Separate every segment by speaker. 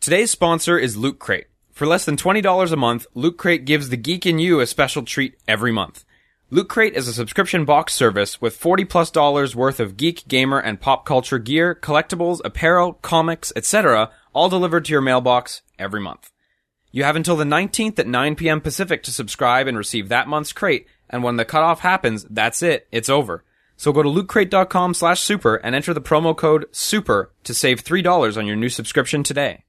Speaker 1: Today's sponsor is Loot Crate. For less than $20 a month, Loot Crate gives the geek in you a special treat every month. Loot Crate is a subscription box service with 40 plus dollars worth of geek, gamer, and pop culture gear, collectibles, apparel, comics, etc., all delivered to your mailbox every month. You have until the 19th at 9 p.m. Pacific to subscribe and receive that month's crate, and when the cutoff happens, that's it, it's over. So go to lootcrate.com slash super and enter the promo code SUPER to save $3 on your new subscription today.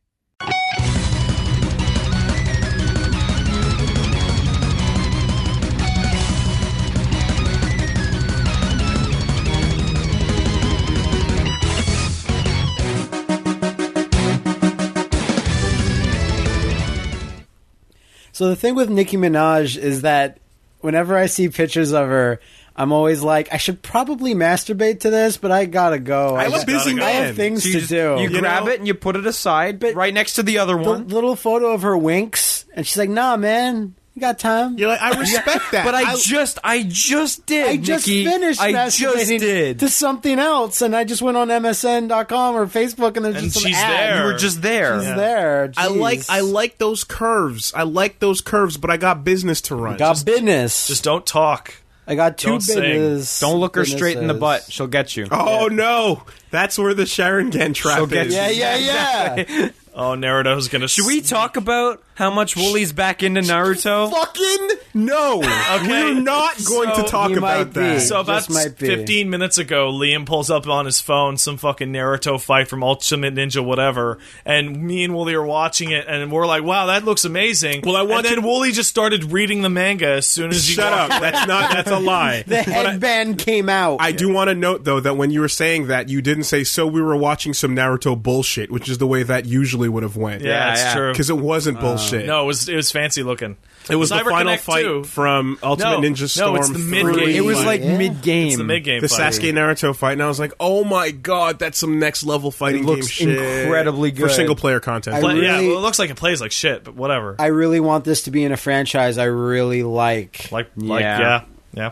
Speaker 2: So the thing with Nicki Minaj is that whenever I see pictures of her, I'm always like, I should probably masturbate to this, but I gotta go.
Speaker 3: I'm a
Speaker 2: got-
Speaker 3: busy
Speaker 2: I
Speaker 3: man.
Speaker 2: have things
Speaker 1: So you
Speaker 2: to
Speaker 1: just-
Speaker 2: do.
Speaker 1: You,
Speaker 3: You
Speaker 1: grab
Speaker 3: know?
Speaker 1: it and you put it aside, but right next to the other
Speaker 2: the
Speaker 1: one.
Speaker 2: little photo of her winks, and she's like, "Nah, man, you got time."
Speaker 3: You're like, I respect that.
Speaker 1: but I, just, I just did.
Speaker 2: I just
Speaker 1: Nikki.
Speaker 2: finished
Speaker 1: I just
Speaker 2: masturbating
Speaker 1: did.
Speaker 2: to something else, and I just went on MSN.com or Facebook, and there's
Speaker 3: And
Speaker 2: just some
Speaker 3: she's
Speaker 2: ad.
Speaker 3: there.
Speaker 1: You were just there.
Speaker 2: She's there.
Speaker 3: I like
Speaker 2: Jeez.
Speaker 3: I like those curves. I like those curves, but I got business to run.
Speaker 2: got
Speaker 3: Just-
Speaker 2: business.
Speaker 4: Just don't talk.
Speaker 2: I got 2
Speaker 4: don't sing.
Speaker 2: business.
Speaker 1: Don't look her straight in the butt.
Speaker 2: businesses.
Speaker 1: She'll get you.
Speaker 3: oh no, that's where the Sharon Gan trap
Speaker 1: She'll get
Speaker 3: is.
Speaker 1: you.
Speaker 2: Yeah, yeah, yeah.
Speaker 4: Oh, Naruto's gonna.
Speaker 1: Should we talk about how much Wooly's back into Naruto?
Speaker 3: Fucking no.
Speaker 4: Okay.
Speaker 3: We're not going
Speaker 4: So-
Speaker 3: to talk
Speaker 2: He might
Speaker 3: about that.
Speaker 2: be.
Speaker 4: So about
Speaker 2: Just might be.
Speaker 4: 15 minutes ago, Liam pulls up on his phone some fucking Naruto fight from Ultimate Ninja whatever, and me and Wooly are watching it, and we're like, "Wow, that looks amazing."
Speaker 3: Well, I want
Speaker 4: And then
Speaker 3: to-
Speaker 4: Wooly just started reading the manga as soon as he
Speaker 3: Shut
Speaker 4: walked-
Speaker 3: up. That's not. That's a lie.
Speaker 2: The headband came out.
Speaker 3: I do want to note though that when you were saying that, you didn't say so. We were watching some Naruto bullshit, which is the way that usually would have went.
Speaker 4: Yeah, that's
Speaker 1: yeah.
Speaker 4: true.
Speaker 3: because it wasn't bullshit.
Speaker 4: No, it was it was fancy looking.
Speaker 3: it was the
Speaker 4: Cyber
Speaker 3: final
Speaker 4: Connect
Speaker 3: fight
Speaker 4: 2.
Speaker 3: from Ultimate
Speaker 4: No,
Speaker 3: Ninja Storm.
Speaker 4: no, it's the mid-game
Speaker 3: three.
Speaker 1: It was
Speaker 2: Yeah.
Speaker 1: like mid game.
Speaker 4: It's the mid game.
Speaker 3: the Sasuke Naruto fight, and I was like, "Oh my god, that's some next level fighting
Speaker 1: looks
Speaker 3: game shit."
Speaker 1: incredibly
Speaker 3: for
Speaker 1: good.
Speaker 3: single player content.
Speaker 2: I
Speaker 4: But yeah,
Speaker 2: really-
Speaker 4: well, it looks like it plays like shit, but whatever.
Speaker 2: I really want this to be in a franchise I really like.
Speaker 4: like, like,
Speaker 1: Yeah.
Speaker 4: yeah, yeah.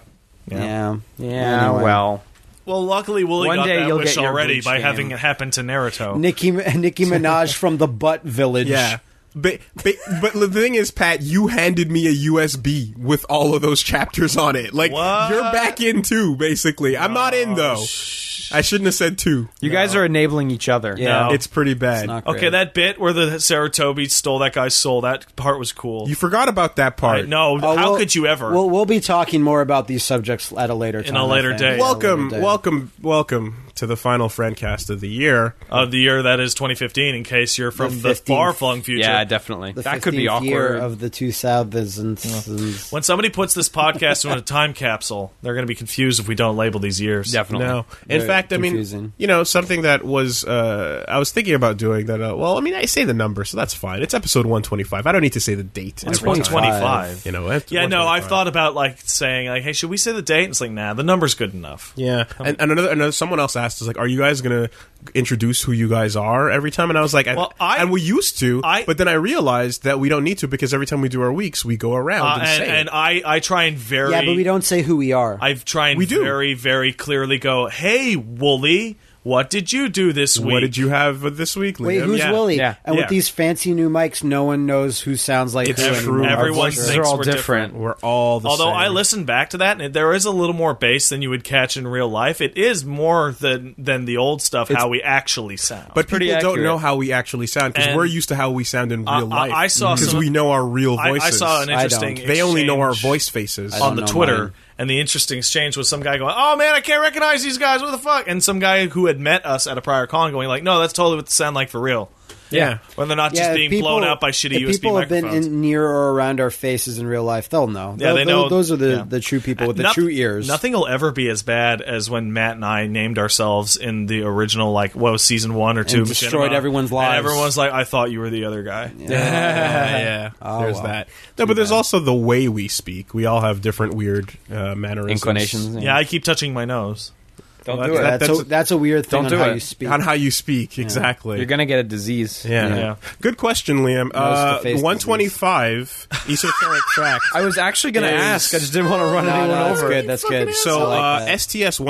Speaker 2: yeah. Yeah.
Speaker 1: Yeah,
Speaker 2: anyway.
Speaker 1: well.
Speaker 4: Well, luckily, Wooly
Speaker 1: One
Speaker 4: got
Speaker 1: day
Speaker 4: that
Speaker 1: you'll
Speaker 4: wish
Speaker 1: get your
Speaker 4: already
Speaker 1: Bleach
Speaker 4: by
Speaker 1: game.
Speaker 4: having it happen to Naruto.
Speaker 2: Nicki Nicki Minaj from the Butt Village.
Speaker 3: yeah. But, but but the thing is, Pat, you handed me a USB with all of those chapters on it. Like
Speaker 4: What? Oh,
Speaker 3: you're back in too, basically. I'm not in though. I shouldn't have said two.
Speaker 1: You guys are enabling each other.
Speaker 2: Yeah.
Speaker 4: No.
Speaker 3: It's pretty bad.
Speaker 2: not great.
Speaker 4: Okay, that bit where the Saratobi stole that guy's soul, that part was cool.
Speaker 3: you forgot about that part.
Speaker 4: I- no,
Speaker 2: Oh,
Speaker 4: how
Speaker 2: we'll-
Speaker 4: could you ever?
Speaker 2: We'll we'll be talking more about these subjects at a later time.
Speaker 4: a
Speaker 2: I
Speaker 4: later
Speaker 2: think.
Speaker 4: day.
Speaker 2: At a
Speaker 3: Welcome,
Speaker 2: later day.
Speaker 3: welcome, welcome to the final Friendcast of the year.
Speaker 4: of the year that is 2015, in case you're from
Speaker 2: The
Speaker 4: the,
Speaker 2: 15th.
Speaker 4: far flung future.
Speaker 1: Yeah, definitely.
Speaker 2: The
Speaker 1: That could be
Speaker 2: 15th year
Speaker 1: awkward.
Speaker 2: of the two thousands.
Speaker 4: when somebody puts this podcast in a time capsule, they're going to be confused if we don't label these years.
Speaker 1: Definitely.
Speaker 3: No, in
Speaker 2: Very
Speaker 3: fact, I mean,
Speaker 2: confusing.
Speaker 3: you know, something that was uh, I was thinking about doing that. Uh, well, I mean, I say the number, so that's fine. It's episode one twenty five. I don't need to say the date. every time.
Speaker 4: 125.
Speaker 3: You know, that's
Speaker 4: Yeah, no, I've
Speaker 3: 125.
Speaker 4: thought about like saying like, "Hey, should we say the date?" And it's like, "Nah, the number's good enough."
Speaker 3: Yeah, and, and another, another someone else asked us like, "Are you guys gonna introduce who you guys are every time?" And I was like,
Speaker 4: Well, I-
Speaker 3: and we used to,
Speaker 4: I-
Speaker 3: but then I realized that we don't need to because every time we do our weeks, we go around
Speaker 4: Uh,
Speaker 3: and,
Speaker 4: and,
Speaker 3: say,
Speaker 4: and I, I try and vary.
Speaker 2: Yeah, but we don't say who we are.
Speaker 4: I try and
Speaker 3: We do.
Speaker 4: very, very clearly go, "Hey, Wooly, what did you do this week?
Speaker 3: "What did you have uh, this week?" Liam?
Speaker 2: Wait, who's
Speaker 3: yeah.
Speaker 2: Willie?
Speaker 1: yeah,
Speaker 2: and
Speaker 4: yeah.
Speaker 2: with these fancy new mics, no one knows who sounds like
Speaker 3: It's
Speaker 2: who
Speaker 3: true.
Speaker 2: anymore. Our
Speaker 4: Everyone
Speaker 2: voices
Speaker 1: These
Speaker 2: are-
Speaker 1: are
Speaker 4: Thanks,
Speaker 1: all
Speaker 4: we're
Speaker 1: different.
Speaker 3: We're all the
Speaker 4: Although
Speaker 3: same.
Speaker 4: I listened back to that, and it- there is a little more bass than you would catch in real life. It is more than than the old stuff how we actually sound.
Speaker 3: But
Speaker 1: pretty
Speaker 3: people don't
Speaker 1: accurate.
Speaker 3: know how we actually sound because
Speaker 4: And-
Speaker 3: we're used to how we sound in real
Speaker 4: I- I-
Speaker 3: life.
Speaker 4: I saw
Speaker 3: because
Speaker 4: some-
Speaker 3: we know our real
Speaker 4: I,
Speaker 3: voices.
Speaker 4: I saw an
Speaker 2: Mm-hmm. I don't.
Speaker 4: interesting.
Speaker 3: they only know our
Speaker 4: exchange
Speaker 3: voice faces.
Speaker 2: I
Speaker 4: on
Speaker 2: don't
Speaker 4: the
Speaker 2: know
Speaker 4: Twitter,
Speaker 2: mine.
Speaker 4: and the interesting exchange was some guy going, "Oh man, I can't recognize these guys. What the fuck?" And some guy who had met us at a prior con going, "Like, no, that's totally what they sound like for real."
Speaker 3: yeah.
Speaker 4: When they're not
Speaker 2: Yeah,
Speaker 4: just
Speaker 2: if
Speaker 4: being
Speaker 2: people-
Speaker 4: blown out by shitty
Speaker 2: if
Speaker 4: USB
Speaker 2: people have
Speaker 4: microphones.
Speaker 2: been in, near or around our faces in real life, they'll know.
Speaker 4: Yeah, they
Speaker 2: Tho-
Speaker 4: know-
Speaker 2: tho- Those are the,
Speaker 4: yeah.
Speaker 2: the true people with the
Speaker 4: Noth-
Speaker 2: true ears.
Speaker 4: Nothing will ever be as bad as when Matt and I named ourselves in the original, like, what was season one or two?
Speaker 2: And destroyed
Speaker 4: Machinima.
Speaker 2: everyone's
Speaker 4: And
Speaker 2: lives.
Speaker 4: everyone's like, I thought you were the other guy.
Speaker 3: yeah, there's
Speaker 2: wow.
Speaker 3: that. No, but there's also the way we speak. We all have different weird uh, mannerisms.
Speaker 1: Inclinations.
Speaker 4: Yeah, I keep touching my nose.
Speaker 1: Don't
Speaker 3: Well,
Speaker 1: do it.
Speaker 3: that-
Speaker 2: That's,
Speaker 3: that's-
Speaker 2: a, that's a weird thing
Speaker 1: Don't
Speaker 2: on
Speaker 1: do
Speaker 2: how
Speaker 1: it.
Speaker 2: you speak.
Speaker 3: on how you speak exactly.
Speaker 1: You're gonna get a disease.
Speaker 3: yeah.
Speaker 4: Yeah.
Speaker 3: Good question, Liam. Uh,
Speaker 2: face disease.
Speaker 3: 125 esoteric tract.
Speaker 1: I was actually gonna
Speaker 3: Yes.
Speaker 1: ask. I just didn't want to run
Speaker 2: No,
Speaker 1: anyone
Speaker 2: no, that's
Speaker 1: over.
Speaker 2: good. That's good.
Speaker 3: So
Speaker 2: I like
Speaker 3: uh,
Speaker 2: that.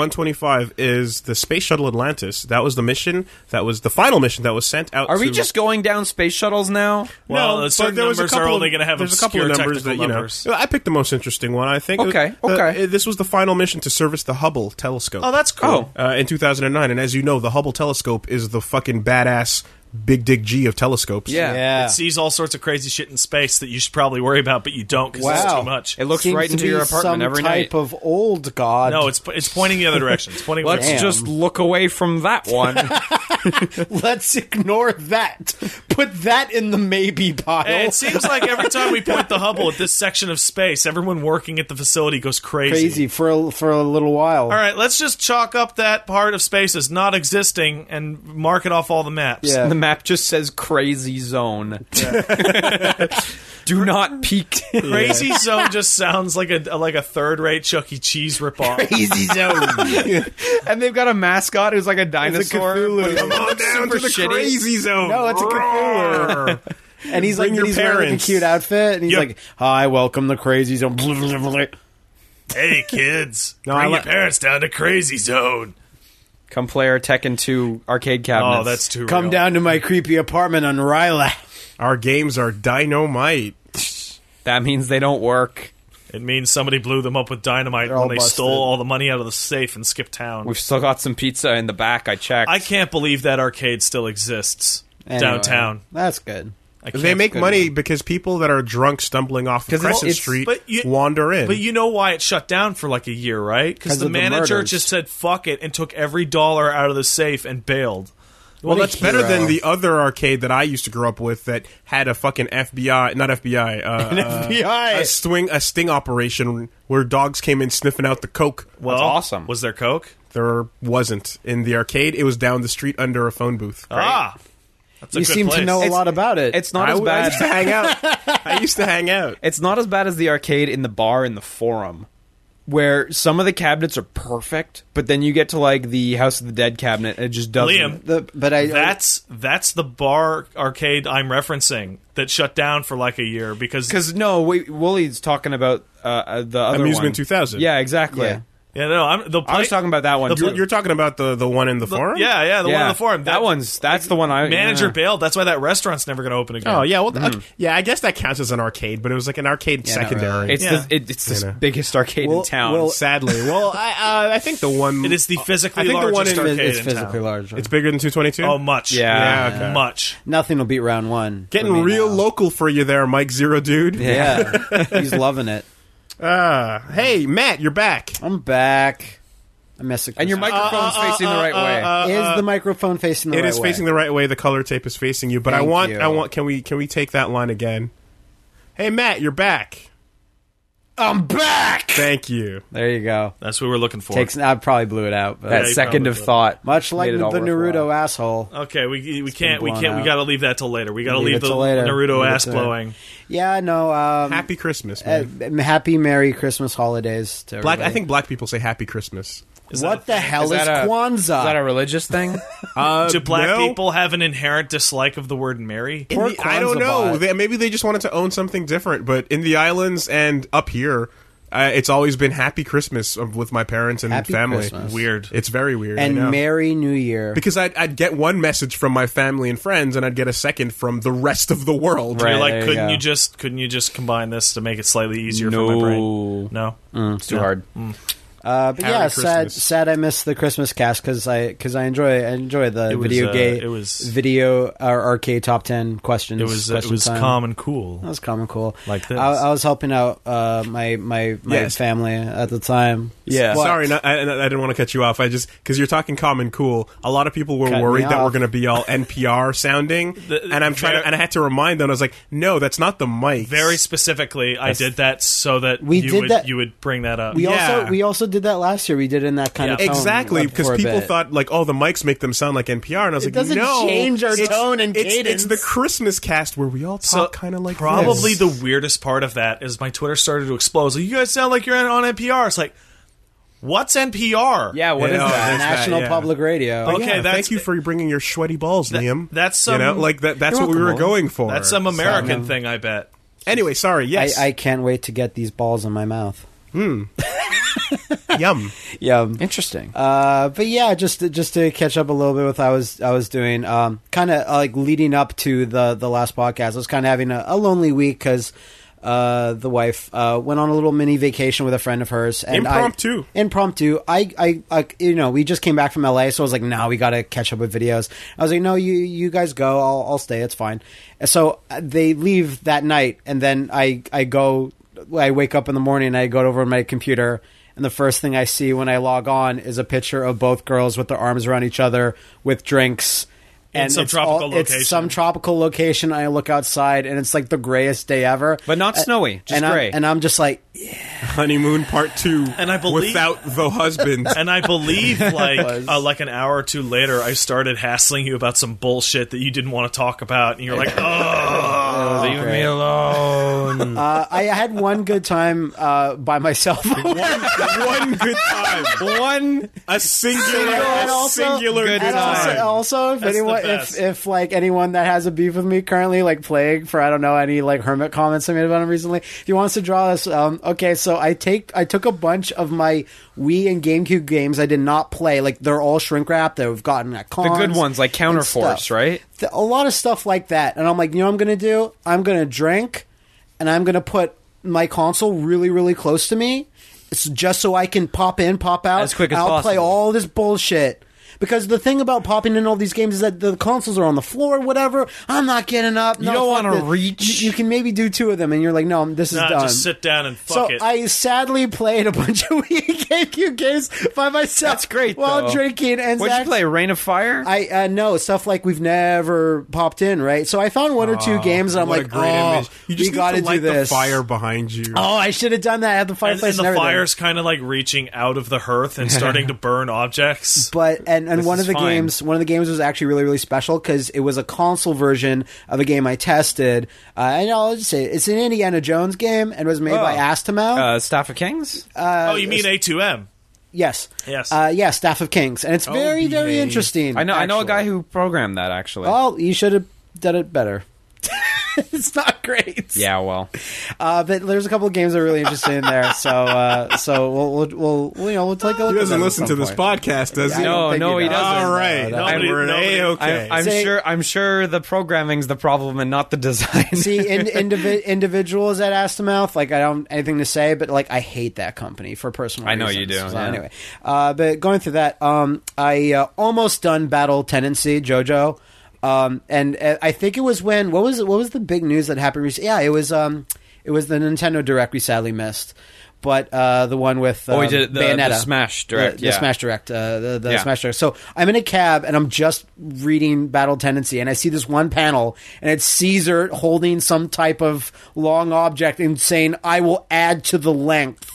Speaker 3: STS-125 is the space shuttle Atlantis. That was the mission. That was the final mission that was sent out.
Speaker 1: Are we
Speaker 3: to-
Speaker 1: just going down space shuttles now?
Speaker 4: Well,
Speaker 3: no,
Speaker 4: certain
Speaker 3: but there was a
Speaker 4: numbers
Speaker 3: couple
Speaker 4: are
Speaker 3: of-
Speaker 4: only going to have
Speaker 3: there's a couple
Speaker 4: obscure
Speaker 3: of numbers
Speaker 4: technical
Speaker 3: that you know.
Speaker 4: numbers.
Speaker 3: I picked the most interesting one. I think.
Speaker 1: Okay,
Speaker 3: Uh,
Speaker 1: okay.
Speaker 3: uh, this was the final mission to service the Hubble telescope.
Speaker 4: Oh, that's cool.
Speaker 3: uh, in 2009, and as you know, the Hubble telescope is the fucking badass big dick G of telescopes.
Speaker 1: Yeah.
Speaker 2: yeah.
Speaker 4: It sees all sorts of crazy shit in space that you should probably worry about, but you don't because it's
Speaker 2: Wow.
Speaker 4: too much.
Speaker 1: It looks
Speaker 2: Seems
Speaker 1: right
Speaker 2: to
Speaker 1: into
Speaker 2: be
Speaker 1: your apartment
Speaker 2: some
Speaker 1: every
Speaker 2: type
Speaker 1: night.
Speaker 2: of old god.
Speaker 4: no, it's it's pointing the other direction. It's pointing.
Speaker 1: Let's
Speaker 4: the
Speaker 2: Damn.
Speaker 1: just look away from that one.
Speaker 2: let's ignore that. Put that in the maybe pile.
Speaker 4: Hey, it seems like every time we point the Hubble at this section of space, everyone working at the facility goes
Speaker 2: crazy for a, for a little while.
Speaker 4: All right, let's just chalk up that part of space as not existing and mark it off all the maps.
Speaker 2: Yeah.
Speaker 1: the map just says crazy zone. Do not peek.
Speaker 4: Crazy Zone just sounds like a like a third rate Chuck E. Cheese ripoff.
Speaker 2: Easy zone.
Speaker 1: and they've got a mascot who's like a dinosaur.
Speaker 3: Cthulhu.
Speaker 1: but he
Speaker 3: Come
Speaker 4: Oh,
Speaker 3: on
Speaker 1: looks
Speaker 3: down
Speaker 1: super
Speaker 3: to the
Speaker 1: shitty.
Speaker 3: crazy zone.
Speaker 2: No, it's a Cthulhu.
Speaker 3: Roar.
Speaker 2: and he's
Speaker 3: Bring
Speaker 2: like,
Speaker 3: your
Speaker 2: he's wearing like a
Speaker 3: parents.
Speaker 2: cute outfit, and he's
Speaker 3: Yep.
Speaker 2: like, "Hi, welcome to Crazy Zone." That's
Speaker 4: hey kids,
Speaker 3: No, I
Speaker 4: bring your
Speaker 3: like-
Speaker 4: parents down to Crazy Zone.
Speaker 1: Come play our Tekken 2 arcade cabinets.
Speaker 4: Oh, that's too.
Speaker 2: Come
Speaker 4: real.
Speaker 2: down to my creepy apartment on Ryla.
Speaker 3: Our games are dynamite.
Speaker 1: that means they don't work.
Speaker 4: It means somebody blew them up with dynamite
Speaker 2: They're all
Speaker 4: when they
Speaker 2: busted.
Speaker 4: stole all the money out of the safe and skipped town.
Speaker 1: We've still got some pizza in the back. I checked.
Speaker 4: I can't believe that arcade still exists
Speaker 2: Anyway,
Speaker 4: downtown.
Speaker 2: That's good.
Speaker 4: I
Speaker 3: They
Speaker 4: can't-
Speaker 3: make
Speaker 1: good
Speaker 3: money because people that are drunk stumbling off of
Speaker 1: 'Cause it's-
Speaker 3: Crescent
Speaker 1: it's-
Speaker 3: Street
Speaker 4: but you-
Speaker 3: wander in.
Speaker 4: But you know why it shut down for like a year, right?
Speaker 2: 'Cause
Speaker 4: Because the
Speaker 2: of the
Speaker 4: manager
Speaker 2: murders.
Speaker 4: just said "fuck it" and took every dollar out of the safe and bailed.
Speaker 2: what
Speaker 3: well,
Speaker 2: a
Speaker 3: that's better than
Speaker 2: hero.
Speaker 3: the other arcade that I used to grow up with that had a fucking FBI, not FBI, uh, uh,
Speaker 2: FBI.
Speaker 3: a swing, a sting operation where dogs came in sniffing out the coke.
Speaker 4: Well,
Speaker 1: awesome.
Speaker 4: Was there coke?
Speaker 3: There wasn't in the arcade. It was down the street under a phone booth.
Speaker 4: Ah, that's a
Speaker 2: You
Speaker 4: good
Speaker 2: seem to
Speaker 4: place.
Speaker 2: know a lot about it.
Speaker 1: It's
Speaker 3: I,
Speaker 1: not as
Speaker 3: w- I
Speaker 1: bad.
Speaker 3: used to hang out. I used to hang out.
Speaker 1: It's not as bad as the arcade in the bar in the forum, where some of the cabinets are perfect, but then you get to like the House of the Dead cabinet, and it just doesn't.
Speaker 4: Liam.
Speaker 2: the, but I
Speaker 4: That's that's the bar arcade I'm referencing that shut down for like a year because
Speaker 1: Because no, wait, Wooly's talking about uh, uh, the other
Speaker 3: Amusement
Speaker 1: one.
Speaker 3: 2000.
Speaker 1: Yeah, exactly.
Speaker 2: Yeah.
Speaker 4: yeah no I'm the
Speaker 1: I was talking about that one.
Speaker 3: You're,
Speaker 1: too.
Speaker 3: you're talking about the the one in the, forum.
Speaker 4: yeah yeah the one
Speaker 1: Yeah.
Speaker 4: on the forum
Speaker 1: That, one's that's the one I
Speaker 4: manager
Speaker 1: yeah.
Speaker 4: bailed that's why that restaurant's never going to open again
Speaker 3: Oh yeah, well, okay. yeah. I guess that counts as an arcade, but it was like an
Speaker 2: not
Speaker 3: arcade secondary.
Speaker 1: It's
Speaker 4: Yeah.
Speaker 1: the, it, it's the
Speaker 3: know.
Speaker 1: biggest arcade in
Speaker 2: Well-
Speaker 1: town.
Speaker 2: well-
Speaker 3: Sadly, well, I uh, I think the one
Speaker 4: it is the physically
Speaker 3: I think the one
Speaker 4: largest
Speaker 3: in-
Speaker 4: arcade
Speaker 2: it's
Speaker 4: in
Speaker 2: physically
Speaker 4: town.
Speaker 2: large.
Speaker 3: It's bigger than 222.
Speaker 4: oh much
Speaker 1: Yeah.
Speaker 3: Yeah, okay.
Speaker 4: much
Speaker 2: Nothing will beat round one. for
Speaker 3: Getting
Speaker 2: me
Speaker 3: real
Speaker 2: now.
Speaker 3: local for you there, Mike Zero Dude.
Speaker 2: Yeah, he's loving it.
Speaker 3: Uh, hey, Matt, you're back.
Speaker 2: I'm back. I miss it.
Speaker 1: and
Speaker 4: Uh,
Speaker 1: your microphone's facing the right way.
Speaker 2: is the microphone facing the
Speaker 3: It
Speaker 2: right
Speaker 3: is
Speaker 2: way?
Speaker 3: facing the right way. The color tape is facing you. But I
Speaker 2: Thank
Speaker 3: want,
Speaker 2: you.
Speaker 3: I want. Can we, can we take that line again? Hey, Matt, you're back.
Speaker 2: I'm back.
Speaker 3: Thank you.
Speaker 2: There you go.
Speaker 4: that's what we're looking for
Speaker 2: Takes. I probably blew it out, but
Speaker 1: that
Speaker 4: you
Speaker 1: second
Speaker 4: probably
Speaker 1: of
Speaker 4: did.
Speaker 1: thought,
Speaker 2: much like
Speaker 1: made
Speaker 2: the
Speaker 1: it all worthwhile.
Speaker 2: Naruto asshole.
Speaker 4: okay we we can't we
Speaker 2: blown
Speaker 4: can't we
Speaker 2: out.
Speaker 4: got to leave that till later we got to
Speaker 2: Leave
Speaker 4: leave
Speaker 2: it
Speaker 4: the
Speaker 2: till later.
Speaker 4: Naruto
Speaker 2: Leave it
Speaker 4: ass
Speaker 2: till later.
Speaker 4: blowing
Speaker 2: Yeah, no. Um,
Speaker 3: Happy Christmas,
Speaker 2: uh,
Speaker 3: man.
Speaker 2: happy, merry Christmas holidays to
Speaker 3: Black. I
Speaker 2: everybody.
Speaker 3: think black people say Happy Christmas.
Speaker 4: Is
Speaker 2: What
Speaker 4: that
Speaker 2: the
Speaker 4: a thing?
Speaker 2: hell is,
Speaker 1: Is that a-
Speaker 2: Kwanzaa?
Speaker 1: Is that a religious thing?
Speaker 3: Uh,
Speaker 4: do black
Speaker 3: no.
Speaker 4: people have an inherent dislike of the word Mary
Speaker 3: In the-
Speaker 2: Poor
Speaker 3: I don't
Speaker 2: Kwanzaa
Speaker 3: know.
Speaker 2: bot.
Speaker 3: They, maybe they just wanted to own something different. But in the islands and up here, uh, it's always been Happy Christmas um, with my parents and
Speaker 2: Happy
Speaker 3: family.
Speaker 2: Christmas.
Speaker 4: weird
Speaker 3: It's very weird. I
Speaker 2: and
Speaker 3: know.
Speaker 2: merry New Year.
Speaker 3: because I'd, I'd get one message from my family and friends, and I'd get a second from the rest of the world.
Speaker 1: Right.
Speaker 4: You're like,
Speaker 1: there you
Speaker 4: couldn't
Speaker 1: go.
Speaker 4: you just couldn't you just combine this to make it slightly easier for
Speaker 1: No.
Speaker 4: my brain? No,
Speaker 2: Mm,
Speaker 1: it's too hard.
Speaker 2: Uh, but
Speaker 3: Harry
Speaker 2: yeah, sad.
Speaker 3: Christmas.
Speaker 2: Sad. I miss the Christmas cast because I because I enjoy I enjoy the
Speaker 4: It was,
Speaker 2: video
Speaker 4: uh,
Speaker 2: game.
Speaker 4: it was-
Speaker 2: video or arcade top ten questions.
Speaker 4: it was uh, it
Speaker 2: question
Speaker 4: was
Speaker 2: time. Oh,
Speaker 4: calm and cool.
Speaker 2: That was common cool.
Speaker 4: Like this.
Speaker 2: I, I was helping out uh, my my my
Speaker 3: Yes.
Speaker 2: family at the time.
Speaker 1: Yeah.
Speaker 2: What?
Speaker 3: Sorry, no, I, I didn't want to cut you off. I just because you're talking calm and cool. A lot of people were
Speaker 2: Cut me
Speaker 3: worried that
Speaker 2: off.
Speaker 3: we're going to be all NPR sounding,
Speaker 4: The-
Speaker 3: and I'm trying
Speaker 4: very-
Speaker 3: to. And I had to remind them. I was like, "No, that's not the mic."
Speaker 4: Very specifically, I did that so that
Speaker 2: We
Speaker 4: you
Speaker 2: did
Speaker 4: would
Speaker 2: that-
Speaker 4: you would bring that up.
Speaker 2: We
Speaker 3: Yeah.
Speaker 2: also we also did that last year. We did it in that kind
Speaker 4: Yeah.
Speaker 2: of tone
Speaker 3: Exactly,
Speaker 2: up
Speaker 3: because
Speaker 2: for a
Speaker 3: people
Speaker 2: bit.
Speaker 3: thought like, "Oh, the mics make them sound like NPR," and I was like,
Speaker 2: doesn't
Speaker 3: "No,
Speaker 2: change our
Speaker 3: it's-
Speaker 2: tone and
Speaker 3: it's,
Speaker 2: cadence.
Speaker 3: It's the Christmas cast where we all
Speaker 4: So,
Speaker 3: talk kind of like
Speaker 4: probably
Speaker 3: this.
Speaker 4: the weirdest part of that is my Twitter started to explode. So you guys sound like you're on NPR. It's like What's NPR?
Speaker 1: Yeah, what is
Speaker 3: Yeah.
Speaker 1: that?
Speaker 3: there's
Speaker 2: National
Speaker 3: that, yeah.
Speaker 2: Public Radio.
Speaker 4: Okay,
Speaker 3: Yeah,
Speaker 4: that's-
Speaker 3: thank you for bringing your sweaty balls, Liam.
Speaker 4: that's
Speaker 3: you know,
Speaker 4: some-
Speaker 3: like that. That's
Speaker 2: You're
Speaker 3: what we were
Speaker 2: welcome, Owen.
Speaker 3: going for.
Speaker 4: That's some American thing, I bet.
Speaker 3: Anyway, sorry.
Speaker 2: I,
Speaker 3: Yes,
Speaker 2: I can't wait to get these balls in my mouth.
Speaker 3: yum.
Speaker 2: Yeah.
Speaker 1: Interesting.
Speaker 2: Uh, but yeah, just just to catch up a little bit with how I was I was doing, um, kind of like leading up to the the last podcast. I was kind of having a, a lonely week because uh, the wife uh, went on a little mini vacation with a friend of hers. And I-
Speaker 3: Impromptu.
Speaker 2: impromptu. I, I, I, you know, we just came back from LA, so I was like, nah, we got to catch up with videos. I was like, no, you, you guys go. I'll, I'll stay. It's fine. And so uh, they leave that night, and then I, I go. I wake up in the morning, and I go over to my computer, and the first thing I see when I log on is a picture of both girls with their arms around each other with drinks.
Speaker 4: In some tropical location.
Speaker 2: It's some tropical location. I look outside, and it's like the grayest day ever,
Speaker 1: But not
Speaker 2: A-
Speaker 1: snowy, just
Speaker 2: and I'm-
Speaker 1: gray.
Speaker 2: and I'm just like,
Speaker 3: Honeymoon part two,
Speaker 4: And I believe-
Speaker 3: without the husband.
Speaker 4: And I believe, like
Speaker 2: was.
Speaker 4: uh, like an hour or two later, I started hassling you about some bullshit that you didn't want to talk about, and you're like, "Oh,
Speaker 1: Leave me alone.
Speaker 2: Uh, I had one good time uh, by myself.
Speaker 3: one, one good time.
Speaker 1: One.
Speaker 3: A singular,
Speaker 2: And
Speaker 3: a
Speaker 2: also-
Speaker 3: singular
Speaker 1: good
Speaker 3: good
Speaker 2: and also,
Speaker 3: time.
Speaker 2: also, if
Speaker 4: That's the
Speaker 2: anyone,
Speaker 4: best.
Speaker 2: if, if like anyone that has a beef with me currently, like plague for I don't know any like hermit comments I made about him recently. If he wants to draw this, um, okay. So I take I took a bunch of my Wii and GameCube games I did not play. Like they're all shrink wrapped. that I've gotten at cons.
Speaker 1: The good ones like
Speaker 2: and
Speaker 1: Counterforce,
Speaker 2: stuff.
Speaker 1: right?
Speaker 2: Th- a lot of stuff like that. And I'm like, you know what I'm going to do? I'm going to drink and I'm going to put my console really, really close to me it's just so I can pop in, pop out.
Speaker 1: As quick as
Speaker 2: I'll play
Speaker 1: possible.
Speaker 2: all this bullshit. Because the thing about popping in all these games is that the consoles are on the floor, whatever. I'm not getting up. You
Speaker 1: don't wanna reach.
Speaker 2: You, you can maybe do two of them, and you're like, no, this is
Speaker 4: nah,
Speaker 2: done.
Speaker 4: just sit down and
Speaker 2: So
Speaker 4: fuck it."
Speaker 2: I sadly played a bunch of Wii GameCube games by myself.
Speaker 1: That's great,
Speaker 2: While
Speaker 1: though.
Speaker 2: drinking and
Speaker 1: What'd you
Speaker 2: Zach-
Speaker 1: play? Rain of Fire?
Speaker 2: I uh, know stuff like we've never popped in, right? So I found one or two games, and I'm
Speaker 3: What a
Speaker 2: like, oh,
Speaker 3: You just
Speaker 2: we
Speaker 3: need
Speaker 2: got
Speaker 3: to
Speaker 2: do
Speaker 3: light
Speaker 2: this.
Speaker 3: the fire behind you.
Speaker 2: Oh, I should have done that. I had the
Speaker 4: and,
Speaker 2: fireplace
Speaker 4: and
Speaker 2: and,
Speaker 4: the
Speaker 2: everything.
Speaker 4: fire's kind of like reaching out of the hearth and starting to burn objects.
Speaker 2: But and, and one
Speaker 1: is
Speaker 2: of the
Speaker 1: fine.
Speaker 2: games, one of the games was actually really really special because it was a console version of a game I tested. Uh, and I'll just say it, it's an Indiana Jones game and was made by
Speaker 1: Oh.
Speaker 2: Astamo.
Speaker 1: uh, Staff of Kings?
Speaker 2: Uh,
Speaker 4: oh, you mean A2M?
Speaker 2: yes,
Speaker 4: Yes.
Speaker 2: uh, yeah, Staff of Kings, and it's very very
Speaker 3: behave.
Speaker 2: interesting.
Speaker 1: I know I know a
Speaker 2: actually. Oh,
Speaker 1: guy who programmed that actually.
Speaker 2: Well, you should have done it better. it's not great.
Speaker 1: Yeah, well.
Speaker 2: Uh, but there's a couple of games that are really interesting in there, so uh, so we'll, we'll we'll you know we'll take a look.
Speaker 3: he
Speaker 2: at
Speaker 3: doesn't
Speaker 2: them at
Speaker 3: listen
Speaker 2: some
Speaker 3: to this
Speaker 2: point.
Speaker 3: podcast, does he?
Speaker 2: I don't
Speaker 1: No,
Speaker 2: think
Speaker 1: no, he doesn't.
Speaker 3: All right,
Speaker 2: No,
Speaker 4: Nobody-
Speaker 3: we're
Speaker 4: nobody-
Speaker 3: a-okay.
Speaker 1: I, I'm
Speaker 2: Say-
Speaker 1: sure I'm sure the programming's the problem and not the design.
Speaker 2: See, in, indivi- individuals at Astomouth, like I don't anything to say, but like I hate that company for personal.
Speaker 1: I know you
Speaker 2: reasons.
Speaker 1: do,
Speaker 2: So
Speaker 1: yeah.
Speaker 2: Anyway, uh, but going through that, um, I uh, almost done Battle Tendency JoJo, um, and uh, I think it was when what was it, what was the big news that happened recently? Yeah, it was um, it was the Nintendo Direct we sadly missed, but uh, the one with um,
Speaker 1: Oh, we did it- the- the
Speaker 2: Bayonetta
Speaker 1: Smash Direct,
Speaker 2: the, the
Speaker 1: yeah.
Speaker 2: Smash Direct, uh, the, the
Speaker 1: Yeah.
Speaker 2: Smash Direct. So I'm in a cab and I'm just reading Battle Tendency, and I see this one panel, and it's Caesar holding some type of long object and saying, "I will add to the length."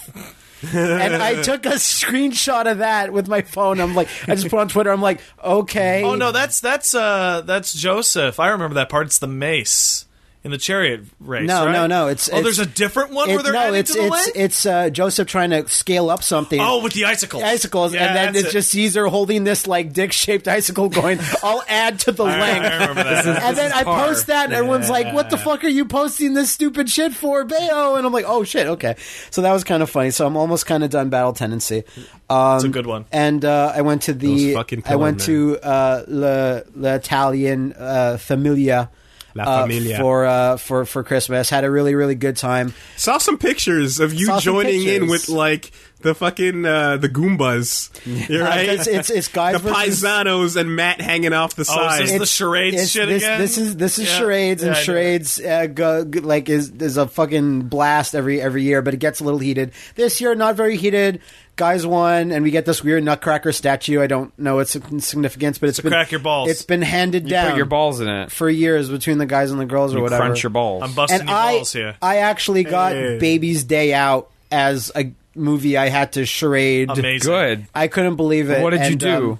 Speaker 2: and I took a screenshot of that with my phone. I'm like, I just put on Twitter. I'm like, okay.
Speaker 4: Oh no, that's that's uh that's Joseph. I remember that part. It's the mace in the chariot race.
Speaker 2: No,
Speaker 4: right?
Speaker 2: no, no, it's-
Speaker 4: oh,
Speaker 2: it's-
Speaker 4: there's a different one
Speaker 2: It-
Speaker 4: where they're
Speaker 2: no,
Speaker 4: adding
Speaker 2: it's
Speaker 4: to the
Speaker 2: it's
Speaker 4: length?
Speaker 2: it's uh, Joseph trying to scale up something.
Speaker 4: Oh, with the icicles,
Speaker 2: icicles,
Speaker 4: Yeah,
Speaker 2: and then
Speaker 4: that's
Speaker 2: it's
Speaker 4: it.
Speaker 2: just Caesar holding this like dick shaped icicle, going, "I'll add to the
Speaker 4: I,
Speaker 2: length."
Speaker 4: I remember that.
Speaker 2: and then I
Speaker 1: par.
Speaker 2: post that, and everyone's like, "What the fuck are you posting this stupid shit for, Bayo?" And I'm like, "Oh shit, okay." So that was kind of funny. So I'm almost kind of done Battle Tendency. Um,
Speaker 4: a good one.
Speaker 2: And uh, I went to the
Speaker 3: Those fucking
Speaker 2: I went
Speaker 3: pillow
Speaker 2: to uh, Le, Le Italian uh, Familia.
Speaker 3: La
Speaker 2: uh,
Speaker 3: Familia.
Speaker 2: for uh, for for Christmas, had a really really good time.
Speaker 3: Saw some pictures of you
Speaker 2: Saw some
Speaker 3: joining in
Speaker 2: pictures.
Speaker 3: with like the fucking uh, the Goombas, You're
Speaker 2: Uh,
Speaker 3: right?
Speaker 2: it's- it's- it's guys
Speaker 3: the
Speaker 2: versus-
Speaker 3: Paisanos and Matt hanging off the
Speaker 4: Oh,
Speaker 3: side.
Speaker 4: is this the
Speaker 2: It's-
Speaker 4: charades
Speaker 2: it's-
Speaker 4: shit
Speaker 2: this,
Speaker 4: again?
Speaker 2: This is this is
Speaker 4: Yeah.
Speaker 2: charades, and
Speaker 4: Yeah, I know.
Speaker 2: charades uh, go, g- like is is a fucking blast every every year, but it gets a little heated. This year, not very heated. Guys won, and we get this weird Nutcracker statue. I don't know its sig- significance, but it's been
Speaker 4: crack your balls.
Speaker 2: It's been handed down
Speaker 1: Put your balls in it.
Speaker 2: for years between the guys and the girls or whatever.
Speaker 1: Crunch your balls.
Speaker 4: I'm busting
Speaker 2: And
Speaker 4: your
Speaker 2: I
Speaker 4: balls here.
Speaker 2: I actually got
Speaker 3: Hey.
Speaker 2: Baby's Day Out as a movie. I had to charade.
Speaker 4: Amazing.
Speaker 1: Good.
Speaker 2: I couldn't believe it. um,
Speaker 1: What did you
Speaker 2: And,
Speaker 1: do?
Speaker 2: um,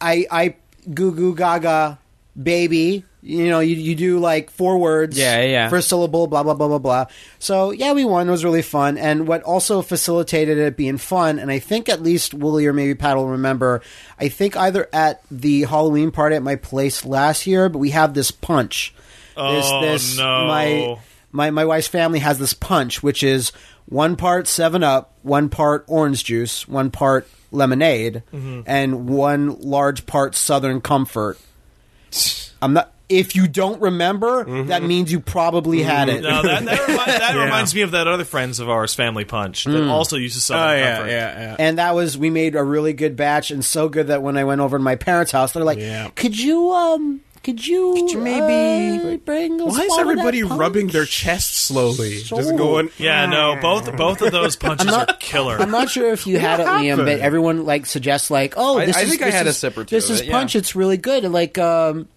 Speaker 2: I I goo goo gaga baby You know, you, you do like four words.
Speaker 1: Yeah, yeah, yeah.
Speaker 2: First syllable, blah, blah, blah, blah, blah. So, yeah, we won. It was really fun. And what also facilitated it being fun, and I think at least Wooly or maybe Pat will remember, I think either at the Halloween party at my place last year, but we have this punch.
Speaker 4: Oh, no.
Speaker 2: My, my, my wife's family has this punch, which is one part 7 Up, one part orange juice, one part lemonade,
Speaker 4: Mm-hmm.
Speaker 2: and one large part Southern Comfort. I'm not. If you don't remember,
Speaker 4: Mm-hmm.
Speaker 2: that means you probably had it.
Speaker 4: No, that, that, remi- that reminds me of that other friends of ours, Family Punch, that
Speaker 2: Hmm.
Speaker 4: also uses
Speaker 3: Oh
Speaker 4: Southern
Speaker 3: yeah,
Speaker 4: Comfort.
Speaker 3: yeah, yeah.
Speaker 2: and that was we made a really good batch, and so good that when I went over to my parents' house, they're like,
Speaker 3: Yeah.
Speaker 2: "Could you um, could you,
Speaker 3: you maybe-
Speaker 2: uh, bring?" a
Speaker 3: Why is
Speaker 2: swallow
Speaker 3: everybody
Speaker 2: that punch?"
Speaker 3: rubbing their chest slowly? Just
Speaker 2: So-
Speaker 3: going.
Speaker 4: Yeah, no, both both of those punches are killer.
Speaker 2: I'm not sure if you had it, Liam, but
Speaker 3: happened?
Speaker 2: everyone like suggests like, "Oh,
Speaker 1: I-
Speaker 2: this
Speaker 1: I
Speaker 2: is,
Speaker 1: think I
Speaker 2: this
Speaker 1: had a
Speaker 2: is-
Speaker 1: sip or two
Speaker 2: This
Speaker 1: of
Speaker 2: is
Speaker 1: it, yeah.
Speaker 2: punch. It's really good." And like, um,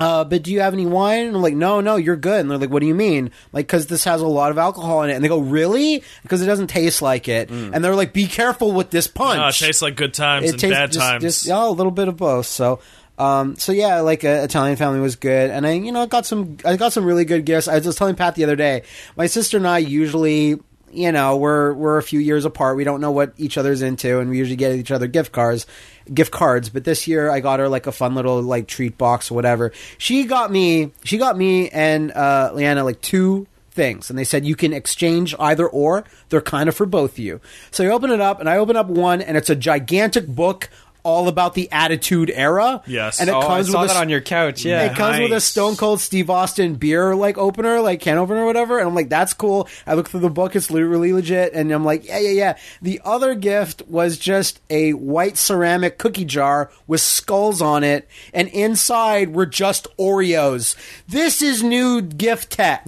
Speaker 2: uh, but do you have any wine? And I'm like, no, no, you're good. And they're like, what do you mean? Like, because this has a lot of alcohol in it. And they go, really? Because it doesn't taste like it.
Speaker 1: Mm.
Speaker 2: And they're like, be careful with this punch.
Speaker 4: No, Oh, it tastes like good times and bad
Speaker 2: just-
Speaker 4: times.
Speaker 2: just- oh, a little bit of both. So, um, so yeah, like uh, Italian family was good, and I, you know, got some, I got some really good gifts. I was just telling Pat the other day, my sister and I usually, you know, we're we're a few years apart. We don't know what each other's into, and we usually get each other gift cards, gift cards. But this year, I got her like a fun little like treat box or whatever. She got me, she got me and uh, Leanna like two things and they said you can exchange either or they're kind of for both of you so i open it up and i open up one and it's a gigantic book all about the attitude era
Speaker 4: Yes.
Speaker 2: and it
Speaker 4: Oh,
Speaker 1: Oh, I
Speaker 2: comes
Speaker 1: saw
Speaker 2: with
Speaker 1: that
Speaker 2: a,
Speaker 1: on your couch. Yeah.
Speaker 2: it comes with a
Speaker 4: Nice.
Speaker 2: stone cold steve austin beer like opener like can opener or whatever and i'm like that's cool i look through the book it's literally legit and i'm like yeah yeah yeah the other gift was just a white ceramic cookie jar with skulls on it and inside were just oreos this is new gift tech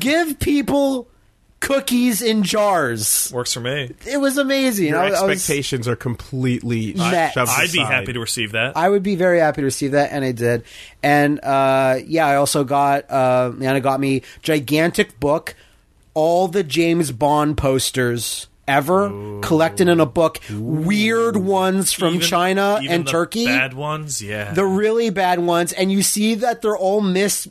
Speaker 2: give people cookies in jars
Speaker 4: Works for me.
Speaker 2: it was amazing
Speaker 3: Your
Speaker 2: I- I was-
Speaker 3: expectations are completely
Speaker 2: Met.
Speaker 3: shoved
Speaker 4: I'd be
Speaker 3: aside.
Speaker 4: happy to receive that.
Speaker 2: I would be very happy to receive that, and I did. And uh, yeah, I also got uh, Leanna got me gigantic book, all the James Bond posters ever collected in a book. Weird ones from
Speaker 4: Even-
Speaker 2: China
Speaker 4: even
Speaker 2: and
Speaker 4: the
Speaker 2: Turkey.
Speaker 4: Bad ones, yeah.
Speaker 2: the really bad ones, and you see that they're all mispainted.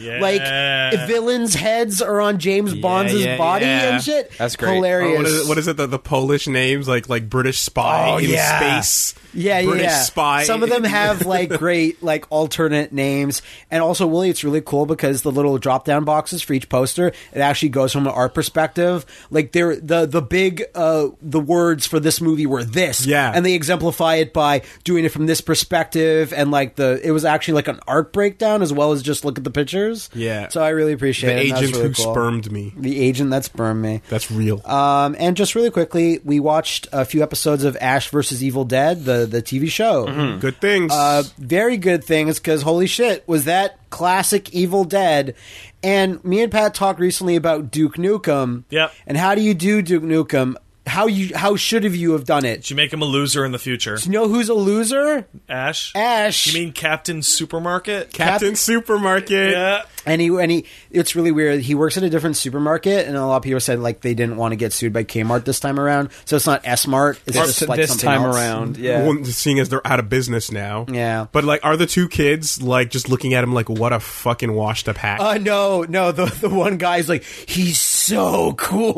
Speaker 4: Yeah.
Speaker 2: Like villains' heads are on James Bond's
Speaker 1: yeah,
Speaker 2: body
Speaker 1: yeah.
Speaker 2: and shit.
Speaker 1: That's great.
Speaker 2: Hilarious.
Speaker 3: Or Oh, what, is, what is it? The, the Polish names like like British spy
Speaker 2: Oh,
Speaker 3: in
Speaker 2: yeah.
Speaker 3: space.
Speaker 2: Yeah,
Speaker 3: British
Speaker 2: yeah, yeah.
Speaker 3: spy.
Speaker 2: Some of them
Speaker 3: in-
Speaker 2: have like great like alternate names, and also Willie, it's really cool because the little drop down boxes for each poster it actually goes from an art perspective. Like they're the the big uh the words for this movie were this,
Speaker 3: Yeah.
Speaker 2: and they exemplify it by doing it from this perspective, and like the it was actually like an art breakdown as well as just look at the pictures.
Speaker 3: Yeah.
Speaker 2: so I really appreciate
Speaker 3: the
Speaker 2: it. and that's
Speaker 3: agent
Speaker 2: really
Speaker 3: who
Speaker 2: cool.
Speaker 3: spermed me.
Speaker 2: the agent that spermed me.
Speaker 3: That's real.
Speaker 2: Um, and just really quickly, we watched a few episodes of Ash versus Evil Dead, the the TV show.
Speaker 3: Good things.
Speaker 2: Uh, very good things because holy shit, was that classic Evil Dead? And me and Pat talked recently about Duke Nukem.
Speaker 4: Yep.
Speaker 2: And how do you do Duke Nukem? How you how should have you have done it?
Speaker 4: Should make him a loser in the future.
Speaker 2: You know who's a loser?
Speaker 4: Ash.
Speaker 2: Ash.
Speaker 4: You mean Captain Supermarket?
Speaker 3: Captain Supermarket.
Speaker 4: yeah.
Speaker 2: And he, and he, it's really weird. He works at a different supermarket, and a lot of people said like they didn't want to get sued by Kmart this time around. So it's not S Mart. It's
Speaker 1: Or
Speaker 2: just like
Speaker 1: this
Speaker 2: something
Speaker 1: time
Speaker 2: else.
Speaker 1: around. Yeah.
Speaker 3: Well, seeing as they're out of business now.
Speaker 2: Yeah.
Speaker 3: But like, are the two kids like just looking at him like, what a fucking washed up hack?
Speaker 2: Uh, no, no. The the one guy's like, he's so cool.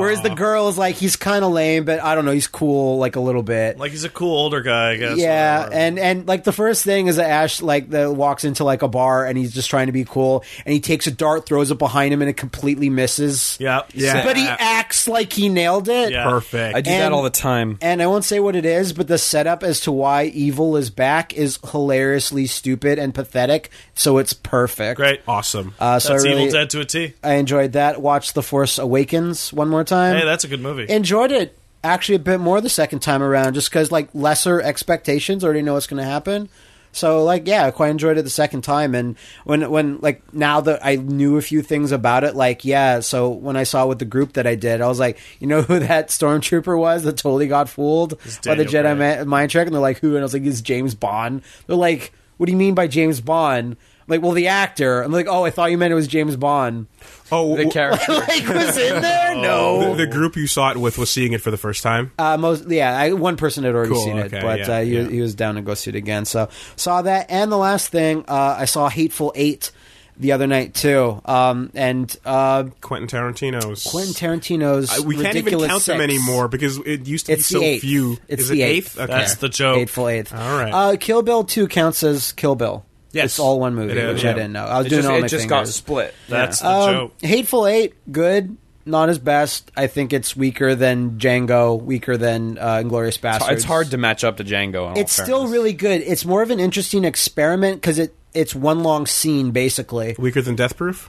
Speaker 2: Whereas the girl's like, he's kind of lame, but I don't know, he's cool like a little bit.
Speaker 4: Like he's a cool older guy, I guess.
Speaker 2: yeah,
Speaker 4: whatever.
Speaker 2: and and like the first thing is that Ash like the walks into like a bar and he's just trying to be cool and he takes a dart, throws it behind him, and it completely misses.
Speaker 4: yeah,
Speaker 3: Yeah.
Speaker 2: but he acts like he nailed it.
Speaker 4: Yeah.
Speaker 3: Perfect.
Speaker 1: I do that
Speaker 2: and-
Speaker 1: all the time.
Speaker 2: And I won't say what it is, but the setup as to why evil is back is hilariously stupid and pathetic. So it's perfect.
Speaker 4: Great.
Speaker 3: awesome.
Speaker 2: Uh, so I
Speaker 4: That's
Speaker 2: really,
Speaker 4: Evil Dead to a T.
Speaker 2: I enjoyed that. Watched The Force Awakens one more time.
Speaker 4: Hey, that's a good movie.
Speaker 2: enjoyed it actually a bit more the second time around, just because like lesser expectations. Already know what's going to happen. So like yeah, I quite enjoyed it the second time, and when when like now that I knew a few things about it, like yeah, so when I saw with the group that I did, I was like, you know who that stormtrooper was that totally got fooled by the
Speaker 4: Daniel
Speaker 2: Jedi ma- mind trick, and they're like, who? And I was like, it's James Bond. They're like, what do you mean by James Bond? like, well, the actor. I'm like, oh, I thought you meant it was James Bond.
Speaker 3: Oh,
Speaker 1: The
Speaker 3: w-
Speaker 1: character.
Speaker 2: like, was in there?
Speaker 3: Oh.
Speaker 2: No.
Speaker 3: the, the group you saw it with was seeing it for the first time.
Speaker 2: Uh, most yeah, I, one person had already
Speaker 3: Cool,
Speaker 2: seen it,
Speaker 3: okay,
Speaker 2: but
Speaker 3: yeah,
Speaker 2: uh, he,
Speaker 3: yeah.
Speaker 2: he was down to go see it again. So saw that, and the last thing uh, I saw, Hateful Eight, the other night too, um, and uh,
Speaker 3: Quentin Tarantino's.
Speaker 2: Quentin Tarantino's.
Speaker 3: I- we can't even
Speaker 2: Ridiculous
Speaker 3: count them
Speaker 2: Six.
Speaker 3: anymore because it used to
Speaker 2: It's
Speaker 3: be so
Speaker 2: the eighth.
Speaker 3: few.
Speaker 2: It's
Speaker 3: Is
Speaker 2: the
Speaker 3: it
Speaker 2: eighth.
Speaker 3: Okay.
Speaker 4: That's the joke.
Speaker 2: Hateful Eighth.
Speaker 3: All right.
Speaker 2: Uh, Kill Bill Two counts as Kill Bill.
Speaker 3: Yes.
Speaker 2: It's all one movie,
Speaker 3: It is,
Speaker 2: which I
Speaker 3: yeah.
Speaker 2: didn't know. I was
Speaker 1: It
Speaker 2: doing
Speaker 1: just,
Speaker 2: all
Speaker 1: it
Speaker 2: my
Speaker 1: just got
Speaker 2: fingers.
Speaker 1: split.
Speaker 4: That's the
Speaker 2: Um,
Speaker 4: joke.
Speaker 2: Hateful Eight, good. Not his best. I think it's weaker than Django, weaker than uh, Inglorious Bastards.
Speaker 1: It's hard to match up to Django. in all
Speaker 2: It's still
Speaker 1: fairness.
Speaker 2: really good. It's more of an interesting experiment because it it's one long scene basically.
Speaker 3: Weaker than Death Proof?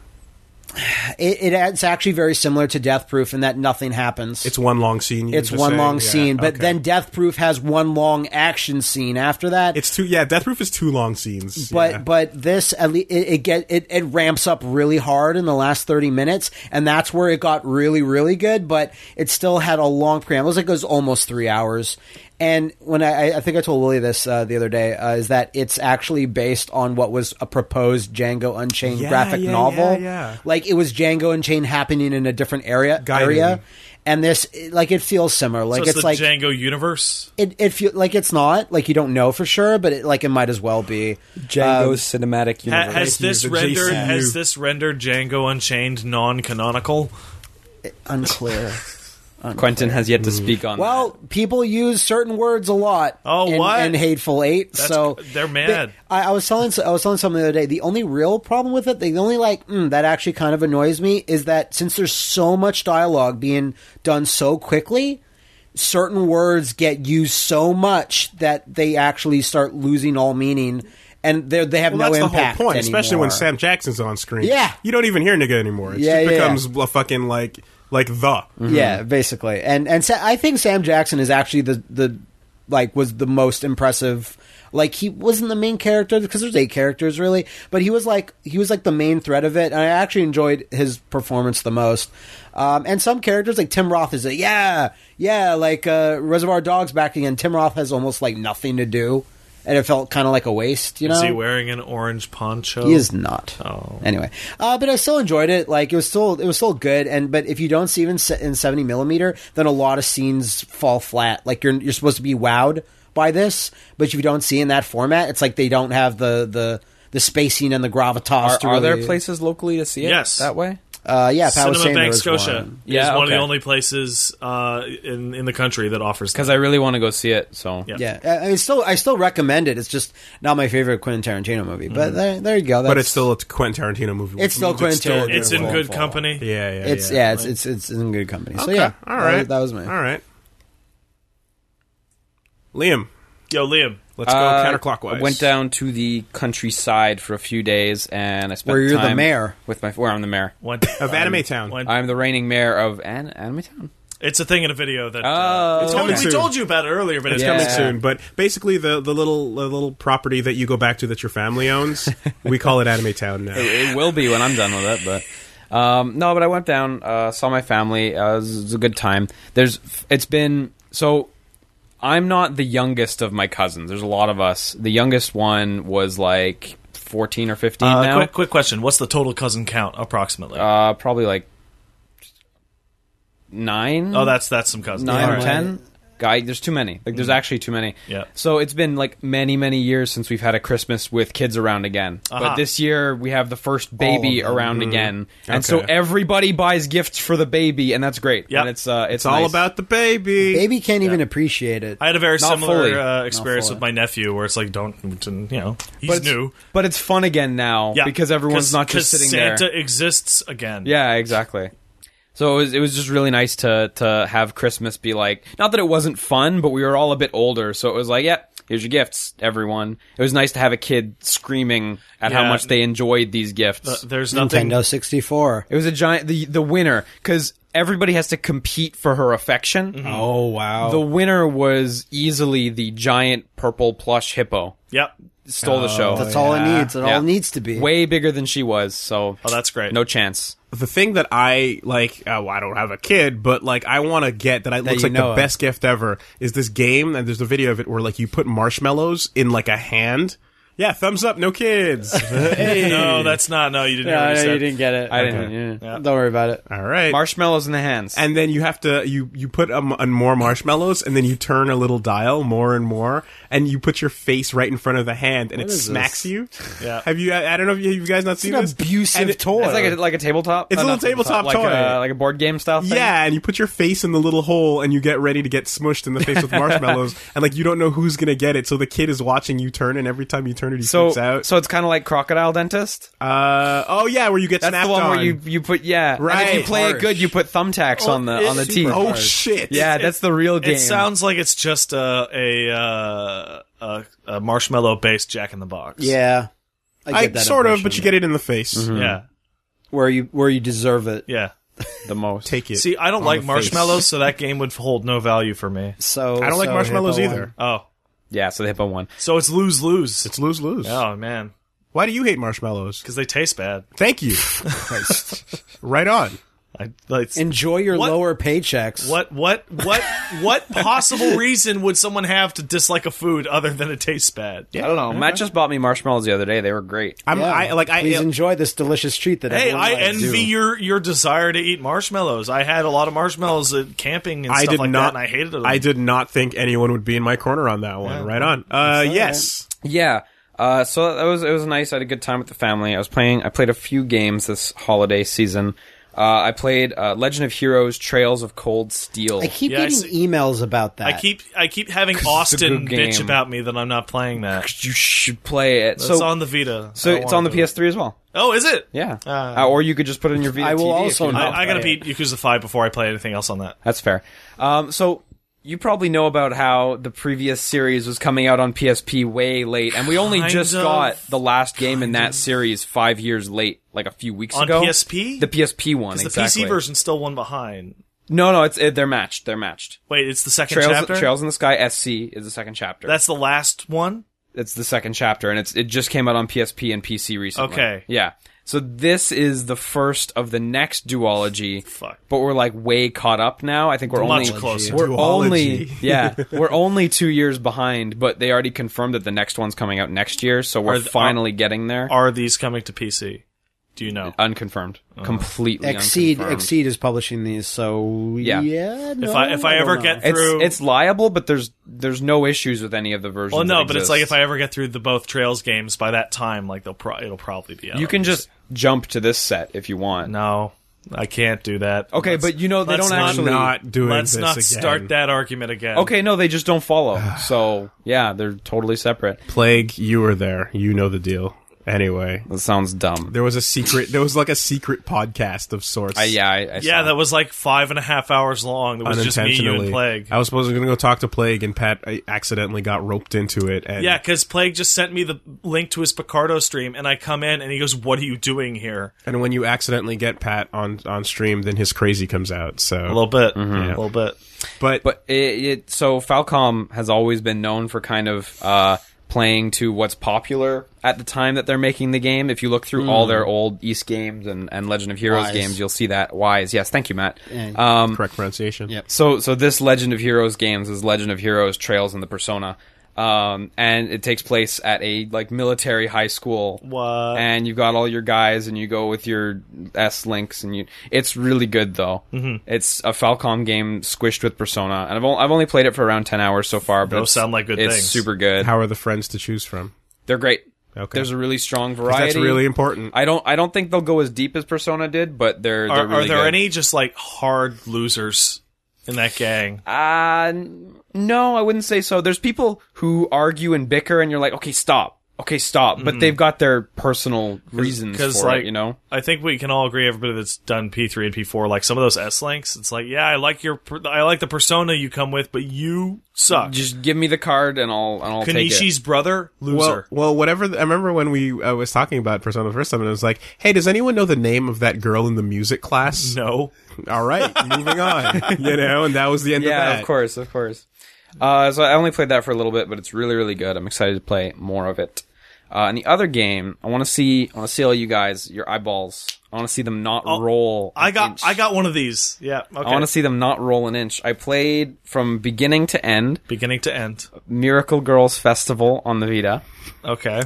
Speaker 2: It, it it's actually very similar to Death Proof in that nothing happens.
Speaker 3: It's one long scene. you were
Speaker 2: it's
Speaker 3: just
Speaker 2: one
Speaker 3: saying?
Speaker 2: long
Speaker 3: Yeah,
Speaker 2: scene, but
Speaker 3: okay.
Speaker 2: then Death Proof has one long action scene after that.
Speaker 3: It's two. Yeah, Death Proof is two long scenes.
Speaker 2: but
Speaker 3: yeah.
Speaker 2: but this at least it, it get it, it ramps up really hard in the last 30 minutes and that's where it got really really good but it still had a long preamble it was like it was almost three hours and when i i I think i told willie this uh, the other day uh, is that it's actually based on what was a proposed django unchained
Speaker 3: Yeah,
Speaker 2: graphic
Speaker 3: yeah,
Speaker 2: novel
Speaker 3: yeah, yeah.
Speaker 2: like it was django unchained happening in a different area
Speaker 3: Guided.
Speaker 2: area and this it- like it feels similar like
Speaker 4: so it's,
Speaker 2: it's
Speaker 4: the
Speaker 2: like
Speaker 4: Django universe.
Speaker 2: it, it feel like it's not like you don't know for sure but it, like it might as well be um,
Speaker 5: Django's cinematic
Speaker 4: Ha-
Speaker 5: universe.
Speaker 4: has
Speaker 3: you,
Speaker 4: this
Speaker 3: the
Speaker 4: rendered
Speaker 3: JCU.
Speaker 4: has this rendered Django Unchained non-canonical?
Speaker 2: unclear.
Speaker 1: Quentin has yet to speak on.
Speaker 2: Mm-hmm. well, people use certain words a lot.
Speaker 4: Oh,
Speaker 2: in,
Speaker 4: what?
Speaker 2: in hateful eight.
Speaker 4: That's
Speaker 2: so
Speaker 4: cr- they're mad.
Speaker 2: But I, I was telling I was telling someone the other day. The only real problem with it, the only like mm, that actually kind of annoys me is that since there's so much dialogue being done so quickly. Certain words get used so much that they actually start losing all meaning, and they they have
Speaker 3: Well,
Speaker 2: no
Speaker 3: that's
Speaker 2: impact.
Speaker 3: the whole point, especially when
Speaker 2: anymore.
Speaker 3: Sam Jackson's on screen.
Speaker 2: Yeah.
Speaker 3: you don't even hear nigga anymore. It
Speaker 2: Yeah,
Speaker 3: just
Speaker 2: yeah, Mm-hmm.
Speaker 3: becomes a fucking like like the.
Speaker 4: Mm-hmm.
Speaker 2: Yeah, basically. And and Sa- I think Sam Jackson is actually the the like was the most impressive. Like he wasn't the main character because there's eight characters really, but he was like he was like the main thread of it, and I actually enjoyed his performance the most. Um, and some characters like Tim Roth is a yeah yeah like uh, Reservoir Dogs back again. Tim Roth has almost like nothing to do, and it felt kind of like a waste. You know,
Speaker 4: Is he wearing an orange poncho?
Speaker 2: he is not.
Speaker 4: Oh.
Speaker 2: Anyway, uh, but I still enjoyed it. Like it was still it was still good. And but if you don't see it in, se- in seventy millimeter, then a lot of scenes fall flat. Like you're you're supposed to be wowed by this, but if you don't see it in that format, it's like they don't have the the the spacing and the gravitas.
Speaker 1: Are,
Speaker 2: to
Speaker 1: are there
Speaker 2: really-
Speaker 1: places locally to see it?
Speaker 4: Yes.
Speaker 1: That way.
Speaker 2: Uh, yeah, Pat was
Speaker 4: Cinema
Speaker 2: saying there
Speaker 4: Bank
Speaker 2: was
Speaker 4: Scotia
Speaker 2: one.
Speaker 4: is
Speaker 1: Yeah,
Speaker 4: one of the
Speaker 1: okay.
Speaker 4: only places uh, in in the country that offers
Speaker 1: Because I really want to go see it. So
Speaker 4: Yeah.
Speaker 2: Yeah, I, I still I still recommend it. It's just not my favorite Quentin Tarantino movie,
Speaker 4: Mm-hmm.
Speaker 2: but there, there you go. That's,
Speaker 3: But it's still a Quentin Tarantino movie. which
Speaker 2: It's still
Speaker 3: means
Speaker 2: Quentin
Speaker 3: still-
Speaker 2: Tarantino.
Speaker 4: It's in
Speaker 2: Yeah.
Speaker 4: good company.
Speaker 3: Yeah, yeah,
Speaker 2: it's yeah, it's, it's it's in good company. So
Speaker 3: Okay,
Speaker 2: yeah,
Speaker 3: all
Speaker 2: that-
Speaker 3: right.
Speaker 2: that was my
Speaker 3: All right, Liam.
Speaker 4: Yo, Liam.
Speaker 3: Let's go
Speaker 1: Uh,
Speaker 3: counterclockwise.
Speaker 1: I went down to the countryside for a few days, and I spent
Speaker 2: Where you're the
Speaker 1: time
Speaker 2: mayor.
Speaker 1: with my. Where I'm the mayor.
Speaker 4: Went,
Speaker 3: of Anime Town.
Speaker 4: went-
Speaker 1: I'm the reigning mayor of an Anime Town.
Speaker 4: it's a thing in a video that
Speaker 1: Oh.
Speaker 4: uh,
Speaker 1: It's
Speaker 4: we told-
Speaker 3: coming
Speaker 4: we
Speaker 3: soon.
Speaker 4: told you about it earlier, but it's
Speaker 1: Yeah.
Speaker 4: coming
Speaker 3: coming
Speaker 4: soon.
Speaker 3: soon. But basically, the the little the little property that you go back to that your family owns, we call it Anime Town now.
Speaker 1: it will be when I'm done with it, but. Um, no, but I went down, uh, saw my family. Uh, it, was, it was a good time. There's, it's been so. I'm not the youngest of my cousins. There's a lot of us. The youngest one was like 14 or 15
Speaker 4: Uh,
Speaker 1: now.
Speaker 4: quick, quick question: What's the total cousin count approximately?
Speaker 1: Uh, probably like nine.
Speaker 4: oh, that's that's some cousins.
Speaker 1: nine
Speaker 4: All
Speaker 1: or
Speaker 4: right.
Speaker 1: ten. Guy, there's too many. Like, there's actually too many.
Speaker 4: Mm. Yeah.
Speaker 1: So it's been like many, many years since we've had a Christmas with kids around again.
Speaker 4: Aha.
Speaker 1: But this year we have the first baby around again, and so
Speaker 3: Mm-hmm. Okay.
Speaker 1: everybody buys gifts for the baby, and that's great.
Speaker 4: Yep.
Speaker 1: And it's uh, it's,
Speaker 3: It's all
Speaker 1: nice.
Speaker 3: about the baby.
Speaker 2: Baby can't even appreciate it.
Speaker 4: I had a very
Speaker 1: Not fully.
Speaker 4: similar uh,
Speaker 1: Not
Speaker 4: experience
Speaker 2: fully.
Speaker 4: with my nephew, where it's like, don't, don't- you know,
Speaker 1: But
Speaker 4: he's
Speaker 1: it's,
Speaker 4: new.
Speaker 1: but it's fun again now
Speaker 4: Yeah,
Speaker 1: because everyone's
Speaker 4: 'cause-
Speaker 1: not just
Speaker 4: 'cause
Speaker 1: sitting there.
Speaker 4: Santa exists again.
Speaker 1: Yeah, exactly. So it was, it was just really nice to to have Christmas be like not that it wasn't fun, but we were all a bit older, so it was like, yeah, here's your gifts, everyone. It was nice to have a kid screaming at how
Speaker 4: Yeah.
Speaker 1: much they enjoyed these gifts.
Speaker 4: Uh, there's nothing.
Speaker 2: Nintendo 64.
Speaker 1: it was a giant the the winner because everybody has to compete for her affection.
Speaker 4: Mm-hmm.
Speaker 3: Oh wow!
Speaker 1: The winner was easily the giant purple plush hippo.
Speaker 4: Yep.
Speaker 1: Stole the
Speaker 4: Oh,
Speaker 1: show.
Speaker 2: That's all it
Speaker 3: yeah.
Speaker 2: needs. It
Speaker 1: Oh, Yeah.
Speaker 2: all needs to be.
Speaker 1: Way bigger than she was, so
Speaker 4: Oh, that's great.
Speaker 1: no chance.
Speaker 3: the thing that I like, uh, well, I don't have a kid, but like I want to get that I looks
Speaker 2: you
Speaker 3: like
Speaker 2: know
Speaker 3: the
Speaker 2: of.
Speaker 3: best gift ever is this game, and there's a video of it where like you put marshmallows in like a hand. Yeah, thumbs up, no kids. Hey.
Speaker 4: No, that's not. No, you didn't. hear what he
Speaker 2: no,
Speaker 4: said.
Speaker 2: you didn't get it.
Speaker 1: I didn't. yeah.
Speaker 2: Don't worry about it.
Speaker 3: All right.
Speaker 1: Marshmallows in the hands.
Speaker 3: and then you have to you you put um, on more marshmallows and then you turn a little dial more and more and you put your face right in front of the hand and it
Speaker 2: is
Speaker 3: smacks
Speaker 2: this?
Speaker 3: you.
Speaker 4: Yeah.
Speaker 3: Have you I I don't know if you, have you guys not seen
Speaker 2: an
Speaker 3: this
Speaker 2: abusive
Speaker 3: And it-
Speaker 2: toy.
Speaker 1: it's like a, like a tabletop. Oh,
Speaker 3: It's a little
Speaker 1: not
Speaker 3: tabletop
Speaker 1: like
Speaker 3: toy.
Speaker 1: a, like a board game style. Thing.
Speaker 3: Yeah, and you put your face in the little hole and you get ready to get smushed in the face with marshmallows and like you don't know who's going to get it so the kid is watching you turn and every time you turn it he
Speaker 1: So
Speaker 3: freaks out.
Speaker 1: so it's kind of like crocodile dentist.
Speaker 3: uh oh yeah, where you get
Speaker 1: That's
Speaker 3: snapped
Speaker 1: the one
Speaker 3: on.
Speaker 1: where you you put yeah. And if you
Speaker 3: Right.
Speaker 1: play it
Speaker 2: Harsh.
Speaker 1: good, you put thumbtacks on the on the
Speaker 3: Super
Speaker 1: teeth.
Speaker 3: Oh shit.
Speaker 1: yeah, that's the real game.
Speaker 4: It sounds like it's just a a, uh, a, a marshmallow based Jack in the Box.
Speaker 2: yeah,
Speaker 3: I,
Speaker 2: get that
Speaker 3: sort of,
Speaker 2: impression.
Speaker 3: but you get it in the face.
Speaker 1: Mm-hmm.
Speaker 4: yeah,
Speaker 2: where you where you deserve it.
Speaker 4: yeah.
Speaker 1: the most.
Speaker 3: Take it.
Speaker 4: See, I don't
Speaker 3: on
Speaker 4: like
Speaker 3: the face.
Speaker 4: marshmallows, so that game would hold no value for me.
Speaker 2: So
Speaker 3: I don't like
Speaker 2: so
Speaker 3: marshmallows
Speaker 2: Hippo
Speaker 3: either.
Speaker 2: won.
Speaker 4: Oh,
Speaker 1: Yeah, so the hippo one.
Speaker 4: so it's lose lose.
Speaker 3: It's lose lose.
Speaker 4: Oh man,
Speaker 3: Why do you hate marshmallows?
Speaker 4: because they taste bad.
Speaker 3: Thank you. right on.
Speaker 4: I, like,
Speaker 2: Enjoy your
Speaker 4: What-
Speaker 2: lower paychecks.
Speaker 4: what what what what possible reason would someone have to dislike a food other than it tastes bad?
Speaker 1: I don't know. Matt just bought me marshmallows the other day. They were great.
Speaker 3: I'm
Speaker 2: Yeah.
Speaker 3: I like I uh,
Speaker 2: please enjoy this delicious treat that.
Speaker 4: Hey,
Speaker 2: everyone
Speaker 4: I
Speaker 2: likes.
Speaker 4: envy your your desire to eat marshmallows. I had a lot of marshmallows at camping and
Speaker 3: I
Speaker 4: stuff
Speaker 3: did
Speaker 4: like
Speaker 3: not
Speaker 4: that, and I hated them.
Speaker 3: I did not think anyone would be in my corner on that one. Right on. Uh yes.
Speaker 1: Yeah. Uh, so that was it was nice. I had a good time with the family. I was playing. I played a few games this holiday season. Uh, I played uh, Legend of Heroes: Trails of Cold Steel.
Speaker 2: I keep
Speaker 4: Yeah, I
Speaker 2: getting
Speaker 4: see.
Speaker 2: emails about that.
Speaker 4: I keep I keep having
Speaker 1: it's a
Speaker 4: Austin
Speaker 1: good
Speaker 4: bitch
Speaker 1: game.
Speaker 4: about me that I'm not playing that.
Speaker 1: you should play it.
Speaker 4: So, it's
Speaker 1: so
Speaker 4: on the Vita.
Speaker 1: so
Speaker 4: I don't
Speaker 1: it's
Speaker 4: wanna
Speaker 1: on the
Speaker 4: do it.
Speaker 1: PS3 as well.
Speaker 4: Oh, is it?
Speaker 1: Yeah.
Speaker 4: Uh, Oh,
Speaker 1: Uh, or you could just put it in your Vita
Speaker 2: I will
Speaker 1: TV if
Speaker 2: also
Speaker 1: you
Speaker 2: not
Speaker 1: want.
Speaker 4: I, I gotta beat Yakuza Five before I play anything else on that.
Speaker 1: That's fair. Um, so you probably know about how the previous series was coming out on PSP way late, and we only
Speaker 4: Kind
Speaker 1: just
Speaker 4: of.
Speaker 1: got the last game in that series five years late, like a few weeks
Speaker 4: On
Speaker 1: ago.
Speaker 4: PSP?
Speaker 1: the PSP one,
Speaker 4: Is
Speaker 1: exactly.
Speaker 4: the PC version's still one behind?
Speaker 1: No, no, it's it, they're matched. They're matched.
Speaker 4: Wait, it's the second
Speaker 1: Trails,
Speaker 4: chapter.
Speaker 1: Trails in the Sky SC is the second chapter.
Speaker 4: That's the last one.
Speaker 1: it's the second chapter, and it's it just came out on PSP and PC recently.
Speaker 4: Okay.
Speaker 1: yeah. So this is the first of the next duology.
Speaker 4: Fuck.
Speaker 1: But we're like way caught up now. I think we're
Speaker 4: Much
Speaker 1: only
Speaker 4: closer.
Speaker 1: We're
Speaker 3: Duology.
Speaker 1: only yeah. We're only two years behind, but they already confirmed that the next one's coming out next year. So we're
Speaker 4: th-
Speaker 1: finally getting there.
Speaker 4: Are these coming to PC? Do you know?
Speaker 1: unconfirmed,
Speaker 4: Oh.
Speaker 1: completely
Speaker 2: Exceed
Speaker 1: unconfirmed.
Speaker 2: Exceed is publishing these, so
Speaker 1: Yeah.
Speaker 2: yeah. no,
Speaker 4: If I- if I
Speaker 2: don't
Speaker 4: ever
Speaker 2: know.
Speaker 4: get-
Speaker 1: It's
Speaker 4: through-
Speaker 1: it's liable, but there's there's no issues with any of the versions.
Speaker 4: Well, no,
Speaker 1: that
Speaker 4: but it's
Speaker 1: exist.
Speaker 4: like if I ever get through the both Trails games by that time, like they'll pro- it'll probably be out.
Speaker 1: you can just jump to this set if you want.
Speaker 4: No, I can't do that.
Speaker 1: Okay,
Speaker 4: Let's-
Speaker 1: but you know they
Speaker 4: let's
Speaker 1: don't
Speaker 4: not-
Speaker 1: actually.
Speaker 3: Not doing
Speaker 4: Let's
Speaker 3: this
Speaker 4: not
Speaker 3: again.
Speaker 4: start that argument again.
Speaker 1: Okay, no, they just don't follow. So yeah, they're totally separate.
Speaker 3: Plague, you were there. You know the deal. Anyway.
Speaker 1: That sounds dumb.
Speaker 3: There was a secret there was like a secret podcast of sorts.
Speaker 1: I, yeah, I, I
Speaker 4: Uh, Yeah,
Speaker 1: saw.
Speaker 4: that was like five and a half hours long. That was just me, you, and
Speaker 3: Unintentionally.
Speaker 4: Plague.
Speaker 3: I was supposed to gonna go talk to Plague and Pat I accidentally got roped into it and
Speaker 4: Yeah, because Plague just sent me the link to his Picardo stream, and I come in and he goes, "What are you doing here?"
Speaker 3: and when you accidentally get Pat on on stream then his crazy comes out. So
Speaker 4: A little bit,
Speaker 1: Mm-hmm.
Speaker 4: a little bit.
Speaker 3: but,
Speaker 1: But it, it so Falcom has always been known for kind of uh, playing to what's popular at the time that they're making the game. If you look through all their old East games and, and Legend of Heroes
Speaker 2: Hmm. Wise.
Speaker 1: games, you'll see that. Wise, yes, thank you, Matt.
Speaker 2: Yeah.
Speaker 1: Um,
Speaker 3: correct pronunciation.
Speaker 2: Yep.
Speaker 1: so so this Legend of Heroes games is Legend of Heroes Trails and the Persona. Um, and it takes place at a like military high school.
Speaker 4: What?
Speaker 1: And you've got all your guys, and you go with your S links, and you. It's really good though. Mm-hmm. It's a Falcom game squished with Persona, and I've only, I've only played it for around ten hours so far. But
Speaker 4: Those
Speaker 1: it's-
Speaker 4: sound like good
Speaker 1: It's
Speaker 4: things.
Speaker 1: super good.
Speaker 3: How are the friends to choose from?
Speaker 1: They're great.
Speaker 3: Okay.
Speaker 1: There's a really strong variety.
Speaker 3: That's really important.
Speaker 1: I don't. I don't think they'll go as deep as Persona did, but they're.
Speaker 4: Are,
Speaker 1: they're really
Speaker 4: are there
Speaker 1: good.
Speaker 4: any just like hard losers in that gang?
Speaker 1: Uh, n- no, I wouldn't say so. There's people who argue and bicker, and you're like, okay, stop, okay, stop. But they've got their personal reasons for
Speaker 4: Mm-hmm. like
Speaker 1: it, you know.
Speaker 4: I think we can all agree everybody that's done P three and P four like some of those S links. It's like yeah, I like your per- I like the persona you come with, but you suck.
Speaker 1: Just give me the card, and I'll and I'll take it.
Speaker 4: Kanishi's brother
Speaker 3: Well,
Speaker 4: loser.
Speaker 3: well, whatever. The, I remember when we uh, was talking about Persona the first time, and I was like, "Hey, does anyone know the name of that girl in the music class?"
Speaker 4: no,
Speaker 3: All right, moving on. You know, and that was the end of that.
Speaker 1: Yeah, of course, of course. Uh, so I only played that for a little bit, but it's really, really good. I'm excited to play more of it. Uh, and the other game, I want to see, I want to see all you guys, your eyeballs. I want to see them not roll. an
Speaker 4: I got
Speaker 1: inch.
Speaker 4: I got one of these. Yeah. Okay.
Speaker 1: I want to see them not roll an inch. I played from beginning to end
Speaker 4: Beginning to end.
Speaker 1: Miracle Girls Festival on the Vita.
Speaker 4: Okay.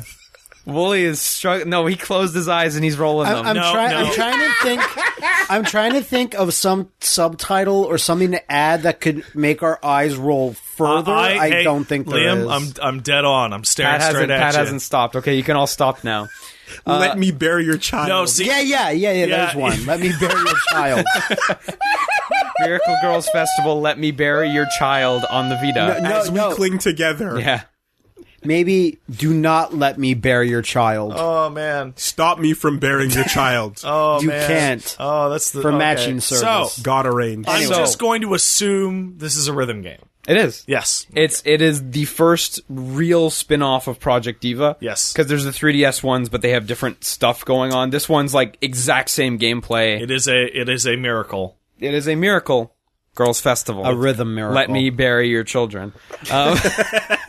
Speaker 1: Wooly is struggling. No, he closed his eyes and he's rolling
Speaker 2: I'm,
Speaker 1: them.
Speaker 2: I'm,
Speaker 4: No,
Speaker 2: try-
Speaker 4: no.
Speaker 2: I'm trying to think. I'm trying to think of some subtitle or something to add that could make our eyes roll further.
Speaker 4: Uh,
Speaker 2: I,
Speaker 4: hey,
Speaker 2: don't think there
Speaker 4: Liam,
Speaker 2: is.
Speaker 4: I'm I'm dead on. I'm staring
Speaker 1: Pat hasn't,
Speaker 4: straight at
Speaker 1: Pat
Speaker 4: you.
Speaker 1: hasn't stopped. Okay, you can all stop now. Uh,
Speaker 3: Let me bear your child.
Speaker 4: no, see,
Speaker 2: yeah, yeah, yeah, yeah.
Speaker 4: Yeah.
Speaker 2: There's one. Let me bury your child.
Speaker 1: Miracle Girls Festival, let me bury your child on the Vita.
Speaker 2: No,
Speaker 3: as we
Speaker 2: no.
Speaker 3: cling together.
Speaker 1: Yeah.
Speaker 2: Maybe do not let me bury your child.
Speaker 4: Oh man.
Speaker 3: Stop me from bearing your child.
Speaker 4: Oh
Speaker 2: You
Speaker 4: man.
Speaker 2: can't.
Speaker 4: Oh, that's the
Speaker 2: For
Speaker 4: okay.
Speaker 2: matching service.
Speaker 4: So
Speaker 3: God arranged.
Speaker 4: I'm
Speaker 1: Anyway.
Speaker 4: just going to assume this is a rhythm game.
Speaker 1: It is.
Speaker 4: Yes.
Speaker 1: It's it is the first real spin-off of Project Diva.
Speaker 4: Yes.
Speaker 1: Because there's the 3DS ones, but they have different stuff going on. This one's like exact same gameplay.
Speaker 4: It is a it is a miracle.
Speaker 1: it is a miracle. Girls Festival.
Speaker 2: A rhythm miracle.
Speaker 1: Let me bury your children. Um,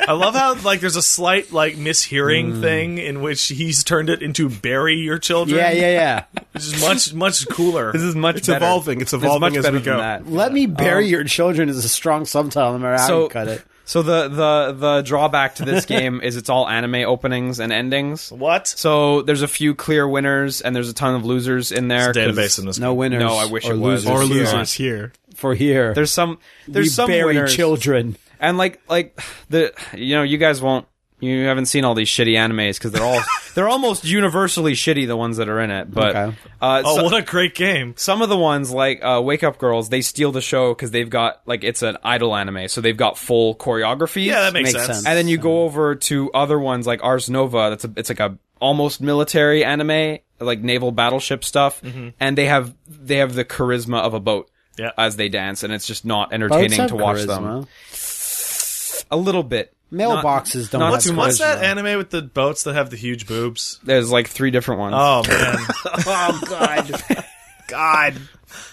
Speaker 4: I love how like there's a slight like mishearing thing in which he's turned it into bury your children.
Speaker 2: yeah, yeah, yeah.
Speaker 4: Which is much much cooler.
Speaker 1: this is much
Speaker 3: It's
Speaker 1: better.
Speaker 3: evolving. It's evolving
Speaker 1: much
Speaker 3: as
Speaker 1: better
Speaker 3: we go.
Speaker 1: Than that.
Speaker 2: Let me bury your children is a strong subtitle. No matter how
Speaker 1: Um, So
Speaker 2: you cut it.
Speaker 1: So the the the drawback to this game is it's all anime openings and endings.
Speaker 4: what?
Speaker 1: So there's a few clear winners and there's a ton of losers in there. 'cause
Speaker 4: database in this.
Speaker 2: No winners.
Speaker 1: No, I wish
Speaker 2: or
Speaker 1: it was.
Speaker 2: Losers
Speaker 3: or
Speaker 1: Yeah.
Speaker 3: losers here.
Speaker 2: for here.
Speaker 1: There's some there's
Speaker 2: we
Speaker 1: some
Speaker 2: bury
Speaker 1: winners.
Speaker 2: children.
Speaker 1: and like like the you know you guys won't you haven't seen all these shitty animes because they're all they're almost universally shitty the ones that are in it but
Speaker 2: Okay.
Speaker 1: uh,
Speaker 4: Oh,
Speaker 1: so-
Speaker 4: what a great game.
Speaker 1: some of the ones like uh, Wake Up Girls they steal the show because they've got like it's an idol anime so they've got full choreography
Speaker 4: Yeah, that makes,
Speaker 2: Makes
Speaker 4: sense.
Speaker 2: sense.
Speaker 1: and then you go over to other ones like Ars Nova. That's a, it's like a almost military anime, like naval battleship stuff, and they have they have the charisma of a boat
Speaker 4: Mm-hmm. Yeah.
Speaker 1: as they dance, and it's just not
Speaker 2: Boats
Speaker 1: entertaining
Speaker 2: have
Speaker 1: to watch them.
Speaker 2: charisma.
Speaker 1: A little bit.
Speaker 2: Mailboxes don't
Speaker 1: not
Speaker 2: have
Speaker 1: too
Speaker 2: charisma.
Speaker 1: much.
Speaker 4: What's that anime with the boats that have the huge boobs?
Speaker 1: There's like three different ones.
Speaker 4: Oh man.
Speaker 2: Oh God.
Speaker 4: God.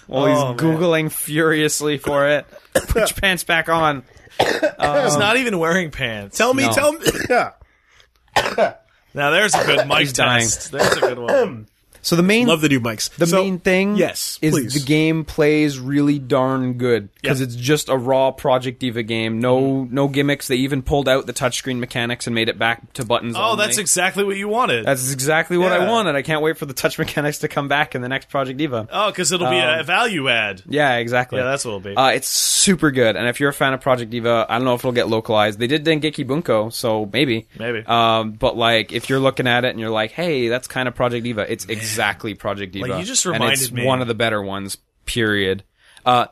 Speaker 1: well, he's
Speaker 4: oh, man.
Speaker 1: googling furiously for it. Put your pants back on.
Speaker 4: He's not even wearing pants.
Speaker 3: Tell me,
Speaker 1: No.
Speaker 3: tell me.
Speaker 4: Now there's a good mic
Speaker 1: He's dying.
Speaker 4: test. There's a good one.
Speaker 1: So the main
Speaker 3: Love the new mics.
Speaker 1: The main thing
Speaker 3: yes,
Speaker 1: is
Speaker 3: please.
Speaker 1: the game plays really darn good because
Speaker 4: Yep.
Speaker 1: it's just a raw Project Diva game. No
Speaker 4: Mm-hmm.
Speaker 1: no gimmicks. They even pulled out the touchscreen mechanics and made it back to buttons
Speaker 4: Oh,
Speaker 1: only.
Speaker 4: that's exactly what you wanted.
Speaker 1: That's exactly what I
Speaker 4: Yeah.
Speaker 1: wanted. I can't wait for the touch mechanics to come back in the next Project Diva.
Speaker 4: oh, because it'll be a value add.
Speaker 1: Yeah, exactly.
Speaker 4: Yeah, that's what it'll be.
Speaker 1: Uh, it's super good, and if you're a fan of Project Diva, I don't know if it'll get localized. They did Dengeki Bunko, so maybe,
Speaker 4: Maybe.
Speaker 1: Um, but like, if you're looking at it and you're like, "Hey, that's kind of Project Diva," it's exactly Project Diva.
Speaker 4: you just
Speaker 1: and it's
Speaker 4: reminded me-
Speaker 1: one of the better ones. Period. Uh,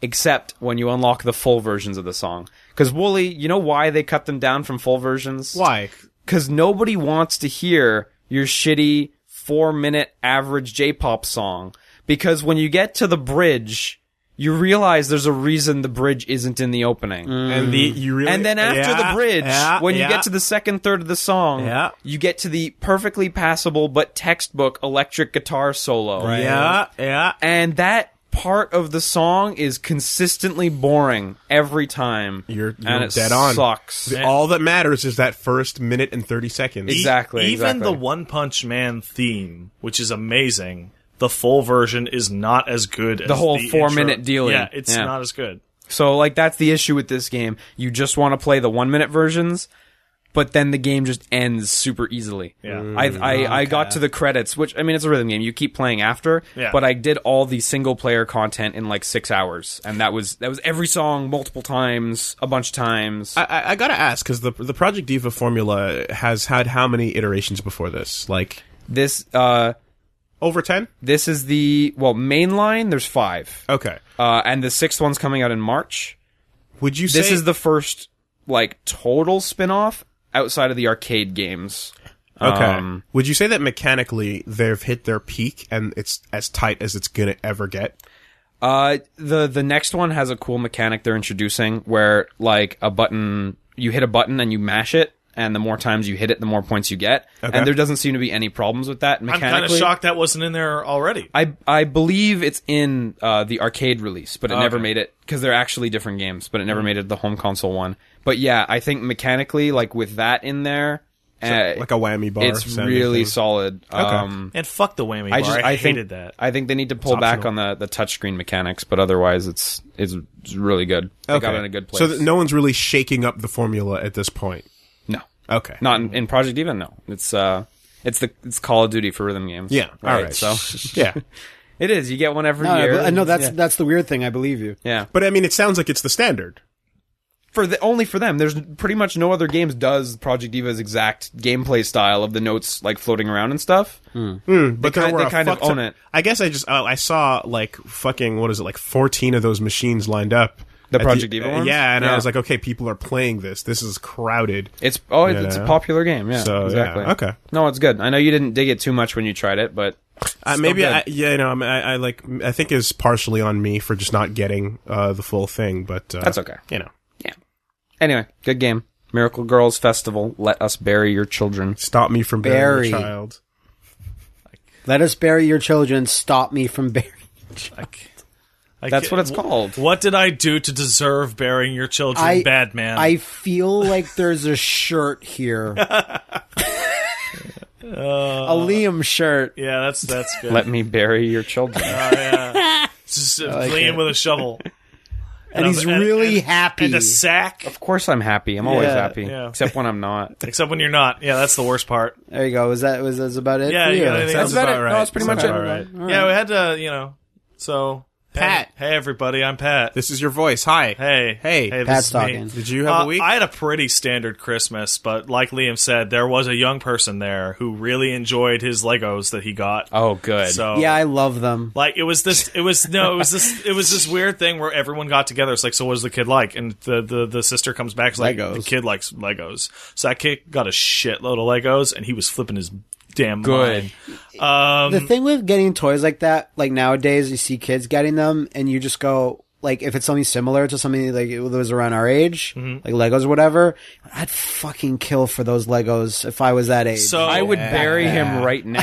Speaker 1: except when you unlock the full versions of the song, because Wooly, you know why they cut them down from full versions?
Speaker 3: Why?
Speaker 1: Because nobody wants to hear your shitty four minute average J pop song. Because when you get to the bridge, you realize there's a reason the bridge isn't in the opening.
Speaker 3: And the you Mm. really.
Speaker 1: And then after
Speaker 3: Yeah,
Speaker 1: the bridge,
Speaker 3: yeah,
Speaker 1: when you
Speaker 3: yeah.
Speaker 1: get to the second third of the song,
Speaker 3: Yeah.
Speaker 1: you get to the perfectly passable but textbook electric guitar solo.
Speaker 3: yeah, yeah.
Speaker 1: And that part of the song is consistently boring every time.
Speaker 3: You're, you're
Speaker 1: and it
Speaker 3: dead on.
Speaker 1: sucks.
Speaker 3: The- all that matters is that first minute and thirty seconds.
Speaker 1: Exactly.
Speaker 4: E- Even
Speaker 1: exactly.
Speaker 4: the One Punch Man theme, which is amazing, the full version is not as good as the
Speaker 1: whole four-minute
Speaker 4: intro.
Speaker 1: dealing.
Speaker 4: Yeah, it's
Speaker 1: Yeah.
Speaker 4: not as good.
Speaker 1: So like that's the issue with this game. You just want to play the one minute versions, but then the game just ends super easily.
Speaker 4: Yeah.
Speaker 1: I I, I got to the credits, which I mean it's a rhythm game. You keep playing after,
Speaker 4: Yeah.
Speaker 1: but I did all the single player content in like six hours, and that was that was every song multiple times, a bunch of times.
Speaker 3: I- I, I gotta ask because the the Project Diva formula has had how many iterations before this? Like
Speaker 1: this uh
Speaker 3: over ten?
Speaker 1: this is the well mainline. There's five,
Speaker 3: Okay.
Speaker 1: uh, and the sixth one's coming out in March.
Speaker 3: Would you
Speaker 1: This
Speaker 3: say
Speaker 1: is the first like total spin off outside of the arcade games.
Speaker 3: okay?
Speaker 1: um,
Speaker 3: Would you say that mechanically they've hit their peak and it's as tight as it's gonna ever get?
Speaker 1: Uh, the the next one has a cool mechanic they're introducing where like a button, you hit a button and you mash it, and the more times you hit it, the more points you get. And there doesn't seem to be any problems with that
Speaker 4: I'm kind of
Speaker 1: mechanically.
Speaker 4: shocked that wasn't in there already.
Speaker 1: I I believe it's in uh, the arcade release,
Speaker 4: Oh,
Speaker 1: but it never made it because they're actually different
Speaker 4: Hmm.
Speaker 1: games, but it never made it to the home console one. But yeah, I think mechanically, like with that in there. Uh,
Speaker 3: like a whammy bar.
Speaker 1: it's
Speaker 3: sounding
Speaker 1: really
Speaker 3: thing.
Speaker 1: solid. Um,
Speaker 4: And fuck the whammy bar.
Speaker 1: I just I,
Speaker 4: hated
Speaker 1: think,
Speaker 4: that.
Speaker 1: I think they need to pull back on
Speaker 3: optional.
Speaker 1: the the touchscreen mechanics, but otherwise it's it's it's really good. They got it in a good place.
Speaker 3: So that no one's really shaking up the formula at this point.
Speaker 1: no,
Speaker 3: Okay.
Speaker 1: not in, in Project Even. No, it's uh, it's the it's Call of Duty for rhythm games.
Speaker 3: Yeah.
Speaker 1: right.
Speaker 3: All right.
Speaker 1: So
Speaker 3: yeah.
Speaker 1: it is. You get one every
Speaker 2: No,
Speaker 1: year.
Speaker 2: no, but- uh, no, that's that's the weird thing. I believe you.
Speaker 1: yeah.
Speaker 3: But I mean, it sounds like it's the standard.
Speaker 1: for the only for them. There's pretty much no other games does Project Eva's exact gameplay style of the notes like floating around and stuff.
Speaker 3: But
Speaker 1: They
Speaker 3: there
Speaker 1: ki-
Speaker 3: were
Speaker 1: they
Speaker 3: a
Speaker 1: kind of
Speaker 3: fuck
Speaker 1: own
Speaker 3: ton-
Speaker 1: it.
Speaker 3: I guess I just oh, I saw like fucking what is it like fourteen of those machines lined up.
Speaker 1: The
Speaker 3: at
Speaker 1: Project Eva
Speaker 3: uh,
Speaker 1: ones?
Speaker 3: Yeah, and
Speaker 1: Yeah.
Speaker 3: I was like, okay, people are playing this. This is crowded.
Speaker 1: It's oh, it- it's a
Speaker 3: Yeah.
Speaker 1: popular game. Yeah,
Speaker 3: So, yeah,
Speaker 1: exactly.
Speaker 3: okay.
Speaker 1: no, it's good. I know you didn't dig it too much when you tried it, but
Speaker 3: Uh, maybe
Speaker 1: good.
Speaker 3: I, yeah, you know, I, mean, I, I like I think is partially on me for just not getting uh, the full thing, but uh,
Speaker 1: That's okay.
Speaker 3: You know,
Speaker 1: anyway, good game. Miracle Girls Festival. Let us bury your children.
Speaker 3: stop me from bearing
Speaker 2: Barry.
Speaker 3: a child.
Speaker 2: Let us bury your children. Stop me from burying.
Speaker 4: Like, I
Speaker 1: That's
Speaker 4: ca-
Speaker 1: what it's
Speaker 4: wh-
Speaker 1: called.
Speaker 4: What did I do to deserve burying your children,
Speaker 2: I
Speaker 4: bad man?
Speaker 2: I feel like there's a shirt here. a Liam shirt.
Speaker 4: yeah, that's that's good.
Speaker 1: Let me bury your children.
Speaker 4: It's just uh, playing with a shovel.
Speaker 2: And, he's
Speaker 4: I'm- and-
Speaker 2: really
Speaker 4: and-
Speaker 2: happy.
Speaker 4: and a sack.
Speaker 1: of course, I'm happy. I'm always
Speaker 2: Yeah,
Speaker 1: happy,
Speaker 4: yeah.
Speaker 1: except when I'm not.
Speaker 4: Except when you're not. Yeah, that's the worst part.
Speaker 2: there you go. Was that was that's about it?
Speaker 4: Yeah,
Speaker 2: for
Speaker 4: you
Speaker 2: you?
Speaker 4: got anything
Speaker 3: Sounds
Speaker 4: else?
Speaker 1: about it.
Speaker 3: right.
Speaker 1: No, that's pretty
Speaker 3: Sounds
Speaker 1: much it.
Speaker 3: about right.
Speaker 4: Yeah, we had to, you know. So
Speaker 3: Pat.
Speaker 4: Hey, hey everybody, I'm Pat.
Speaker 3: This is your voice. Hi.
Speaker 4: hey,
Speaker 3: Hey.
Speaker 4: hey, this
Speaker 2: Pat's
Speaker 4: is
Speaker 2: talking.
Speaker 4: Me.
Speaker 3: Did you have
Speaker 4: Uh,
Speaker 3: a week?
Speaker 4: I had a pretty standard Christmas, but like Liam said, there was a young person there who really enjoyed his Legos that he got.
Speaker 1: Oh, good.
Speaker 4: so
Speaker 2: Yeah, I love them.
Speaker 4: like it was this it was no it was this it was this weird thing where everyone got together it's like so what does the kid like and the the, the sister comes back it's like
Speaker 2: Legos.
Speaker 4: the kid likes legos so that kid got a shitload of legos and he was flipping his damn
Speaker 1: Good.
Speaker 4: mind. um
Speaker 2: the thing with getting toys like that, like nowadays, you see kids getting them, and you just go like, if it's something similar to something like that was around our age,
Speaker 4: Mm-hmm.
Speaker 2: like Legos or whatever, I'd fucking kill for those Legos if I was that age.
Speaker 4: so
Speaker 1: I would bury him right now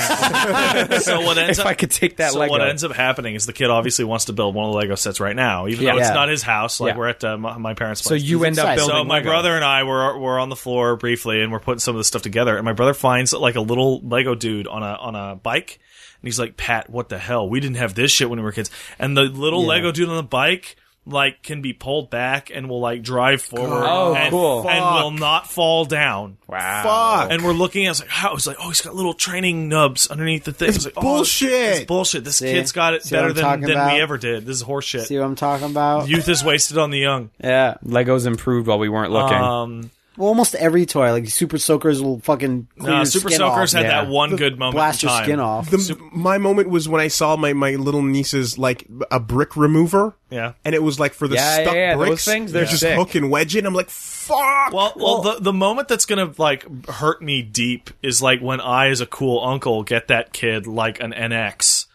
Speaker 4: so what ends
Speaker 1: if
Speaker 4: up
Speaker 1: I could take that
Speaker 4: so
Speaker 1: Lego.
Speaker 4: what ends up happening is the kid obviously wants to build one of the Lego sets right now, even though it's
Speaker 2: Yeah.
Speaker 4: not his house. Like
Speaker 1: Yeah.
Speaker 4: we're at uh, my, my parents' place.
Speaker 1: so you end up
Speaker 2: excited.
Speaker 1: building.
Speaker 4: So my
Speaker 1: Lego.
Speaker 4: brother and I were were on the floor briefly, and we're putting some of this stuff together. And my brother finds like a little Lego dude on a on a bike, and he's like, "Pat, what the hell? We didn't have this shit when we were kids." And the little Lego dude on the bike like can be pulled back and will like drive forward
Speaker 1: Oh,
Speaker 4: and,
Speaker 1: cool.
Speaker 4: and will not fall down.
Speaker 1: Wow.
Speaker 4: And we're looking at it's like how it's like oh he's got little training nubs underneath the thing. It's, like, oh, this-
Speaker 3: bullshit.
Speaker 4: it's bullshit. This kid's got it
Speaker 2: See what
Speaker 4: better
Speaker 2: I'm
Speaker 4: than,
Speaker 2: talking
Speaker 4: than
Speaker 2: about?
Speaker 4: we ever did. This is horseshit.
Speaker 2: see what I'm talking about?
Speaker 4: Youth is wasted on the young.
Speaker 2: yeah.
Speaker 1: Legos improved while we weren't looking.
Speaker 4: Um,
Speaker 2: Well, almost every toy, like Super Soakers, will fucking clear
Speaker 4: Nah,
Speaker 2: your
Speaker 4: Super
Speaker 2: skin
Speaker 4: Soakers
Speaker 2: off.
Speaker 4: uh, had
Speaker 1: Yeah.
Speaker 4: that one good moment.
Speaker 2: blast
Speaker 4: in
Speaker 2: your
Speaker 4: time.
Speaker 2: skin off.
Speaker 3: The, my moment was when I saw my, my little niece's like a brick remover.
Speaker 4: Yeah.
Speaker 3: And it was like for the
Speaker 1: Yeah, yeah,
Speaker 3: stuck
Speaker 1: yeah, those
Speaker 3: bricks.
Speaker 1: things, they're
Speaker 3: you just
Speaker 1: sick.
Speaker 3: hook and wedge it. I'm like, fuck.
Speaker 4: Well, well, the the moment that's gonna like hurt me deep is like when I, as a cool uncle, get that kid like an NX,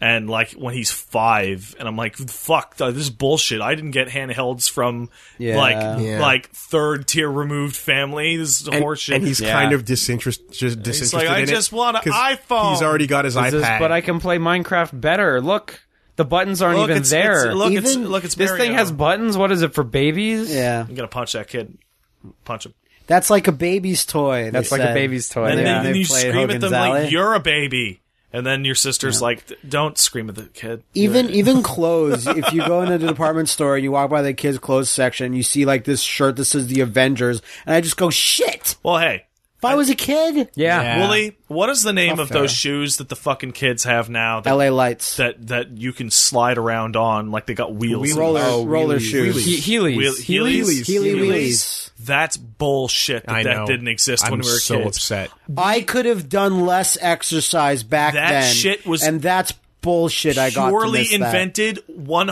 Speaker 4: and like when he's five, and I'm like, fuck, th- this is bullshit. I didn't get handhelds from
Speaker 2: Yeah.
Speaker 4: like
Speaker 3: Yeah.
Speaker 4: like third tier removed family. This is
Speaker 3: and,
Speaker 4: horseshit.
Speaker 3: and he's
Speaker 1: Yeah.
Speaker 3: kind of disinterest, just disinterested.
Speaker 4: "I
Speaker 3: in it
Speaker 4: just want an
Speaker 3: 'cause
Speaker 4: iPhone."
Speaker 3: He's already got his iPad.
Speaker 1: This- but I can play Minecraft better. Look, the buttons aren't
Speaker 4: look,
Speaker 1: even
Speaker 4: it's,
Speaker 1: there.
Speaker 4: It's, look, it's,
Speaker 2: Even-
Speaker 4: look, it's
Speaker 1: this
Speaker 4: Mario.
Speaker 1: thing has buttons. What is it for babies?
Speaker 2: yeah,
Speaker 4: I'm gonna punch that kid. Punch him.
Speaker 2: that's like a baby's toy.
Speaker 1: That's like a baby's toy.
Speaker 4: And
Speaker 1: Yeah.
Speaker 4: then,
Speaker 2: they-
Speaker 4: then
Speaker 2: they
Speaker 4: you
Speaker 2: played
Speaker 4: scream at
Speaker 2: Hogan's
Speaker 4: them
Speaker 2: Alley.
Speaker 4: like you're a baby, and then your sister's like, "D- "Don't scream at the kid."
Speaker 2: Even even clothes. if you go into the department store and you walk by the kids' clothes section, you see like this shirt that says the Avengers, and I just go shit.
Speaker 4: Well, hey,
Speaker 2: If I was a kid,
Speaker 1: Yeah.
Speaker 4: Wooly, what is the name of those shoes that the fucking kids have now that
Speaker 2: L.A. Lights,
Speaker 4: that, that you can slide around on like they got wheels? in
Speaker 2: roller
Speaker 4: them?
Speaker 2: roller
Speaker 3: wheelies.
Speaker 2: shoes,
Speaker 1: He- Heelys.
Speaker 4: Wheel- Heelys?
Speaker 2: Heely
Speaker 4: Heelys?
Speaker 2: wheelies.
Speaker 4: That's bullshit that
Speaker 3: I
Speaker 4: that
Speaker 3: know.
Speaker 4: didn't exist
Speaker 3: I'm
Speaker 4: when we were
Speaker 3: so
Speaker 4: kids.
Speaker 3: upset.
Speaker 2: I could have done less exercise back
Speaker 4: That
Speaker 2: then.
Speaker 4: shit was
Speaker 2: and that's bullshit. I got to
Speaker 4: Purely
Speaker 2: miss that.
Speaker 4: invented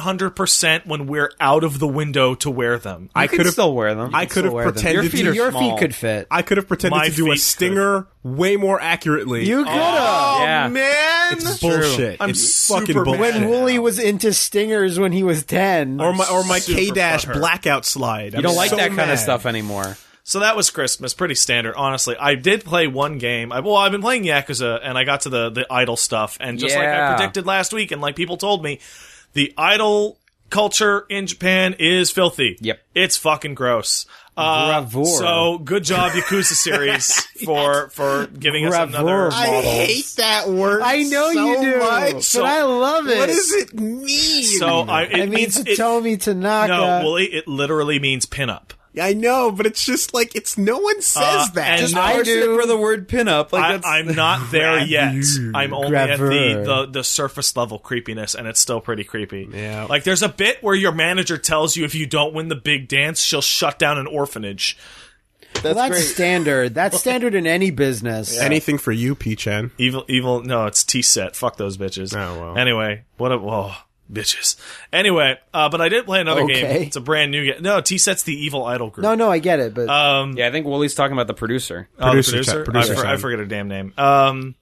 Speaker 4: 100% when we're out of the window to wear them.
Speaker 3: I
Speaker 1: I could
Speaker 3: could have.
Speaker 1: still wear them.
Speaker 3: I could have
Speaker 2: wear them.
Speaker 3: pretended.
Speaker 1: Your feet
Speaker 3: to,
Speaker 1: are
Speaker 2: Your
Speaker 1: small.
Speaker 2: feet could fit.
Speaker 3: I could have pretended
Speaker 4: My
Speaker 3: to do
Speaker 4: feet
Speaker 3: a
Speaker 4: could.
Speaker 3: stinger way more accurately.
Speaker 2: you
Speaker 4: Oh,
Speaker 2: could have.
Speaker 1: yeah.
Speaker 3: man, it's
Speaker 1: true.
Speaker 3: bullshit.
Speaker 4: I'm
Speaker 3: it's
Speaker 4: super
Speaker 3: fucking bullshit.
Speaker 4: mad.
Speaker 2: When Wooly was into stingers when he was ten,
Speaker 3: or my or my
Speaker 4: super
Speaker 3: K dash
Speaker 4: butthurt.
Speaker 3: blackout slide.
Speaker 1: You don't like that kind of stuff anymore.
Speaker 4: So that was Christmas, pretty standard, honestly. I did play one game. I, well, I've been playing Yakuza, and I got to the the idol stuff, and just like I
Speaker 1: Yeah.
Speaker 4: predicted last week, and like people told me, the idol culture in Japan is filthy.
Speaker 1: Yep.
Speaker 4: it's fucking gross. Uh,
Speaker 2: Bravour.
Speaker 4: So good job, Yakuza series for for giving us another.
Speaker 2: Bravour.
Speaker 3: I
Speaker 2: models.
Speaker 3: hate that word.
Speaker 2: I know
Speaker 3: so
Speaker 2: you do,
Speaker 3: much.
Speaker 2: but
Speaker 3: So
Speaker 2: I love it.
Speaker 3: What does it mean?
Speaker 4: So I, it
Speaker 2: I mean,
Speaker 4: means it,
Speaker 2: Tomi Tanaka.
Speaker 4: no, well, it, it literally means pinup.
Speaker 3: I know, but it's just like it's no one says
Speaker 4: Uh,
Speaker 3: that.
Speaker 4: and
Speaker 3: Just-
Speaker 4: no-
Speaker 2: I
Speaker 5: I do
Speaker 2: do.
Speaker 5: for the word pinup. Like
Speaker 4: I,
Speaker 5: that's,
Speaker 4: I'm not there yet. I'm only at
Speaker 2: Gravure.
Speaker 4: the, the, the surface level creepiness, and it's still pretty creepy.
Speaker 3: Yeah.
Speaker 4: Like there's a bit where your manager tells you if you don't win the big dance, she'll shut down an orphanage.
Speaker 5: that's,
Speaker 2: Well, that's
Speaker 5: great.
Speaker 2: standard. That's standard in any business.
Speaker 3: Anything for you, P-Chan.
Speaker 4: Evil, evil. No, it's T set. Fuck those bitches.
Speaker 3: Oh, well.
Speaker 4: Anyway, what a whoa. Bitches. Anyway, uh, but I did play another game.
Speaker 2: Okay.
Speaker 4: It's a brand new game. No, T set's the evil idol group.
Speaker 2: No, no, I get it, but
Speaker 4: Uh,
Speaker 1: Yeah, I think Wooly's talking about the producer.
Speaker 4: Oh, the
Speaker 3: Producer
Speaker 4: producer.
Speaker 3: chat- producer
Speaker 4: I, for, I
Speaker 3: sound.
Speaker 4: forget her damn name. Um,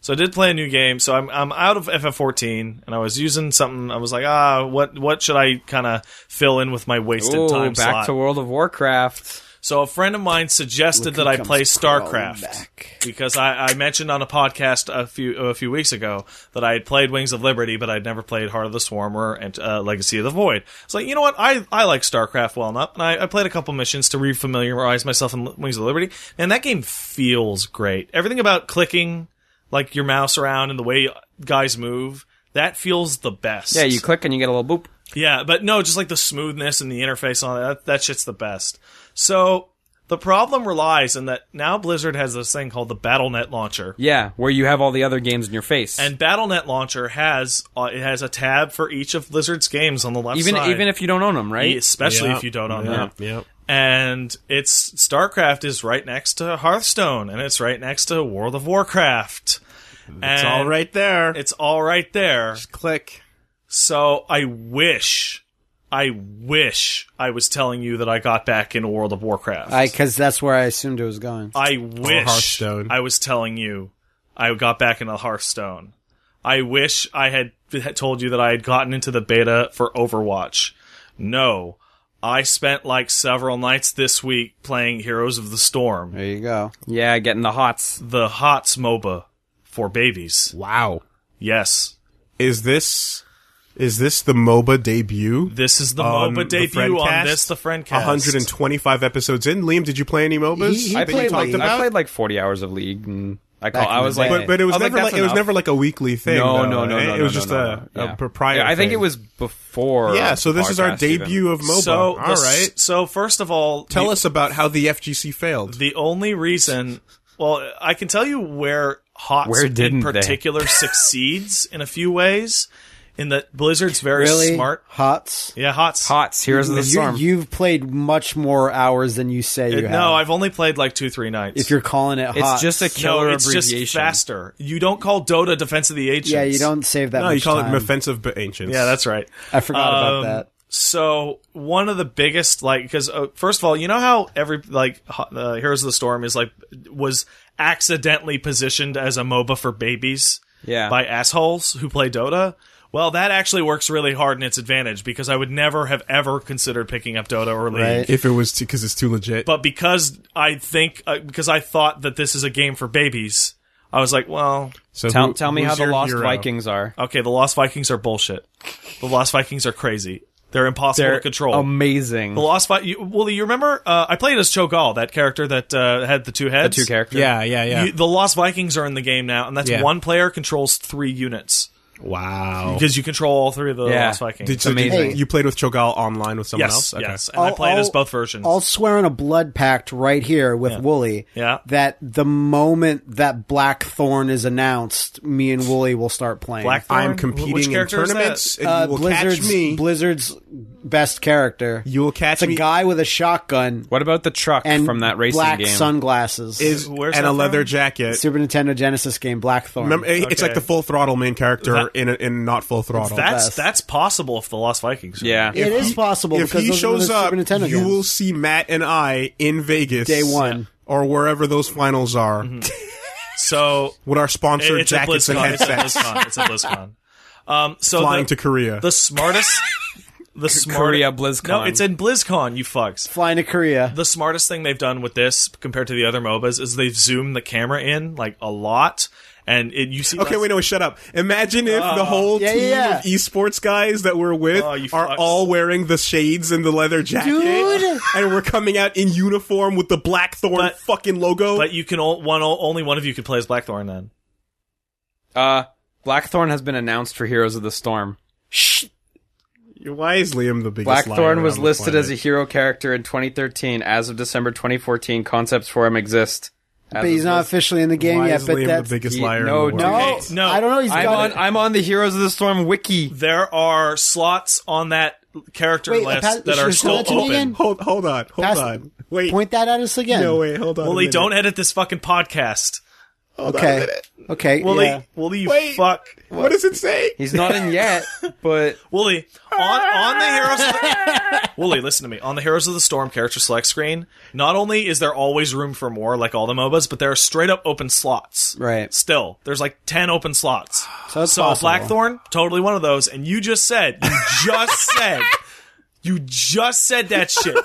Speaker 4: so I did play a new game. So I'm I'm out of FF14, and I was using something. I was like, ah, what what should I kind of fill in with my wasted
Speaker 1: Ooh,
Speaker 4: time
Speaker 1: back
Speaker 4: slot?
Speaker 1: to World of Warcraft.
Speaker 4: so a friend of mine suggested that I play StarCraft because I, I mentioned on a podcast a few a few weeks ago that I had played Wings of Liberty, but I'd never played Heart of the Swarmer and uh, Legacy of the Void. It's like you know what I I like StarCraft well enough, and I, I played a couple missions to refamiliarize myself in L- Wings of Liberty, and that game feels great. Everything about clicking like your mouse around and the way guys move. That feels the best.
Speaker 1: Yeah, you click and you get a little boop.
Speaker 4: Yeah, but no, just like the smoothness and the interface on it, that that shit's the best. So the problem relies in that now Blizzard has this thing called the BattleNet launcher.
Speaker 1: Yeah, where you have all the other games in your face.
Speaker 4: And BattleNet launcher has uh, it has a tab for each of Blizzard's games on the left
Speaker 1: even
Speaker 4: side. E,
Speaker 1: even if you don't own them, right?
Speaker 4: especially
Speaker 3: Yeah.
Speaker 4: if you don't own
Speaker 3: Yeah.
Speaker 4: them.
Speaker 3: Yeah.
Speaker 4: And it's StarCraft is right next to Hearthstone and it's right next to World of Warcraft.
Speaker 3: It's all right there.
Speaker 4: It's all right there.
Speaker 3: click.
Speaker 4: So I wish, I wish I was telling you that I got back into World of Warcraft.
Speaker 2: I because that's where I assumed it was going.
Speaker 4: I wish
Speaker 3: Oh, Hearthstone.
Speaker 4: I was telling you I got back into Hearthstone. I wish I had, had told you that I had gotten into the beta for Overwatch. No. I spent like several nights this week playing Heroes of the Storm,
Speaker 2: There you go.
Speaker 1: yeah, getting the hots.
Speaker 4: the HOTS MOBA for babies.
Speaker 3: Wow.
Speaker 4: Yes.
Speaker 3: Is this is this the MOBA debut?
Speaker 4: This is the
Speaker 3: on
Speaker 4: MOBA
Speaker 3: Um, the
Speaker 4: debut on
Speaker 3: Friendcast?
Speaker 4: this, the friend cast.
Speaker 3: 125 episodes in. Liam, did you play any MOBAs?
Speaker 2: He- he
Speaker 3: that
Speaker 2: played
Speaker 3: you talked
Speaker 2: like-
Speaker 1: I
Speaker 3: about.
Speaker 1: played like 40 hours of League and I call,
Speaker 2: Back in
Speaker 1: I
Speaker 2: the
Speaker 1: was like
Speaker 2: day.
Speaker 3: but, but it was
Speaker 1: I like,
Speaker 3: never like,
Speaker 1: Oh, that's
Speaker 3: it was
Speaker 1: enough.
Speaker 3: never like a weekly thing.
Speaker 1: no,
Speaker 3: though,
Speaker 1: no, no,
Speaker 3: right?
Speaker 1: no,
Speaker 3: It was
Speaker 1: no,
Speaker 3: just
Speaker 1: no,
Speaker 3: a,
Speaker 1: no. Yeah.
Speaker 3: a prior.
Speaker 1: Yeah, I think
Speaker 3: thing.
Speaker 1: it was before.
Speaker 3: Yeah, so this is our
Speaker 1: podcast even.
Speaker 3: debut of MOBA.
Speaker 4: So
Speaker 3: all
Speaker 4: the
Speaker 3: right.
Speaker 4: s- So first of all,
Speaker 3: Tell
Speaker 4: the,
Speaker 3: us about how the FGC failed.
Speaker 4: the only reason. Well, I can tell you where Hots
Speaker 1: Where
Speaker 4: in
Speaker 1: didn't they?
Speaker 4: particular succeeds in a few ways. In that Blizzard's very
Speaker 2: Really
Speaker 4: smart.
Speaker 2: Hots.
Speaker 4: Yeah, Hots.
Speaker 1: Hots, Heroes of the
Speaker 2: You,
Speaker 1: Storm.
Speaker 2: you've played much more hours than you say you have.
Speaker 4: No, I've only played like two, three nights.
Speaker 2: if you're calling it
Speaker 1: it's
Speaker 2: Hots.
Speaker 1: just a killer
Speaker 4: no, it's
Speaker 1: abbreviation.
Speaker 4: just faster. You don't call Dota Defense of the Ancients.
Speaker 2: yeah, you don't save that.
Speaker 3: No, you
Speaker 2: much
Speaker 3: call
Speaker 2: time.
Speaker 3: it offensive but ancients.
Speaker 4: Yeah, that's right.
Speaker 2: I forgot about
Speaker 4: Um,
Speaker 2: that.
Speaker 4: So one of the biggest, like, because uh, first of all, you know how every like Ho- uh, Heroes of the Storm is like was accidentally positioned as a MOBA for babies,
Speaker 1: Yeah.
Speaker 4: by assholes who play Dota. Well, that actually works really hard in its advantage because I would never have ever considered picking up Dota or League.
Speaker 2: Right.
Speaker 3: if it was because it's too legit.
Speaker 4: But because I think, uh, because I thought that this is a game for babies, I was like, well,
Speaker 3: so
Speaker 1: Tell,
Speaker 3: who-
Speaker 1: tell me
Speaker 3: who's
Speaker 1: how the
Speaker 3: your
Speaker 1: Lost
Speaker 3: hero?
Speaker 1: Vikings are.
Speaker 4: okay, the Lost Vikings are bullshit. The Lost Vikings are crazy. They're impossible
Speaker 1: They're
Speaker 4: to control.
Speaker 1: amazing.
Speaker 4: The Lost Fight. You, well, you remember uh, I played as Cho'Gall, that character that uh, had the two heads.
Speaker 1: two characters.
Speaker 3: Yeah, yeah, yeah.
Speaker 4: You- the Lost Vikings are in the game now, and that's
Speaker 3: Yeah.
Speaker 4: one player controls three units
Speaker 3: wow.
Speaker 4: because you control all three of the
Speaker 1: Yeah.
Speaker 4: Lost Vikings.
Speaker 3: Did, so did
Speaker 1: amazing.
Speaker 3: you, you played with Chogal online with someone
Speaker 4: yes,
Speaker 3: else?
Speaker 4: yes, and i
Speaker 2: I'll-
Speaker 4: played as
Speaker 2: I'll-
Speaker 4: both versions.
Speaker 2: I'll swear on a blood pact right here with Wooly.
Speaker 4: Yeah.
Speaker 2: That the moment that Blackthorn is announced, me and Wooly will start playing.
Speaker 4: Blackthorn?
Speaker 3: I'm
Speaker 4: Wh-
Speaker 3: competing
Speaker 4: which
Speaker 3: in
Speaker 4: character is that?
Speaker 3: tournaments, and
Speaker 2: Uh,
Speaker 3: you will
Speaker 2: Blizzard's
Speaker 3: catch me.
Speaker 2: Blizzard's best character.
Speaker 3: you will catch
Speaker 2: it's a
Speaker 3: me.
Speaker 2: guy with a shotgun
Speaker 1: What about the truck
Speaker 2: and
Speaker 1: from that racing
Speaker 2: black
Speaker 1: game?
Speaker 2: sunglasses.
Speaker 3: is
Speaker 4: Where's
Speaker 3: and
Speaker 4: that
Speaker 3: a leather
Speaker 4: from?
Speaker 3: jacket.
Speaker 2: Super Nintendo Genesis game Blackthorn.
Speaker 3: Remember, it- it's
Speaker 4: Okay.
Speaker 3: like the full throttle main character
Speaker 4: That-
Speaker 3: in a, in not full throttle.
Speaker 4: that's
Speaker 2: best.
Speaker 4: that's possible if the Lost Vikings. are-
Speaker 1: yeah.
Speaker 2: it is possible
Speaker 3: if
Speaker 2: because
Speaker 3: he
Speaker 2: those
Speaker 3: shows
Speaker 2: are the
Speaker 3: up,
Speaker 2: Super Nintendo
Speaker 3: you
Speaker 2: games.
Speaker 3: will see Matt and I in Vegas
Speaker 2: Day one. Yeah.
Speaker 3: or wherever those finals are
Speaker 4: So
Speaker 3: with our
Speaker 4: Mm-hmm. it,
Speaker 3: sponsored
Speaker 4: it's a
Speaker 3: jackets and
Speaker 4: BlizzCon. It's a
Speaker 3: headsets
Speaker 4: BlizzCon. It's a BlizzCon. Um, so
Speaker 3: flying
Speaker 4: the,
Speaker 3: to Korea.
Speaker 4: the smartest the smart
Speaker 1: Korea BlizzCon.
Speaker 4: No, it's in BlizzCon. You fucks.
Speaker 2: Flying to Korea.
Speaker 4: the smartest thing they've done with this compared to the other MOBAs is they've zoomed the camera in like a lot, and it you see.
Speaker 3: Okay, wait, no, shut up. Imagine if the whole
Speaker 2: Yeah,
Speaker 3: team
Speaker 2: yeah, yeah.
Speaker 3: of esports guys that we're with
Speaker 4: Oh, Ah. you
Speaker 3: are
Speaker 4: fucks.
Speaker 3: all wearing the shades and the leather jacket,
Speaker 2: Dude.
Speaker 3: and we're coming out in uniform with the Blackthorn
Speaker 4: But-
Speaker 3: fucking logo.
Speaker 4: But you can all, one only one of you could play as Blackthorn then.
Speaker 1: Uh, Blackthorn has been announced for Heroes of the Storm.
Speaker 3: Why is Liam the biggest? liar
Speaker 1: Blackthorn was
Speaker 3: on the
Speaker 1: listed as a
Speaker 3: planet?
Speaker 1: hero character in 2013. As of December 2014, concepts for him exist. As
Speaker 2: but he's
Speaker 1: of
Speaker 2: not
Speaker 1: this-
Speaker 2: officially in the game
Speaker 3: Why
Speaker 2: yet.
Speaker 3: is
Speaker 2: But
Speaker 3: Liam
Speaker 2: that's
Speaker 3: the biggest
Speaker 1: Ye-
Speaker 3: liar?
Speaker 1: no,
Speaker 3: in the
Speaker 2: no,
Speaker 3: world?
Speaker 4: Okay, no.
Speaker 2: I don't know. He's
Speaker 1: I'm
Speaker 2: got
Speaker 1: on.
Speaker 2: it.
Speaker 1: I'm on the Heroes of the Storm wiki.
Speaker 4: There are slots on that character
Speaker 2: Wait,
Speaker 4: list
Speaker 2: Pat-
Speaker 4: that
Speaker 2: should
Speaker 4: are
Speaker 2: we
Speaker 4: still
Speaker 2: send that to me
Speaker 4: open.
Speaker 2: again?
Speaker 3: Hold, hold on, hold
Speaker 2: Pass-
Speaker 3: on. Wait,
Speaker 2: Point that at us again.
Speaker 3: no, wait, hold on.
Speaker 4: Wooly,
Speaker 3: a minute.
Speaker 4: don't edit this fucking podcast.
Speaker 3: Hold on a
Speaker 2: Okay.
Speaker 3: minute.
Speaker 2: Okay.
Speaker 4: Wooly,
Speaker 2: yeah.
Speaker 4: Wooly, you
Speaker 3: Wait.
Speaker 4: fuck.
Speaker 3: What does it say?
Speaker 1: He's not in yet, but
Speaker 4: Wooly, on, on the Heroes of the- Wooly, listen to me. On the Heroes of the Storm character select screen, not only is there always room for more, like all the MOBAs, but there are straight up open slots.
Speaker 2: Right.
Speaker 4: Still, there's like 10 open slots.
Speaker 2: So it's
Speaker 4: so
Speaker 2: possible.
Speaker 4: Blackthorn, totally one of those. And you just said, you just said, you just said that shit.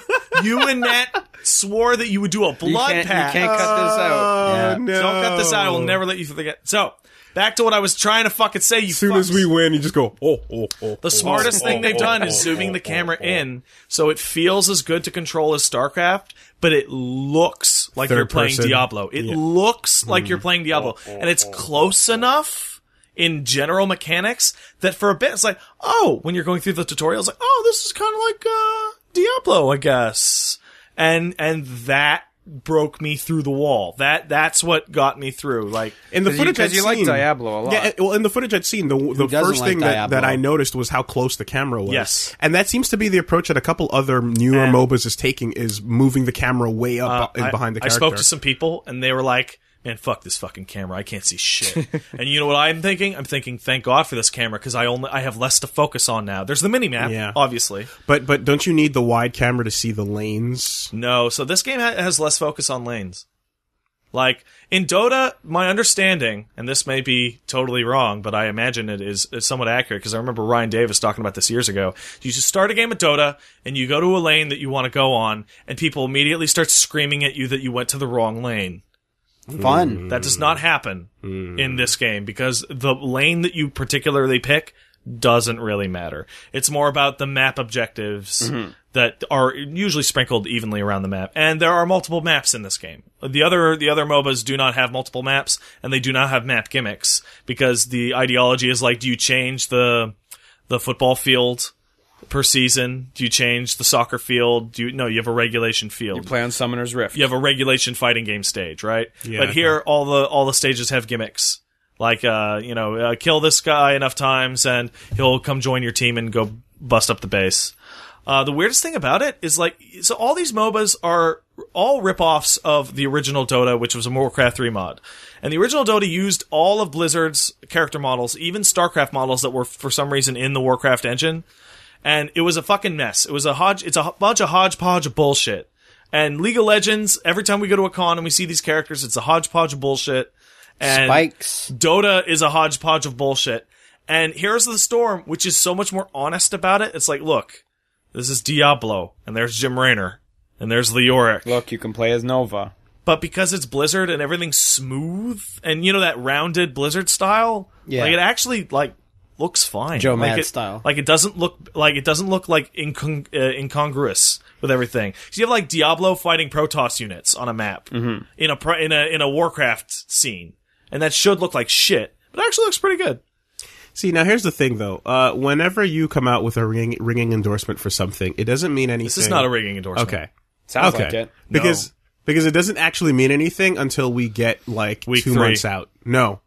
Speaker 4: You and Matt swore that you would do a
Speaker 1: you
Speaker 4: blood
Speaker 1: can't, you
Speaker 4: pact.
Speaker 1: can't cut this out.
Speaker 3: Oh
Speaker 2: Yeah.
Speaker 3: no!
Speaker 4: Don't cut this out. I will never let you forget. So, back to what I was trying to fucking say. You
Speaker 3: As soon as
Speaker 4: fucks.
Speaker 3: we win, you just go. Oh, oh, oh.
Speaker 4: The smartest thing they've done is zooming the camera in so it feels as good to control as StarCraft, but it looks like
Speaker 3: Third
Speaker 4: you're playing
Speaker 3: person. Mm.
Speaker 4: Diablo. It looks like you're playing Diablo. And it's close enough in general mechanics that for a bit it's like, oh, when you're going through the tutorial, it's like, oh, this is kind of like uh, Diablo, I guess. And and that broke me through the wall. That that's what got me through. Like
Speaker 3: In the
Speaker 1: 'Cause you-
Speaker 3: footage,
Speaker 1: 'cause
Speaker 3: I'd
Speaker 1: you like
Speaker 3: seen-
Speaker 1: Diablo a lot.
Speaker 3: Yeah, and- well, in the footage I'd seen, the the
Speaker 2: doesn't
Speaker 3: first
Speaker 2: like
Speaker 3: thing that,
Speaker 2: Diablo?
Speaker 3: that I noticed was how close the camera was.
Speaker 4: Yes.
Speaker 3: and that seems to be the approach that a couple other newer
Speaker 4: And- Uh,
Speaker 3: MOBAs is taking is moving the camera way up
Speaker 4: I-
Speaker 3: and behind the
Speaker 4: I
Speaker 3: character.
Speaker 4: spoke to some people and they were like, "Man, fuck this fucking camera. I can't see shit." and you know what I'm thinking? I'm thinking, "Thank God for this camera because I only I have less to focus on now." There's the mini map,
Speaker 3: Yeah.
Speaker 4: obviously.
Speaker 3: but but don't you need the wide camera to see the lanes?
Speaker 4: No, so this game ha- has less focus on lanes. Like in Dota, my understanding, and this may be totally wrong, but I imagine it is, is somewhat accurate because I remember Ryan Davis talking about this years ago. You just start a game of Dota and you go to a lane that you want to go on, and people immediately start screaming at you that you went to the wrong lane.
Speaker 2: Hmm. Fun.
Speaker 4: That does not happen in this game because the lane that you particularly pick doesn't really matter. It's more about the map objectives that are usually sprinkled evenly around the map. And there are multiple maps in this game. The other the other MOBAs do not have multiple maps and they do not have map gimmicks because the ideology is like do you change the the football field per season? Do you change the soccer field? Do you no, you have a regulation field
Speaker 1: Play on Summoner's Rift.
Speaker 4: you have a regulation fighting game stage, right?
Speaker 3: Yeah,
Speaker 4: but here, all the all the stages have gimmicks, like uh, you know, uh, kill this guy enough times, and he'll come join your team and go bust up the base. Uh, the weirdest thing about it is like, so all these MOBAs are all ripoffs of the original Dota, which was a Warcraft 3 mod. And the original Dota used all of Blizzard's character models, even StarCraft models that were for some reason in the Warcraft engine and it was a fucking mess. It was a hodge. It's a ho- bunch of hodgepodge of bullshit. And League of Legends. Every time we go to a con and we see these characters, it's a hodgepodge of bullshit. And
Speaker 2: Spikes.
Speaker 4: Dota is a hodgepodge of bullshit. And Heroes of the Storm, which is so much more honest about it, it's like, look, this is Diablo, and there's Jim Raynor, and there's Leoric.
Speaker 1: Look, you can play as Nova.
Speaker 4: But because it's Blizzard and everything's smooth, and you know that rounded Blizzard style,
Speaker 2: Yeah.
Speaker 4: like it actually like looks fine.
Speaker 2: Joe
Speaker 4: like
Speaker 2: Mad
Speaker 4: it,
Speaker 2: style.
Speaker 4: Like it doesn't look like it doesn't look like incong- uh, incongruous with everything. So you have like Diablo fighting Protoss units on a map
Speaker 2: Mm-hmm.
Speaker 4: in a pro- in a in a Warcraft scene, and that should look like shit, but it actually looks pretty good.
Speaker 3: See, now here's the thing though. Uh, whenever you come out with a ringing, ringing endorsement for something, it doesn't mean anything.
Speaker 4: This is not a rigging endorsement.
Speaker 3: Okay.
Speaker 1: Sounds
Speaker 3: okay.
Speaker 1: like it.
Speaker 3: Because because it doesn't actually mean anything until we get like
Speaker 4: Week
Speaker 3: two
Speaker 4: three.
Speaker 3: months out. No.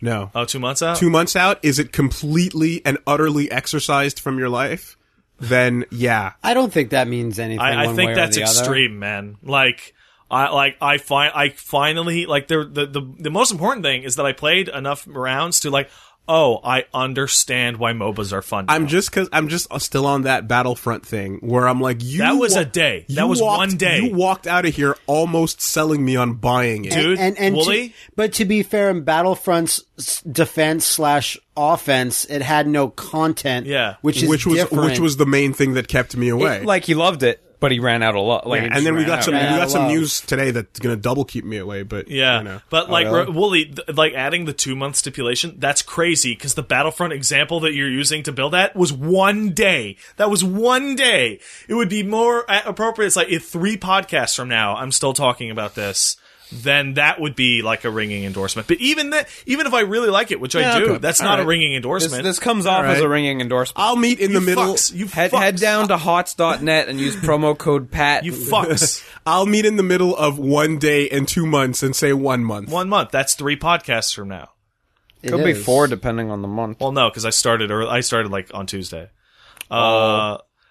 Speaker 3: No.
Speaker 4: Oh, two months out.
Speaker 3: two months out, is it completely and utterly exercised from your life? Then yeah.
Speaker 2: I don't think that means anything.
Speaker 4: I, I
Speaker 2: one way
Speaker 4: think
Speaker 2: or
Speaker 4: that's
Speaker 2: the other.
Speaker 4: extreme, man. Like I like I find I finally like the the the, the most important thing is that I played enough rounds to like oh, I understand why MOBAs are fun.
Speaker 3: I'm
Speaker 4: now.
Speaker 3: just cause I'm just still on that Battlefront thing where I'm like, you.
Speaker 4: That was
Speaker 3: wa-
Speaker 4: a day.
Speaker 3: you
Speaker 4: That was
Speaker 3: walked-
Speaker 4: one day.
Speaker 3: You walked out of here almost selling me on buying it.
Speaker 4: Dude,
Speaker 2: and and to,
Speaker 4: Wooly?
Speaker 2: but to be fair, in Battlefront's s- defense slash offense, it had no content.
Speaker 4: Yeah.
Speaker 2: which is
Speaker 3: which was
Speaker 2: different.
Speaker 3: which was the main thing that kept me away.
Speaker 1: Like he loved it, but he ran out of love. Like, he
Speaker 3: and
Speaker 1: just
Speaker 3: then we
Speaker 1: ran
Speaker 3: got
Speaker 1: out.
Speaker 3: some we
Speaker 2: Yeah,
Speaker 3: got some
Speaker 2: love.
Speaker 3: news today that's gonna double keep me away. But
Speaker 4: Yeah,
Speaker 3: you know. Oh,
Speaker 4: but like re- Wooly, th- like adding the two month stipulation, that's crazy because the Battlefront example that you're using to build that was one day. That was one day. It would be more uh, appropriate. It's like if three podcasts from now, I'm still talking about this. Then that would be like a ringing endorsement. But even that, even if I really like it, which I do,
Speaker 3: okay.
Speaker 4: that's
Speaker 3: All
Speaker 4: not a
Speaker 3: right.
Speaker 4: ringing
Speaker 1: This,
Speaker 4: endorsement.
Speaker 1: this comes off as a
Speaker 3: right.
Speaker 1: ringing endorsement.
Speaker 3: I'll meet in the
Speaker 4: You
Speaker 3: middle.
Speaker 4: fucks. you
Speaker 1: head,
Speaker 4: fucks.
Speaker 1: head down to hots.net and use promo code PAT.
Speaker 4: you fucks.
Speaker 3: I'll meet in the middle of one day and two months and say one month.
Speaker 4: one month. That's three podcasts from now.
Speaker 2: It
Speaker 1: Could be
Speaker 2: is.
Speaker 1: four depending on the month.
Speaker 4: Well, no, because I started or I started like on Tuesday. Uh,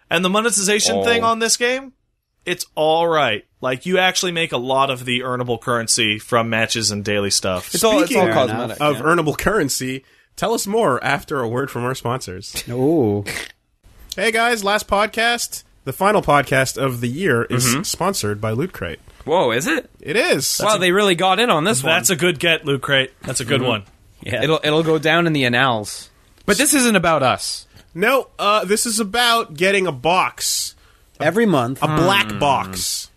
Speaker 4: and the monetization
Speaker 1: Oh.
Speaker 4: thing on this game, it's all right. Like you actually make a lot of the earnable currency from matches and daily stuff.
Speaker 1: It's all, it's all
Speaker 3: Speaking
Speaker 1: cosmetic.
Speaker 3: of
Speaker 1: yeah.
Speaker 3: earnable currency. Tell us more after a word from our sponsors.
Speaker 2: Ooh.
Speaker 3: hey guys, last podcast, the final podcast of the year, is
Speaker 1: Mm-hmm.
Speaker 3: sponsored by Loot Crate.
Speaker 1: Whoa, is it?
Speaker 3: It is.
Speaker 1: wow, they really got in on this one.
Speaker 4: That's a good get, Loot Crate. That's a good one.
Speaker 5: Yeah.
Speaker 1: It'll it'll go down in the annals. But this isn't about us.
Speaker 3: No, uh, this is about getting a box,
Speaker 2: Every month,
Speaker 1: Hmm.
Speaker 3: a black box.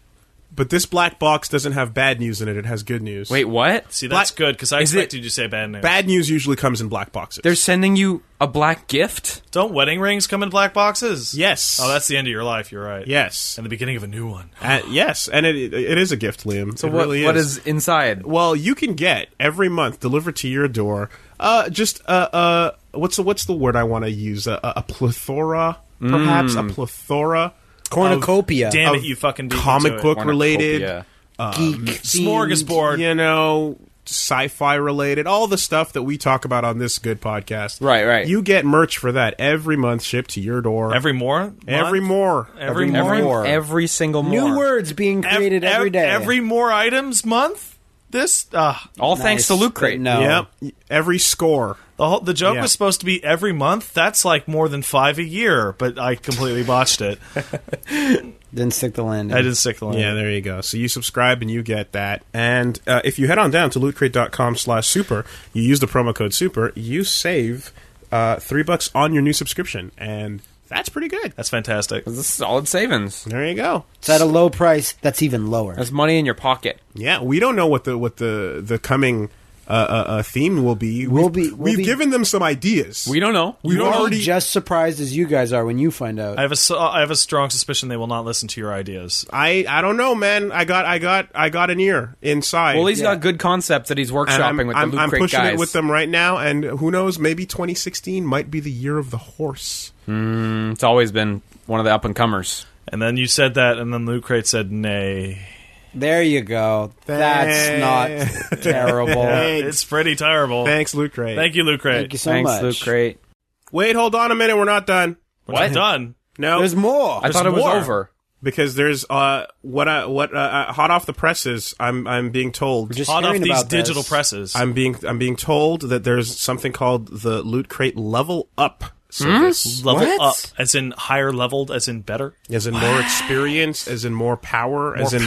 Speaker 3: But this black box doesn't have bad news in it; it has good news.
Speaker 1: Wait, what?
Speaker 4: See, that's good because I
Speaker 1: Is it-
Speaker 4: expected you to say bad news.
Speaker 3: bad news usually comes in black boxes.
Speaker 1: They're sending you a black gift?
Speaker 4: Don't wedding rings come in black boxes?
Speaker 3: yes,
Speaker 4: Oh, that's the end of your life. You're right.
Speaker 3: yes,
Speaker 4: And the beginning of a new one.
Speaker 3: Uh, yes, and it it is a gift, Liam. So it
Speaker 1: What,
Speaker 3: really
Speaker 1: what
Speaker 3: is.
Speaker 1: is inside?
Speaker 3: Well, you can get every month delivered to your door. Uh, just uh, uh, what's the what's the word I want to use? A, a a plethora, perhaps
Speaker 1: Mm.
Speaker 3: a plethora,
Speaker 2: cornucopia,
Speaker 4: Damn
Speaker 3: Of
Speaker 4: it, you fucking beat me to
Speaker 3: comic
Speaker 4: it.
Speaker 3: book related,
Speaker 1: Cornucopia.
Speaker 2: geek,
Speaker 4: smorgasbord.
Speaker 3: you know, sci-fi related, all the stuff that we talk about on this good podcast.
Speaker 1: Right, right.
Speaker 3: You get merch for that every month, shipped to your door
Speaker 4: Every more,
Speaker 3: every
Speaker 4: month?
Speaker 3: more
Speaker 4: every, more,
Speaker 1: Every,
Speaker 2: more.
Speaker 1: every single more.
Speaker 2: New words being
Speaker 4: Ev-
Speaker 2: created
Speaker 4: ev-
Speaker 2: every day.
Speaker 4: Every more items month. This uh,
Speaker 1: All thanks to
Speaker 2: Nice.
Speaker 1: Loot Crate.
Speaker 2: No.
Speaker 3: Yep, every score.
Speaker 4: the whole, the joke
Speaker 3: Yeah.
Speaker 4: was supposed to be every month. That's like more than five a year, but I completely botched it.
Speaker 2: Didn't stick the landing.
Speaker 4: I didn't stick the landing.
Speaker 3: Yeah, there you go. So you subscribe and you get that. And uh, if you head on down to lootcrate.com slash super, you use the promo code super, you save uh, three bucks on your new subscription. And that's pretty good.
Speaker 4: That's fantastic.
Speaker 1: This is solid savings.
Speaker 3: There you go.
Speaker 2: It's at a low price. That's even lower.
Speaker 1: That's money in your pocket.
Speaker 3: Yeah, we don't know what the what the the coming uh, uh, uh, theme will be.
Speaker 2: We'll
Speaker 3: We've-
Speaker 2: be- we'll
Speaker 3: we've
Speaker 2: be-
Speaker 3: given them some ideas.
Speaker 1: We don't know.
Speaker 3: We
Speaker 2: You're
Speaker 3: already
Speaker 2: just surprised as you guys are when you find out.
Speaker 4: I have a so- I have a strong suspicion they will not listen to your ideas.
Speaker 3: I I don't know, man. I got I got I got an ear inside.
Speaker 1: Well, he's
Speaker 2: Yeah.
Speaker 1: got good concepts that he's workshopping
Speaker 3: and I'm,
Speaker 1: with
Speaker 3: I'm,
Speaker 1: the Loot
Speaker 3: I'm
Speaker 1: Crate
Speaker 3: pushing
Speaker 1: guys.
Speaker 3: it with them right now, and who knows? Maybe 2016 might be the year of the horse.
Speaker 1: It's always been one of the up and comers.
Speaker 4: And then you said that, and then Loot Crate said nay.
Speaker 2: There you go. That's not terrible.
Speaker 3: Thanks.
Speaker 4: Uh, It's pretty terrible.
Speaker 3: Thanks, Loot Crate.
Speaker 4: Thank you, Loot Crate.
Speaker 2: Thank you so
Speaker 1: Thanks,
Speaker 2: much.
Speaker 1: Loot Crate.
Speaker 3: Wait, hold on a minute. We're not done.
Speaker 4: We're not done.
Speaker 3: No,
Speaker 2: There's more.
Speaker 1: I thought it was
Speaker 4: more.
Speaker 1: over.
Speaker 3: because there's uh what I what uh, uh, hot off the presses. I'm I'm being told.
Speaker 2: Just
Speaker 4: Hot off
Speaker 2: hearing
Speaker 4: these
Speaker 2: about this.
Speaker 4: digital presses.
Speaker 3: I'm being I'm being told that there's something called the Loot Crate Level Up service.
Speaker 4: Level
Speaker 1: What?
Speaker 4: up, as in higher leveled, as in better.
Speaker 3: As in more experience, as in more power, as in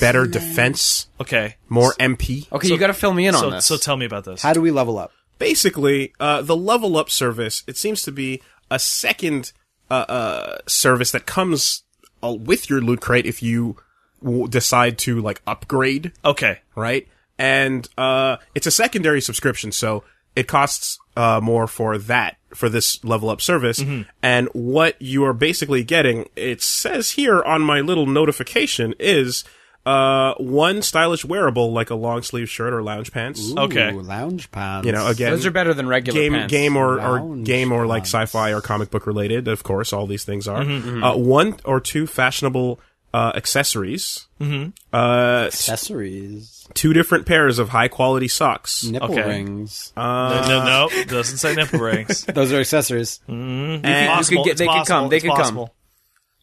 Speaker 3: better defense,
Speaker 4: Okay.
Speaker 3: more MP.
Speaker 1: Okay, you got to fill me in on
Speaker 4: So,
Speaker 1: this.
Speaker 4: so tell me about this.
Speaker 2: How do we level up?
Speaker 3: basically uh, the level up service it seems to be a second uh, uh, service that comes uh, with your loot crate if you w- decide to like upgrade
Speaker 4: Okay.
Speaker 3: right and uh, it's a secondary subscription so it costs uh, more for that for this level up service
Speaker 1: Mm-hmm.
Speaker 3: and what you are basically getting it says here on my little notification is uh, one stylish wearable like a long sleeve shirt or lounge pants Oh,
Speaker 4: Okay.
Speaker 2: Ooh, lounge pants.
Speaker 3: you know again
Speaker 1: Those are better than regular
Speaker 3: game
Speaker 1: pants.
Speaker 3: game or, or
Speaker 2: Lounge
Speaker 3: game or like
Speaker 2: pants.
Speaker 3: sci-fi or comic book related of course all these things are
Speaker 1: Mm-hmm,
Speaker 3: Uh, one or two fashionable uh, accessories uh,
Speaker 2: accessories,
Speaker 3: two different pairs of high quality socks
Speaker 2: nipple
Speaker 4: Okay.
Speaker 2: rings.
Speaker 4: no, no, no, doesn't say nipple rings.
Speaker 2: Those are accessories.
Speaker 1: You
Speaker 3: and,
Speaker 1: could get-
Speaker 4: it's
Speaker 1: they could
Speaker 4: possible,
Speaker 1: come, they
Speaker 4: it's
Speaker 1: could come.
Speaker 4: possible.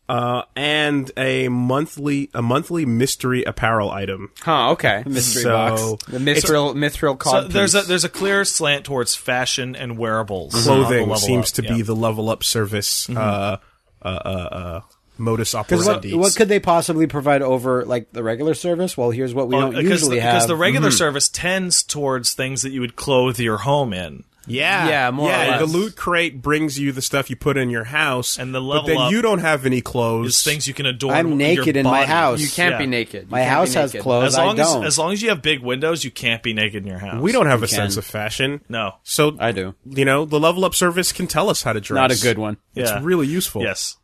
Speaker 3: uh, and a monthly a monthly mystery apparel item.
Speaker 1: Huh, okay.
Speaker 2: mystery
Speaker 3: so
Speaker 2: box.
Speaker 1: The mithril, mithril
Speaker 4: So
Speaker 1: cod.
Speaker 4: there's a
Speaker 1: piece.
Speaker 4: there's a clear slant towards fashion and wearables. on the
Speaker 3: clothing
Speaker 4: level
Speaker 3: seems
Speaker 4: up,
Speaker 3: to
Speaker 4: yeah.
Speaker 3: be the level up service uh, uh, uh, uh, modus
Speaker 2: Because what,
Speaker 3: operandi.
Speaker 2: what could they possibly provide over like the regular service? Well, here's what we
Speaker 4: Well,
Speaker 2: don't
Speaker 4: because
Speaker 2: usually
Speaker 4: the,
Speaker 2: have.
Speaker 4: Uh,
Speaker 2: Mm-hmm.
Speaker 4: because the regular service tends towards things that you would clothe your home in.
Speaker 3: yeah,
Speaker 1: Yeah, more or less.
Speaker 3: The loot crate brings you the stuff you put in your house,
Speaker 4: And the
Speaker 3: but
Speaker 4: level
Speaker 3: then
Speaker 4: up
Speaker 3: you don't have any clothes.
Speaker 4: There's things you can adorn.
Speaker 2: I'm
Speaker 4: your
Speaker 2: naked in my
Speaker 4: body.
Speaker 2: house.
Speaker 1: you can't
Speaker 4: yeah.
Speaker 1: be naked. You
Speaker 2: My
Speaker 1: can't be
Speaker 2: house has
Speaker 1: naked.
Speaker 2: clothes.
Speaker 4: As long
Speaker 2: I
Speaker 4: as
Speaker 2: don't.
Speaker 4: as long as you have big windows, you can't be naked in your house.
Speaker 3: we don't have a
Speaker 2: can.
Speaker 3: sense of fashion.
Speaker 4: No.
Speaker 3: So
Speaker 2: I do.
Speaker 3: You know, the level up service can tell us how to dress.
Speaker 2: Not a good one.
Speaker 3: It's
Speaker 4: Yeah.
Speaker 3: really useful.
Speaker 4: Yes.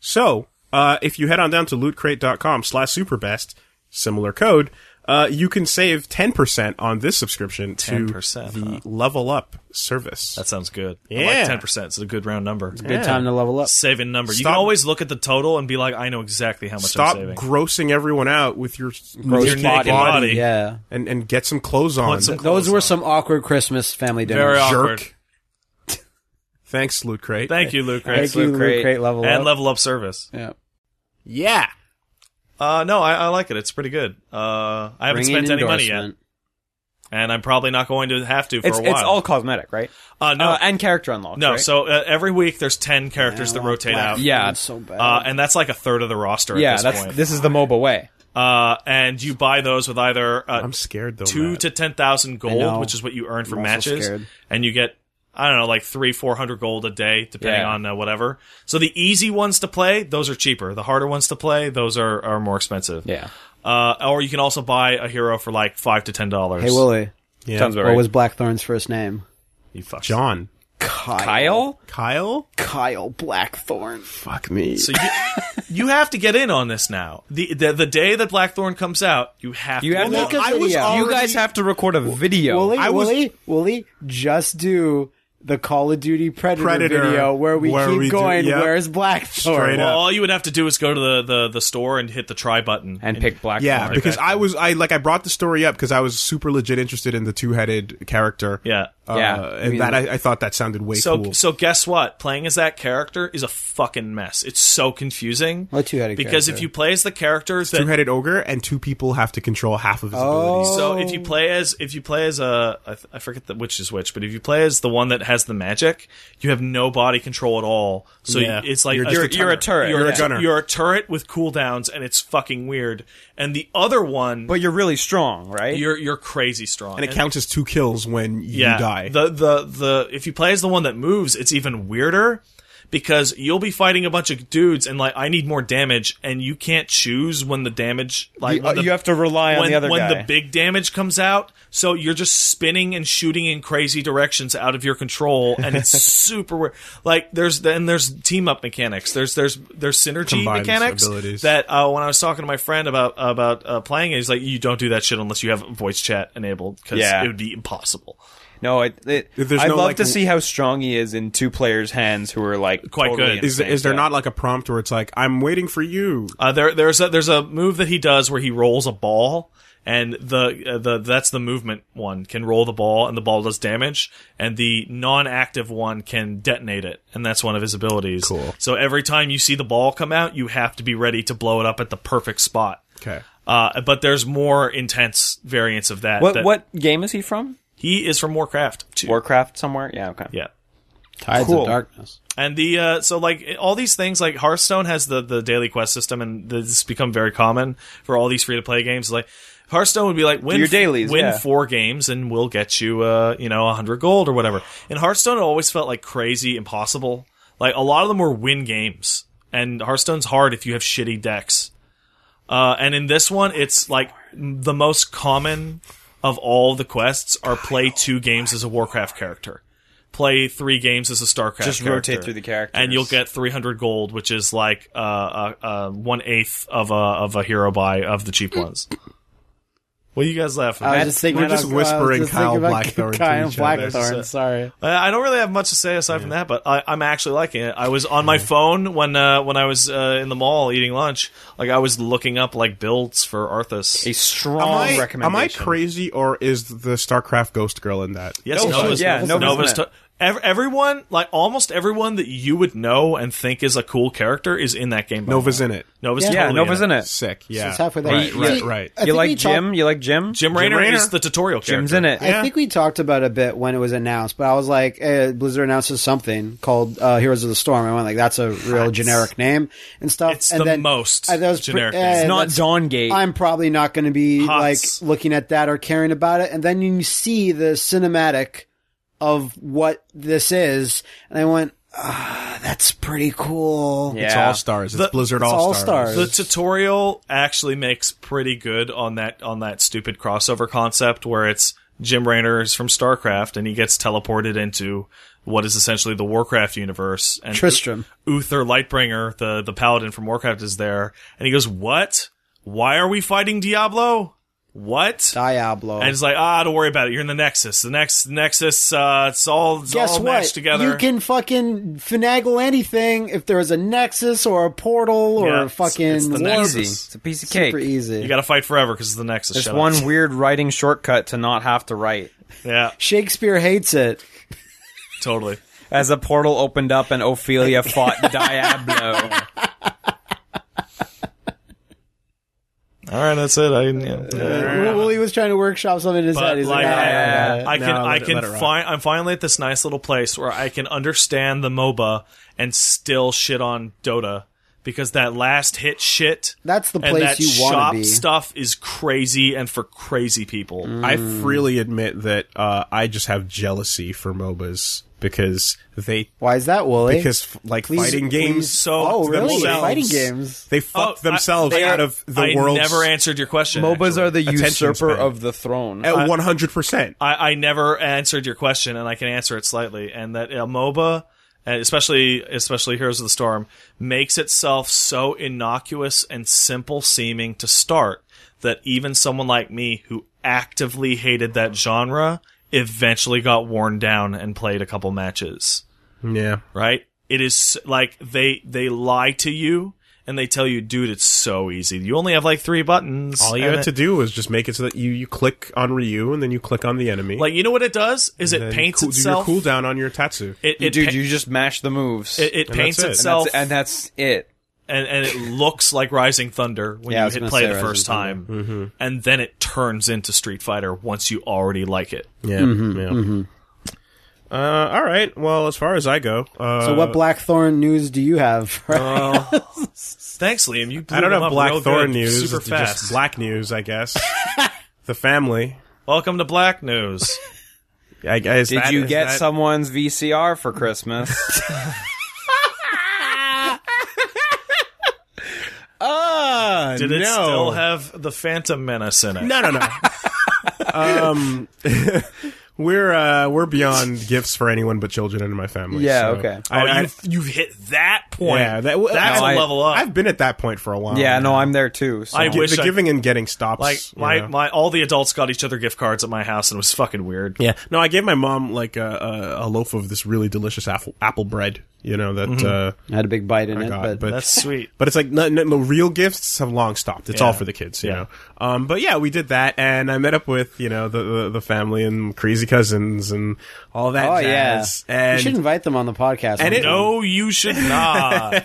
Speaker 3: So, uh, if you head on down to lootcrate.com slash superbest, similar code, uh, you can save 10% on this subscription to
Speaker 4: 10%,
Speaker 3: the
Speaker 4: huh?
Speaker 3: level up service.
Speaker 4: That sounds good. I
Speaker 3: Yeah.
Speaker 4: like ten percent. It's a good round number.
Speaker 2: Good time to level up.
Speaker 4: Saving number. You
Speaker 3: Stop-
Speaker 4: can always look at the total and be like, I know exactly how much
Speaker 3: Stop
Speaker 4: I'm saving.
Speaker 3: grossing everyone out with your
Speaker 2: Gross
Speaker 4: your naked body.
Speaker 2: Yeah.
Speaker 3: and, and get some clothes on.
Speaker 4: Put some
Speaker 2: Those
Speaker 4: clothes
Speaker 2: were
Speaker 4: on.
Speaker 2: some awkward Christmas family dinners.
Speaker 4: Very
Speaker 3: jerk.
Speaker 4: awkward.
Speaker 3: Thanks, Loot Crate.
Speaker 4: Thank you, Luke.
Speaker 2: Thank
Speaker 4: Grace.
Speaker 2: you,
Speaker 1: Loot
Speaker 2: Loot
Speaker 1: Crate.
Speaker 2: Crate level
Speaker 4: And
Speaker 2: up.
Speaker 4: level up service.
Speaker 2: yeah.
Speaker 3: yeah.
Speaker 4: Uh, no, I, I like it. It's pretty good. Uh, I haven't
Speaker 2: Ringing
Speaker 4: spent any money yet,
Speaker 2: endorsement.
Speaker 4: and I'm probably not going to have to for
Speaker 1: It's,
Speaker 4: a while.
Speaker 1: it's all cosmetic, right?
Speaker 4: uh, no,
Speaker 1: Uh, and character unlocked.
Speaker 4: no.
Speaker 1: right?
Speaker 4: So uh, every week there's ten characters
Speaker 2: Oh,
Speaker 4: that rotate out.
Speaker 1: Yeah.
Speaker 2: It's so bad.
Speaker 4: Uh, and that's like a third of the roster
Speaker 1: yeah,
Speaker 4: at this
Speaker 1: that's
Speaker 4: point.
Speaker 1: this is the MOBA way.
Speaker 4: uh, and you buy those with either uh,
Speaker 3: I'm scared though.
Speaker 4: two
Speaker 3: Matt.
Speaker 4: to ten thousand
Speaker 2: know.
Speaker 4: gold, which is what you earn for
Speaker 2: I'm also
Speaker 4: matches,
Speaker 2: scared.
Speaker 4: and you get I don't know like three four hundred gold a day, depending
Speaker 1: Yeah.
Speaker 4: on uh, whatever. So the easy ones to play, those are cheaper. The harder ones to play, those are are more expensive.
Speaker 1: Yeah.
Speaker 4: Uh, or you can also buy a hero for like five to ten dollars.
Speaker 2: hey Willie,
Speaker 3: yeah.
Speaker 1: Sounds about
Speaker 2: what
Speaker 1: right.
Speaker 2: was Blackthorn's first name?
Speaker 4: you fucks.
Speaker 3: John.
Speaker 1: Kyle?
Speaker 3: Kyle?
Speaker 2: Kyle Blackthorn.
Speaker 3: Fuck me.
Speaker 4: So you, you have to get in on this now. The, the the day that Blackthorn comes out, you have
Speaker 1: You
Speaker 4: to
Speaker 1: have
Speaker 4: get
Speaker 1: to-
Speaker 4: in.
Speaker 2: Make a
Speaker 3: I was
Speaker 2: video.
Speaker 3: already-
Speaker 1: You guys have to record a video.
Speaker 2: Wooly,
Speaker 3: I was-
Speaker 2: Wooly, Wooly, just do the Call of Duty Predator,
Speaker 3: Predator,
Speaker 2: video where we
Speaker 3: where
Speaker 2: keep
Speaker 3: we do-
Speaker 2: going.
Speaker 3: yep.
Speaker 2: Where's Blackthorn?
Speaker 3: Straight
Speaker 4: Well,
Speaker 3: up.
Speaker 4: all you would have to do is go to the, the, the store and hit the try button.
Speaker 1: and pick Black.
Speaker 3: Yeah,
Speaker 1: Thorn.
Speaker 3: because I was I like I brought the story up because I was super legit interested in the two headed character.
Speaker 4: Yeah.
Speaker 3: uh,
Speaker 1: Yeah.
Speaker 3: and that I, I thought that sounded way
Speaker 4: so
Speaker 3: cool.
Speaker 4: so guess what? Playing as that character is a fucking mess. It's so confusing.
Speaker 2: What two-headed
Speaker 4: Because if
Speaker 2: character?
Speaker 4: you play as the character
Speaker 3: two
Speaker 4: that Oh.
Speaker 3: headed ogre and two people have to control half of his abilities.
Speaker 4: so if you play as if you play as a I, th- I forget the, which is which, but if you play as the one that has the magic, you have no body control at all. So
Speaker 3: Yeah.
Speaker 4: you- it's like
Speaker 3: You're
Speaker 4: a-
Speaker 3: just
Speaker 1: a You're- you're a turret. turret.
Speaker 4: You're,
Speaker 1: You're
Speaker 3: a gunner.
Speaker 4: You're a turret with cooldowns, and it's fucking weird. And the other one,
Speaker 1: but you're really strong, right?
Speaker 4: you're you're crazy strong,
Speaker 3: And it counts as two kills when you
Speaker 4: yeah,
Speaker 3: die.
Speaker 4: The the the if you play as the one that moves, it's even weirder because you'll be fighting a bunch of dudes and like I need more damage and you can't choose when the damage like
Speaker 1: You-
Speaker 4: when the-
Speaker 1: you have to rely on
Speaker 4: when-
Speaker 1: the other
Speaker 4: when
Speaker 1: guy.
Speaker 4: the big damage comes out. So you're just spinning and shooting in crazy directions out of your control and it's super weird. Like there's then there's team up mechanics. There's there's there's synergy
Speaker 3: Combines
Speaker 4: mechanics
Speaker 3: abilities.
Speaker 4: that uh, when I was talking to my friend about about uh, playing it, he's like you don't do that shit unless you have voice chat enabled cuz
Speaker 1: Yeah.
Speaker 4: it would be impossible.
Speaker 1: no, it, it,
Speaker 3: There's
Speaker 1: I
Speaker 3: no,
Speaker 1: love
Speaker 3: like,
Speaker 1: to
Speaker 3: w-
Speaker 1: see how strong he is in two players' hands who are like
Speaker 4: Quite
Speaker 1: totally
Speaker 4: good.
Speaker 1: in
Speaker 3: is
Speaker 1: sync,
Speaker 3: is there
Speaker 1: yeah.
Speaker 3: not like a prompt where it's like I'm waiting for you?
Speaker 4: Uh, there, there's a there's a move that he does where he rolls a ball, and the uh, the that's the movement one can roll the ball, and the ball does damage, and the non-active one can detonate it, and that's one of his abilities.
Speaker 3: Cool.
Speaker 4: So every time you see the ball come out, you have to be ready to blow it up at the perfect spot.
Speaker 3: Okay.
Speaker 4: Uh, but there's more intense variants of that.
Speaker 1: What
Speaker 4: that-
Speaker 1: what game is he from?
Speaker 4: he is from Warcraft 2.
Speaker 1: Warcraft somewhere? Yeah, okay.
Speaker 4: yeah.
Speaker 2: Tides
Speaker 1: Cool.
Speaker 2: of Darkness.
Speaker 4: And the uh, so like all these things like Hearthstone has the the daily quest system, and this has become very common for all these free to play games. Like Hearthstone would be like win
Speaker 1: your dailies,
Speaker 4: win
Speaker 1: yeah.
Speaker 4: four games, and we'll get you uh you know hundred gold or whatever. In Hearthstone, it always felt like crazy impossible. Like a lot of them were win games, and Hearthstone's hard if you have shitty decks. Uh, and in this one, it's like the most common of all the quests are play two games as a Warcraft character. Play three games as a StarCraft.
Speaker 1: Just rotate
Speaker 4: character,
Speaker 1: through the characters.
Speaker 4: and you'll get 300 gold, which is like uh, uh, uh, one eighth of a of a hero buy of the cheap ones. What are you guys laughing?
Speaker 2: I
Speaker 4: at?
Speaker 2: was just thinking
Speaker 3: we're just
Speaker 2: about- I was
Speaker 3: whispering
Speaker 2: just thinking
Speaker 3: Kyle
Speaker 2: about
Speaker 3: Blackthorn to
Speaker 2: Kyle
Speaker 3: each other.
Speaker 2: Blackthorn, sorry.
Speaker 4: Uh, I don't really have much to say aside from that, but I, I'm actually liking it. I was on my phone when uh, when I was uh, in the mall eating lunch. Like I was looking up like builds for Arthas.
Speaker 1: A strong
Speaker 3: Am I, am
Speaker 1: recommendation.
Speaker 3: I crazy or is the StarCraft Ghost Girl in that?
Speaker 4: Yes,
Speaker 1: Nova.
Speaker 4: Nova's,
Speaker 1: Yeah,
Speaker 4: Nova's,
Speaker 1: Nova's
Speaker 4: Nova's
Speaker 1: in it.
Speaker 4: to- ev- everyone, like almost everyone that you would know and think is a cool character is in that game. by
Speaker 3: Nova's
Speaker 4: now.
Speaker 3: in it.
Speaker 4: Nova's
Speaker 2: Yeah.
Speaker 1: Yeah,
Speaker 4: totally
Speaker 1: Nova's in it.
Speaker 3: Sick. Yeah.
Speaker 2: It's halfway there.
Speaker 3: Right, right,
Speaker 2: See,
Speaker 3: right.
Speaker 2: I
Speaker 1: You
Speaker 3: You
Speaker 2: think
Speaker 1: like
Speaker 2: we talked-
Speaker 1: Jim? You like Jim?
Speaker 4: Jim Raynor,
Speaker 3: Raynor.
Speaker 4: is the tutorial character.
Speaker 1: Jim's in it.
Speaker 3: Yeah.
Speaker 2: I think we talked about it a bit when it was announced, but I was like, eh, Blizzard announces something called uh, Heroes of the Storm. I went like, that's a real generic name and stuff.
Speaker 4: It's
Speaker 2: and
Speaker 4: the
Speaker 2: then,
Speaker 4: most
Speaker 2: I- that was
Speaker 4: generic
Speaker 2: eh,
Speaker 4: name. It's
Speaker 1: It's not
Speaker 2: that's-
Speaker 1: Dawngate.
Speaker 2: I'm probably not going to be
Speaker 4: Hots.
Speaker 2: like looking at that or caring about it. And then you see the cinematic of what this is, and I went, ah, that's pretty cool.
Speaker 1: Yeah.
Speaker 3: It's All Stars. It's
Speaker 4: The-
Speaker 3: Blizzard
Speaker 2: it's
Speaker 3: All Stars.
Speaker 2: All-Stars.
Speaker 4: The tutorial actually makes pretty good on that on that stupid crossover concept where it's Jim Raynor is from StarCraft and he gets teleported into what is essentially the Warcraft universe and
Speaker 2: Tristram.
Speaker 4: U- Uther Lightbringer, the the paladin from Warcraft is there and he goes, "What? Why are we fighting Diablo? What?"
Speaker 2: Diablo.
Speaker 4: And it's like, ah, don't worry about it. You're in the Nexus. The next Nexus, uh, it's all it's
Speaker 2: Guess
Speaker 4: all
Speaker 2: what?
Speaker 4: matched together.
Speaker 2: You can fucking finagle anything if there is a nexus or a portal or
Speaker 4: Yeah,
Speaker 2: a
Speaker 4: it's-
Speaker 2: fucking
Speaker 4: it's the
Speaker 2: warp.
Speaker 4: nexus.
Speaker 1: easy. It's a piece of cake.
Speaker 2: Super easy.
Speaker 4: you got to fight forever because the Nexus.
Speaker 1: It's
Speaker 4: shut up.
Speaker 1: one weird writing shortcut to not have to write.
Speaker 4: Yeah,
Speaker 2: Shakespeare hates it.
Speaker 4: totally.
Speaker 1: As a portal opened up and Ophelia fought Diablo.
Speaker 4: All right, that's it. I yeah.
Speaker 2: Wooly was trying to workshop something in his head.
Speaker 4: But
Speaker 2: He's
Speaker 4: like,
Speaker 2: like, "Ah,
Speaker 4: I- I can,
Speaker 3: No,
Speaker 4: I
Speaker 3: let it-
Speaker 4: can
Speaker 3: let it rock.
Speaker 4: find. I'm finally at this nice little place where I can understand the MOBA and still shit on Dota because that last hit shit.
Speaker 2: That's the
Speaker 4: and
Speaker 2: place
Speaker 4: that
Speaker 2: you wanna
Speaker 4: shop
Speaker 2: be. Mm.
Speaker 4: Stuff is crazy and for crazy people.
Speaker 3: I freely admit that uh, I just have jealousy for MOBAs because they
Speaker 2: why is that Wooly?
Speaker 3: because like
Speaker 2: Please-
Speaker 3: fighting games
Speaker 4: So
Speaker 2: oh, really?
Speaker 4: themselves-
Speaker 2: Fighting games.
Speaker 3: they fuck
Speaker 4: Oh, I-
Speaker 3: themselves
Speaker 4: they
Speaker 3: out
Speaker 4: are-
Speaker 3: of the
Speaker 4: I
Speaker 3: world
Speaker 4: never answered your question.
Speaker 1: MOBAs
Speaker 4: actually.
Speaker 1: are the
Speaker 3: Attention
Speaker 1: usurper
Speaker 3: span.
Speaker 1: of the throne.
Speaker 3: at one hundred percent.
Speaker 4: I, I never answered your question, and I can answer it slightly. And that uh, MOBA, and especially especially Heroes of the Storm, makes itself so innocuous and simple seeming to start that even someone like me who actively hated that genre eventually got worn down and played a couple matches
Speaker 3: Yeah,
Speaker 4: right? It is like they they lie to you and they tell you, dude, it's so easy. You only have like three buttons.
Speaker 3: all you
Speaker 4: and
Speaker 3: had
Speaker 4: it-
Speaker 3: to do was just make it so that you you click on Ryu and then you click on the enemy.
Speaker 4: like, you know what it does? Is it
Speaker 3: and
Speaker 4: paints
Speaker 3: cool,
Speaker 4: itself.
Speaker 3: do your cooldown on your Tatsu.
Speaker 4: it,
Speaker 1: You-
Speaker 4: it,
Speaker 1: Dude,
Speaker 4: pa-
Speaker 1: you just mash the moves.
Speaker 4: it, it
Speaker 3: And
Speaker 4: paints
Speaker 3: that's it.
Speaker 1: and,
Speaker 4: itself
Speaker 1: that's, and that's it.
Speaker 4: and, and it looks like Rising Thunder when
Speaker 2: Yeah, I
Speaker 4: you
Speaker 2: was
Speaker 4: hit
Speaker 2: gonna
Speaker 4: play
Speaker 2: say
Speaker 4: the
Speaker 2: Rising
Speaker 4: first time,
Speaker 3: Mm-hmm.
Speaker 4: and then it turns into Street Fighter once you already like it.
Speaker 3: yeah,
Speaker 2: Mm-hmm,
Speaker 3: yeah. Uh, all right. Well, as far as I go, uh,
Speaker 2: So, what Blackthorn news do you have?
Speaker 4: Uh, Thanks, Liam. You blew
Speaker 3: I don't
Speaker 4: them
Speaker 3: have
Speaker 4: up real
Speaker 3: Blackthorn
Speaker 4: good,
Speaker 3: news.
Speaker 4: super
Speaker 3: it's
Speaker 4: fast.
Speaker 3: Just black news, I guess. the family.
Speaker 4: Welcome to Black News.
Speaker 3: I guess.
Speaker 1: Did you get
Speaker 3: that,
Speaker 1: someone's VCR for Christmas?
Speaker 3: Uh,
Speaker 4: Did it
Speaker 3: no.
Speaker 4: still have the Phantom Menace in it?
Speaker 3: No, no, no. um, we're uh, we're beyond gifts for anyone but children in my family.
Speaker 1: Yeah,
Speaker 3: so
Speaker 1: okay.
Speaker 3: I,
Speaker 4: Oh,
Speaker 3: I-
Speaker 4: you've, you've hit that point.
Speaker 3: yeah, that, well,
Speaker 4: That's
Speaker 3: no,
Speaker 4: a
Speaker 3: I-
Speaker 4: level up.
Speaker 3: I've been at that point for a while.
Speaker 1: yeah, no, I'm there too. So.
Speaker 4: I
Speaker 3: Gi-
Speaker 4: wish
Speaker 3: the
Speaker 4: I-
Speaker 3: giving and getting stops.
Speaker 4: like
Speaker 3: you
Speaker 4: my,
Speaker 3: know.
Speaker 4: my all the adults got each other gift cards at my house and it was fucking weird.
Speaker 3: Yeah. No, I gave my mom like a, a, a loaf of this really delicious apple apple bread. You know that. Uh,
Speaker 2: I had a big bite in it,
Speaker 3: God,
Speaker 2: but,
Speaker 3: but-
Speaker 4: That's sweet.
Speaker 3: But it's like no, no, no, real gifts have long stopped. It's
Speaker 4: Yeah.
Speaker 3: all for the kids, you
Speaker 4: Yeah.
Speaker 3: know. Um, but yeah, we did that, and I met up with you know the the, the family and crazy cousins and all that.
Speaker 2: oh
Speaker 3: jazz.
Speaker 2: yeah, you
Speaker 3: and
Speaker 2: should invite them on the podcast.
Speaker 3: And it-
Speaker 4: No, you should not.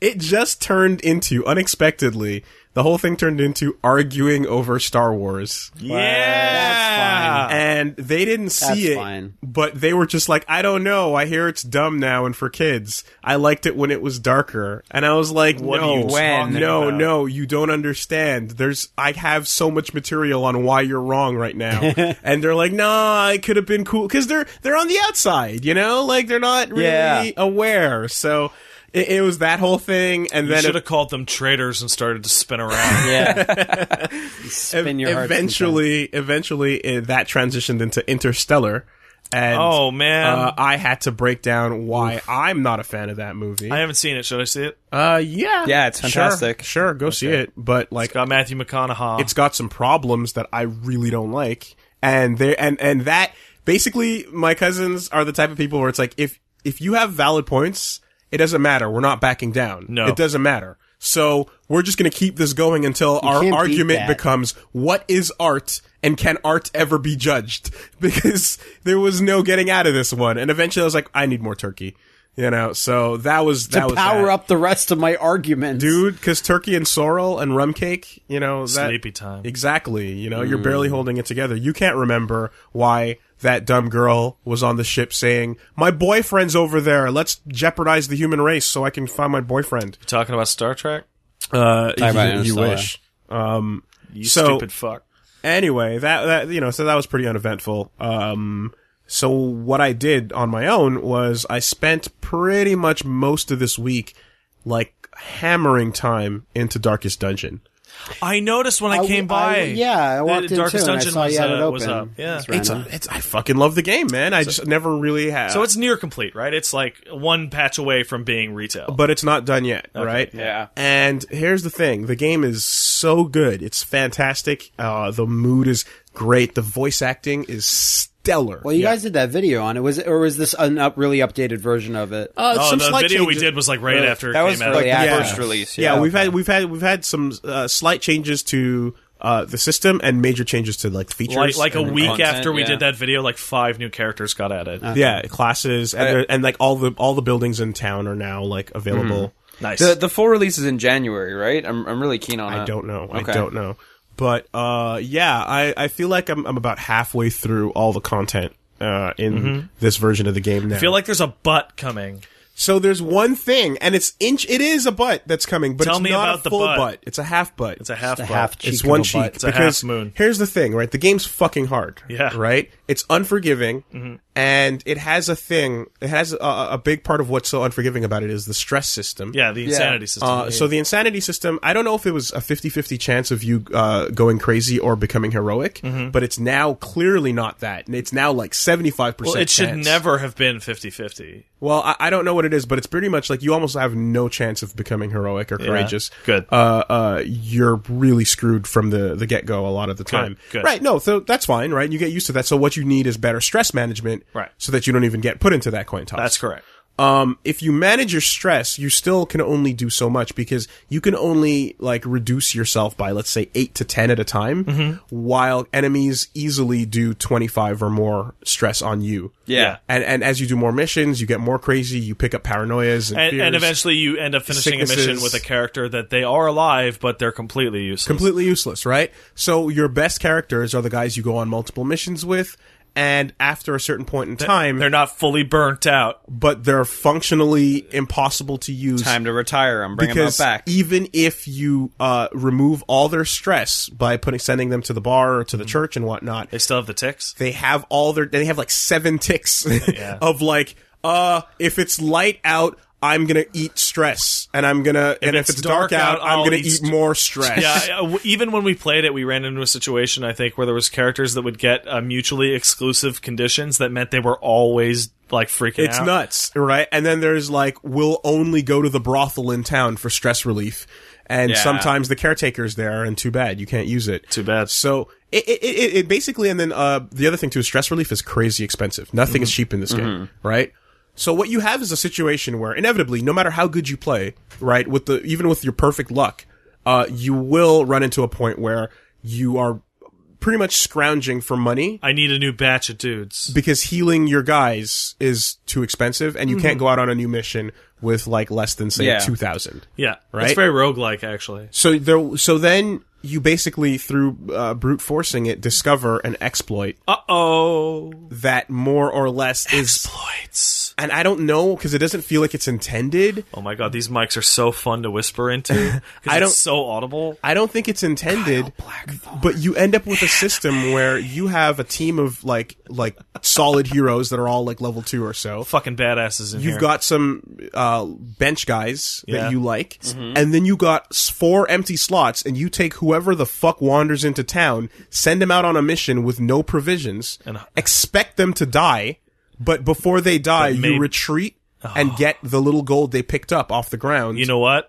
Speaker 3: it just turned into unexpectedly. The whole thing turned into arguing over Star Wars.
Speaker 4: yeah.
Speaker 3: And they didn't see it,
Speaker 2: Ah. fine.
Speaker 3: but they were just like, "I don't know. I hear it's dumb now and for kids. I liked it when it was darker." And I was like,
Speaker 4: What
Speaker 3: "No,
Speaker 4: are you
Speaker 1: when?
Speaker 4: talking
Speaker 3: no,
Speaker 4: about?
Speaker 3: no, you don't understand. There's, I have so much material on why you're wrong right now, and they're like, nah, it could have been cool because they're they're on the outside, you know, like they're not really
Speaker 2: Yeah.
Speaker 3: aware. So it, it was that whole thing, and
Speaker 4: You
Speaker 3: then
Speaker 4: should have called them traitors and started to spin around.
Speaker 2: yeah,
Speaker 4: E-
Speaker 3: ev-
Speaker 2: spin your heart
Speaker 3: eventually, eventually, eh, that transitioned into Interstellar, and
Speaker 4: oh man,
Speaker 3: uh, I had to break down why I'm not a fan of that movie.
Speaker 4: I haven't seen it. Should I see it?
Speaker 3: uh, yeah,
Speaker 1: Yeah, it's
Speaker 3: Sure,
Speaker 1: fantastic.
Speaker 3: Sure, go see it, but like
Speaker 4: Got uh, Matthew McConaughey.
Speaker 3: it's got some problems that I really don't like, and there and and that basically my cousins are the type of people where it's like if if you have valid points, it doesn't matter. We're not backing down.
Speaker 4: No.
Speaker 3: it doesn't matter. So we're just going to keep this going until our
Speaker 2: can't beat
Speaker 3: argument
Speaker 2: that.
Speaker 3: becomes what is art and can art ever be judged? Because there was no getting out of this one. And eventually I was like, I need more turkey. You know, so that was that
Speaker 2: to
Speaker 3: was
Speaker 2: power
Speaker 3: that.
Speaker 2: up the rest of my arguments.
Speaker 3: dude. Because turkey and sorrel and rum cake, you know, that,
Speaker 4: Sleepy time.
Speaker 3: Exactly. You know, you're barely holding it together. You can't remember why that dumb girl was on the ship saying, "My boyfriend's over there. Let's jeopardize the human race so I can find my boyfriend."
Speaker 4: Talking about Star Trek?
Speaker 3: Uh, you,
Speaker 2: about
Speaker 3: you
Speaker 2: Interstellar.
Speaker 3: wish. Um,
Speaker 4: You
Speaker 3: So-
Speaker 4: stupid fuck.
Speaker 3: anyway, that that you know, so that was pretty uneventful. Um so what I did on my own was I spent pretty much most of this week like hammering time into Darkest Dungeon.
Speaker 4: I noticed when I,
Speaker 2: I-
Speaker 4: came
Speaker 2: I-
Speaker 4: by.
Speaker 2: yeah, I walked
Speaker 4: the
Speaker 2: in
Speaker 4: Darkest
Speaker 2: too, and I
Speaker 4: Dungeon
Speaker 2: saw
Speaker 4: was,
Speaker 2: you had
Speaker 4: uh,
Speaker 2: it
Speaker 4: was
Speaker 2: open.
Speaker 4: up. Yeah.
Speaker 2: That's
Speaker 3: It's,
Speaker 2: random.
Speaker 3: it's I fucking love the game, man. I just never really have.
Speaker 4: So it's near complete, right? It's like one patch away from being retail.
Speaker 3: but it's not done yet, right?
Speaker 1: yeah.
Speaker 3: And here's the thing: the game is so good; it's fantastic. Uh, the mood is great. The voice acting is stellar.
Speaker 2: Well, you guys did that video on it. Was it, or was this an up, really updated version of it?
Speaker 3: Uh,
Speaker 4: oh,
Speaker 3: some
Speaker 4: the
Speaker 3: slight
Speaker 4: video we
Speaker 3: changes.
Speaker 4: did was like right after it
Speaker 1: that
Speaker 4: came
Speaker 1: was
Speaker 4: out.
Speaker 1: like the
Speaker 2: Yeah.
Speaker 1: first release.
Speaker 3: yeah,
Speaker 1: Yeah,
Speaker 3: we've had we've had we've had some uh, slight changes to uh, the system and major changes to like features,
Speaker 4: like, like a
Speaker 3: and-
Speaker 4: week
Speaker 1: content,
Speaker 4: after we
Speaker 1: yeah.
Speaker 4: did that video, like five new characters got added.
Speaker 2: Uh,
Speaker 3: yeah, classes, and,
Speaker 1: Uh,
Speaker 3: there- and like all the all the buildings in town are now like available.
Speaker 4: nice.
Speaker 1: the the full release is in January, right? I'm I'm really keen on.
Speaker 3: I
Speaker 4: Uh,
Speaker 1: it.
Speaker 3: don't know,
Speaker 1: Okay.
Speaker 3: I don't know, but uh, yeah, I, I feel like I'm I'm about halfway through all the content uh, in this version of the game now.
Speaker 4: Mm-hmm. I feel like there's a butt coming.
Speaker 3: so there's one thing, and it's inch. It is a butt that's coming, but
Speaker 4: Tell
Speaker 3: it's
Speaker 4: me
Speaker 3: not
Speaker 4: about
Speaker 3: a
Speaker 4: the
Speaker 3: full
Speaker 4: butt.
Speaker 3: It's a half butt.
Speaker 4: It's a half
Speaker 2: a
Speaker 4: butt.
Speaker 2: half cheek
Speaker 3: it's
Speaker 2: of
Speaker 3: one
Speaker 2: a
Speaker 3: cheek
Speaker 2: butt.
Speaker 4: It's a half
Speaker 3: because
Speaker 4: moon.
Speaker 3: here's the thing right the game's fucking hard
Speaker 4: Yeah. Mm-hmm.
Speaker 3: right it's unforgiving and it has a thing it has a, a big part of what's so unforgiving about it is the stress system
Speaker 4: Yeah, the insanity system.
Speaker 3: uh, so the insanity system i don't know if it was a 50-50 chance of you uh, going crazy or becoming heroic
Speaker 4: Mm-hmm.
Speaker 3: but it's now clearly not that and it's now like 75%
Speaker 4: well, it should
Speaker 3: chance.
Speaker 4: never have been 50-50.
Speaker 3: Well, I, I don't know what it is, but it's pretty much like you almost have no chance of becoming heroic or courageous.
Speaker 4: Good.
Speaker 3: Uh, uh, you're really screwed from the, the get go a lot of the time.
Speaker 4: Good.
Speaker 3: Right. No, so that's fine, right? You get used to that. So what you need is better stress management.
Speaker 4: Right.
Speaker 3: So that you don't even get put into that coin toss.
Speaker 4: That's correct.
Speaker 3: Um, if you manage your stress, you still can only do so much because you can only like reduce yourself by let's say eight to ten at a time,
Speaker 4: Mm-hmm.
Speaker 3: while enemies easily do twenty five or more stress on you.
Speaker 1: Yeah.
Speaker 3: and and as you do more missions, you get more crazy. You pick up paranoias and,
Speaker 4: And,
Speaker 3: fears.
Speaker 4: and eventually you end up finishing a mission
Speaker 3: Sicknesses.
Speaker 4: with a character that they are alive, but they're completely useless.
Speaker 3: completely useless, right? So your best characters are the guys you go on multiple missions with. And after a certain point in time,
Speaker 4: they're not fully burnt out.
Speaker 3: but they're functionally impossible to use.
Speaker 1: Time to retire. I'm bringing them
Speaker 3: because e-
Speaker 1: back.
Speaker 3: even if you uh, remove all their stress by putting sending them to the bar or to
Speaker 4: Mm-hmm.
Speaker 3: the church and whatnot,
Speaker 4: They still have the ticks.
Speaker 3: they have all their they have like seven ticks of like uh if it's light out. I'm gonna eat stress, and I'm gonna, and if
Speaker 4: it's
Speaker 3: it's dark,
Speaker 4: dark
Speaker 3: out,
Speaker 4: out,
Speaker 3: I'm
Speaker 4: I'll
Speaker 3: gonna
Speaker 4: eat
Speaker 3: eat
Speaker 4: st-
Speaker 3: more stress.
Speaker 4: yeah, I- I- w- even when we played it, we ran into a situation I think where there was characters that would get uh, mutually exclusive conditions that meant they were always like freaking
Speaker 3: It's
Speaker 4: out.
Speaker 3: nuts, right? And then there's like, we'll only go to the brothel in town for stress relief. And
Speaker 1: Yeah.
Speaker 3: sometimes the caretaker's there, and too bad, you can't use it.
Speaker 4: Too bad.
Speaker 3: So it, it, it, it basically, and then uh, the other thing too is stress relief is crazy expensive. Nothing
Speaker 4: Mm-hmm.
Speaker 3: is cheap in this game, right? So what you have is a situation where inevitably, no matter how good you play, right, with the even with your perfect luck, uh, you will run into a point where you are pretty much scrounging for money
Speaker 4: I need a new batch of dudes.
Speaker 3: because healing your guys is too expensive and you can't go out on a new mission with like less than say
Speaker 1: Yeah.
Speaker 3: 2000
Speaker 4: yeah,
Speaker 3: Right?
Speaker 4: It's very roguelike actually.
Speaker 3: so there so then you basically through uh, brute forcing it discover an exploit
Speaker 4: Uh oh,
Speaker 3: that more or less is
Speaker 4: exploits.
Speaker 3: and i don't know because it doesn't feel like it's intended
Speaker 4: Oh my god, these mics are so fun to whisper into. 'cause
Speaker 3: I don't-
Speaker 4: it's so audible.
Speaker 3: I don't think it's intended, but you end up with a system where you have a team of like like solid heroes that are all like level two or so.
Speaker 4: Fucking badasses in
Speaker 3: You've
Speaker 4: here.
Speaker 3: got some uh, bench guys
Speaker 4: Yeah. Mm-hmm.
Speaker 3: that you like, and then you got s- four empty slots, and you take whoever the fuck wanders into town, send them out on a mission with no provisions,
Speaker 4: And-
Speaker 3: expect them to die, but before they die,
Speaker 4: But may- Ah.
Speaker 3: you retreat and get the little gold they picked up off the ground,
Speaker 4: You know what?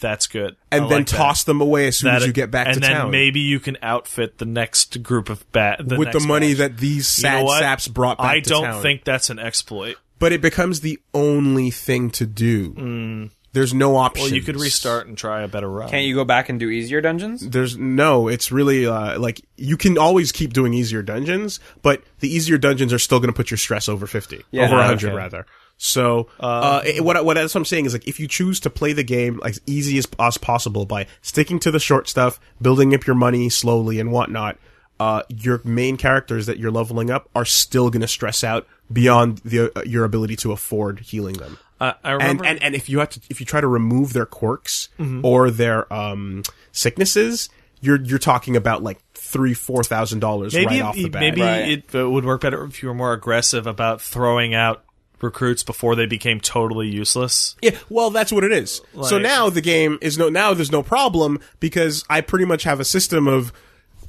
Speaker 4: That's good.
Speaker 3: and
Speaker 4: I
Speaker 3: then
Speaker 4: like that.
Speaker 3: toss them away as soon
Speaker 4: That-
Speaker 3: as you get back
Speaker 4: and
Speaker 3: to
Speaker 4: then
Speaker 3: town
Speaker 4: maybe you can outfit the next group of bat the
Speaker 3: with the
Speaker 4: next
Speaker 3: money
Speaker 4: batch.
Speaker 3: that these
Speaker 4: You know
Speaker 3: sad
Speaker 4: what?
Speaker 3: saps brought back.
Speaker 4: I
Speaker 3: to
Speaker 4: don't
Speaker 3: town.
Speaker 4: think that's an exploit.
Speaker 3: but it becomes the only thing to do. There's no option.
Speaker 4: Mm. Well, you could restart and try a better route.
Speaker 1: Can't you go back and do easier dungeons?
Speaker 3: There's no. It's really uh, like you can always keep doing easier dungeons, but the easier dungeons are still going to put your stress over fifty,
Speaker 1: Yeah,
Speaker 3: over
Speaker 1: okay.
Speaker 3: hundred rather. So uh, it- what I- what that's what I'm saying is like if you choose to play the game as easy as, as possible by sticking to the short stuff, building up your money slowly and whatnot, uh, your main characters that you're leveling up are still going to stress out beyond the, uh, your ability to afford healing them
Speaker 1: Uh,
Speaker 4: I, I remember. Mm-hmm.
Speaker 3: and, and and if you have to if you try to remove their quirks or their um sicknesses, you're you're talking about like three four thousand dollars right
Speaker 4: maybe
Speaker 3: off the
Speaker 4: it,
Speaker 3: bat.
Speaker 4: maybe
Speaker 1: Right.
Speaker 4: it uh, would work better if you were more aggressive about throwing out recruits before they became totally useless.
Speaker 3: Yeah, well, that's what it is. so
Speaker 4: Like-
Speaker 3: now the game is no now there's no problem because I pretty much have a system of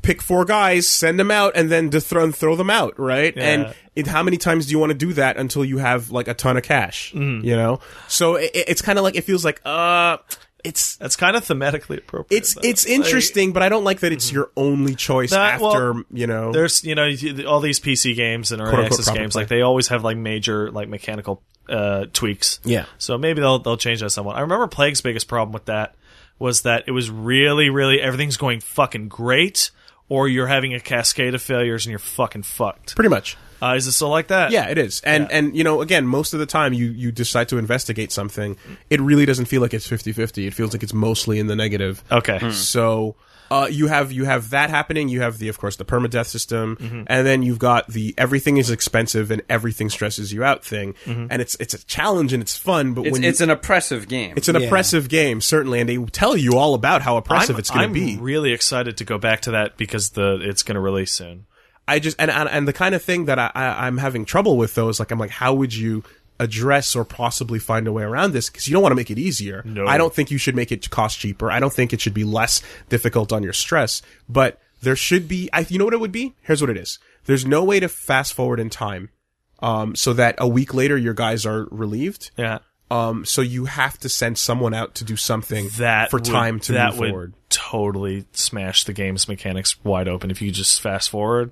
Speaker 3: pick four guys, send them out, and then dethrone throw them out, right? And it, how many times do you want to do that until you have like a ton of cash?
Speaker 4: Mm.
Speaker 3: You know, so it, it- it's kind of like it feels like uh, it's
Speaker 4: That's kind of thematically appropriate.
Speaker 3: It's
Speaker 4: though.
Speaker 3: it's
Speaker 4: Like, Mhm.
Speaker 3: interesting, but I don't like that it's your only choice
Speaker 4: That- well,
Speaker 3: after you know.
Speaker 4: there's you know you- all these PC games and early
Speaker 3: Quote, unquote,
Speaker 4: access
Speaker 3: proper
Speaker 4: games
Speaker 3: play.
Speaker 4: like they always have like major like mechanical uh, tweaks.
Speaker 3: Yeah.
Speaker 4: So maybe they'll they'll change that somewhat. I remember Plague's biggest problem with that was that it was really really everything's going fucking great or you're having a cascade of failures and you're fucking fucked.
Speaker 3: pretty much.
Speaker 4: Uh, is it still like that?
Speaker 3: Yeah, it is, and and you know, again, most of the time you you decide to investigate something, it really doesn't feel like it's 50-50. It feels like it's mostly in the negative.
Speaker 4: Okay.
Speaker 3: So uh, you have you have that happening. You have the of course the permadeath system,
Speaker 4: Mm-hmm.
Speaker 3: and then you've got the everything is expensive and everything stresses you out thing.
Speaker 4: Mm-hmm.
Speaker 3: And it's it's a challenge and it's fun, but
Speaker 1: It's,
Speaker 3: when you-
Speaker 1: it's an oppressive game.
Speaker 3: it's an oppressive game certainly, and they tell you all about how oppressive
Speaker 4: I'm,
Speaker 3: it's going
Speaker 4: I'm
Speaker 3: to be.
Speaker 4: really excited to go back to that because the it's going to release soon.
Speaker 3: I just and and, and the kind of thing that I, I I'm having trouble with though is like I'm like how would you address or possibly find a way around this because you don't want to make it easier.
Speaker 4: No.
Speaker 3: I don't think you should make it cost cheaper. I don't think it should be less difficult on your stress, but there should be I you know what it would be? Here's what it is. There's no way to fast forward in time um so that a week later your guys are relieved.
Speaker 4: Yeah.
Speaker 3: Um so you have to send someone out to do something
Speaker 4: That
Speaker 3: for
Speaker 4: would-
Speaker 3: time to
Speaker 4: that
Speaker 3: move
Speaker 4: would
Speaker 3: forward.
Speaker 4: totally smash the game's mechanics wide open if you just fast forward.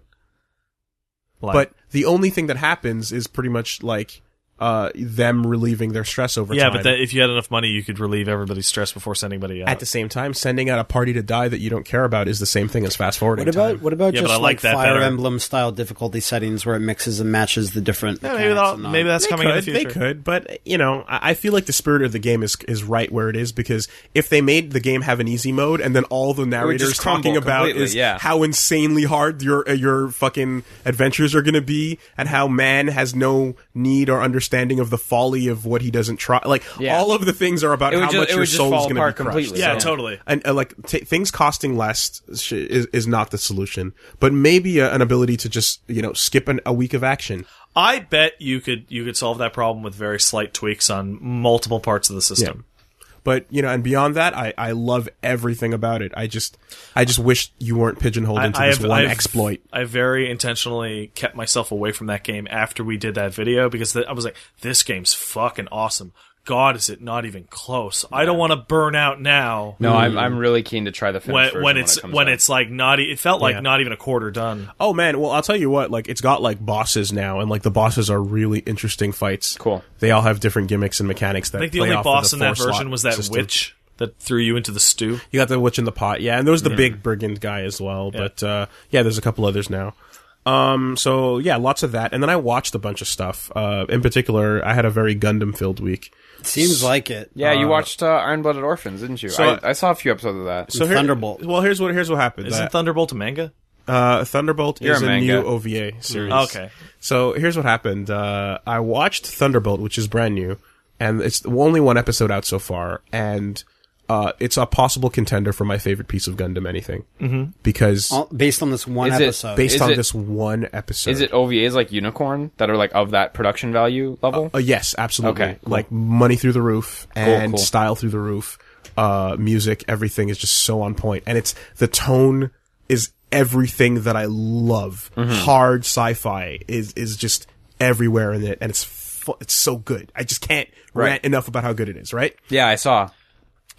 Speaker 4: Like,
Speaker 3: but the only thing that happens is pretty much like uh, them relieving their stress over
Speaker 4: yeah,
Speaker 3: time.
Speaker 4: but that, if you had enough money, you could relieve everybody's stress before sending anybody out.
Speaker 3: at the same time, sending out a party to die that you don't care about is the same thing as fast forwarding.
Speaker 2: What about
Speaker 3: time.
Speaker 2: what about
Speaker 4: Yeah, but
Speaker 2: just
Speaker 4: I like
Speaker 2: like,
Speaker 4: that
Speaker 2: Fire
Speaker 4: better.
Speaker 2: Emblem style difficulty settings where it mixes and matches the different?
Speaker 4: yeah, maybe
Speaker 2: mechanics
Speaker 4: that'll-
Speaker 2: and all?
Speaker 4: maybe that's
Speaker 3: They
Speaker 4: coming in
Speaker 3: could,
Speaker 4: the future.
Speaker 3: they could, but you know, I, I feel like the spirit of the game is is right where it is because if they made the game have an easy mode and then all the narrators
Speaker 1: just crumble
Speaker 3: talking about
Speaker 1: completely,
Speaker 3: is
Speaker 1: yeah.
Speaker 3: how insanely hard your uh, your fucking adventures are going to be and how man has no need or understanding of the folly of what he doesn't try, like
Speaker 1: Yeah.
Speaker 3: all of the things are about
Speaker 1: It would
Speaker 3: how
Speaker 1: ju-
Speaker 3: much
Speaker 1: it would
Speaker 3: your
Speaker 1: just
Speaker 3: soul is
Speaker 1: fall
Speaker 3: going to be
Speaker 1: apart
Speaker 3: crushed.
Speaker 1: completely.
Speaker 4: Yeah,
Speaker 1: So-
Speaker 4: totally.
Speaker 3: and uh, like t- things costing less sh- is is not the solution, but maybe uh an ability to just you know skip an, a week of action.
Speaker 4: I bet you could you could solve that problem with very slight tweaks on multiple parts of the system.
Speaker 3: But you know, and beyond that, I I love everything about it. I just I just wish you weren't pigeonholed into this one exploit.
Speaker 4: I very intentionally kept myself away from that game after we did that video because th- I was like, this game's fucking awesome. God, is it not even close? I don't want to burn out now.
Speaker 1: no, I'm,
Speaker 3: Mm.
Speaker 1: I'm really keen to try the finished
Speaker 4: When,
Speaker 1: version
Speaker 4: when it's
Speaker 1: it comes
Speaker 4: when
Speaker 1: out.
Speaker 4: it's like not, e- it felt like
Speaker 3: Yeah.
Speaker 4: not even a quarter done.
Speaker 3: Oh man, well I'll tell you what, like it's got like bosses now, and like the bosses are really interesting fights.
Speaker 1: Cool.
Speaker 3: They all have different gimmicks and mechanics that.
Speaker 4: I think the
Speaker 3: play
Speaker 4: only
Speaker 3: off of
Speaker 4: boss
Speaker 3: the
Speaker 4: in that
Speaker 3: four-slot
Speaker 4: version was that
Speaker 3: system.
Speaker 4: witch that threw you into the stew.
Speaker 3: You got the witch in the pot, yeah, and there was the big brigand guy as well. But uh, yeah, there's a couple others now. Um, so yeah, lots of that, and then I watched a bunch of stuff. Uh, in particular, I had a very Gundam filled week.
Speaker 2: Seems like it.
Speaker 1: yeah, you watched uh, Iron Blooded Orphans, didn't you?
Speaker 3: so-
Speaker 1: I, I saw a few episodes of that.
Speaker 3: So here-
Speaker 2: Thunderbolt.
Speaker 3: Well, here's what here's what happened.
Speaker 4: Isn't
Speaker 3: Uh,
Speaker 4: Thunderbolt a manga?
Speaker 3: Uh, Thunderbolt
Speaker 1: You're
Speaker 3: is
Speaker 1: a
Speaker 3: a, new
Speaker 1: manga. Mm-hmm.
Speaker 3: OVA series.
Speaker 4: Okay.
Speaker 3: So here's what happened. Uh, I watched Thunderbolt, which is brand new, and it's only one episode out so far, and uh, it's a possible contender for my favorite piece of Gundam anything mm-hmm. because
Speaker 2: All- Based on this one
Speaker 1: Is it
Speaker 2: episode.
Speaker 3: based
Speaker 1: Is
Speaker 3: on
Speaker 1: it-
Speaker 3: this one episode.
Speaker 1: Is it OVAs like Unicorn that are like of that production value level?
Speaker 3: Uh, yes, absolutely.
Speaker 1: Okay, cool.
Speaker 3: Like money through the roof and
Speaker 1: cool.
Speaker 3: style through the roof. Uh, music, everything is just so on point, and it's the tone is everything that I love. Hard sci-fi is is just everywhere in it, and it's fu- it's so good. I just can't rant enough about how good it is. Right?
Speaker 1: yeah, I saw.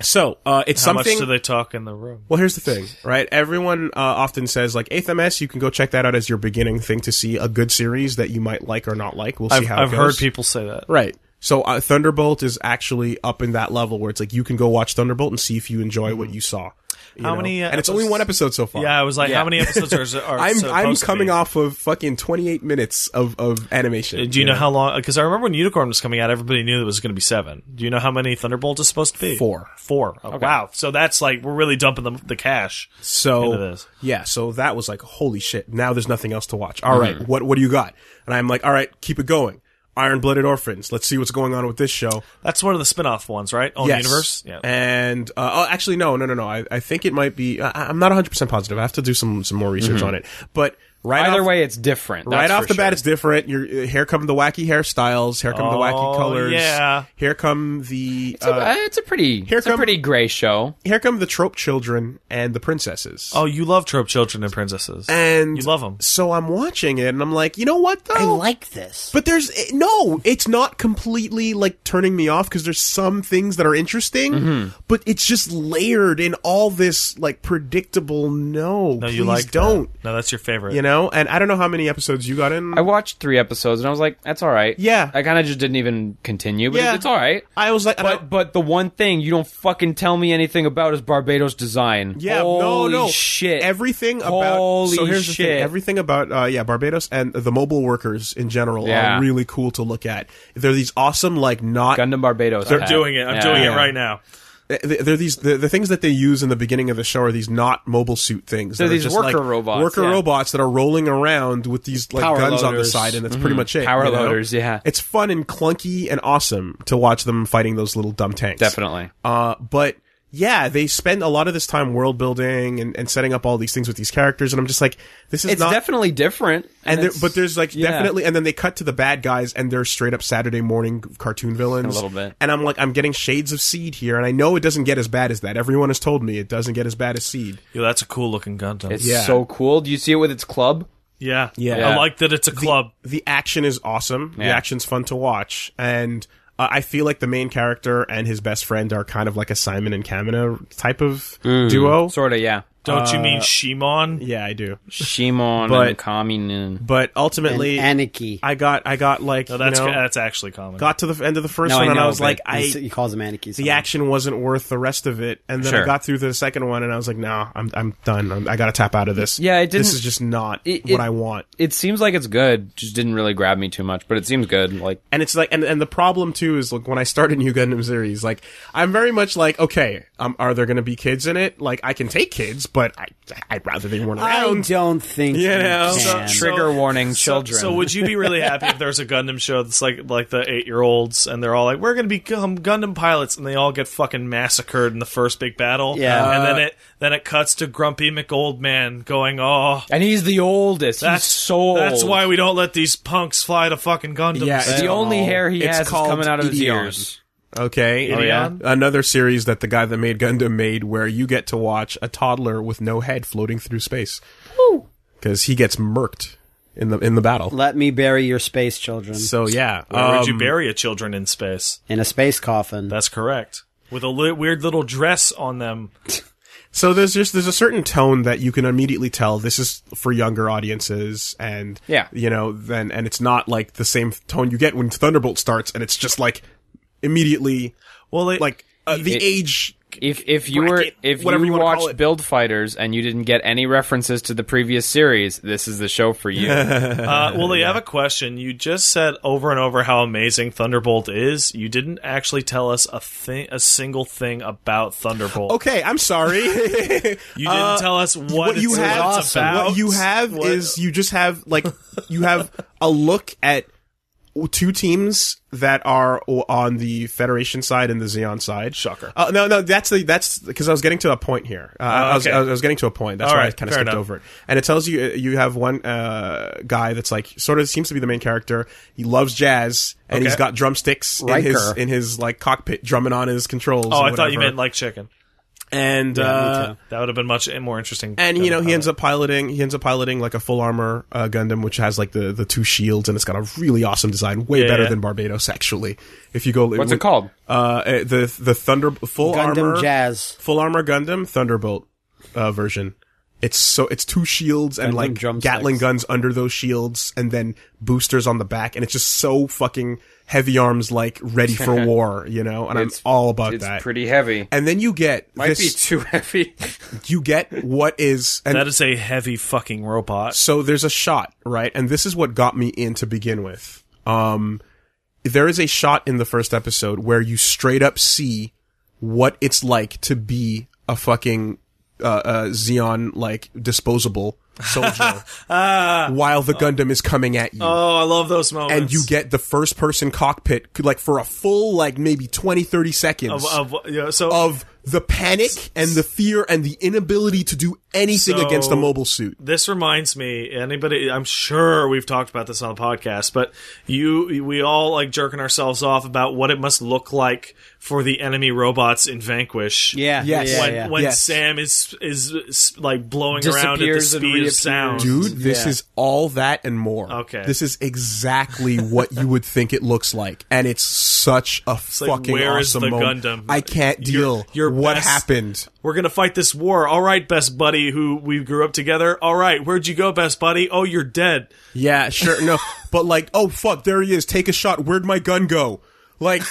Speaker 3: So uh, it's
Speaker 4: How
Speaker 3: something.
Speaker 4: much do they talk in the room?
Speaker 3: Well, here's the thing, right? Everyone uh, often says like Eighth MS. You can go check that out as your beginning thing to see a good series that you might like or not like. We'll see
Speaker 4: I've,
Speaker 3: how it
Speaker 4: I've
Speaker 3: goes.
Speaker 4: heard people say that.
Speaker 3: Right. So uh, Thunderbolt is actually up in that level where it's like you can go watch Thunderbolt and see if you enjoy what you saw. you
Speaker 4: How many, uh,
Speaker 3: and it's only
Speaker 4: episodes-
Speaker 3: one episode so far.
Speaker 4: Yeah, I was like, how many episodes are? are
Speaker 3: I'm
Speaker 4: supposed
Speaker 3: I'm
Speaker 4: to
Speaker 3: coming
Speaker 4: be?
Speaker 3: off of fucking 28 minutes of of
Speaker 4: Uh,
Speaker 3: animation.
Speaker 4: Do you know how long? Because I remember when Unicorn was coming out, everybody knew there was going to be seven. Do you know how many Thunderbolts is supposed to be?
Speaker 3: Four.
Speaker 4: Four. Oh, Wow. So that's like we're really dumping the, the cash.
Speaker 3: so
Speaker 4: into this.
Speaker 3: yeah, so that was like holy shit. Now there's nothing else to watch. All right, what what do you got? And I'm like, all right, keep it going. Iron Blooded Orphans. Let's see what's going on with this show.
Speaker 4: That's one of the spin-off ones, right? Own
Speaker 3: Yes.
Speaker 4: Oh, universe. Yeah.
Speaker 3: And uh, oh, actually, no, no, no, no. I, I think it might be. I, I'm not 100 percent positive. I have to do some some more research on it. But right
Speaker 1: Either
Speaker 3: off,
Speaker 1: way, it's different.
Speaker 3: right
Speaker 1: that's
Speaker 3: off
Speaker 1: for
Speaker 3: the bat,
Speaker 1: sure.
Speaker 3: it's different. Your uh, here come the wacky hairstyles. Here come the wacky
Speaker 4: Oh,
Speaker 3: colors.
Speaker 4: yeah.
Speaker 3: Here come the
Speaker 1: It's a,
Speaker 3: uh,
Speaker 1: uh, it's a pretty,
Speaker 3: here
Speaker 1: it's a
Speaker 3: come-
Speaker 1: pretty gray show.
Speaker 3: here come the trope children and the princesses.
Speaker 4: oh, you love trope children and princesses.
Speaker 3: and
Speaker 4: you love them.
Speaker 3: So I'm watching it, and I'm like, you know what though?
Speaker 2: I like this.
Speaker 3: But there's eh, no, it's not completely like turning me off because there's some things that are interesting,
Speaker 4: Mm-hmm.
Speaker 3: but it's just layered in all this like predictable. No,
Speaker 4: No,
Speaker 3: please
Speaker 4: you like that.
Speaker 3: don't.
Speaker 4: No, that's your favorite.
Speaker 3: You know, and I don't know how many episodes you got in.
Speaker 1: I watched three episodes and I was like, that's all right.
Speaker 3: Yeah.
Speaker 1: I kind of just didn't even continue, but
Speaker 3: Yeah.
Speaker 1: it's all right.
Speaker 3: I was like, and I-
Speaker 1: But but the one thing you don't fucking tell me anything about is Barbados design.
Speaker 3: yeah,
Speaker 1: Holy
Speaker 3: no, no,
Speaker 1: shit.
Speaker 3: Everything about
Speaker 1: Holy
Speaker 3: so here's the
Speaker 1: shit.
Speaker 3: thing. Everything about uh, yeah, Barbados and the mobile workers in general
Speaker 1: Yeah.
Speaker 3: are really cool to look at. They're these awesome like not
Speaker 1: Gundam Barbados.
Speaker 4: they're
Speaker 1: Pat.
Speaker 4: doing it. I'm
Speaker 1: Yeah.
Speaker 4: doing it right now.
Speaker 3: th- th- they're these the, the things that they use in the beginning of the show are these not mobile suit things.
Speaker 1: They're
Speaker 3: that are
Speaker 1: these
Speaker 3: just
Speaker 1: worker
Speaker 3: like
Speaker 1: robots,
Speaker 3: worker
Speaker 1: yeah.
Speaker 3: robots that are rolling around with these like
Speaker 2: Power
Speaker 3: guns on the
Speaker 2: loaders.
Speaker 3: side, and that's pretty much it.
Speaker 1: Mm-hmm. Power
Speaker 3: you know?
Speaker 1: loaders, yeah.
Speaker 3: It's fun and clunky and awesome to watch them fighting those little dumb tanks.
Speaker 1: Definitely.
Speaker 3: Uh, but yeah, they spend a lot of this time world building and, and setting up all these things with these characters, and I'm just like, this is
Speaker 1: It's
Speaker 3: not.
Speaker 1: definitely different.
Speaker 3: and there,
Speaker 1: it's-
Speaker 3: but there's like
Speaker 1: yeah.
Speaker 3: definitely, and then they cut to the bad guys, and they're straight up Saturday morning cartoon villains
Speaker 1: A little bit.
Speaker 3: And I'm like, I'm getting shades of Seed here, and I know it doesn't get as bad as that. Everyone has told me it doesn't get as bad as Seed.
Speaker 4: Yo, that's a cool looking Gundam.
Speaker 1: It's
Speaker 3: yeah.
Speaker 1: so cool. Do you see it with its club?
Speaker 4: yeah.
Speaker 3: Yeah.
Speaker 4: I like that it's a club.
Speaker 3: The action is awesome. The
Speaker 1: Yeah.
Speaker 3: action's fun to watch, and uh, I feel like the main character and his best friend are kind of like a Simon and Kamina type of duo.
Speaker 1: Mm. Sort of, yeah.
Speaker 4: Don't you
Speaker 3: uh,
Speaker 4: mean Shimon?
Speaker 3: yeah, I do.
Speaker 1: Shimon
Speaker 3: But-
Speaker 1: and Kamin and
Speaker 3: But
Speaker 2: And
Speaker 3: ultimately,
Speaker 2: Anarchy.
Speaker 3: I got I got like
Speaker 4: No, that's
Speaker 3: you know,
Speaker 4: that's actually common.
Speaker 3: got to the end of the first
Speaker 2: No,
Speaker 3: one,
Speaker 2: I
Speaker 3: and
Speaker 2: know,
Speaker 3: I was
Speaker 2: but
Speaker 3: like,
Speaker 2: he s-
Speaker 3: I
Speaker 2: he calls him Anarchy.
Speaker 3: the action wasn't worth the rest of it. And then I
Speaker 1: Sure.
Speaker 3: got through the second one, and I was like, no, I'm I'm done. I'm, I got to tap out of this.
Speaker 1: Yeah, it
Speaker 3: This
Speaker 1: didn't-
Speaker 3: is just not
Speaker 1: It-
Speaker 3: what
Speaker 1: it-
Speaker 3: I want.
Speaker 1: it seems like it's good. Just didn't really grab me too much, but it seems good. Like
Speaker 3: And it's like, and, and the problem too is like when I start a new Gundam series, like I'm very much like, okay, um, are there going to be kids in it? Like I can take kids, but I, I'd rather they weren't
Speaker 2: I
Speaker 3: around.
Speaker 2: don't think you,
Speaker 3: know, so-
Speaker 2: can.
Speaker 1: trigger warning, children.
Speaker 4: So, would you be really happy if there's a Gundam show that's like like the eight year olds and they're all like, "We're gonna become Gundam pilots," and they all get fucking massacred in the first big battle?
Speaker 2: Yeah.
Speaker 4: and then it then it cuts to Grumpy McOld Man going, "Oh,
Speaker 1: and he's the oldest.
Speaker 4: that's
Speaker 1: he's so old.
Speaker 4: That's why we don't let these punks fly to fucking Gundams."
Speaker 3: Yeah,
Speaker 1: the only
Speaker 3: Oh.
Speaker 1: hair he
Speaker 3: It's
Speaker 1: has is
Speaker 3: called
Speaker 1: coming out of his
Speaker 3: Ideon.
Speaker 1: ears.
Speaker 3: Okay.
Speaker 1: Oh, yeah?
Speaker 3: Another series that the guy that made Gundam made where you get to watch a toddler with no head floating through space. Cause he gets murked in the, in the battle.
Speaker 2: Let me bury your space children
Speaker 3: So yeah.
Speaker 4: Where would you
Speaker 3: um,
Speaker 4: bury a children in space?
Speaker 2: in a space coffin.
Speaker 4: That's correct. With a li- weird little dress on them.
Speaker 3: So there's just there's a certain tone that you can immediately tell this is for younger audiences and
Speaker 1: Yeah.
Speaker 3: you know then and it's not like the same tone you get when Thunderbolt starts and it's just like immediately
Speaker 4: Well, they,
Speaker 3: like uh, the
Speaker 1: It-
Speaker 3: age
Speaker 1: If if you
Speaker 3: Bracket,
Speaker 1: were if
Speaker 3: whatever
Speaker 1: you,
Speaker 3: you wanna call
Speaker 1: watched
Speaker 3: it.
Speaker 1: Build Fighters and you didn't get any references to the previous series, this is the show for you.
Speaker 4: Uh, well, they have a question. You just said over and over how amazing Thunderbolt is. You didn't actually tell us a thing, a single thing about Thunderbolt.
Speaker 3: okay I'm sorry Uh,
Speaker 4: You didn't tell us what,
Speaker 3: what
Speaker 4: it's,
Speaker 3: you
Speaker 4: what
Speaker 3: have
Speaker 4: it's
Speaker 2: awesome.
Speaker 4: about.
Speaker 3: what you have
Speaker 4: What-
Speaker 3: is you just have like you have a look at two teams that are on the Federation side and the Xeon side.
Speaker 4: Shocker. Ah,
Speaker 3: Uh, no, no, that's the that's because I was getting to a point here. Uh, I, was,
Speaker 4: okay.
Speaker 3: I was I was getting to a point. That's
Speaker 4: All
Speaker 3: why I
Speaker 4: right,
Speaker 3: kind of
Speaker 4: fair
Speaker 3: skipped
Speaker 4: enough.
Speaker 3: over it. And it tells you uh, you have one uh, guy that's like sort of seems to be the main character. He loves jazz and
Speaker 4: Okay.
Speaker 3: he's got drumsticks in
Speaker 2: Riker.
Speaker 3: his in his like cockpit drumming on his controls.
Speaker 4: oh,
Speaker 3: and
Speaker 4: I thought you
Speaker 3: whatever.
Speaker 4: meant like chicken.
Speaker 3: and uh,
Speaker 4: That would have been much more interesting.
Speaker 3: and
Speaker 4: than
Speaker 3: you know he
Speaker 4: about
Speaker 3: ends up piloting he ends up piloting like a full armor uh, Gundam which has like the the two shields and it's got a really awesome design way
Speaker 4: Yeah,
Speaker 3: better
Speaker 4: yeah.
Speaker 3: than Barbados actually if you go
Speaker 1: What's it called?
Speaker 3: uh eh, the the thunder full
Speaker 2: Gundam
Speaker 3: armor
Speaker 2: Jazz.
Speaker 3: full armor Gundam Thunderbolt uh version It's so it's two shields and like
Speaker 2: drumsticks.
Speaker 3: Gatling guns under those shields, and then boosters on the back, and it's just so fucking heavy arms like ready for war, you know. And
Speaker 1: It's-
Speaker 3: I'm all about
Speaker 1: it's
Speaker 3: that.
Speaker 1: pretty heavy.
Speaker 3: and then you get
Speaker 1: Might be
Speaker 3: this,
Speaker 1: too heavy.
Speaker 3: you get what is and
Speaker 4: That is a heavy fucking robot.
Speaker 3: so there's a shot, right? And this is what got me in to begin with. Um, there is a shot in the first episode where you straight up see what it's like to be a fucking uh, uh, Xeon like disposable soldier while the Gundam is coming at you.
Speaker 4: Ah. Oh, I love those moments.
Speaker 3: and you get the first person cockpit like for a full like maybe 20 30 seconds
Speaker 4: of, of- yeah, so
Speaker 3: of the panic and the fear and the inability to do anything
Speaker 4: So-
Speaker 3: against a mobile suit.
Speaker 4: this reminds me anybody i'm sure we've talked about this on the podcast but you we all like jerking ourselves off about what it must look like for the enemy robots in vanquish
Speaker 2: Yeah.
Speaker 3: Yes.
Speaker 2: Yeah.
Speaker 4: when,
Speaker 2: yeah.
Speaker 4: when
Speaker 3: Yes.
Speaker 4: sam is is s- like blowing around at the
Speaker 1: Disappears and
Speaker 4: speed of
Speaker 1: reappears.
Speaker 4: sound
Speaker 3: Dude, this is all that and more.
Speaker 4: Okay.
Speaker 3: This is exactly what you would think it looks like. And it's such a
Speaker 4: like,
Speaker 3: fucking
Speaker 4: where is
Speaker 3: awesome
Speaker 4: the
Speaker 3: moment.
Speaker 4: Gundam?
Speaker 3: I can't
Speaker 4: Your-
Speaker 3: deal.
Speaker 4: your
Speaker 3: what
Speaker 4: best-
Speaker 3: happened?
Speaker 4: we're gonna fight this war all right best buddy who we grew up together all right where'd you go best buddy oh you're dead
Speaker 3: Yeah, sure. No. but like, oh fuck, there he is. Take a shot. Where'd my gun go? Like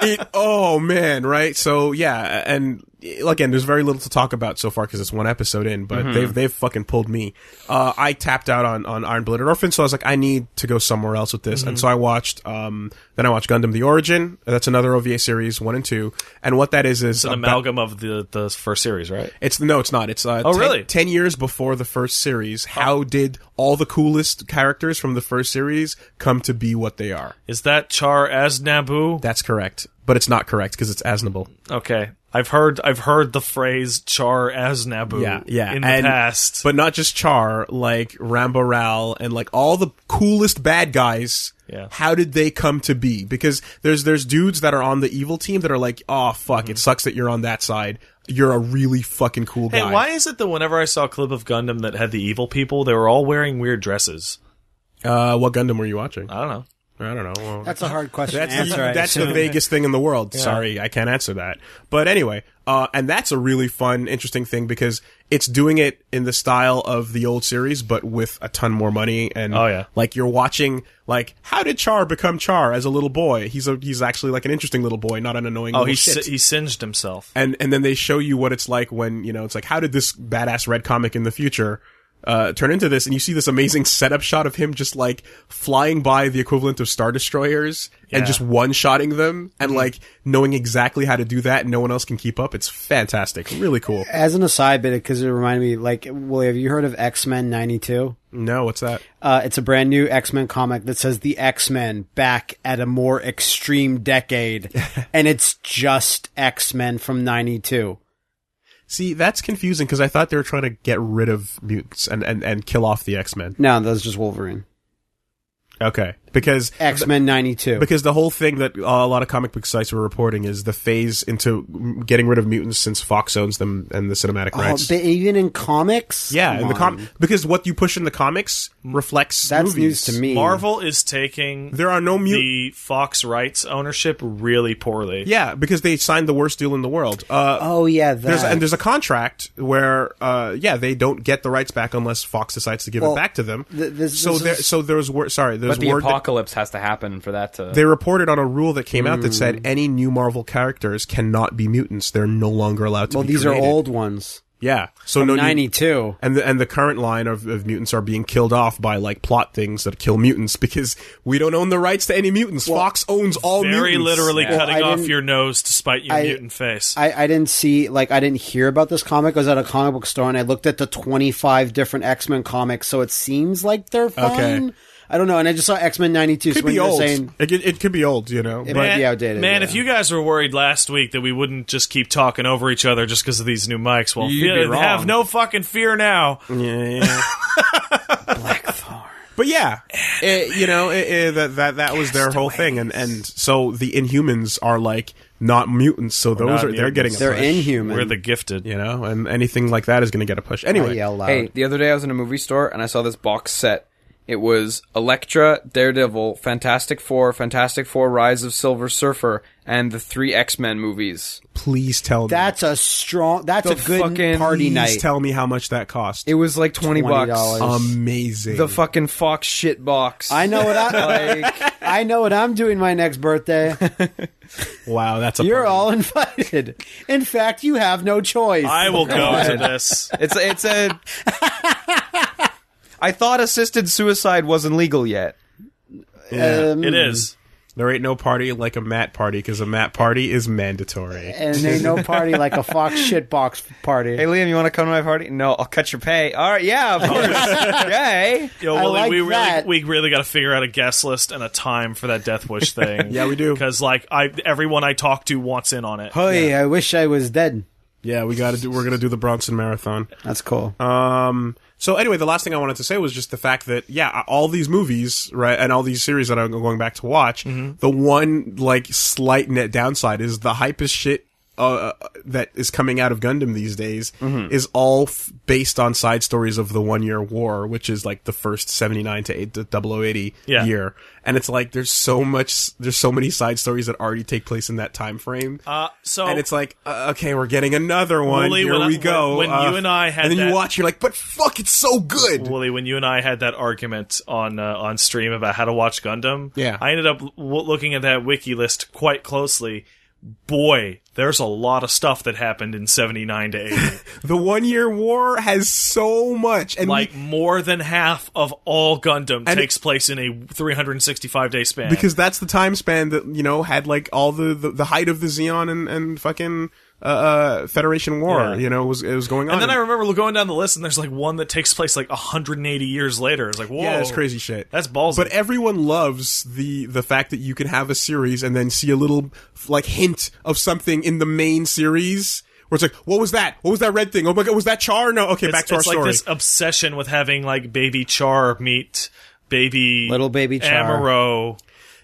Speaker 3: it, oh man, right? So yeah, and again, there's very little to talk about so far because it's one episode in, but they've they've fucking pulled me. Uh, I tapped out on on Iron Blooded Orphan, so I was like, I need to go somewhere else with this, and so I watched. Um, then I watched Gundam: The Origin. That's another OVA series, one and two. And what that is is
Speaker 4: an
Speaker 3: about-
Speaker 4: amalgam of the the first series right
Speaker 3: it's no, it's not. It's uh,
Speaker 4: Oh,
Speaker 3: ten-
Speaker 4: really? Oh.
Speaker 3: Ten years before the first series, how did all the coolest characters from the first series come to be what they are?
Speaker 4: is that char as naboo
Speaker 3: That's correct, but it's not correct because it's Asnable.
Speaker 4: Okay, I've heard I've heard the phrase "char as Naboo" in the
Speaker 3: and-
Speaker 4: past.
Speaker 3: but not just Char, like Ramboral, and like all the coolest bad guys.
Speaker 4: Yeah.
Speaker 3: how did they come to be? Because there's there's dudes that are on the evil team that are like, oh fuck,
Speaker 4: Mm-hmm.
Speaker 3: it sucks that you're on that side. You're a really fucking cool
Speaker 4: hey,
Speaker 3: guy.
Speaker 4: why is it that whenever I saw a clip of Gundam that had the evil people, they were all wearing weird dresses?
Speaker 3: Uh, what Gundam were you watching?
Speaker 4: I don't know.
Speaker 3: I don't know. Well-
Speaker 2: That's a hard question
Speaker 3: That's
Speaker 2: to answer.
Speaker 3: the,
Speaker 2: I
Speaker 3: that's the
Speaker 2: assume.
Speaker 3: vaguest thing in the world. Sorry, I can't answer that. But anyway, uh, and that's a really fun, interesting thing because it's doing it in the style of the old series, but with a ton more money. And
Speaker 4: Oh, yeah.
Speaker 3: like you're watching, like how did Char become Char as a little boy? He's a he's actually like an interesting little boy, not an annoying.
Speaker 4: Oh,
Speaker 3: little
Speaker 4: he
Speaker 3: shit.
Speaker 4: si- he singed himself.
Speaker 3: and and then they show you what it's like when you know it's like how did this badass red comic in the future uh, turn into this and you see this amazing setup shot of him just like flying by the equivalent of star destroyers and
Speaker 4: Yeah.
Speaker 3: just one-shotting them and like knowing exactly how to do that and no one else can keep up it's fantastic really cool
Speaker 2: As an aside, bit because it reminded me, like, Willie, have you heard of X Men '92?
Speaker 3: no what's that
Speaker 2: Uh, it's a brand new X Men comic that says the X Men back at a more extreme decade, and it's just X Men from '92.
Speaker 3: see that's confusing because i thought they were trying to get rid of mutants and and, and kill off the x-men
Speaker 2: No, that was just Wolverine.
Speaker 3: okay because
Speaker 2: X Men '92.
Speaker 3: Because the whole thing that uh, a lot of comic book sites were reporting is the phase into m- getting rid of mutants since Fox owns them and the cinematic
Speaker 2: Oh,
Speaker 3: rights.
Speaker 2: but even in comics,
Speaker 3: yeah,
Speaker 2: Come
Speaker 3: in the
Speaker 2: on.
Speaker 3: com- because what you push in the comics reflects
Speaker 2: that's
Speaker 3: movies.
Speaker 2: news to me.
Speaker 4: Marvel is taking
Speaker 3: There are no mutants.
Speaker 4: the Fox rights ownership really poorly.
Speaker 3: yeah, because they signed the worst deal in the world. Uh,
Speaker 2: Oh yeah, that.
Speaker 3: there's and there's a contract where uh, yeah they don't get the rights back unless Fox decides to give
Speaker 2: Well,
Speaker 3: it back to them.
Speaker 2: th- this-
Speaker 3: so
Speaker 2: this
Speaker 3: there
Speaker 2: is-
Speaker 3: so there's word sorry there's
Speaker 1: but the
Speaker 3: word
Speaker 1: apocalypse
Speaker 3: that-
Speaker 1: has to happen for that to.
Speaker 3: they reported on a rule that came out that
Speaker 2: Hmm.
Speaker 3: said any new Marvel characters cannot be mutants. They're no longer allowed to
Speaker 2: well,
Speaker 3: be
Speaker 2: these
Speaker 3: created.
Speaker 2: are old ones.
Speaker 3: Yeah. So no new-
Speaker 2: '92.
Speaker 3: and the and the current line of, of mutants are being killed off by like plot things that kill mutants because we don't own the rights to any mutants. Fox owns all
Speaker 4: Very
Speaker 3: mutants.
Speaker 4: literally
Speaker 1: Yeah.
Speaker 4: cutting
Speaker 2: Well, I
Speaker 4: off
Speaker 2: didn't-
Speaker 4: your nose to spite your
Speaker 2: I-
Speaker 4: mutant face.
Speaker 2: I, I didn't see like I didn't hear about this comic. I was at a comic book store and I looked at the twenty five different X Men comics, so it seems like they're fine. I don't know, and I just saw X Men ninety two. So
Speaker 3: Could
Speaker 2: when
Speaker 3: be
Speaker 2: you're
Speaker 3: old.
Speaker 2: saying
Speaker 3: it, could- it could be old, you know. but-
Speaker 2: might be outdated,
Speaker 4: Man,
Speaker 2: yeah.
Speaker 4: if you guys were worried last week that we wouldn't just keep talking over each other just because of these new mics, well,
Speaker 1: You'd be
Speaker 4: fe-
Speaker 1: wrong.
Speaker 4: have no fucking fear now.
Speaker 3: But yeah, it, you know it, it, that that that was their whole thing, and and so the Inhumans are like not mutants, so those
Speaker 4: not
Speaker 3: are they're getting a
Speaker 4: mutants.
Speaker 2: they're
Speaker 3: push,
Speaker 2: inhuman,
Speaker 4: We're the gifted.
Speaker 3: you know, and anything like that is going to get a push anyway.
Speaker 1: Uh,
Speaker 2: I yell loud.
Speaker 1: Hey, the other day I was in a movie store and I saw this box set. It was Elektra, Daredevil, Fantastic Four, Fantastic Four: Rise of Silver Surfer, and the three X Men movies.
Speaker 3: Please tell
Speaker 2: That's a strong. That's
Speaker 1: The
Speaker 2: a good
Speaker 1: fucking-
Speaker 2: party
Speaker 1: Please
Speaker 3: me.
Speaker 2: night.
Speaker 3: Please tell me how much that cost.
Speaker 1: It was like twenty bucks.
Speaker 2: $20.
Speaker 3: Amazing.
Speaker 1: The fucking Fox shit box.
Speaker 2: I know what I
Speaker 1: Like,
Speaker 2: I know what I'm doing my next birthday.
Speaker 3: wow, that's a
Speaker 2: You're
Speaker 3: party.
Speaker 2: all invited. In fact, you have no choice.
Speaker 4: I will go to this.
Speaker 1: it's a, it's a. I thought assisted suicide wasn't legal yet.
Speaker 3: Yeah.
Speaker 2: Um,
Speaker 4: It is.
Speaker 3: there ain't no party like a mat party because a mat party is mandatory.
Speaker 2: and ain't no party like a Fox shitbox party.
Speaker 1: Hey Liam, you want to come to my party? No, I'll cut your pay. All right, yeah, of course. Yay.
Speaker 4: Yo,
Speaker 2: I
Speaker 4: Willie,
Speaker 2: like
Speaker 4: we really
Speaker 2: that.
Speaker 4: we really got to figure out a guest list and a time for that Death Wish thing.
Speaker 3: Yeah, we do.
Speaker 4: Because like I, everyone I talk to wants in on it.
Speaker 2: Hoy, I wish I was dead.
Speaker 3: Yeah, we got to do. We're gonna do the Bronson Marathon.
Speaker 2: That's cool.
Speaker 3: Um. So anyway, the last thing I wanted to say was just the fact that yeah, all these movies, right, and all these series that I'm going back to watch.
Speaker 4: Mm-hmm.
Speaker 3: The one like slight net downside is the hype is shit. Uh, that is coming out of Gundam these days
Speaker 4: Mm-hmm.
Speaker 3: is all f- based on side stories of the One Year War, which is like the first seventy nine to eight to 0080
Speaker 4: Yeah.
Speaker 3: year, and it's like there's so much, there's so many side stories that already take place in that time frame.
Speaker 4: Uh, so
Speaker 3: and it's like, uh, okay, we're getting another one.
Speaker 4: Wooly,
Speaker 3: Here
Speaker 4: when I-
Speaker 3: we go.
Speaker 4: when- when
Speaker 3: Uh,
Speaker 4: you and I had
Speaker 3: and then
Speaker 4: that-
Speaker 3: you watch, you're like, but fuck, it's so good.
Speaker 4: Wooly, when you and I had that argument on uh, on stream about how to watch Gundam,
Speaker 3: Yeah.
Speaker 4: I ended up w- looking at that wiki list quite closely. Boy, there's a lot of stuff that happened in '79 to '80.
Speaker 3: The one year war has so much, and
Speaker 4: like
Speaker 3: we-
Speaker 4: more than half of all Gundam
Speaker 3: And-
Speaker 4: takes place in a 365 day span.
Speaker 3: because that's the time span that you know had like all the the, the height of the Xeon and and fucking uh, uh Federation war.
Speaker 4: Yeah.
Speaker 3: You know, was it was going on.
Speaker 4: and then I remember going down the list, and there's like one that takes place like 180 years later. It's like, whoa,
Speaker 3: yeah, that's crazy shit.
Speaker 4: That's ballsy.
Speaker 3: But everyone loves the the fact that you can have a series and then see a little like hint of something in the main series where it's like, what was that? What was that red thing? Oh my god, was that Char? No, okay, back to
Speaker 4: it's
Speaker 3: our
Speaker 4: like
Speaker 3: story.
Speaker 4: this obsession with having like baby Char meet baby
Speaker 2: Little baby Char.
Speaker 4: Amuro.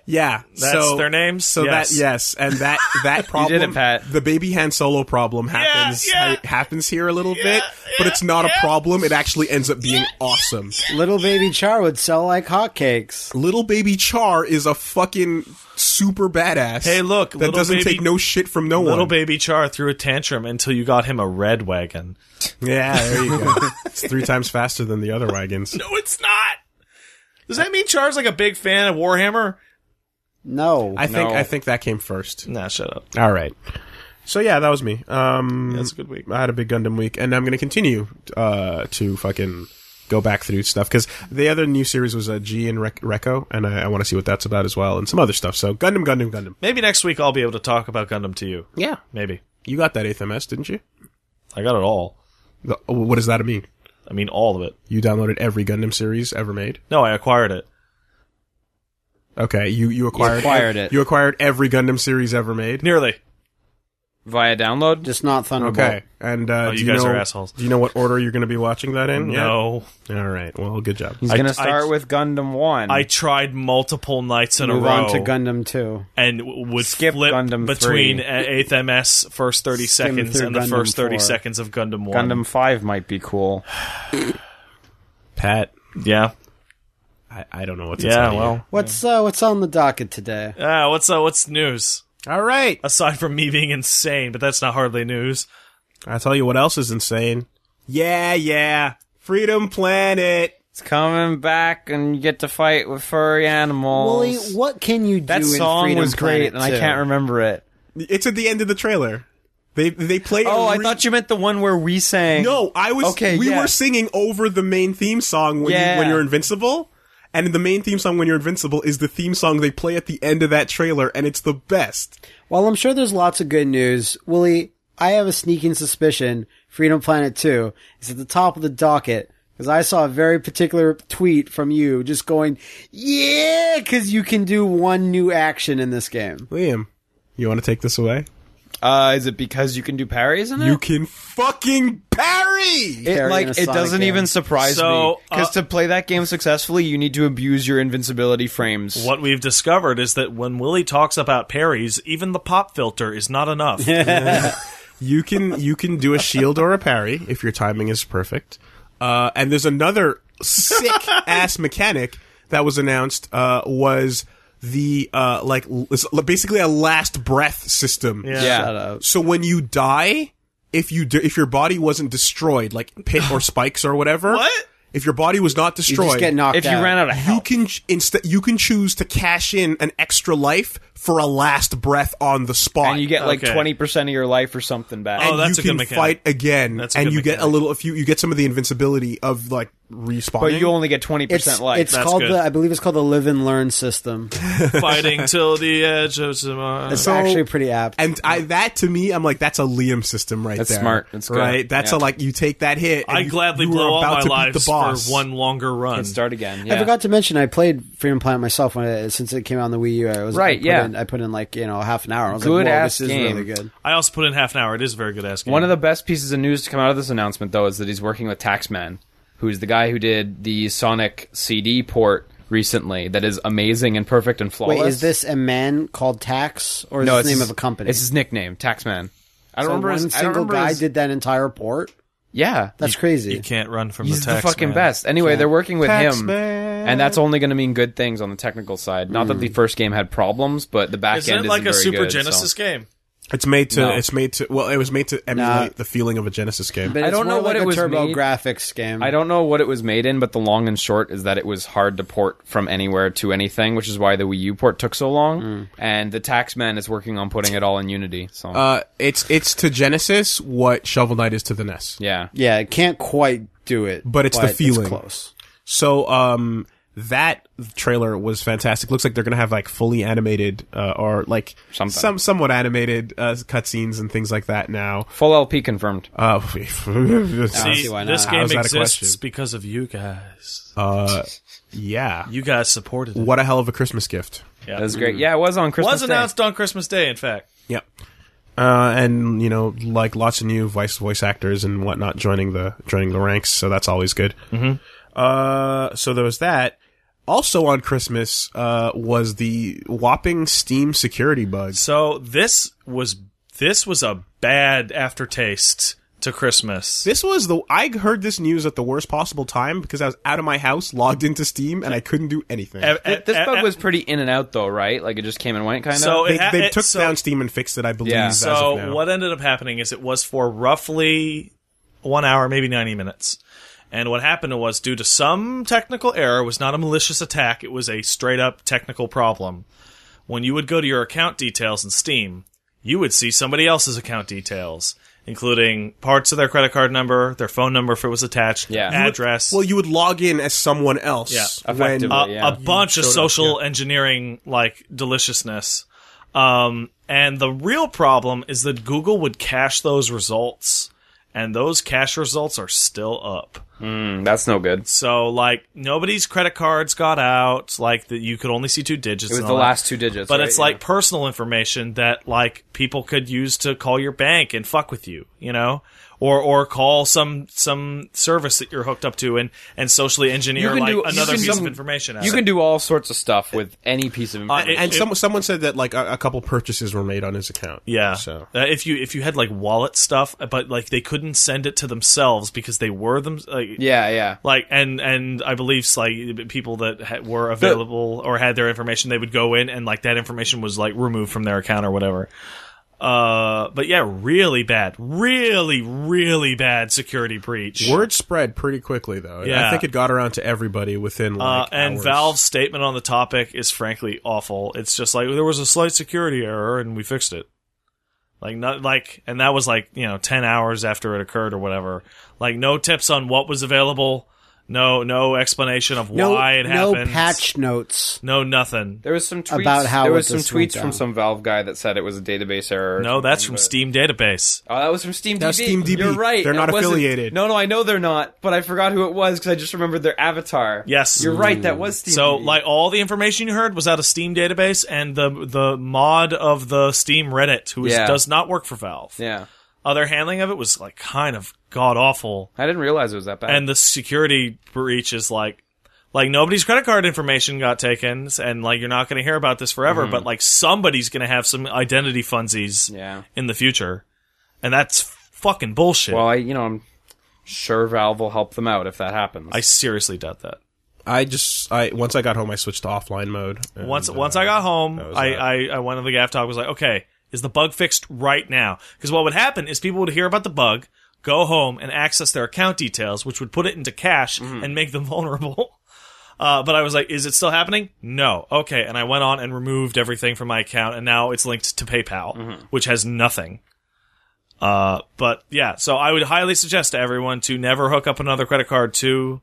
Speaker 3: yeah,
Speaker 4: That's
Speaker 3: so,
Speaker 4: their names?
Speaker 3: So
Speaker 4: Yes.
Speaker 3: that yes, and that that problem,
Speaker 1: did it, Pat.
Speaker 3: the baby Han Solo problem happens
Speaker 4: yeah.
Speaker 3: ha- happens here a little bit, but it's not a problem. It actually ends up being awesome.
Speaker 2: Little baby Char would sell like hotcakes.
Speaker 3: Little baby Char is a fucking super badass.
Speaker 4: Hey, look,
Speaker 3: that
Speaker 4: little
Speaker 3: doesn't
Speaker 4: baby-
Speaker 3: take no shit from no
Speaker 4: Little
Speaker 3: one.
Speaker 4: baby Char threw a tantrum until you got him a red wagon.
Speaker 3: Yeah, there you go. it's three times faster than the other wagons.
Speaker 4: No, it's not. Does that mean Char's like a big fan of Warhammer?
Speaker 2: No,
Speaker 3: I think
Speaker 1: No.
Speaker 3: I think that came first.
Speaker 4: Nah, shut up.
Speaker 3: All right. So yeah, that was me.
Speaker 2: Mm.
Speaker 3: Um,
Speaker 4: That's a good week.
Speaker 3: I had a big Gundam week, and I'm going to continue uh, to fucking go back through stuff because the other new series was uh, G and Rec- Reco, and I, I want to see what that's about as well, and some other stuff. So Gundam, Gundam, Gundam.
Speaker 4: Maybe next week I'll be able to talk about Gundam to you.
Speaker 3: Yeah,
Speaker 4: Maybe.
Speaker 3: you got that eighth MS, didn't you?
Speaker 4: I got it all.
Speaker 3: The, oh, what does that mean?
Speaker 4: I mean, all of it.
Speaker 3: You downloaded every Gundam series ever made.
Speaker 4: No, I acquired it.
Speaker 3: Okay, you you acquired
Speaker 1: acquired it.
Speaker 3: You acquired every Gundam series ever made.
Speaker 4: Nearly.
Speaker 1: Via download?
Speaker 2: just not Thunderbolt.
Speaker 3: Okay, and uh,
Speaker 4: Oh,
Speaker 3: do
Speaker 4: you guys
Speaker 3: know,
Speaker 4: are assholes.
Speaker 3: Do you know what order you're going to be watching that
Speaker 2: Mm,
Speaker 3: in?
Speaker 4: No. Hmm.
Speaker 3: Yeah? All right. Well, good job.
Speaker 1: He's
Speaker 4: I-
Speaker 1: going
Speaker 4: I-
Speaker 1: to start with Gundam 1.
Speaker 4: I tried multiple nights in
Speaker 2: Mm. Move
Speaker 4: a row
Speaker 2: on to Gundam Two.
Speaker 4: and w- would
Speaker 1: Skip
Speaker 4: flip
Speaker 1: Gundam
Speaker 4: between
Speaker 1: 3.
Speaker 4: uh, 8th MS first 30
Speaker 2: Skim
Speaker 4: seconds
Speaker 2: through
Speaker 4: and the
Speaker 2: Gundam
Speaker 4: first 30
Speaker 2: 4.
Speaker 4: seconds of Gundam 1.
Speaker 1: Gundam 5 might be cool.
Speaker 3: Pat,
Speaker 4: Yeah.
Speaker 3: I, I don't know what to
Speaker 4: Yeah,
Speaker 3: tell you.
Speaker 4: well.
Speaker 2: What's uh, what's on the docket today?
Speaker 4: Ah, what's uh, what's news?
Speaker 3: All right.
Speaker 4: Aside from me being insane, but that's not hardly news.
Speaker 3: I'll tell you what else is insane. Yeah, yeah. Freedom Planet.
Speaker 1: It's coming back and you get to fight with furry animals.
Speaker 2: Wooly, what can you do?
Speaker 1: that
Speaker 2: in
Speaker 1: song
Speaker 2: Freedom
Speaker 1: was great
Speaker 2: Planet
Speaker 1: and I
Speaker 2: 2?
Speaker 1: can't remember it.
Speaker 3: It's at the end of the trailer. They they play.
Speaker 1: Oh,
Speaker 3: I
Speaker 1: I thought you meant the one where we sang.
Speaker 3: No, I was.
Speaker 1: Okay,
Speaker 3: we
Speaker 1: yeah.
Speaker 3: were singing over the main theme song when
Speaker 1: Yeah.
Speaker 3: you, when you're invincible. And the main theme song when you're invincible is the theme song they play at the end of that trailer, and it's the best.
Speaker 2: Well, I'm sure there's lots of good news, Willie, I have a sneaking suspicion Freedom Planet 2 is at the top of the docket because I saw a very particular tweet from you just going, yeah, because you can do one new action in this game.
Speaker 3: Liam, you want to take this away?
Speaker 1: Uh, is it because you can do parries in it?
Speaker 3: You can fucking parry.
Speaker 1: It,
Speaker 2: Parry
Speaker 1: like
Speaker 2: in a
Speaker 1: it
Speaker 2: Sonic
Speaker 1: doesn't
Speaker 2: game.
Speaker 1: even surprise
Speaker 4: So,
Speaker 1: me because
Speaker 4: uh,
Speaker 1: to play that game successfully, you need to abuse your invincibility frames.
Speaker 4: What we've discovered is that when Willie talks about parries, even the pop filter is not enough.
Speaker 3: You can you can do a shield or a parry if your timing is perfect. Uh, and there's another sick ass mechanic that was announced uh, was the uh, like l- it's basically a last breath system.
Speaker 4: Yeah.
Speaker 1: Yeah.
Speaker 2: Shut up.
Speaker 3: So when you die, if you do, if your body wasn't destroyed, like pit or spikes or whatever,
Speaker 4: What?
Speaker 3: If your body was not
Speaker 2: You just
Speaker 3: destroyed,
Speaker 2: get knocked
Speaker 1: If you
Speaker 2: out.
Speaker 1: ran out of
Speaker 3: you
Speaker 1: health,
Speaker 3: can ch- insta- you can choose to cash in an extra life for a last breath on the spot.
Speaker 1: and you get like
Speaker 4: Okay.
Speaker 1: twenty percent of your life or something back.
Speaker 4: Oh,
Speaker 3: And
Speaker 4: that's
Speaker 3: you
Speaker 4: a good
Speaker 3: can
Speaker 4: mechanic.
Speaker 3: fight again,
Speaker 4: That's a
Speaker 3: and
Speaker 4: good
Speaker 3: you get a
Speaker 4: mechanic.
Speaker 3: little. If you you get some of the invincibility of like respawning,
Speaker 1: but you only get twenty
Speaker 2: It's,
Speaker 1: percent life.
Speaker 2: it's
Speaker 4: That's
Speaker 2: called
Speaker 4: good.
Speaker 2: the I believe it's called the live and learn system.
Speaker 4: fighting till the edge of tomorrow.
Speaker 2: It's actually pretty apt.
Speaker 3: And I that to me, I'm like, that's a Liam system right
Speaker 1: That's
Speaker 3: there.
Speaker 1: smart. That's good.
Speaker 3: Right? That's
Speaker 1: Yeah.
Speaker 3: a like you take that hit. And
Speaker 4: I
Speaker 3: you,
Speaker 4: gladly
Speaker 3: you were
Speaker 4: blow all
Speaker 3: about
Speaker 4: my
Speaker 3: to beat
Speaker 4: lives
Speaker 3: the boss.
Speaker 4: for one longer run.
Speaker 1: and start again. Yeah.
Speaker 2: I forgot to mention I played Freedom Planet myself when it, since it came out on the Wii U. I was
Speaker 1: Right,
Speaker 2: I put
Speaker 1: yeah.
Speaker 2: In, I put in like you know half an hour. I was
Speaker 1: Good
Speaker 2: like, Whoa,
Speaker 1: ass
Speaker 2: this
Speaker 1: game.
Speaker 2: is really good.
Speaker 4: I also put in half an hour. It is a very good ass game.
Speaker 1: One of the best pieces of news to come out of this announcement, though, is that he's working with Taxman, who's the guy who did the Sonic CD port recently. That is amazing and perfect and flawless.
Speaker 2: Wait, is this a man called Tax or is
Speaker 1: no?
Speaker 2: this
Speaker 1: it's
Speaker 2: the name
Speaker 1: his-
Speaker 2: of a company?
Speaker 1: It's his nickname, Taxman. I don't
Speaker 2: So
Speaker 1: remember.
Speaker 2: one
Speaker 1: His, I
Speaker 2: single
Speaker 1: don't remember
Speaker 2: guy
Speaker 1: his-
Speaker 2: did that entire port.
Speaker 1: Yeah,
Speaker 2: That's crazy.
Speaker 4: you can't run from
Speaker 1: he's
Speaker 4: the
Speaker 1: the
Speaker 4: text.
Speaker 1: fucking
Speaker 4: man.
Speaker 1: best. Anyway, they're working with him,
Speaker 3: Taxman.
Speaker 1: and that's only going to mean good things on the technical side. Not that the first game had problems, but the back
Speaker 4: Isn't
Speaker 1: end
Speaker 4: it like
Speaker 1: isn't
Speaker 4: a
Speaker 1: very
Speaker 4: Super
Speaker 1: good, so-
Speaker 4: Genesis game?
Speaker 3: It's made to.
Speaker 1: No.
Speaker 3: It's made to. Well, it was made to emulate the feeling of a Genesis game.
Speaker 2: But
Speaker 1: I
Speaker 2: it's
Speaker 1: don't
Speaker 2: more
Speaker 1: know what it
Speaker 2: like a
Speaker 1: was
Speaker 2: Turbo
Speaker 1: made-
Speaker 2: Graphics game.
Speaker 1: I don't know what it was made in, but the long and short is that it was hard to port from anywhere to anything, which is why the Wii U port took so long. And the Taxman is working on putting it all in Unity. So
Speaker 3: uh, it's it's to Genesis what Shovel Knight is to the E NES.
Speaker 1: yeah,
Speaker 2: Yeah, it can't quite do it.
Speaker 3: But it's the feeling.
Speaker 2: close.
Speaker 3: So um, that trailer was fantastic. Looks like they're gonna have like fully animated uh, or like
Speaker 1: Something.
Speaker 3: some somewhat animated uh, cutscenes and things like that now.
Speaker 1: full LP confirmed.
Speaker 3: Uh,
Speaker 2: see why
Speaker 4: this
Speaker 2: not.
Speaker 4: game
Speaker 3: How's that a
Speaker 4: exists
Speaker 3: question?
Speaker 4: because of you guys.
Speaker 3: uh, yeah.
Speaker 4: You guys supported it.
Speaker 3: What a hell of a Christmas gift.
Speaker 4: Yeah.
Speaker 1: That was great. Yeah, it was on Christmas.
Speaker 4: was
Speaker 1: Day.
Speaker 4: announced on Christmas Day, in fact.
Speaker 3: Yep. Uh, and you know, like lots of new voice voice actors and whatnot joining the joining the ranks, so that's always good. Mm-hmm. Uh, so there was that. Also on Christmas uh, was the whopping Steam security bug.
Speaker 4: So this was this was a bad aftertaste to Christmas.
Speaker 3: This was the I heard this news at the worst possible time because I was out of my house, logged into Steam, and I couldn't do anything.
Speaker 4: A-
Speaker 1: Th-
Speaker 4: a-
Speaker 1: This
Speaker 4: a-
Speaker 1: bug
Speaker 4: a-
Speaker 1: was pretty in and out though, right? Like it just came and went, kind of.
Speaker 4: e, Uh, So
Speaker 3: They,
Speaker 4: it ha-
Speaker 3: they
Speaker 4: it-
Speaker 3: took
Speaker 4: so-
Speaker 3: down Steam and fixed it, I believe.
Speaker 1: Yeah.
Speaker 3: as of
Speaker 4: So
Speaker 3: now.
Speaker 4: what ended up happening is it was for roughly one hour, maybe ninety minutes. And what happened was, due to some technical error, it was not a malicious attack. It was a straight up technical problem. When you would go to your account details in Steam, you would see somebody else's account details, including parts of their credit card number, their phone number if it was attached,
Speaker 1: Yeah. You would-
Speaker 4: address.
Speaker 3: Well, you would log in as someone else.
Speaker 4: Yeah.
Speaker 3: when, uh,
Speaker 1: Effectively.
Speaker 4: a,
Speaker 1: yeah.
Speaker 4: a bunch of
Speaker 3: showed up,
Speaker 4: social engineering like deliciousness. Um, and the real problem is that Google would cache those results, and those cache results are still up.
Speaker 1: Mm, that's no good. It
Speaker 4: So like nobody's credit cards got out. Like that you could only see two digits.
Speaker 1: was
Speaker 4: and
Speaker 1: the
Speaker 4: all that.
Speaker 1: last two digits.
Speaker 4: But
Speaker 1: right?
Speaker 4: it's like personal information that like people could use to call your bank and fuck with you, you know, or or call some some service that you're hooked up to and and socially engineer
Speaker 1: can
Speaker 4: like
Speaker 1: do- you
Speaker 4: another
Speaker 1: can
Speaker 4: piece
Speaker 1: do-
Speaker 4: of information. Out
Speaker 1: you
Speaker 4: of it.
Speaker 1: can do all sorts of stuff with any piece of information.
Speaker 3: and some, someone said that like a, a couple purchases were made on his account.
Speaker 4: Yeah.
Speaker 3: So
Speaker 4: Uh, if you if you had like wallet stuff, uh, but like they couldn't send it to themselves because they were them. Like,
Speaker 1: yeah, yeah.
Speaker 4: Like and and I believe like people that ha- were available or had their information, they would go in and like that information was like removed from their account or whatever. Uh, but yeah, really bad, really really bad security breach.
Speaker 3: word spread pretty quickly though.
Speaker 4: Yeah.
Speaker 3: I think it got around to everybody within
Speaker 4: Uh,
Speaker 3: like
Speaker 4: and
Speaker 3: hours.
Speaker 4: Valve's statement on the topic is frankly awful. It's just like there was a slight security error and we fixed it. Like not like, and that was like you know ten hours after it occurred or whatever. Like no tips on what was available, no no explanation of
Speaker 2: No,
Speaker 4: why it
Speaker 2: no
Speaker 4: happened,
Speaker 2: patch notes.
Speaker 4: no nothing.
Speaker 1: There was some tweets.
Speaker 2: About how
Speaker 1: there
Speaker 2: it
Speaker 1: was some
Speaker 2: just went
Speaker 1: tweets from
Speaker 2: down.
Speaker 1: some Valve guy that said it was a database error. or
Speaker 4: No, that's
Speaker 1: something,
Speaker 4: from
Speaker 1: but-
Speaker 4: Steam database.
Speaker 1: Oh, that was from Steam.
Speaker 3: That's SteamDB.
Speaker 1: You're right.
Speaker 3: They're
Speaker 1: It
Speaker 3: not
Speaker 1: wasn't-
Speaker 3: affiliated.
Speaker 1: No, no, I know they're not, but I forgot who it was because I just remembered their avatar.
Speaker 4: Yes.
Speaker 1: you're right. That was Steam.
Speaker 4: So like all the information you heard was out of Steam database and the the mod of the Steam Reddit, who is,
Speaker 1: Yeah.
Speaker 4: does not work for Valve.
Speaker 1: yeah,
Speaker 4: Other handling of it was like kind of god awful.
Speaker 1: I didn't realize it was that bad.
Speaker 4: and the security breach is like like nobody's credit card information got taken and like you're not going to hear about this forever but like somebody's going to have some identity funsies
Speaker 1: yeah,
Speaker 4: in the future and that's fucking bullshit
Speaker 1: well, I you know I'm Sure, Valve will help them out if that happens.
Speaker 4: I seriously doubt that.
Speaker 3: I just I once I got home I switched to offline mode. and,
Speaker 4: Once
Speaker 3: uh,
Speaker 4: once I got home,
Speaker 3: that was
Speaker 4: I,
Speaker 3: that.
Speaker 4: I, I went on the Gaff Talk was like, okay, is the bug fixed right now? Because what would happen is people would hear about the bug, go home and access their account details, which would put it into cache
Speaker 3: Mm-hmm.
Speaker 4: and make them vulnerable. Uh, but I was like, is it still happening? No. Okay. And I went on and removed everything from my account, and now it's linked to PayPal,
Speaker 3: Mm-hmm.
Speaker 4: which has nothing. Uh, but yeah, so I would highly suggest to everyone to never hook up another credit card to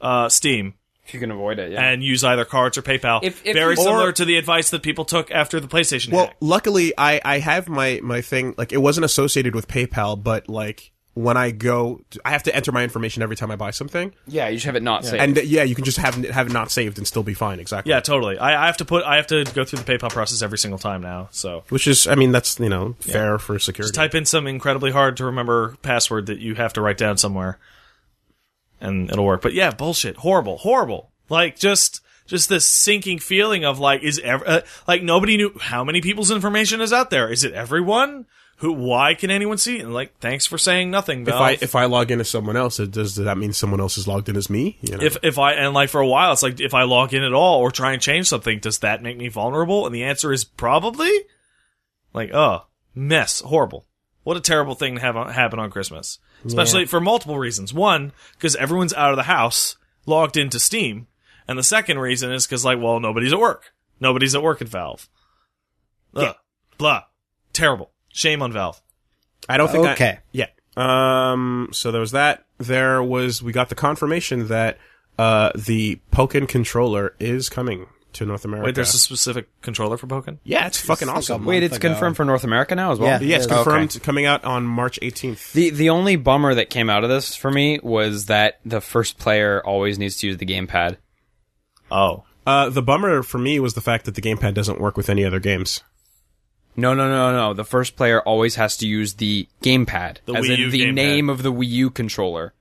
Speaker 4: uh, Steam
Speaker 1: if you can avoid it, yeah.
Speaker 4: and use either cards or PayPal.
Speaker 1: If- if
Speaker 4: Very
Speaker 1: you-
Speaker 4: similar
Speaker 1: or-
Speaker 4: to the advice that people took after the PlayStation
Speaker 3: Well,
Speaker 4: hack.
Speaker 3: luckily I I have my my thing like it wasn't associated with PayPal, but like when I go, to- I have to enter my information every time I buy something,
Speaker 1: yeah, you should have it not saved.
Speaker 3: and uh, yeah, you can just have have it not saved and still be fine. Exactly.
Speaker 4: Yeah, totally. I, I have to put I have to go through the PayPal process every single time now. So
Speaker 3: Which is, I mean, that's you know fair for security.
Speaker 4: type in some incredibly hard to remember password that you have to write down somewhere, and it'll work. But yeah, bullshit, horrible, horrible. Like just just this sinking feeling of like is ever uh, like nobody knew how many people's information is out there. Is it everyone? Who? Why can anyone see? it? And like, thanks for saying nothing.
Speaker 3: if
Speaker 4: Valve.
Speaker 3: I if I log in as someone else, it does, does that mean someone else is logged in as me? You know?
Speaker 4: if if I and like for a while, it's like if I log in at all or try and change something, does that make me vulnerable? And the answer is probably. Like, oh, mess, horrible. What a terrible thing to have on, happen on Christmas, especially for multiple reasons. One, because everyone's out of the house, logged into Steam, and the second reason is because like, well, nobody's at work. Nobody's at work at Valve. Ugh. Blah. Terrible. Shame on Valve.
Speaker 3: I don't think I-
Speaker 2: Okay.
Speaker 3: yeah. Um. So there was that. There was we got the confirmation that uh the Pokin controller is coming to North America.
Speaker 4: Wait, there's a specific controller for Pokken?
Speaker 3: yeah, it's fucking awesome.
Speaker 1: Wait, it's confirmed for North America now as well.
Speaker 2: Yeah.
Speaker 3: Yeah, it's
Speaker 2: Okay.
Speaker 3: confirmed coming out on March 18th.
Speaker 1: The the only bummer that came out of this for me was that the first player always needs to use the gamepad.
Speaker 4: Oh.
Speaker 3: Uh, the bummer for me was the fact that the gamepad doesn't work with any other games.
Speaker 1: No, no, no, no. The first player always has to use the gamepad,
Speaker 4: The
Speaker 1: as
Speaker 4: Wii
Speaker 1: in
Speaker 4: U
Speaker 1: the
Speaker 4: gamepad.
Speaker 1: name of the Wii U controller.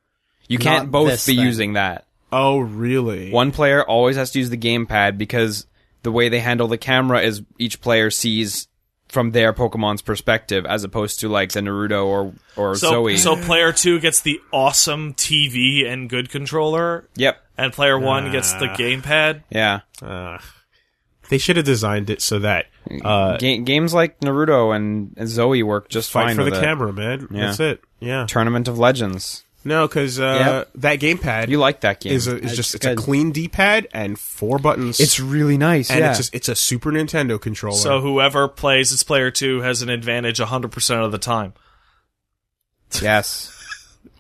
Speaker 1: You can't
Speaker 2: Not
Speaker 1: both
Speaker 2: this
Speaker 1: be
Speaker 2: thing.
Speaker 1: using that.
Speaker 3: Oh, really?
Speaker 1: One player always has to use the gamepad because the way they handle the camera is each player sees from their Pokemon's perspective, as opposed to like say, Naruto or or
Speaker 4: So,
Speaker 1: Zoe.
Speaker 4: so player two gets the awesome TV and good controller,
Speaker 1: yep,
Speaker 4: and player one gets the gamepad.
Speaker 1: yeah.
Speaker 4: Uh,
Speaker 3: They should have designed it so that uh,
Speaker 1: Ga- games like Naruto and, and Zoe work just
Speaker 3: fight
Speaker 1: fine
Speaker 3: for the
Speaker 1: with it.
Speaker 3: camera, man.
Speaker 1: Yeah.
Speaker 3: That's it. Yeah.
Speaker 1: Tournament of Legends.
Speaker 3: No, because uh, that gamepad
Speaker 1: You like that game?
Speaker 3: is a, is just it's a
Speaker 2: good.
Speaker 3: clean D-pad and four buttons.
Speaker 1: really nice.
Speaker 3: and it's just, it's a Super Nintendo controller.
Speaker 4: So whoever plays as player two has an advantage 100% of the time.
Speaker 1: yes.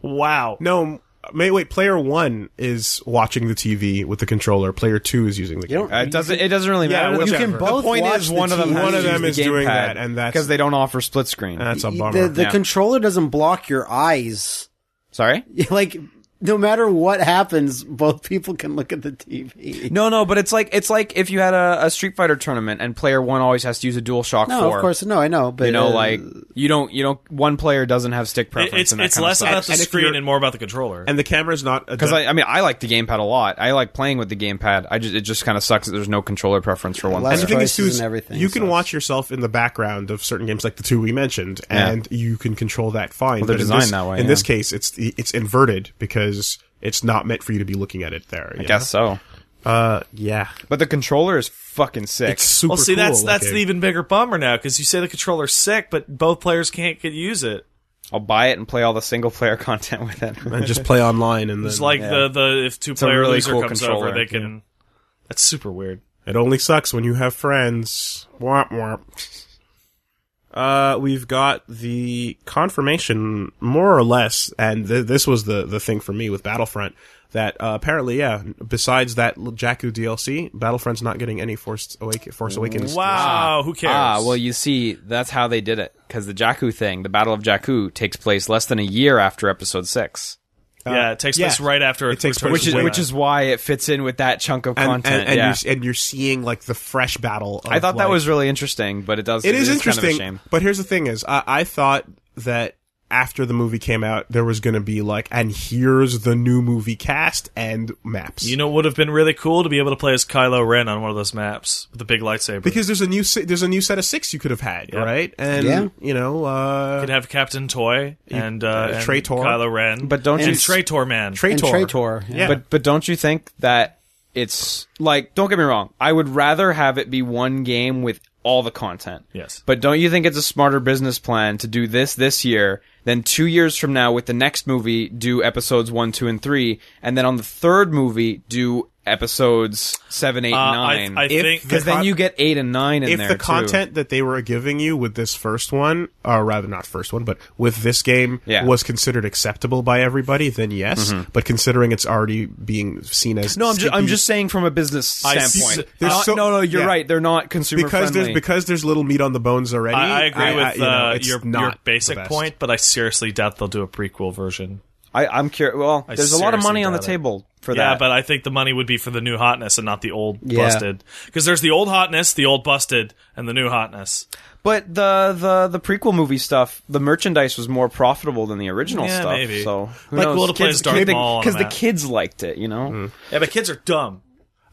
Speaker 4: Wow.
Speaker 3: no, may, wait. Player one is watching the TV with the controller. Player two is using the.
Speaker 2: You don't-
Speaker 3: gamepad.
Speaker 1: Uh, it doesn't. It doesn't really
Speaker 3: Yeah,
Speaker 1: matter.
Speaker 3: whichever.
Speaker 1: the,
Speaker 3: You can
Speaker 2: both
Speaker 1: the point
Speaker 2: watch
Speaker 1: is
Speaker 2: the
Speaker 1: one of them.
Speaker 2: TV.
Speaker 1: has
Speaker 2: One
Speaker 1: to
Speaker 2: of
Speaker 3: them
Speaker 1: use
Speaker 3: is
Speaker 1: the
Speaker 3: doing
Speaker 1: gamepad
Speaker 3: that, and that's-
Speaker 1: because they don't offer split screen.
Speaker 3: That's a bummer.
Speaker 2: The, the
Speaker 1: Yeah.
Speaker 2: controller doesn't block your eyes.
Speaker 1: Sorry.
Speaker 2: like no matter what happens, both people can look at the TV.
Speaker 1: No, no, but it's like it's like if you had a, a Street Fighter tournament and player one always has to use a DualShock
Speaker 2: No,
Speaker 1: four.
Speaker 2: of course, no, I know, but
Speaker 1: You know,
Speaker 2: uh,
Speaker 1: like you don't, you don't. One player doesn't have stick
Speaker 4: It-
Speaker 1: preference.
Speaker 4: it's
Speaker 1: and that
Speaker 4: it's
Speaker 1: kind of
Speaker 4: less
Speaker 1: stuff.
Speaker 4: about the
Speaker 3: And if
Speaker 4: screen
Speaker 3: you're-
Speaker 4: and more about the controller.
Speaker 3: and the camera's not
Speaker 1: Because I, I mean, I like the gamepad a lot. I like playing with the gamepad. I just, it just kind of sucks that there's no controller preference for one.
Speaker 2: Less
Speaker 1: Player.
Speaker 3: And the thing is, too,
Speaker 2: choices
Speaker 3: is
Speaker 2: and everything,
Speaker 3: you can
Speaker 2: so
Speaker 3: watch yourself in the background of certain games, like the two we mentioned, and you can control that fine.
Speaker 1: they're
Speaker 3: But in
Speaker 1: designed
Speaker 3: this-
Speaker 1: that way,
Speaker 3: In
Speaker 1: yeah.
Speaker 3: this case, it's it's inverted because it's not meant for you to be looking at it there.
Speaker 1: I guess so.
Speaker 3: Uh, yeah,
Speaker 1: But the controller is fucking sick.
Speaker 3: it's super.
Speaker 4: well, see,
Speaker 3: cool
Speaker 4: that's that's the
Speaker 3: looking.
Speaker 4: even bigger bummer now because you say the controller's sick, but both players can't get, use it.
Speaker 1: I'll buy it and play all the single player content with it.
Speaker 3: and just play online, and
Speaker 4: It's
Speaker 3: then,
Speaker 4: like the, the if two
Speaker 1: a
Speaker 4: player
Speaker 1: really
Speaker 4: loser
Speaker 1: cool
Speaker 4: comes over,
Speaker 1: controller,
Speaker 4: they can. That's super weird.
Speaker 3: It only sucks when you have friends. Womp womp. Uh, we've got the confirmation, more or less, and th- this was the, the thing for me with Battlefront, that uh, apparently, yeah, besides that l- Jakku DLC, Battlefront's not getting any Force, Awak- Force Awakens.
Speaker 4: Wow, who cares?
Speaker 1: Ah, well, you see, that's how they did it. Because the Jakku thing, the Battle of Jakku, takes place less than a year after Episode Six,
Speaker 4: yeah, it takes
Speaker 3: yeah.
Speaker 4: place right after
Speaker 3: It takes
Speaker 4: Return
Speaker 1: which
Speaker 3: place
Speaker 4: to
Speaker 1: is
Speaker 3: way-
Speaker 4: Jedi.
Speaker 1: which is why it fits in with that chunk of
Speaker 3: And,
Speaker 1: content.
Speaker 3: and, and,
Speaker 1: yeah.
Speaker 3: you're, and you're seeing, like, the fresh battle. Of,
Speaker 1: I thought that
Speaker 3: like-
Speaker 1: was really interesting, but it does.
Speaker 3: it is,
Speaker 1: kind of a
Speaker 3: interesting,
Speaker 1: shame.
Speaker 3: but here's the thing is, I, I thought that after the movie came out, there was going to be like, and here's the new movie cast and maps.
Speaker 4: You know, what would have been really cool to be able to play as Kylo Ren on one of those maps with the big lightsaber.
Speaker 3: because there's a new se- there's a new set of six you could have had, right? And
Speaker 2: Yeah.
Speaker 3: you know, uh,
Speaker 4: you could have Captain Toy and, uh, and
Speaker 3: Traitor.
Speaker 4: Kylo Ren,
Speaker 1: But don't
Speaker 4: and
Speaker 1: you-
Speaker 4: Traitor Man.
Speaker 3: Traitor.
Speaker 2: and Traitor. Yeah.
Speaker 3: Yeah.
Speaker 1: But but don't you think that it's like don't get me wrong, I would rather have it be one game with all the content.
Speaker 4: Yes.
Speaker 1: But don't you think it's a smarter business plan to do this this year then 2 years from now with the next movie do episodes 1, 2 and 3 and then on the third movie do episodes seven, eight,
Speaker 4: Uh,
Speaker 1: and
Speaker 4: I-
Speaker 1: 9?
Speaker 4: I,
Speaker 3: If
Speaker 4: think
Speaker 3: the
Speaker 1: Cuz then you get 8 and 9 in
Speaker 3: if
Speaker 1: there
Speaker 3: the
Speaker 1: too.
Speaker 3: content that they were giving you with this first one, or rather not first one, but with this game
Speaker 1: Yeah. Mm-hmm.
Speaker 3: was considered acceptable by everybody, then yes. But considering it's already being seen as
Speaker 1: No, I'm just, I'm
Speaker 3: skimpy-
Speaker 1: just saying from a business
Speaker 4: I see.
Speaker 1: standpoint.
Speaker 3: There's
Speaker 1: Not-
Speaker 3: so-
Speaker 1: no, no, you're
Speaker 3: yeah.
Speaker 1: right. They're not consumer
Speaker 3: because
Speaker 1: friendly.
Speaker 3: there's because there's little meat on the bones already.
Speaker 4: I, I agree with
Speaker 3: you know,
Speaker 4: uh,
Speaker 3: it's
Speaker 4: your,
Speaker 3: not
Speaker 4: your
Speaker 3: the
Speaker 4: basic
Speaker 3: best.
Speaker 4: point, but I seriously doubt they'll do a prequel version.
Speaker 1: I, I'm curious. Well,
Speaker 4: I
Speaker 1: there's a lot of
Speaker 4: seriously
Speaker 1: money on the
Speaker 4: doubt it.
Speaker 1: table for
Speaker 4: Yeah,
Speaker 1: that.
Speaker 4: but I think the money would be for the new hotness and not the old busted. Because there's the old hotness, the old busted, and the new hotness.
Speaker 1: But the the the prequel movie stuff, the merchandise was more profitable than the original
Speaker 4: Yeah,
Speaker 1: stuff.
Speaker 4: maybe.
Speaker 1: So who
Speaker 4: Like,
Speaker 1: knows?
Speaker 4: Will to play as Darth Maul on a
Speaker 1: because the
Speaker 4: map. Mm-hmm.
Speaker 1: kids liked it, you know.
Speaker 4: Yeah, but kids are dumb.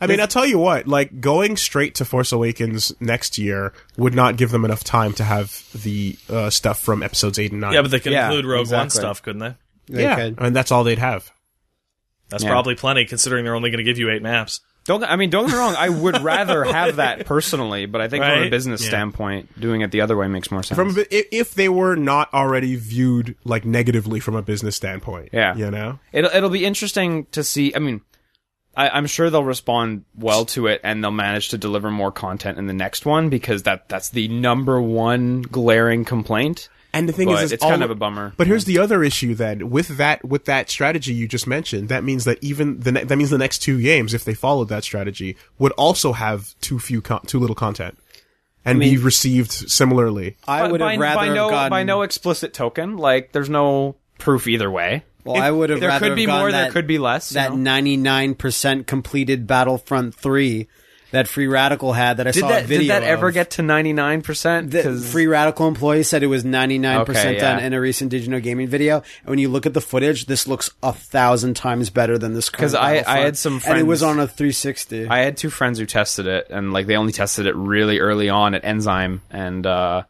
Speaker 3: I mean, I'll tell you what, like going straight to Force Awakens next year would not give them enough time to have the uh, stuff from episodes eight and nine.
Speaker 4: Yeah, but they could
Speaker 1: Yeah,
Speaker 4: include Rogue One
Speaker 1: exactly.
Speaker 4: stuff, couldn't they?
Speaker 2: They
Speaker 3: yeah,
Speaker 2: could.
Speaker 3: and that's all they'd have.
Speaker 4: That's
Speaker 1: Yeah.
Speaker 4: probably plenty, considering they're only going to give you eight maps.
Speaker 1: Don't I mean? Don't get me wrong. I would rather have that personally, but I think from a
Speaker 4: Right?
Speaker 1: business standpoint, doing it the other way makes more sense.
Speaker 3: From a, bi- i- if they were not already viewed like negatively from a business standpoint.
Speaker 1: Yeah.
Speaker 3: you know.
Speaker 1: It'll it'll be interesting to see. I mean, I, I'm sure they'll respond well to it, and they'll manage to deliver more content in the next one because that that's the number one glaring complaint.
Speaker 3: And the thing
Speaker 1: But
Speaker 3: is,
Speaker 1: it's
Speaker 3: all-
Speaker 1: kind of a bummer.
Speaker 3: But here's the other issue then with that with that strategy you just mentioned. That means that even the ne- that means the next two games, if they followed that strategy, would also have too few con- too little content, and be received similarly.
Speaker 2: I
Speaker 1: But
Speaker 2: would
Speaker 1: by-
Speaker 2: have rather
Speaker 1: by
Speaker 2: have
Speaker 1: no
Speaker 2: gotten-
Speaker 1: by no explicit token. Like there's no proof either way.
Speaker 2: Well, I would have
Speaker 1: there
Speaker 2: rather
Speaker 1: could
Speaker 2: have
Speaker 1: be
Speaker 2: gotten
Speaker 1: more,
Speaker 2: That,
Speaker 1: there could be less, you
Speaker 2: That
Speaker 1: know?
Speaker 2: ninety nine percent completed Battlefront three that Free Radical had that I
Speaker 1: Did
Speaker 2: saw a
Speaker 1: that
Speaker 2: video.
Speaker 1: did that ever
Speaker 2: of.
Speaker 1: get to 99? percent
Speaker 2: The Free Radical employee said it was ninety nine
Speaker 1: Okay,
Speaker 2: percent
Speaker 1: yeah.
Speaker 2: done in a recent Did You Know Gaming video. And when you look at the footage, this looks a thousand times better than this. Because
Speaker 1: 'Cause I- I had some
Speaker 2: and it was
Speaker 1: friends-
Speaker 2: on a three sixty.
Speaker 1: I had two friends who tested it, and like they only tested it really early on at Enzyme, and uh,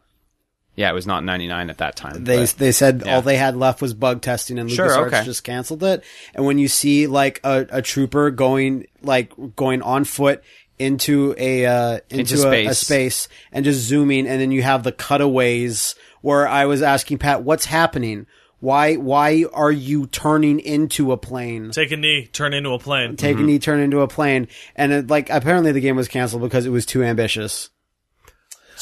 Speaker 1: yeah, it was not 99 at that time.
Speaker 2: They
Speaker 1: but-
Speaker 2: they said all they had left was bug testing, and
Speaker 1: Sure,
Speaker 2: LucasArts
Speaker 1: okay.
Speaker 2: just canceled it. And when you see like a, a trooper going like going on foot into a uh, into,
Speaker 1: Into
Speaker 2: space. A, a
Speaker 1: space.
Speaker 2: space and just zooming, and then you have the cutaways where I was asking Pat, "What's happening? Why why are you turning into a plane?"
Speaker 4: Take a knee, turn into a plane.
Speaker 2: Take a knee, turn into a plane, and it, like apparently the game was canceled because it was too ambitious,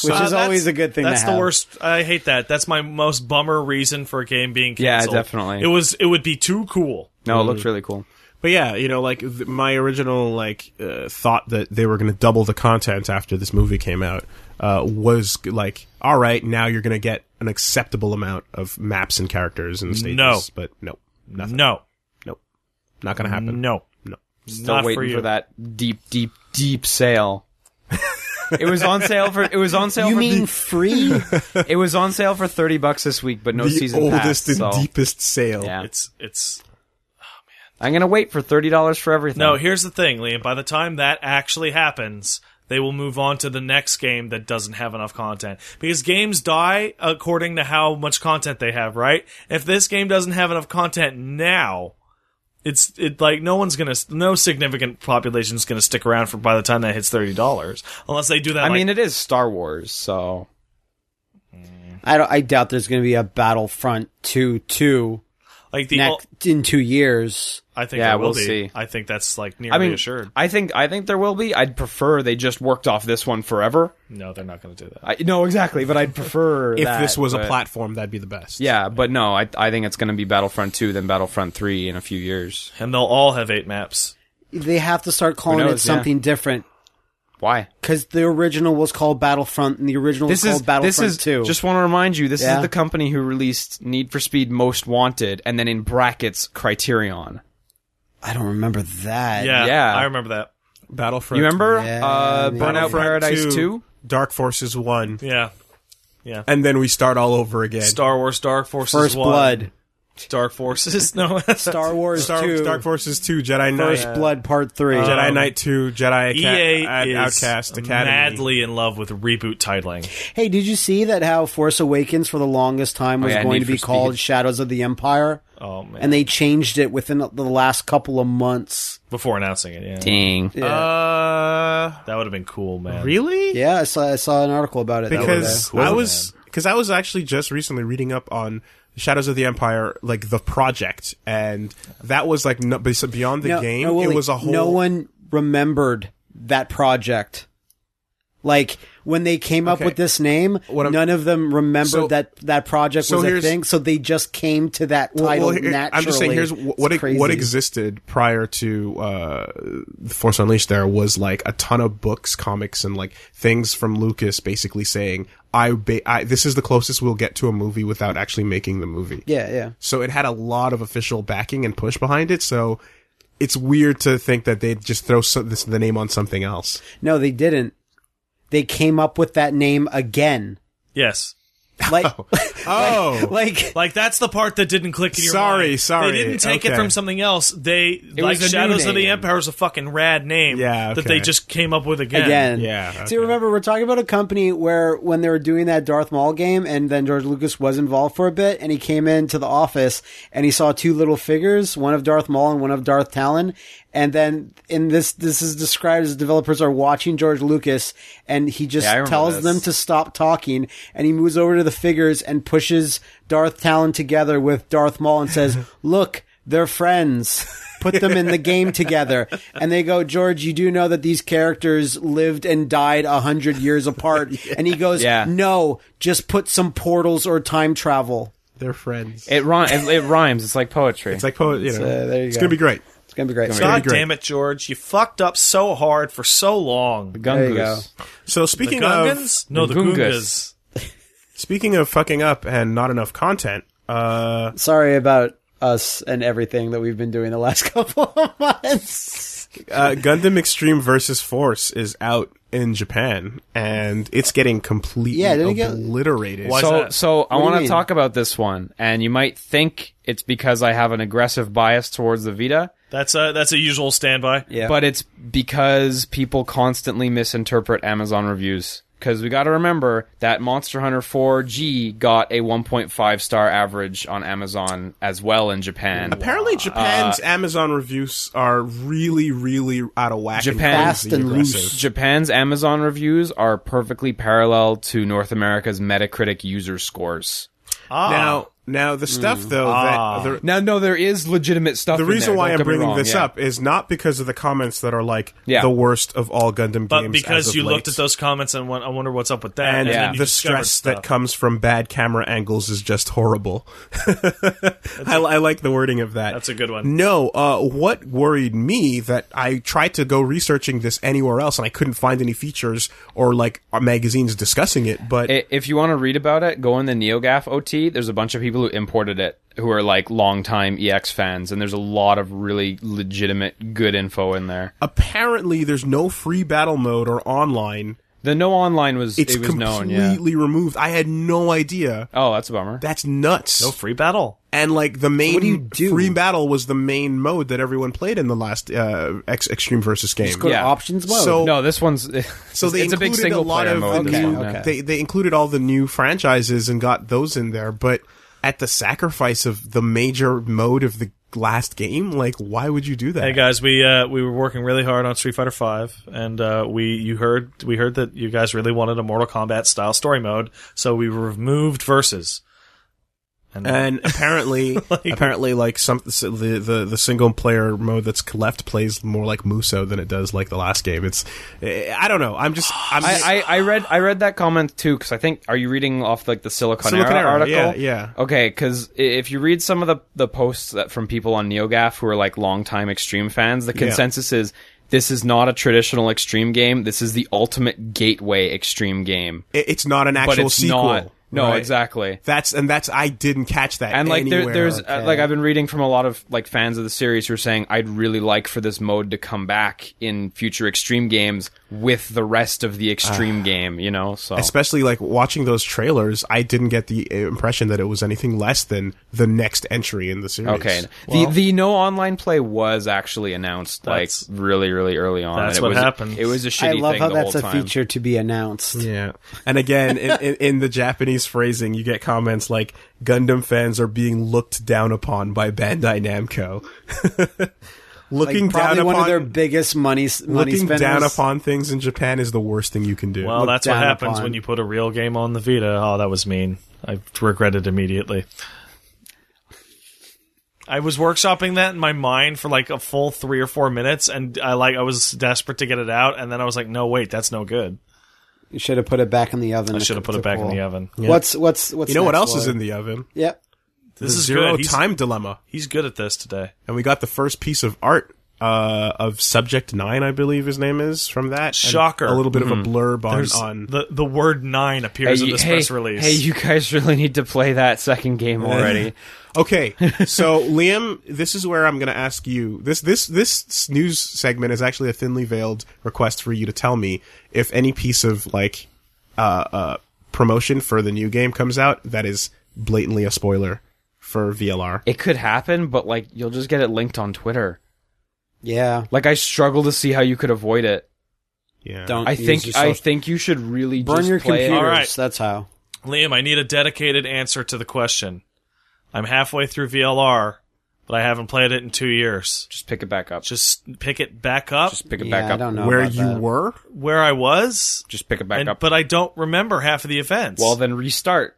Speaker 2: which
Speaker 4: Uh,
Speaker 2: is
Speaker 4: that's-
Speaker 2: always a good thing.
Speaker 4: That's
Speaker 2: to
Speaker 4: the
Speaker 2: have.
Speaker 4: worst. I hate that. That's my most bummer reason for a game being
Speaker 1: Yeah,
Speaker 4: canceled.
Speaker 1: definitely.
Speaker 4: It was. It would be too cool.
Speaker 1: no, it
Speaker 2: Mm.
Speaker 1: looked really cool.
Speaker 3: But yeah, you know, like th- my original like uh, thought that they were going to double the content after this movie came out uh, was like, all right, now you're going to get an acceptable amount of maps and characters and stages.
Speaker 4: No.
Speaker 3: but no, nothing,
Speaker 4: No,
Speaker 3: nope, not going to happen.
Speaker 4: no,
Speaker 3: no.
Speaker 1: Still
Speaker 4: not
Speaker 1: waiting
Speaker 4: you.
Speaker 1: for that deep, deep, deep sale. it was on sale for. It was on sale.
Speaker 2: You
Speaker 1: for
Speaker 2: mean free?
Speaker 1: It was on sale for thirty bucks this week, but no
Speaker 3: the
Speaker 1: season
Speaker 3: oldest
Speaker 1: pass.
Speaker 3: and
Speaker 1: so
Speaker 3: deepest sale.
Speaker 1: Yeah.
Speaker 4: It's it's
Speaker 1: I'm gonna wait for thirty dollars for everything.
Speaker 4: no. Here's the thing, Liam. By the time that actually happens, they will move on to the next game that doesn't have enough content because games die according to how much content they have. Right? If this game doesn't have enough content now. It's it like no one's gonna no significant population's gonna stick around for by the time that hits thirty dollars unless they do
Speaker 1: I
Speaker 4: that. like,
Speaker 1: mean it is Star Wars, so
Speaker 2: I don't. I doubt there's going to be a Battlefront two two
Speaker 4: like the
Speaker 2: next in two years.
Speaker 4: I think
Speaker 1: Yeah,
Speaker 4: there will
Speaker 1: we'll
Speaker 4: be.
Speaker 1: see.
Speaker 4: I think that's like nearly
Speaker 1: I mean,
Speaker 4: assured.
Speaker 1: I think I think there will be. I'd prefer they just worked off this one forever.
Speaker 4: No, they're not going to do that.
Speaker 1: I, no, exactly, but I'd prefer
Speaker 3: If
Speaker 1: that,
Speaker 3: this was a
Speaker 1: but-
Speaker 3: platform, that'd be the best.
Speaker 1: Yeah, but no, I I think it's going to be Battlefront 2 then Battlefront 3 in a few years.
Speaker 4: And they'll all have eight maps.
Speaker 2: They have to start calling it
Speaker 1: knows, yeah.
Speaker 2: something different
Speaker 1: Why?
Speaker 2: because the original was called Battlefront and the original
Speaker 1: This
Speaker 2: was
Speaker 1: is
Speaker 2: called Battlefront
Speaker 1: this is
Speaker 2: two.
Speaker 1: just want to remind you this
Speaker 2: Yeah.
Speaker 1: is the company who released Need for Speed Most Wanted and then in brackets Criterion.
Speaker 2: I don't remember that.
Speaker 4: Yeah,
Speaker 1: Yeah.
Speaker 4: I remember that.
Speaker 3: Battlefront.
Speaker 1: You remember
Speaker 2: Yeah,
Speaker 1: uh,
Speaker 2: yeah.
Speaker 1: Burnout
Speaker 3: Battlefront
Speaker 1: Paradise
Speaker 3: 2,
Speaker 1: 2?
Speaker 3: Dark Forces One.
Speaker 4: Yeah, Yeah.
Speaker 3: and then we start all over again.
Speaker 4: Star Wars Dark Forces
Speaker 2: First
Speaker 4: 1,
Speaker 2: Blood,
Speaker 4: Dark Forces. No,
Speaker 2: Star Wars
Speaker 3: Star,
Speaker 2: Two, Oh.
Speaker 3: Dark Forces Two, Jedi Knight,
Speaker 2: First Blood Part Three.
Speaker 3: Jedi Knight Two, Jedi
Speaker 4: EA
Speaker 3: Aca- Ad-
Speaker 4: Um, E is
Speaker 3: Outcast Academy.
Speaker 4: madly in love with reboot titling.
Speaker 2: Hey, did you see that? How Force Awakens for the longest time was
Speaker 1: Oh, yeah,
Speaker 2: going
Speaker 1: Need
Speaker 2: to be
Speaker 1: for
Speaker 2: called
Speaker 1: Speed.
Speaker 2: Shadows of the Empire,
Speaker 4: Oh man!
Speaker 2: and they changed it within the last couple of months.
Speaker 4: Before announcing it, yeah,
Speaker 1: Dang.
Speaker 3: Uh,
Speaker 4: that would have been cool, man.
Speaker 3: really?
Speaker 2: Yeah, I saw I saw an article about it. the other
Speaker 3: because
Speaker 2: day.
Speaker 4: cool,
Speaker 3: I was because I was actually just recently reading up on Shadows of the Empire, like the project, and that was like no, bes- beyond the
Speaker 2: No-
Speaker 3: game.
Speaker 2: no,
Speaker 3: it
Speaker 2: Willie,
Speaker 3: was a whole.
Speaker 2: No one remembered that project. Like when they came up
Speaker 3: Okay.
Speaker 2: with this name,
Speaker 3: What I'm-
Speaker 2: none of them remembered
Speaker 3: So-
Speaker 2: that that project
Speaker 3: so
Speaker 2: was a
Speaker 3: here's-
Speaker 2: thing. So they just came to that title
Speaker 3: Well, well, here-
Speaker 2: naturally.
Speaker 3: I'm just saying, here's wh- what
Speaker 2: It's
Speaker 3: e- what
Speaker 2: crazy.
Speaker 3: existed prior to uh, Force Unleashed. There was like a ton of books, comics, and like things from Lucas, basically saying, "I, ba- I this is the closest we'll get to a movie without actually making the movie."
Speaker 2: Yeah, yeah.
Speaker 3: So it had a lot of official backing and push behind it. So it's weird to think that they'd just throw so- this, the name on something else.
Speaker 2: No, they didn't. They came up with that name again.
Speaker 4: Yes,
Speaker 2: Like,
Speaker 3: Oh,
Speaker 2: like
Speaker 4: like that's the part that didn't click in your
Speaker 3: Sorry,
Speaker 4: mind.
Speaker 3: sorry,
Speaker 4: They didn't take it
Speaker 3: okay.
Speaker 4: from something else. They
Speaker 1: It
Speaker 4: like
Speaker 1: was a new
Speaker 4: Shadows of the
Speaker 1: name.
Speaker 4: Empire was a fucking rad name.
Speaker 3: Yeah,
Speaker 4: that they
Speaker 3: okay.
Speaker 4: just came up with again.
Speaker 2: again.
Speaker 3: Yeah, okay.
Speaker 2: See, remember, we're talking about a company where when they were doing that Darth Maul game, and then George Lucas was involved for a bit, and he came into the office and he saw two little figures, one of Darth Maul and one of Darth Talon. And then in this, this is described as developers are watching George Lucas, and he just
Speaker 1: Yeah, I remember
Speaker 2: tells
Speaker 1: this.
Speaker 2: them to stop talking, and he moves over to the figures and pushes Darth Talon together with Darth Maul and says, "Look." They're friends. Put them in the game together. And they go, George, you do know that these characters lived and died a hundred years apart. And he goes,
Speaker 1: Yeah.
Speaker 2: No, just put some portals or time travel.
Speaker 3: they're friends.
Speaker 1: It, rhy- it, it rhymes. It's like poetry.
Speaker 3: it's like poet, you know.
Speaker 2: uh, there you
Speaker 3: it's
Speaker 2: go.
Speaker 3: gonna be great.
Speaker 2: It's gonna be great.
Speaker 4: God
Speaker 3: great.
Speaker 4: damn it, George! You fucked up so hard for so long.
Speaker 2: There you go.
Speaker 1: Gungus.
Speaker 3: So
Speaker 4: The
Speaker 3: speaking of
Speaker 4: Gungans? No, the
Speaker 1: Gungas.
Speaker 4: Gungas.
Speaker 3: speaking of fucking up and not enough content, uh,
Speaker 2: Sorry about us and everything that we've been doing the last couple of months.
Speaker 3: uh, Gundam Extreme versus Force is out in Japan, and it's getting completely
Speaker 2: Yeah, didn't it get-
Speaker 3: obliterated.
Speaker 4: Why- Why's
Speaker 1: So,
Speaker 4: that?
Speaker 1: so I
Speaker 2: do you
Speaker 1: want
Speaker 2: mean?
Speaker 1: to talk about this one, and you might think it's because I have an aggressive bias towards the Vita,
Speaker 4: That's a that's a usual standby.
Speaker 2: Yeah.
Speaker 1: but it's because people constantly misinterpret Amazon reviews. Because we got to remember that Monster Hunter 4G got a 1.5 star average on Amazon as well in Japan.
Speaker 2: Uh,
Speaker 3: Apparently, Japan's Amazon reviews are really, really out of whack.
Speaker 1: Japan-
Speaker 3: and
Speaker 2: Fast
Speaker 3: crazy
Speaker 2: and
Speaker 3: aggressive.
Speaker 2: loose.
Speaker 1: Japan's Amazon reviews are perfectly parallel to North America's Metacritic user scores.
Speaker 4: Ah,
Speaker 3: Now, now the stuff though
Speaker 4: Ah.
Speaker 3: that the,
Speaker 1: Now, no, there is legitimate stuff.
Speaker 3: the
Speaker 1: in
Speaker 3: reason
Speaker 1: there,
Speaker 3: why
Speaker 1: don't
Speaker 3: I'm
Speaker 1: get me
Speaker 3: bringing
Speaker 1: wrong,
Speaker 3: this
Speaker 1: yeah.
Speaker 3: up is not because of the comments that are like
Speaker 1: Yeah.
Speaker 3: the worst of all Gundam
Speaker 4: but
Speaker 3: games, as
Speaker 4: Uh, because
Speaker 3: of
Speaker 4: you
Speaker 3: late,
Speaker 4: looked at those comments and went, I wonder what's up with that,
Speaker 3: and
Speaker 1: yeah.
Speaker 4: then you
Speaker 3: the
Speaker 4: discovered
Speaker 3: stress
Speaker 4: stuff.
Speaker 3: that comes from bad camera angles is just horrible. I I like the wording of that.
Speaker 4: That's a good one.
Speaker 3: No, uh, what worried me that I tried to go researching this anywhere else and I couldn't find any features or like magazines discussing it, but.
Speaker 1: I- If you want to read about it, go in the NeoGAF OT. There's a bunch of people who imported it who are like longtime EX fans, and there's a lot of really legitimate good info in there.
Speaker 3: Apparently, there's no free battle mode or online.
Speaker 1: The no online was
Speaker 3: It's
Speaker 1: it was known,
Speaker 3: completely
Speaker 1: yeah.
Speaker 3: removed. I had no idea.
Speaker 1: Oh, that's a bummer.
Speaker 3: That's nuts.
Speaker 4: no free battle.
Speaker 3: and like the main
Speaker 2: what do you do?
Speaker 3: free battle was the main mode that everyone played in the last uh, X- Extreme Versus game.
Speaker 2: Just go
Speaker 1: Yeah.
Speaker 2: to options mode.
Speaker 3: So-
Speaker 1: no, this one's
Speaker 3: so they
Speaker 1: it's a big
Speaker 3: included a
Speaker 1: single
Speaker 3: lot
Speaker 1: player
Speaker 3: of
Speaker 1: mode.
Speaker 3: the
Speaker 1: this
Speaker 2: okay,
Speaker 3: new,
Speaker 1: one, yeah.
Speaker 2: okay.
Speaker 3: they they included all the new franchises and got those in there, but at the sacrifice of the major mode of the last game, like why would you do that?
Speaker 4: Hey guys, we uh, we were working really hard on Street Fighter Five, and uh, we you heard we heard that you guys really wanted a Mortal Kombat style story mode, so we removed verses.
Speaker 3: and apparently, apparently, like some so the, the the single player mode that's left plays more like Muso than it does like the last game. It's eh, I don't know. I'm just I'm
Speaker 1: I, I, I read I read that comment too because I think are you reading off like the Silicon,
Speaker 3: Silicon
Speaker 1: Era
Speaker 3: Era,
Speaker 1: article?
Speaker 3: yeah, yeah.
Speaker 1: Okay, because if you read some of the the posts that from people on NeoGaf who are like longtime Extreme fans, the consensus is this is not a traditional Extreme game. This is the ultimate gateway Extreme game,
Speaker 3: it- it's not an
Speaker 1: but
Speaker 3: actual
Speaker 1: it's
Speaker 3: sequel.
Speaker 1: not. No,
Speaker 3: Right.
Speaker 1: exactly.
Speaker 3: That's and that's I didn't catch that.
Speaker 1: And like there,
Speaker 3: anywhere.
Speaker 1: there's uh, like I've been reading from a lot of like fans of the series who are saying I'd really like for this mode to come back in future extreme games with the rest of the
Speaker 3: Ah.
Speaker 1: extreme game, you know. So
Speaker 3: especially like watching those trailers, I didn't get the uh, impression that it was anything less than the next entry in the series.
Speaker 1: okay, the the no online play was actually announced like
Speaker 4: That's-
Speaker 1: really really early on. and
Speaker 4: that's
Speaker 1: it
Speaker 4: what
Speaker 1: was,
Speaker 4: happens.
Speaker 1: It was a shitty
Speaker 2: I love
Speaker 1: thing
Speaker 2: how
Speaker 1: the
Speaker 2: that's
Speaker 1: whole
Speaker 2: a
Speaker 1: time.
Speaker 2: feature to be announced.
Speaker 3: Yeah. And again, in, in, in the Japanese phrasing, you get comments like Gundam fans are being looked down upon by Bandai Namco. looking
Speaker 2: Like, probably
Speaker 3: down
Speaker 2: one
Speaker 3: upon
Speaker 2: of their biggest money money
Speaker 3: looking
Speaker 2: spenders.
Speaker 3: down upon things in Japan is the worst thing you can do.
Speaker 4: Well,
Speaker 2: looked
Speaker 4: that's what
Speaker 2: down
Speaker 4: happens
Speaker 2: upon.
Speaker 4: when you put a real game on the Vita. Oh, that was mean. I regretted immediately. I was workshopping that in my mind for like a full three or four minutes, and I like I was desperate to get it out, and then I was like, "No, wait, that's no good."
Speaker 2: You should have put it back in the oven.
Speaker 4: I should have put it back in the oven.
Speaker 2: What's what's what's
Speaker 3: you know what
Speaker 2: next,
Speaker 3: else is
Speaker 2: Lloyd?
Speaker 3: in the oven?
Speaker 2: Yep.
Speaker 4: This
Speaker 3: the
Speaker 4: is
Speaker 3: zero
Speaker 4: good. He's,
Speaker 3: time dilemma.
Speaker 4: he's good at this today.
Speaker 3: And we got the first piece of art uh, of Subject Nine, I believe his name is, from that. And
Speaker 4: Shocker. Mm-hmm.
Speaker 3: A little bit of a blurb on,
Speaker 4: There's-
Speaker 3: on
Speaker 4: the the word nine appears in
Speaker 1: you-
Speaker 4: this press release.
Speaker 1: hey, you guys really need to play that second game already.
Speaker 3: Okay, so Liam, this is where I'm going to ask you. This this this news segment is actually a thinly veiled request for you to tell me if any piece of like uh, uh, promotion for the new game comes out that is blatantly a spoiler for VLR.
Speaker 1: it could happen, but like you'll just get it linked on Twitter.
Speaker 2: Yeah.
Speaker 1: Like I struggle to see how you could avoid it.
Speaker 3: Yeah,
Speaker 2: Don't
Speaker 1: I
Speaker 2: use
Speaker 1: think
Speaker 2: your
Speaker 1: I
Speaker 2: social-
Speaker 1: think you should really
Speaker 2: burn
Speaker 1: just
Speaker 2: your
Speaker 1: play
Speaker 2: computers.
Speaker 1: It.
Speaker 4: All right.
Speaker 2: That's how.
Speaker 4: Liam, I need a dedicated answer to the question. I'm halfway through VLR, but I haven't played it in two years.
Speaker 1: Just pick it back up. Just,
Speaker 4: Just pick it back up
Speaker 1: pick it
Speaker 2: Yeah,
Speaker 1: back
Speaker 2: I
Speaker 1: up.
Speaker 2: don't know
Speaker 3: where
Speaker 2: about
Speaker 3: you
Speaker 2: that.
Speaker 3: were?
Speaker 4: where I was,
Speaker 1: Just pick it back
Speaker 4: and,
Speaker 1: up.
Speaker 4: but I don't remember half of the events.
Speaker 1: well, then restart.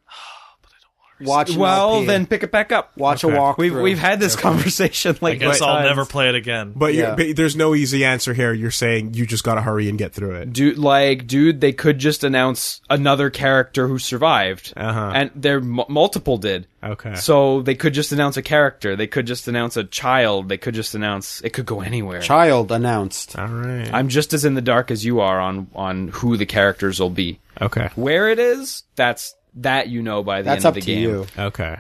Speaker 2: Watch. an
Speaker 1: Well,
Speaker 2: LP.
Speaker 1: then pick it back up.
Speaker 2: watch a walk.
Speaker 1: We've we've had this conversation like
Speaker 4: I guess
Speaker 1: eight
Speaker 4: I'll
Speaker 1: times.
Speaker 4: never play it again.
Speaker 3: But,
Speaker 2: Yeah.
Speaker 3: you're, but there's no easy answer here. You're saying you just got to hurry and get through it.
Speaker 1: Dude, like, dude, they could just announce another character who survived,
Speaker 3: Uh-huh.
Speaker 1: and there m- multiple did.
Speaker 3: Okay.
Speaker 1: So they could just announce a character. They could just announce a child. They could just announce. It could go anywhere.
Speaker 2: child announced.
Speaker 3: All right.
Speaker 1: I'm just as in the dark as you are on on who the characters will be.
Speaker 3: okay.
Speaker 1: Where it is, that's that you know by the
Speaker 2: That's
Speaker 1: end of
Speaker 2: up
Speaker 1: the
Speaker 2: to
Speaker 1: game.
Speaker 2: you.
Speaker 3: Okay.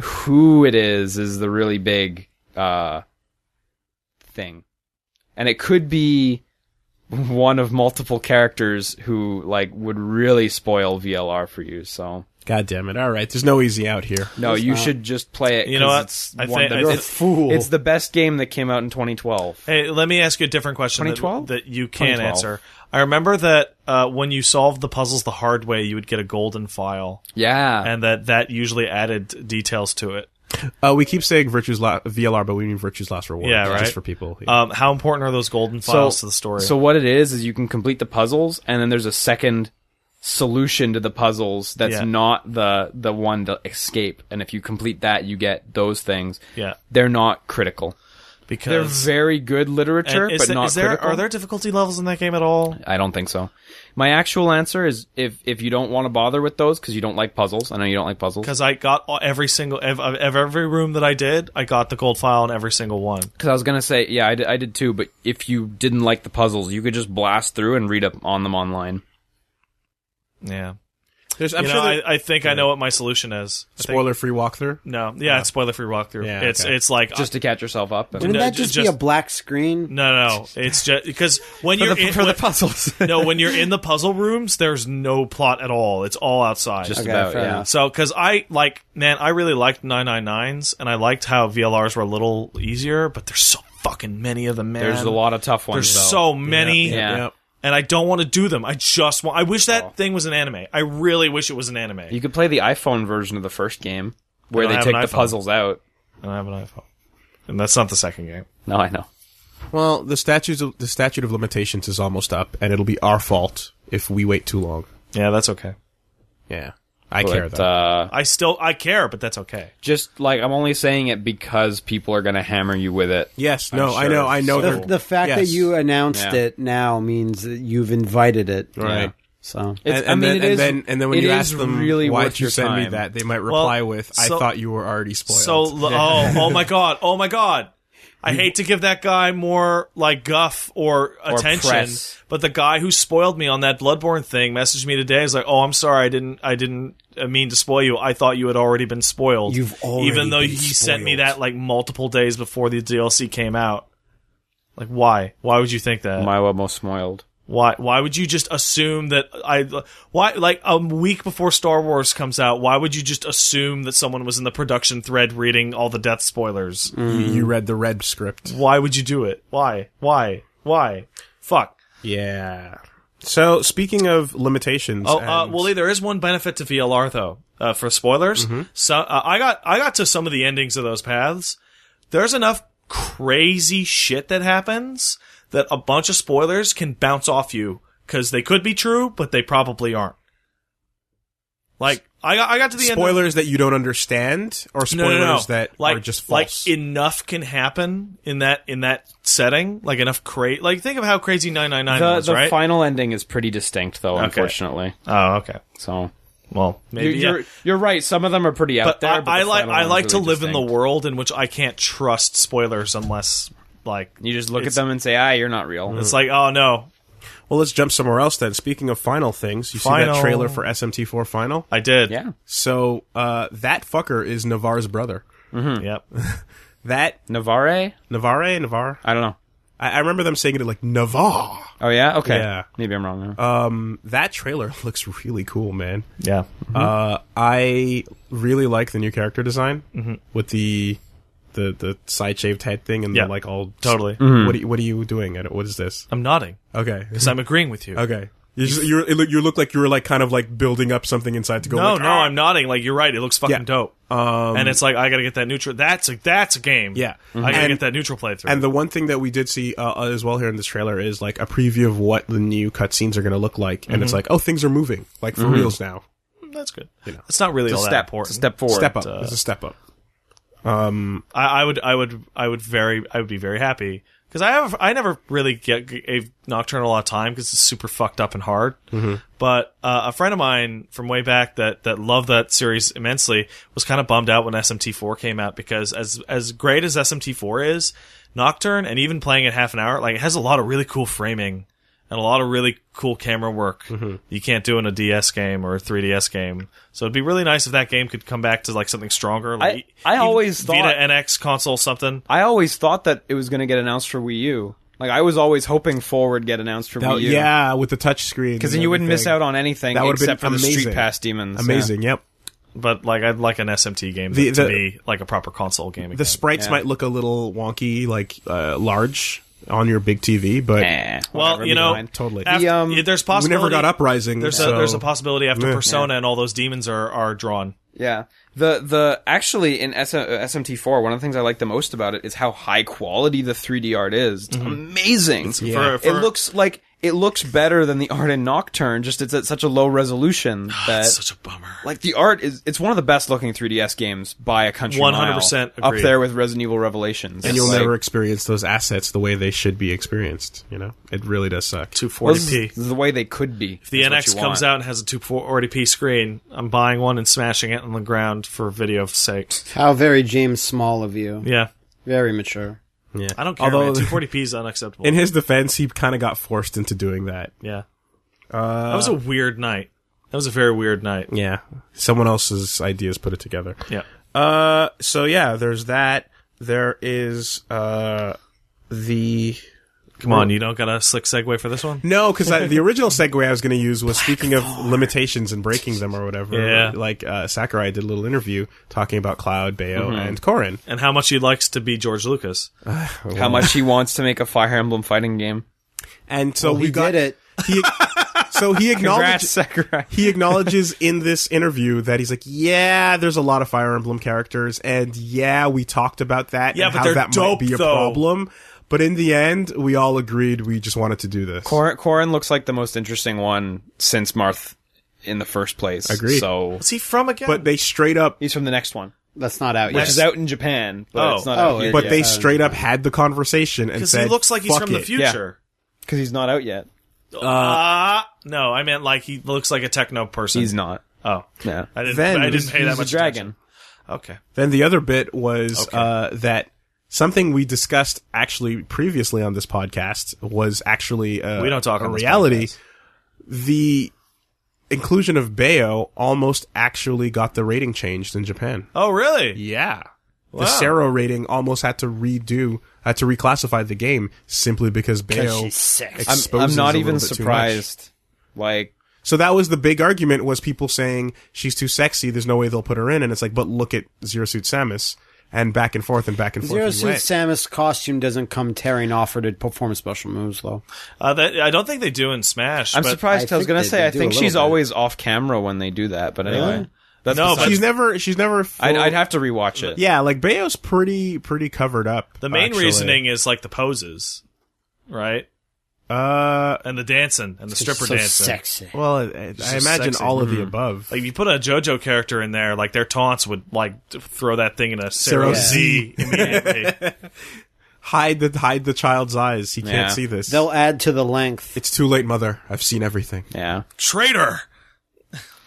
Speaker 1: Who it is is the really big uh thing. And it could be one of multiple characters who like would really spoil VLR for you. So
Speaker 3: God damn it. All right. There's no easy out here.
Speaker 1: no, you should just play it.
Speaker 4: You know
Speaker 1: 'cause
Speaker 4: what?
Speaker 1: It's
Speaker 4: I
Speaker 1: one
Speaker 4: think-
Speaker 1: of the-
Speaker 4: I You're a
Speaker 1: it's-
Speaker 2: fool.
Speaker 1: It's the best game that came out in 2012.
Speaker 4: Hey, let me ask you a different question that,
Speaker 1: 2012?
Speaker 4: that you can
Speaker 1: 2012.
Speaker 4: answer. I remember that uh, when you solved the puzzles the hard way, you would get a golden file,
Speaker 1: Yeah,
Speaker 4: and that that usually added details to it.
Speaker 3: Uh, we keep saying virtues la- VLR, but we mean virtues last reward.
Speaker 4: Yeah, right.
Speaker 3: Just for people. Yeah.
Speaker 4: Um, how important are those golden files to the story?
Speaker 1: So what it is is you can complete the puzzles, and then there's a second solution to the puzzles that's
Speaker 4: Yeah.
Speaker 1: not the the one to escape. And if you complete that, you get those things.
Speaker 4: yeah,
Speaker 1: They're not critical.
Speaker 4: because
Speaker 1: They're very good literature,
Speaker 4: And is
Speaker 1: but
Speaker 4: there-
Speaker 1: not
Speaker 4: is there-
Speaker 1: critical.
Speaker 4: Are there difficulty levels in that game at all?
Speaker 1: I don't think so. My actual answer is if if you don't want to bother with those because you don't like puzzles. I know you don't like puzzles
Speaker 4: Because I got all- every single ev- of of every room that I did, I got the gold file in every single one.
Speaker 1: because I was gonna say yeah I did, I did too. But if you didn't like the puzzles, you could just blast through and read up on them online.
Speaker 4: Yeah,
Speaker 3: There's,
Speaker 4: you know, I, I think I know what my solution is. I think-
Speaker 3: spoiler free walkthrough.
Speaker 4: no, yeah, it's spoiler free walkthrough.
Speaker 3: Yeah,
Speaker 4: it's
Speaker 3: okay.
Speaker 4: it's like
Speaker 1: Just to catch yourself up. and-
Speaker 2: Wouldn't
Speaker 4: No,
Speaker 2: that
Speaker 4: ju-
Speaker 2: just, be
Speaker 4: just-
Speaker 2: a black screen?
Speaker 4: no, no, it's just because when you're in, when-
Speaker 1: puzzles.
Speaker 4: no, when you're in the puzzle rooms, there's no plot at all. It's all outside.
Speaker 1: Just
Speaker 2: Okay,
Speaker 1: about,
Speaker 2: fair
Speaker 1: yeah.
Speaker 2: enough.
Speaker 4: So, because I like, man, I really liked 999s, and I liked how VLRs were a little easier, but there's so fucking many of them, man.
Speaker 1: Um, There's a lot of tough ones.
Speaker 4: There's
Speaker 1: though.
Speaker 4: so many.
Speaker 1: Yeah. Yeah.
Speaker 4: And I don't want to do them. I just want. I wish that thing was an anime. I really wish it was an anime.
Speaker 1: You could play the iPhone version of the first game where
Speaker 4: don't
Speaker 1: they
Speaker 4: have
Speaker 1: take
Speaker 4: an
Speaker 1: the
Speaker 4: iPhone.
Speaker 1: puzzles out.
Speaker 4: And I have an iPhone. And that's not the second game.
Speaker 1: No, I know.
Speaker 3: Well, the statutes of, the statute of limitations is almost up, and it'll be our fault if we wait too long.
Speaker 4: Yeah, that's okay.
Speaker 3: Yeah, I care
Speaker 1: But
Speaker 3: though.
Speaker 1: uh,
Speaker 4: I still I care, but that's okay.
Speaker 1: just like I'm only saying it because people are gonna hammer you with it.
Speaker 3: yes,
Speaker 1: I'm
Speaker 3: no, I
Speaker 1: sure.
Speaker 3: know, I
Speaker 1: So-
Speaker 3: know. they're-
Speaker 2: The, the fact that
Speaker 3: Yes.
Speaker 2: you announced
Speaker 1: Yeah.
Speaker 2: it now means that you've invited it.
Speaker 3: Right.
Speaker 2: So
Speaker 1: It's,
Speaker 3: and,
Speaker 1: I mean,
Speaker 3: and then,
Speaker 1: it
Speaker 3: and
Speaker 1: is-
Speaker 3: then and then when
Speaker 1: it
Speaker 3: you
Speaker 1: is
Speaker 3: ask them
Speaker 1: really
Speaker 3: why
Speaker 1: worth
Speaker 3: did you
Speaker 1: your
Speaker 3: send me
Speaker 1: time.
Speaker 3: that, they might reply with, "I
Speaker 4: so-
Speaker 3: thought you were already spoiled."
Speaker 4: So l- oh oh my god oh my god. I hate to give that guy more like guff or attention,
Speaker 1: press.
Speaker 4: but the guy who spoiled me on that Bloodborne thing messaged me today. He's like, "Oh, I'm sorry, I didn't, I didn't uh, mean to spoil you. I thought you had already been spoiled.
Speaker 2: You've already
Speaker 4: even though
Speaker 2: been
Speaker 4: he sent me
Speaker 2: spoiled.
Speaker 4: that like multiple days before the DLC came out. Like, why? Why would you think that?
Speaker 1: My almost spoiled.
Speaker 4: Why? Why would you just assume that I? Why? Like a week before Star Wars comes out, why would you just assume that someone was in the production thread reading all the death spoilers?
Speaker 3: You read the red script.
Speaker 4: Why would you do it? Why? Why? Why? Fuck.
Speaker 3: Yeah. So speaking of limitations,
Speaker 4: Oh, uh,
Speaker 3: and- Mm-hmm.
Speaker 4: well, there is one benefit to VLR though. Uh, for spoilers, so uh, I got I got to some of the endings of those paths. There's enough crazy shit that happens that a bunch of spoilers can bounce off you because they could be true, but they probably aren't. Like I got I got to the end. of-
Speaker 3: spoilers that you don't understand, or
Speaker 4: No,
Speaker 3: spoilers
Speaker 4: no, no.
Speaker 3: that
Speaker 4: like,
Speaker 3: are just false.
Speaker 4: Like enough can happen in that in that setting. Like enough crazy. Like think of how crazy nine nine nine
Speaker 1: The,
Speaker 4: was,
Speaker 1: the
Speaker 4: right?
Speaker 1: final ending is pretty distinct, though, unfortunately.
Speaker 4: oh, okay.
Speaker 1: So
Speaker 4: Well,
Speaker 1: you're,
Speaker 4: maybe
Speaker 1: you're,
Speaker 4: yeah.
Speaker 1: you're right. Some of them are pretty out
Speaker 4: But
Speaker 1: there.
Speaker 4: I,
Speaker 1: but the
Speaker 4: I like
Speaker 1: final
Speaker 4: I
Speaker 1: one's
Speaker 4: like to
Speaker 1: really
Speaker 4: live in
Speaker 1: distinct.
Speaker 4: the world in which I can't trust spoilers unless like
Speaker 1: You just look at
Speaker 4: It's-
Speaker 1: them and say, "Ah, you're not real."
Speaker 4: it's like oh no,
Speaker 3: well, let's jump somewhere else then. Speaking of final things, you see
Speaker 4: Final.
Speaker 3: that trailer for SMT4 Final.
Speaker 4: I did.
Speaker 1: Yeah,
Speaker 3: So uh, that fucker is Navarre's brother.
Speaker 4: Yep.
Speaker 3: That
Speaker 1: Navarre.
Speaker 3: Navarre, Navarre.
Speaker 1: I don't know.
Speaker 3: I, I remember them saying it like Navarre.
Speaker 1: Oh yeah, okay.
Speaker 3: Yeah.
Speaker 1: Maybe I'm wrong.
Speaker 3: Um, that trailer looks really cool, man.
Speaker 4: Yeah.
Speaker 3: Uh, I really like the new character design
Speaker 4: Mm-hmm.
Speaker 3: with the the the side shaved head thing and
Speaker 4: Yeah.
Speaker 3: the like all
Speaker 4: Totally.
Speaker 3: What are you, what are you doing? at it? What is this?
Speaker 4: I'm nodding
Speaker 3: Okay,
Speaker 4: because I'm agreeing with you.
Speaker 3: okay. You just, you it look- you look like you were like kind of like building up something inside to go.
Speaker 4: No,
Speaker 3: like,
Speaker 4: no,
Speaker 3: "Ah!"
Speaker 4: I'm nodding. Like you're right. It looks fucking
Speaker 3: Yeah.
Speaker 4: dope. Um, and it's like I gotta get that neutral. That's a that's a game.
Speaker 3: Yeah.
Speaker 4: I gotta
Speaker 3: And-
Speaker 4: get that neutral playthrough.
Speaker 3: And the one thing that we did see uh, uh, as well here in this trailer is like a preview of what the new cutscenes are going to look like, and
Speaker 4: Mhm.
Speaker 3: it's like, oh, things are moving like for reals now.
Speaker 4: That's good. It's not really
Speaker 1: It's a
Speaker 4: all that
Speaker 1: step,
Speaker 4: important.
Speaker 1: it's a step forward.
Speaker 3: Step
Speaker 4: uh,
Speaker 3: up. it's a step up.
Speaker 4: I, I would, I would, I would very, I would be very happy because I have, I never really get a nocturnal a lot of time because it's super fucked up and hard. Mm-hmm. But uh, a friend of mine from way back that that loved that series immensely was kind of bummed out when SMT4 came out because as as great as SMT4 is, Nocturne and even playing it half an hour, like it has a lot of really cool framing. And a lot of really cool camera work you can't do in a DS game or a 3DS game. So it'd be really nice if that game could come back to like something stronger. Like
Speaker 1: I
Speaker 4: even
Speaker 1: always
Speaker 4: Vita
Speaker 1: thought-
Speaker 4: NX console something.
Speaker 1: I always thought that it was going to get announced for Wii U. Like I was always hoping Forward get announced for
Speaker 3: That-
Speaker 1: Wii U.
Speaker 3: yeah, with the touch screen,
Speaker 1: because then you wouldn't miss out on anything
Speaker 3: That would've been
Speaker 1: except for the Street
Speaker 3: amazing.
Speaker 1: Pass demons.
Speaker 3: Amazing. Yep.
Speaker 4: But like I'd like an SMT game
Speaker 3: The-
Speaker 4: that to
Speaker 3: the-
Speaker 4: be like a proper console game. Again.
Speaker 3: The sprites might look a little wonky, like uh, large on your big TV, but
Speaker 1: Yeah. Eh,
Speaker 4: well,
Speaker 1: whatever,
Speaker 4: you
Speaker 1: be
Speaker 4: know,
Speaker 1: fine.
Speaker 3: Totally.
Speaker 4: after-
Speaker 1: The, um,
Speaker 4: yeah, there's
Speaker 3: we
Speaker 4: possibility.
Speaker 3: never got uprising.
Speaker 4: There's
Speaker 3: so-
Speaker 4: a there's a possibility after
Speaker 3: Yeah.
Speaker 4: Persona and all those demons are are drawn.
Speaker 1: Yeah. The the actually in S- uh, SMT4, one of the things I like the most about it is how high quality the 3D art is.
Speaker 3: Mm-hmm.
Speaker 1: It's amazing.
Speaker 4: Yeah. for-
Speaker 1: it looks like it looks better than the art in Nocturne. Just it's at such a low resolution that
Speaker 4: That's such a bummer.
Speaker 1: like the art is it's one of the best looking 3DS games by a country
Speaker 4: 100%
Speaker 1: mile. up
Speaker 4: agree.
Speaker 1: there with Resident Evil Revelations.
Speaker 3: and you'll
Speaker 1: Like,
Speaker 3: never experience those assets the way they should be experienced. You know, it really does suck.
Speaker 4: 240p.
Speaker 1: well, this is this is the way they could be.
Speaker 4: if the NX comes out and has a 240p screen, I'm buying one and smashing it on the ground for video sake.
Speaker 2: How very James Small of you.
Speaker 4: Yeah,
Speaker 2: Very mature.
Speaker 3: Yeah.
Speaker 4: I don't care.
Speaker 3: Although,
Speaker 4: man. 240p is unacceptable.
Speaker 3: in his defense, he kind of got forced into doing that.
Speaker 4: yeah, uh, that was a weird night. That was a very weird night.
Speaker 3: Yeah. Someone else's ideas put it together.
Speaker 4: Yeah.
Speaker 3: Uh, so yeah, there's that. There is uh the
Speaker 4: Come on, you don't got a slick segue for this one?
Speaker 3: no, because the original segue I was going to use was speaking of limitations and breaking them or whatever.
Speaker 4: Yeah.
Speaker 3: Like uh, Sakurai did a little interview talking about Cloud, Bayo, and Corrin.
Speaker 4: And how much he likes to be George Lucas.
Speaker 1: how much he wants to make a Fire Emblem fighting game.
Speaker 3: And so we
Speaker 2: he
Speaker 3: got
Speaker 2: did it.
Speaker 3: He, so he
Speaker 1: Congrats,
Speaker 3: acknowledges
Speaker 1: Sakurai.
Speaker 3: he acknowledges in this interview that he's like, yeah, there's a lot of Fire Emblem characters, and yeah, we talked about that.
Speaker 4: Yeah,
Speaker 3: and
Speaker 4: but
Speaker 3: how
Speaker 4: they're
Speaker 3: that
Speaker 4: dope,
Speaker 3: might be a
Speaker 4: though.
Speaker 3: problem. But in the end, we all agreed we just wanted to do this.
Speaker 1: Cor- Corrin looks like the most interesting one since Marth in the first place.
Speaker 3: Agreed.
Speaker 1: So
Speaker 4: What's he from again?
Speaker 3: but they straight up,
Speaker 1: he's from the next one,
Speaker 2: That's not out
Speaker 1: which
Speaker 2: yet.
Speaker 1: is out in Japan, but
Speaker 4: Oh.
Speaker 1: it's not
Speaker 2: Oh,
Speaker 1: out here
Speaker 3: but they
Speaker 1: yet
Speaker 3: straight up had the conversation and
Speaker 4: because
Speaker 3: said,
Speaker 4: he looks like he's
Speaker 3: "Fuck
Speaker 4: from the
Speaker 3: it."
Speaker 4: future.
Speaker 1: because he's not out yet.
Speaker 4: Uh, no, I meant like he looks like a techno person.
Speaker 1: He's not.
Speaker 4: Oh,
Speaker 1: Yeah.
Speaker 4: I didn't.
Speaker 3: Then
Speaker 4: I didn't
Speaker 3: he's-
Speaker 4: pay that
Speaker 1: He's a
Speaker 4: much
Speaker 1: dragon.
Speaker 4: attention. Okay,
Speaker 3: Then the other bit was uh, that something we discussed actually previously on this podcast was actually uh,
Speaker 4: We don't talk
Speaker 3: a
Speaker 4: on this
Speaker 3: reality.
Speaker 4: podcast.
Speaker 3: The inclusion of Bayo almost actually got the rating changed in Japan.
Speaker 4: Oh, really?
Speaker 3: Yeah. The Sero rating almost had to redo, had to reclassify the game simply because Bayo
Speaker 2: she's six.
Speaker 1: I'm,
Speaker 3: exposes
Speaker 1: I'm not
Speaker 3: a
Speaker 1: even
Speaker 3: little bit too much.
Speaker 1: surprised. Like,
Speaker 3: So that was the big argument was people saying she's too sexy. There's no way they'll put her in. And it's like, but look at Zero Suit Samus and back and forth and back and forth.
Speaker 2: Zero
Speaker 3: he
Speaker 2: Suit
Speaker 3: went.
Speaker 2: Samus costume doesn't come tearing off her to perform special moves though.
Speaker 4: Uh, that, I don't think they do in Smash.
Speaker 1: I'm
Speaker 4: but-
Speaker 1: surprised. I,
Speaker 2: I
Speaker 1: was
Speaker 2: think
Speaker 1: gonna
Speaker 2: they-
Speaker 1: say
Speaker 2: they
Speaker 1: I
Speaker 2: do a
Speaker 1: think
Speaker 2: little
Speaker 1: she's
Speaker 2: bit.
Speaker 1: always off camera when they do that. But anyway, that's
Speaker 4: No,
Speaker 1: beside-
Speaker 4: but-
Speaker 3: she's never, she's never. Full,
Speaker 1: I'd, I'd have to rewatch it.
Speaker 3: yeah, like Bayo's pretty, pretty covered up.
Speaker 4: The main
Speaker 3: actually.
Speaker 4: reasoning is like the poses, right?
Speaker 3: uh,
Speaker 4: And the dancing and the stripper
Speaker 2: so
Speaker 4: dancing.
Speaker 2: sexy.
Speaker 3: well, I, I
Speaker 4: just
Speaker 3: imagine
Speaker 4: sexy. Mm-hmm.
Speaker 3: all of the above.
Speaker 4: Like if you put a JoJo character in there, like their taunts would like th- throw that thing in a
Speaker 3: Zero
Speaker 4: Zero Z immediately.
Speaker 3: hide the, hide the child's eyes. He can't
Speaker 1: Yeah.
Speaker 3: see this.
Speaker 2: They'll add to the length.
Speaker 3: it's too late, mother. I've seen everything.
Speaker 1: Yeah.
Speaker 4: Traitor.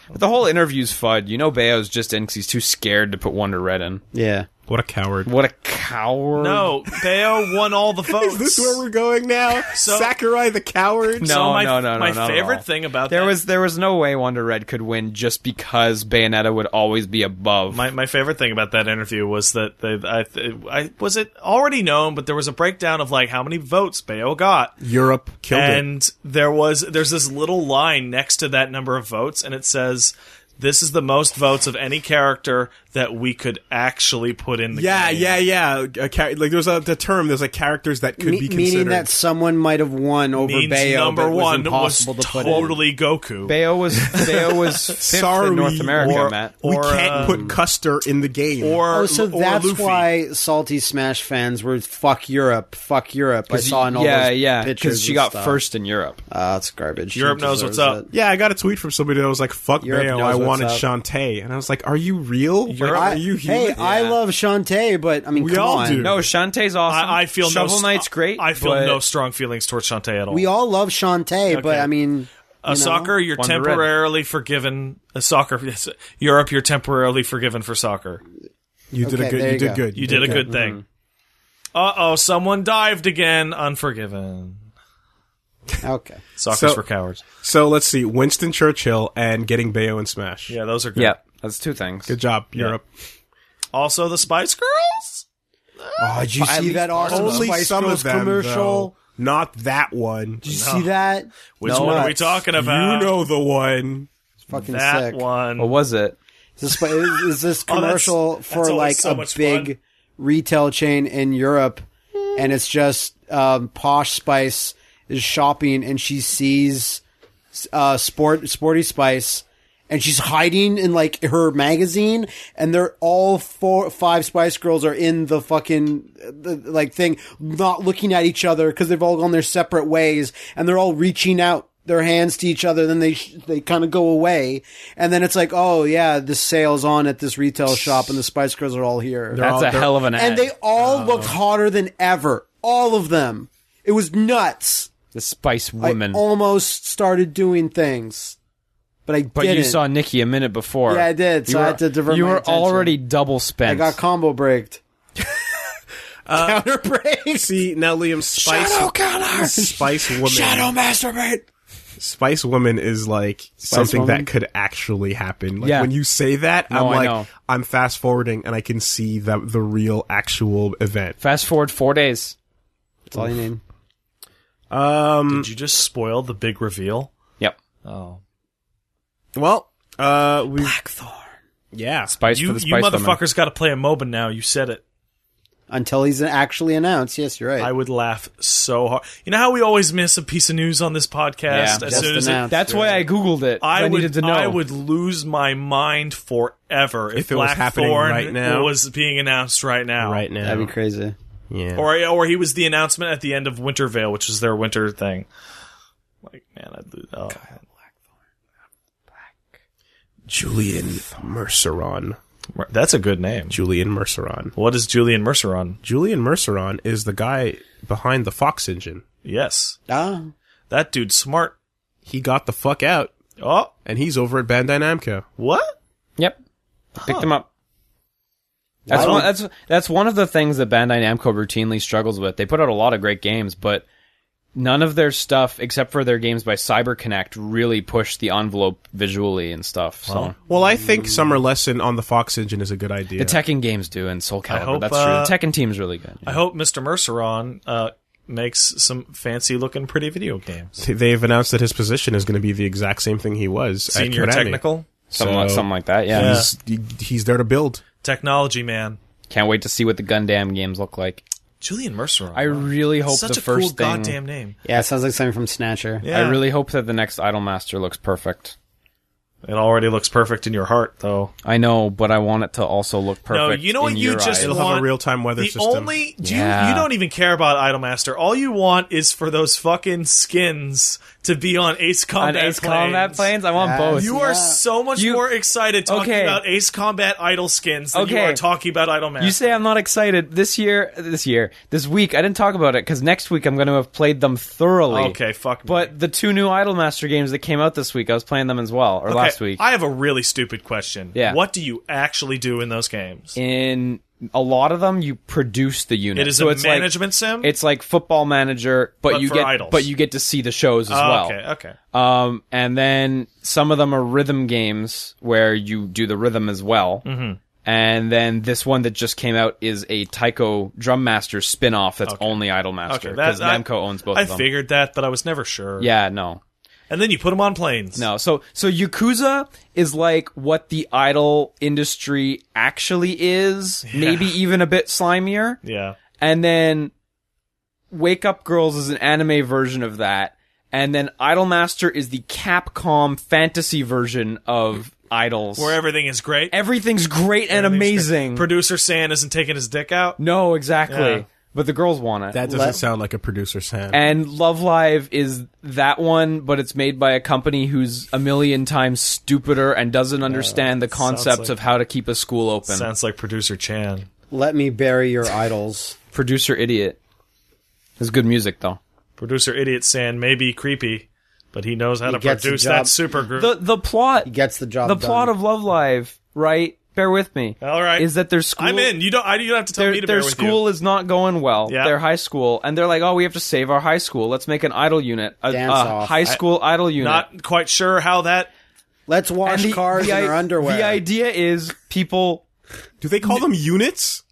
Speaker 1: But the whole interview's fud. You know, Bayo's just in because he's too scared to put Wonder Red in.
Speaker 2: Yeah.
Speaker 3: What a coward.
Speaker 1: What a coward!
Speaker 4: No, Bayo won all the votes.
Speaker 3: Is this where we're going now?
Speaker 4: So-
Speaker 3: Sakurai the coward.
Speaker 1: no,
Speaker 4: so my,
Speaker 1: no, no, no.
Speaker 4: My
Speaker 1: not at
Speaker 4: favorite
Speaker 1: all.
Speaker 4: thing about
Speaker 1: there
Speaker 4: that,
Speaker 1: was there was no way Wonder Red could win just because Bayonetta would always be above.
Speaker 4: My, my favorite thing about that interview was that they, I, I was it already known, but there was a breakdown of like how many votes Bayo got,
Speaker 3: Europe killed it.
Speaker 4: and there was there's this little line next to that number of votes, and it says, "This is the most votes of any character that we could actually put in the
Speaker 3: Yeah,
Speaker 4: game."
Speaker 3: yeah, yeah. A char- like there's a the term. There's like characters that could
Speaker 2: Me-
Speaker 3: be considered.
Speaker 2: meaning that someone might have won over
Speaker 4: Means
Speaker 2: Bayo,
Speaker 4: number
Speaker 2: but was
Speaker 4: one was
Speaker 2: impossible to put in.
Speaker 4: totally Goku.
Speaker 1: Bayo was Bayo was fifth
Speaker 3: Sorry,
Speaker 1: in North America,
Speaker 4: or-
Speaker 1: Matt.
Speaker 3: we
Speaker 4: or,
Speaker 3: can't
Speaker 4: um,
Speaker 3: put Custer in the game.
Speaker 4: or
Speaker 2: Oh, so
Speaker 4: or
Speaker 2: that's
Speaker 4: Luffy.
Speaker 2: why salty Smash fans were fuck Europe, fuck Europe. I saw in all
Speaker 1: yeah,
Speaker 2: those
Speaker 1: yeah,
Speaker 2: pictures.
Speaker 1: because she
Speaker 2: and
Speaker 1: got
Speaker 2: stuff.
Speaker 1: first in Europe.
Speaker 2: Ah, it's garbage. She
Speaker 4: Europe knows what's
Speaker 2: deserves
Speaker 4: up.
Speaker 2: it.
Speaker 3: yeah, I got a tweet from somebody that was like, "Fuck
Speaker 2: Europe
Speaker 3: Bayo,
Speaker 2: knows
Speaker 3: I
Speaker 2: what's
Speaker 3: wanted
Speaker 2: up.
Speaker 3: Shantae," and I was like, "Are you real? Like,
Speaker 4: Europe-
Speaker 3: are you human?"
Speaker 2: Hey, I love Shantae, but I mean,
Speaker 3: We
Speaker 2: come
Speaker 3: all
Speaker 2: on.
Speaker 3: do.
Speaker 1: No, Shantae's awesome.
Speaker 4: I, I feel no
Speaker 1: Shovel
Speaker 4: st-
Speaker 1: Knight's great.
Speaker 4: I feel
Speaker 1: but
Speaker 4: no strong feelings towards Shantae at all.
Speaker 2: We all love Shantae, but
Speaker 4: Okay.
Speaker 2: I mean,
Speaker 4: Uh, soccer, you're
Speaker 1: Wonder Red.
Speaker 4: temporarily forgiven. Uh, soccer, yes, Europe, you're temporarily forgiven for soccer.
Speaker 3: you did a
Speaker 2: Okay,
Speaker 3: good.
Speaker 2: there
Speaker 3: You
Speaker 2: you
Speaker 3: did
Speaker 2: go.
Speaker 3: good.
Speaker 4: You did a good thing.
Speaker 1: Mm-hmm.
Speaker 4: Uh oh, someone dived again. Unforgiven.
Speaker 2: okay.
Speaker 4: Soccer's
Speaker 3: So-
Speaker 4: for cowards.
Speaker 3: So let's see, Winston Churchill and getting Bayo and Smash.
Speaker 4: Yeah, those are good.
Speaker 1: Yeah, that's two things.
Speaker 3: Good job, Europe.
Speaker 4: Also, the Spice Girls.
Speaker 2: Oh, did you
Speaker 1: At
Speaker 2: see
Speaker 1: least
Speaker 2: that awesome
Speaker 3: Only
Speaker 2: Spice
Speaker 3: some
Speaker 2: Girls
Speaker 3: of them,
Speaker 2: commercial?
Speaker 3: though. Not that one.
Speaker 2: Did you
Speaker 4: No.
Speaker 2: see that?
Speaker 4: Which
Speaker 2: No,
Speaker 4: one are we
Speaker 2: it's-
Speaker 4: talking about?
Speaker 3: You know the one.
Speaker 2: Fucking
Speaker 4: that
Speaker 2: sick.
Speaker 4: one. Oh,
Speaker 1: What was it?
Speaker 2: Is this, is, is this
Speaker 4: that's-
Speaker 2: commercial
Speaker 4: that's
Speaker 2: for
Speaker 4: always
Speaker 2: like
Speaker 4: so
Speaker 2: a
Speaker 4: much
Speaker 2: big
Speaker 4: fun.
Speaker 2: retail chain in Europe, and it's just um, Posh Spice is shopping, and she sees uh, Sport Sporty Spice, and she's hiding in like her magazine, and they're all four five Spice Girls are in the fucking uh, the, like thing, not looking at each other because they've all gone their separate ways, and they're all reaching out their hands to each other. Then they sh- they kind of go away, and then it's like, oh yeah, this sale's on at this retail shop, and the Spice Girls are all here,
Speaker 1: That's
Speaker 3: all-
Speaker 1: a
Speaker 3: they're-
Speaker 1: hell of an ad. Oh.
Speaker 2: and they all looked hotter than ever, all of them. It was nuts.
Speaker 1: the Spice
Speaker 2: I
Speaker 1: Woman.
Speaker 2: almost started doing things, but I
Speaker 1: but
Speaker 2: didn't.
Speaker 1: you saw Nikki a minute before.
Speaker 2: Yeah, I did,
Speaker 1: You
Speaker 2: so I
Speaker 1: were-
Speaker 2: had to divert
Speaker 1: You
Speaker 2: my
Speaker 1: were
Speaker 2: attention.
Speaker 1: already double
Speaker 2: I
Speaker 1: spent.
Speaker 2: got combo braked.
Speaker 1: Uh,
Speaker 2: Counter brakes.
Speaker 3: See now, Liam Spice. Spice Woman.
Speaker 2: masturbate.
Speaker 3: Spice Woman is like something
Speaker 2: Woman?
Speaker 3: that could actually happen. Like
Speaker 1: Yeah.
Speaker 3: when you say that,
Speaker 1: No,
Speaker 3: I'm
Speaker 1: I
Speaker 3: like
Speaker 1: know.
Speaker 3: I'm fast forwarding and I can see the the real actual event.
Speaker 1: Fast forward four days.
Speaker 2: That's all you need.
Speaker 3: Um
Speaker 4: Did you just spoil the big reveal?
Speaker 1: Yep.
Speaker 4: Oh,
Speaker 3: well, uh we
Speaker 2: Blackthorn.
Speaker 3: yeah.
Speaker 1: Spice for
Speaker 4: you
Speaker 1: the
Speaker 4: you
Speaker 1: Spice Woman.
Speaker 4: motherfuckers got to play a MOBA now. You said it.
Speaker 2: Until he's actually announced. Yes, you're right.
Speaker 4: I would laugh so hard. You know how we always miss a piece of news on this podcast
Speaker 1: Yeah.
Speaker 4: as
Speaker 2: Just
Speaker 4: soon as it,
Speaker 2: announced.
Speaker 1: That's why I googled it.
Speaker 4: I, would,
Speaker 1: needed to know.
Speaker 4: I would lose my mind forever if,
Speaker 3: If it was happening
Speaker 4: Blackthorn
Speaker 3: right now.
Speaker 4: was being announced right now.
Speaker 3: Right now.
Speaker 2: That'd be crazy.
Speaker 3: Yeah.
Speaker 4: Or, or he was the announcement at the end of Wintervale, which was their winter thing. Like, man, I'd lose. Oh.
Speaker 3: Julian Merceron.
Speaker 4: That's a good name.
Speaker 3: Julian Merceron.
Speaker 4: What is Julian Merceron?
Speaker 3: Julian Merceron is the guy behind the Fox engine.
Speaker 4: Yes.
Speaker 2: Ah,
Speaker 4: That dude's smart.
Speaker 3: He got the fuck out
Speaker 4: Oh,
Speaker 3: and he's over at Bandai Namco.
Speaker 4: what?
Speaker 1: Yep. Picked him up. That's one, that's that's one of the things that Bandai Namco routinely struggles with. They put out a lot of great games, but none of their stuff, except for their games by CyberConnect, really push the envelope visually and stuff. So
Speaker 3: Well, I think Summer Lesson on the Fox engine is a good idea.
Speaker 1: the Tekken games do, and Soul Calibur.
Speaker 4: hope,
Speaker 1: that's
Speaker 4: uh,
Speaker 1: true. The Tekken team's really good.
Speaker 4: I hope Mr. Merceron uh, makes some fancy looking pretty video games.
Speaker 3: They've announced that his position is going to be the exact same thing he was.
Speaker 4: Senior
Speaker 3: at Konami.
Speaker 4: technical
Speaker 1: Something, like,
Speaker 3: so-
Speaker 1: something like that. Yeah.
Speaker 3: He's, he- he's there to build.
Speaker 4: technology man,
Speaker 1: Can't wait to see what the Gundam games look like.
Speaker 4: Julian Merceron.
Speaker 1: I really hope
Speaker 4: such
Speaker 1: the
Speaker 4: a
Speaker 1: first
Speaker 4: cool
Speaker 1: thing.
Speaker 4: goddamn name.
Speaker 2: Yeah, it sounds like something from Snatcher.
Speaker 4: Yeah.
Speaker 1: I really hope that the next Idolmaster looks perfect.
Speaker 4: It already looks perfect in your heart, though.
Speaker 1: I know, but I want it to also look perfect.
Speaker 4: No, you know what
Speaker 1: in
Speaker 4: you
Speaker 1: your
Speaker 4: just
Speaker 1: eyes.
Speaker 3: It'll have a
Speaker 4: want.
Speaker 3: real-time weather
Speaker 4: the
Speaker 3: system.
Speaker 4: Only do you,
Speaker 1: Yeah.
Speaker 4: you don't even care about Idolmaster. All you want is for those fucking skins to be on Ace
Speaker 1: on
Speaker 4: Combat.
Speaker 1: Ace Combat planes. I want
Speaker 2: Yes.
Speaker 1: both.
Speaker 4: You are so much
Speaker 1: You-
Speaker 4: more excited talking
Speaker 1: Okay.
Speaker 4: about Ace Combat Idol skins than you
Speaker 1: Okay.
Speaker 4: are talking about Idolmaster.
Speaker 1: You say I'm not excited this year. This year, this week, I didn't talk about it because next week I'm going to have played them thoroughly.
Speaker 4: okay, fuck me.
Speaker 1: But the two new Idolmaster games that came out this week, I was playing them as well, or
Speaker 4: Okay,
Speaker 1: last week.
Speaker 4: I have a really stupid question.
Speaker 1: Yeah.
Speaker 4: What do you actually do in those games?
Speaker 1: In a lot of them, you produce the unit.
Speaker 4: it is
Speaker 1: so
Speaker 4: a
Speaker 1: it's
Speaker 4: management
Speaker 1: Like,
Speaker 4: sim.
Speaker 1: it's like football manager, but,
Speaker 4: But
Speaker 1: you
Speaker 4: for
Speaker 1: get
Speaker 4: idols.
Speaker 1: but you get to see the shows as
Speaker 4: Oh,
Speaker 1: well.
Speaker 4: okay, okay.
Speaker 1: Um, and then some of them are rhythm games where you do the rhythm as well. Mm-hmm. And then this one that just came out is a Taiko Drum Master spin off that's only Idolmaster
Speaker 4: Okay,
Speaker 1: because
Speaker 4: that- I-
Speaker 1: Namco owns both
Speaker 4: I
Speaker 1: of them.
Speaker 4: figured that, but I was never sure.
Speaker 1: Yeah, no.
Speaker 4: And then you put them on planes.
Speaker 1: No. So so Yakuza is like what the idol industry actually is, maybe even a bit slimier.
Speaker 4: Yeah.
Speaker 1: And then Wake Up Girls is an anime version of that. And then Idolmaster is the Capcom fantasy version of Idols.
Speaker 4: Where everything is great.
Speaker 1: everything's great and amazing.
Speaker 4: Producer San isn't taking his dick out.
Speaker 1: no, exactly.
Speaker 4: Yeah.
Speaker 1: But the girls want it.
Speaker 3: That doesn't sound like a producer, Sam.
Speaker 1: and Love Live is that one, but it's made by a company who's a million times stupider and doesn't understand the concepts
Speaker 4: like-
Speaker 1: of how to keep a school open.
Speaker 4: Sounds like producer Chan.
Speaker 2: Let me bury your idols.
Speaker 1: Producer idiot. It's good music though.
Speaker 4: Producer Idiot San may be creepy, but he knows how to
Speaker 2: gets the
Speaker 4: produce
Speaker 2: job.
Speaker 4: that super group.
Speaker 1: The the plot
Speaker 2: Gets the job
Speaker 1: the
Speaker 2: done.
Speaker 1: plot of Love Live, right? Bear with me.
Speaker 4: All right.
Speaker 1: Is that their school?
Speaker 4: I'm in. You don't. I, you don't have to tell
Speaker 1: Their,
Speaker 4: me to
Speaker 1: their
Speaker 4: bear with
Speaker 1: school is not going well.
Speaker 4: Yeah.
Speaker 1: Their high school, and they're like, "Oh, we have to save our high school. Let's make an idol unit, a,
Speaker 2: Dance
Speaker 1: a
Speaker 2: off.
Speaker 1: high school idol
Speaker 4: you.
Speaker 1: unit."
Speaker 4: Not quite sure how that.
Speaker 2: Let's wash cars in
Speaker 1: i-
Speaker 2: our underwear.
Speaker 1: The idea is people
Speaker 3: Do they call them units?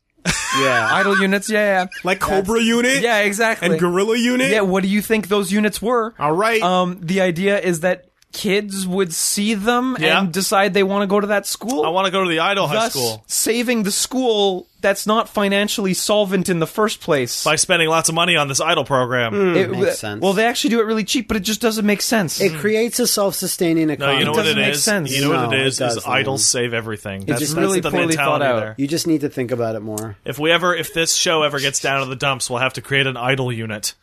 Speaker 2: yeah.
Speaker 1: idol units. Yeah,
Speaker 3: Like Cobra
Speaker 1: yeah,
Speaker 3: Unit?
Speaker 1: yeah, exactly.
Speaker 3: And Gorilla Unit?
Speaker 1: Yeah, what do you think those units were?
Speaker 3: All right.
Speaker 1: Um, the idea is that kids would see them
Speaker 4: Yeah.
Speaker 1: and decide they want to go to that school.
Speaker 4: I want to go to the Idol High
Speaker 1: thus
Speaker 4: School
Speaker 1: saving the school that's not financially solvent in the first place.
Speaker 4: by spending lots of money on this Idol program.
Speaker 1: It-
Speaker 2: Makes sense.
Speaker 1: Well, they actually do it really cheap, but it just doesn't make sense.
Speaker 2: it creates a self-sustaining
Speaker 4: No,
Speaker 2: economy.
Speaker 4: you know what
Speaker 1: doesn't
Speaker 4: it
Speaker 1: make
Speaker 4: is.
Speaker 1: sense.
Speaker 4: You know what
Speaker 2: No,
Speaker 4: it
Speaker 2: it
Speaker 4: is is
Speaker 2: doesn't.
Speaker 4: idols save everything. That's
Speaker 2: just
Speaker 4: that's
Speaker 1: really
Speaker 4: the
Speaker 1: poorly thought
Speaker 4: mentality
Speaker 1: out.
Speaker 4: there.
Speaker 2: You just need to think about it more.
Speaker 4: If we ever, if this show ever gets down to the dumps, we'll have to create an idol unit.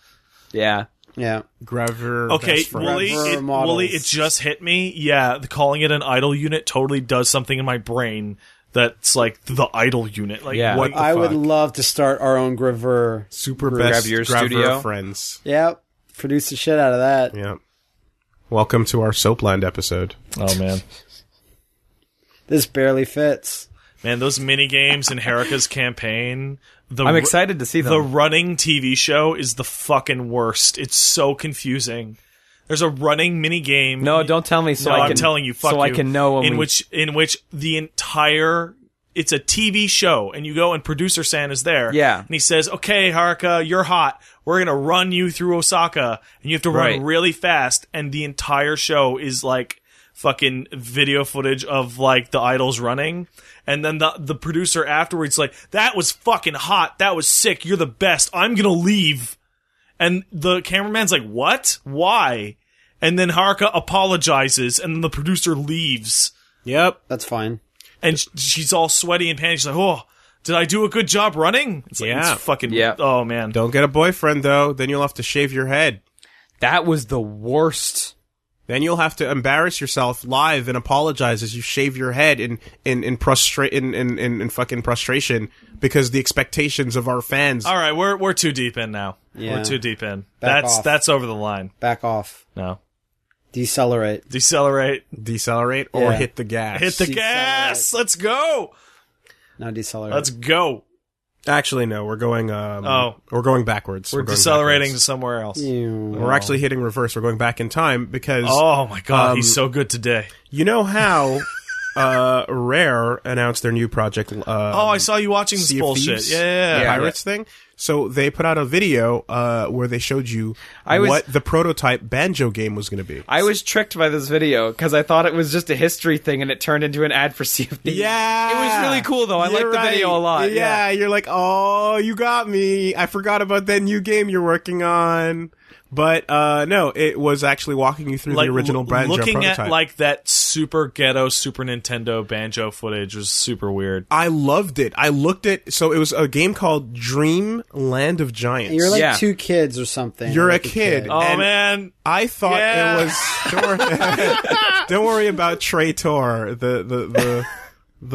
Speaker 1: yeah.
Speaker 2: Yeah.
Speaker 3: Grover.
Speaker 4: Okay,
Speaker 3: best friend.
Speaker 4: Wooly,
Speaker 2: Forever
Speaker 4: it,
Speaker 2: models.
Speaker 4: Wooly, it just hit me. Yeah, the, calling it an idol unit totally does something in my brain that's like the idol unit. Like,
Speaker 1: Yeah.
Speaker 4: what?
Speaker 3: The
Speaker 2: I would
Speaker 3: fuck?
Speaker 2: love to start our own Graver.
Speaker 3: Super best
Speaker 1: Grab your
Speaker 3: Grover
Speaker 1: studio.
Speaker 3: friends.
Speaker 2: Yep. Produce the shit out of that.
Speaker 3: Yeah. Welcome to our Soapland episode.
Speaker 4: Oh man,
Speaker 2: This barely fits.
Speaker 4: man, those mini games in Herika's campaign. The
Speaker 1: I'm
Speaker 4: ru-
Speaker 1: excited to see them.
Speaker 4: The running TV show is the fucking worst. It's so confusing. There's a running mini game.
Speaker 1: no, don't tell me so
Speaker 4: no,
Speaker 1: I
Speaker 4: I'm
Speaker 1: can
Speaker 4: telling you, fuck
Speaker 1: so I
Speaker 4: you.
Speaker 1: can know when
Speaker 4: in
Speaker 1: we-
Speaker 4: which in which the entire it's a TV show, and you go and producer San is there.
Speaker 1: Yeah.
Speaker 4: and he says, "Okay, Haruka, you're hot. We're gonna run you through Osaka, and you have to
Speaker 1: Right.
Speaker 4: run really fast." And the entire show is like fucking video footage of like the idols running, and then the the producer afterwards like, "That was fucking hot. That was sick. You're the best. I'm gonna leave." And the cameraman's like, "What? Why?" And then Haruka apologizes, and then the producer leaves,
Speaker 3: Yep.
Speaker 2: That's fine.
Speaker 4: and sh- she's all sweaty and panicked. She's like, "Oh, did I do a good job running?" It's like,
Speaker 3: Yeah.
Speaker 4: it's fucking,
Speaker 1: Yeah.
Speaker 4: oh man,
Speaker 3: Don't get a boyfriend though, then you'll have to shave your head.
Speaker 1: that was the worst.
Speaker 3: Then you'll have to embarrass yourself live and apologize as you shave your head in in in, prostra- in, in, in, in fucking frustration because the expectations of our fans.
Speaker 4: All right, we're we're too deep in now. We're
Speaker 2: Yeah.
Speaker 4: too deep in.
Speaker 2: Back
Speaker 4: that's
Speaker 2: off.
Speaker 4: that's over the line.
Speaker 2: Back off.
Speaker 4: No,
Speaker 2: Decelerate.
Speaker 4: decelerate.
Speaker 3: decelerate or
Speaker 2: Yeah.
Speaker 3: hit the gas.
Speaker 4: Hit the
Speaker 2: Decelerate.
Speaker 4: gas. Let's go.
Speaker 2: Now decelerate.
Speaker 4: Let's go.
Speaker 3: Actually, no, we're going. Um,
Speaker 4: Oh.
Speaker 3: we're going backwards.
Speaker 4: We're,
Speaker 3: going
Speaker 4: decelerating to
Speaker 3: backwards.
Speaker 4: somewhere else.
Speaker 2: Ew.
Speaker 3: We're actually hitting reverse. We're going back in time because
Speaker 4: Oh my god,
Speaker 3: Um,
Speaker 4: he's so good today.
Speaker 3: you know how uh, Rare announced their new project. Uh,
Speaker 4: Oh, I saw you watching this
Speaker 3: Sea of
Speaker 4: bullshit.
Speaker 3: Thieves,
Speaker 4: Yeah, yeah,
Speaker 3: the
Speaker 4: yeah.
Speaker 3: pirates thing. So they put out a video uh, where they showed you
Speaker 1: I was-
Speaker 3: what the prototype banjo game was going to be.
Speaker 1: I was tricked by this video because I thought it was just a history thing, and it turned into an ad for Sea of Thieves.
Speaker 3: Yeah,
Speaker 1: It was really cool, though. I
Speaker 3: You're
Speaker 1: liked the video a lot,
Speaker 3: Yeah, you're like, oh, you got me. I forgot about that new game you're working on. But uh, no, it was actually walking you through
Speaker 4: Like
Speaker 3: the original
Speaker 4: lo-
Speaker 3: banjo
Speaker 4: looking
Speaker 3: prototype.
Speaker 4: at like that super ghetto Super Nintendo banjo footage was super weird.
Speaker 3: I loved it. I looked at so it was a game called Dream Land of Giants.
Speaker 2: You're like
Speaker 1: Yeah.
Speaker 2: two kids or something.
Speaker 3: You're a
Speaker 2: Like
Speaker 3: kid.
Speaker 1: Uh,
Speaker 4: Oh
Speaker 3: And-
Speaker 4: man,
Speaker 3: I uh, thought
Speaker 4: Yeah.
Speaker 3: it was. Don't worry, don't worry about Traitor, the the the,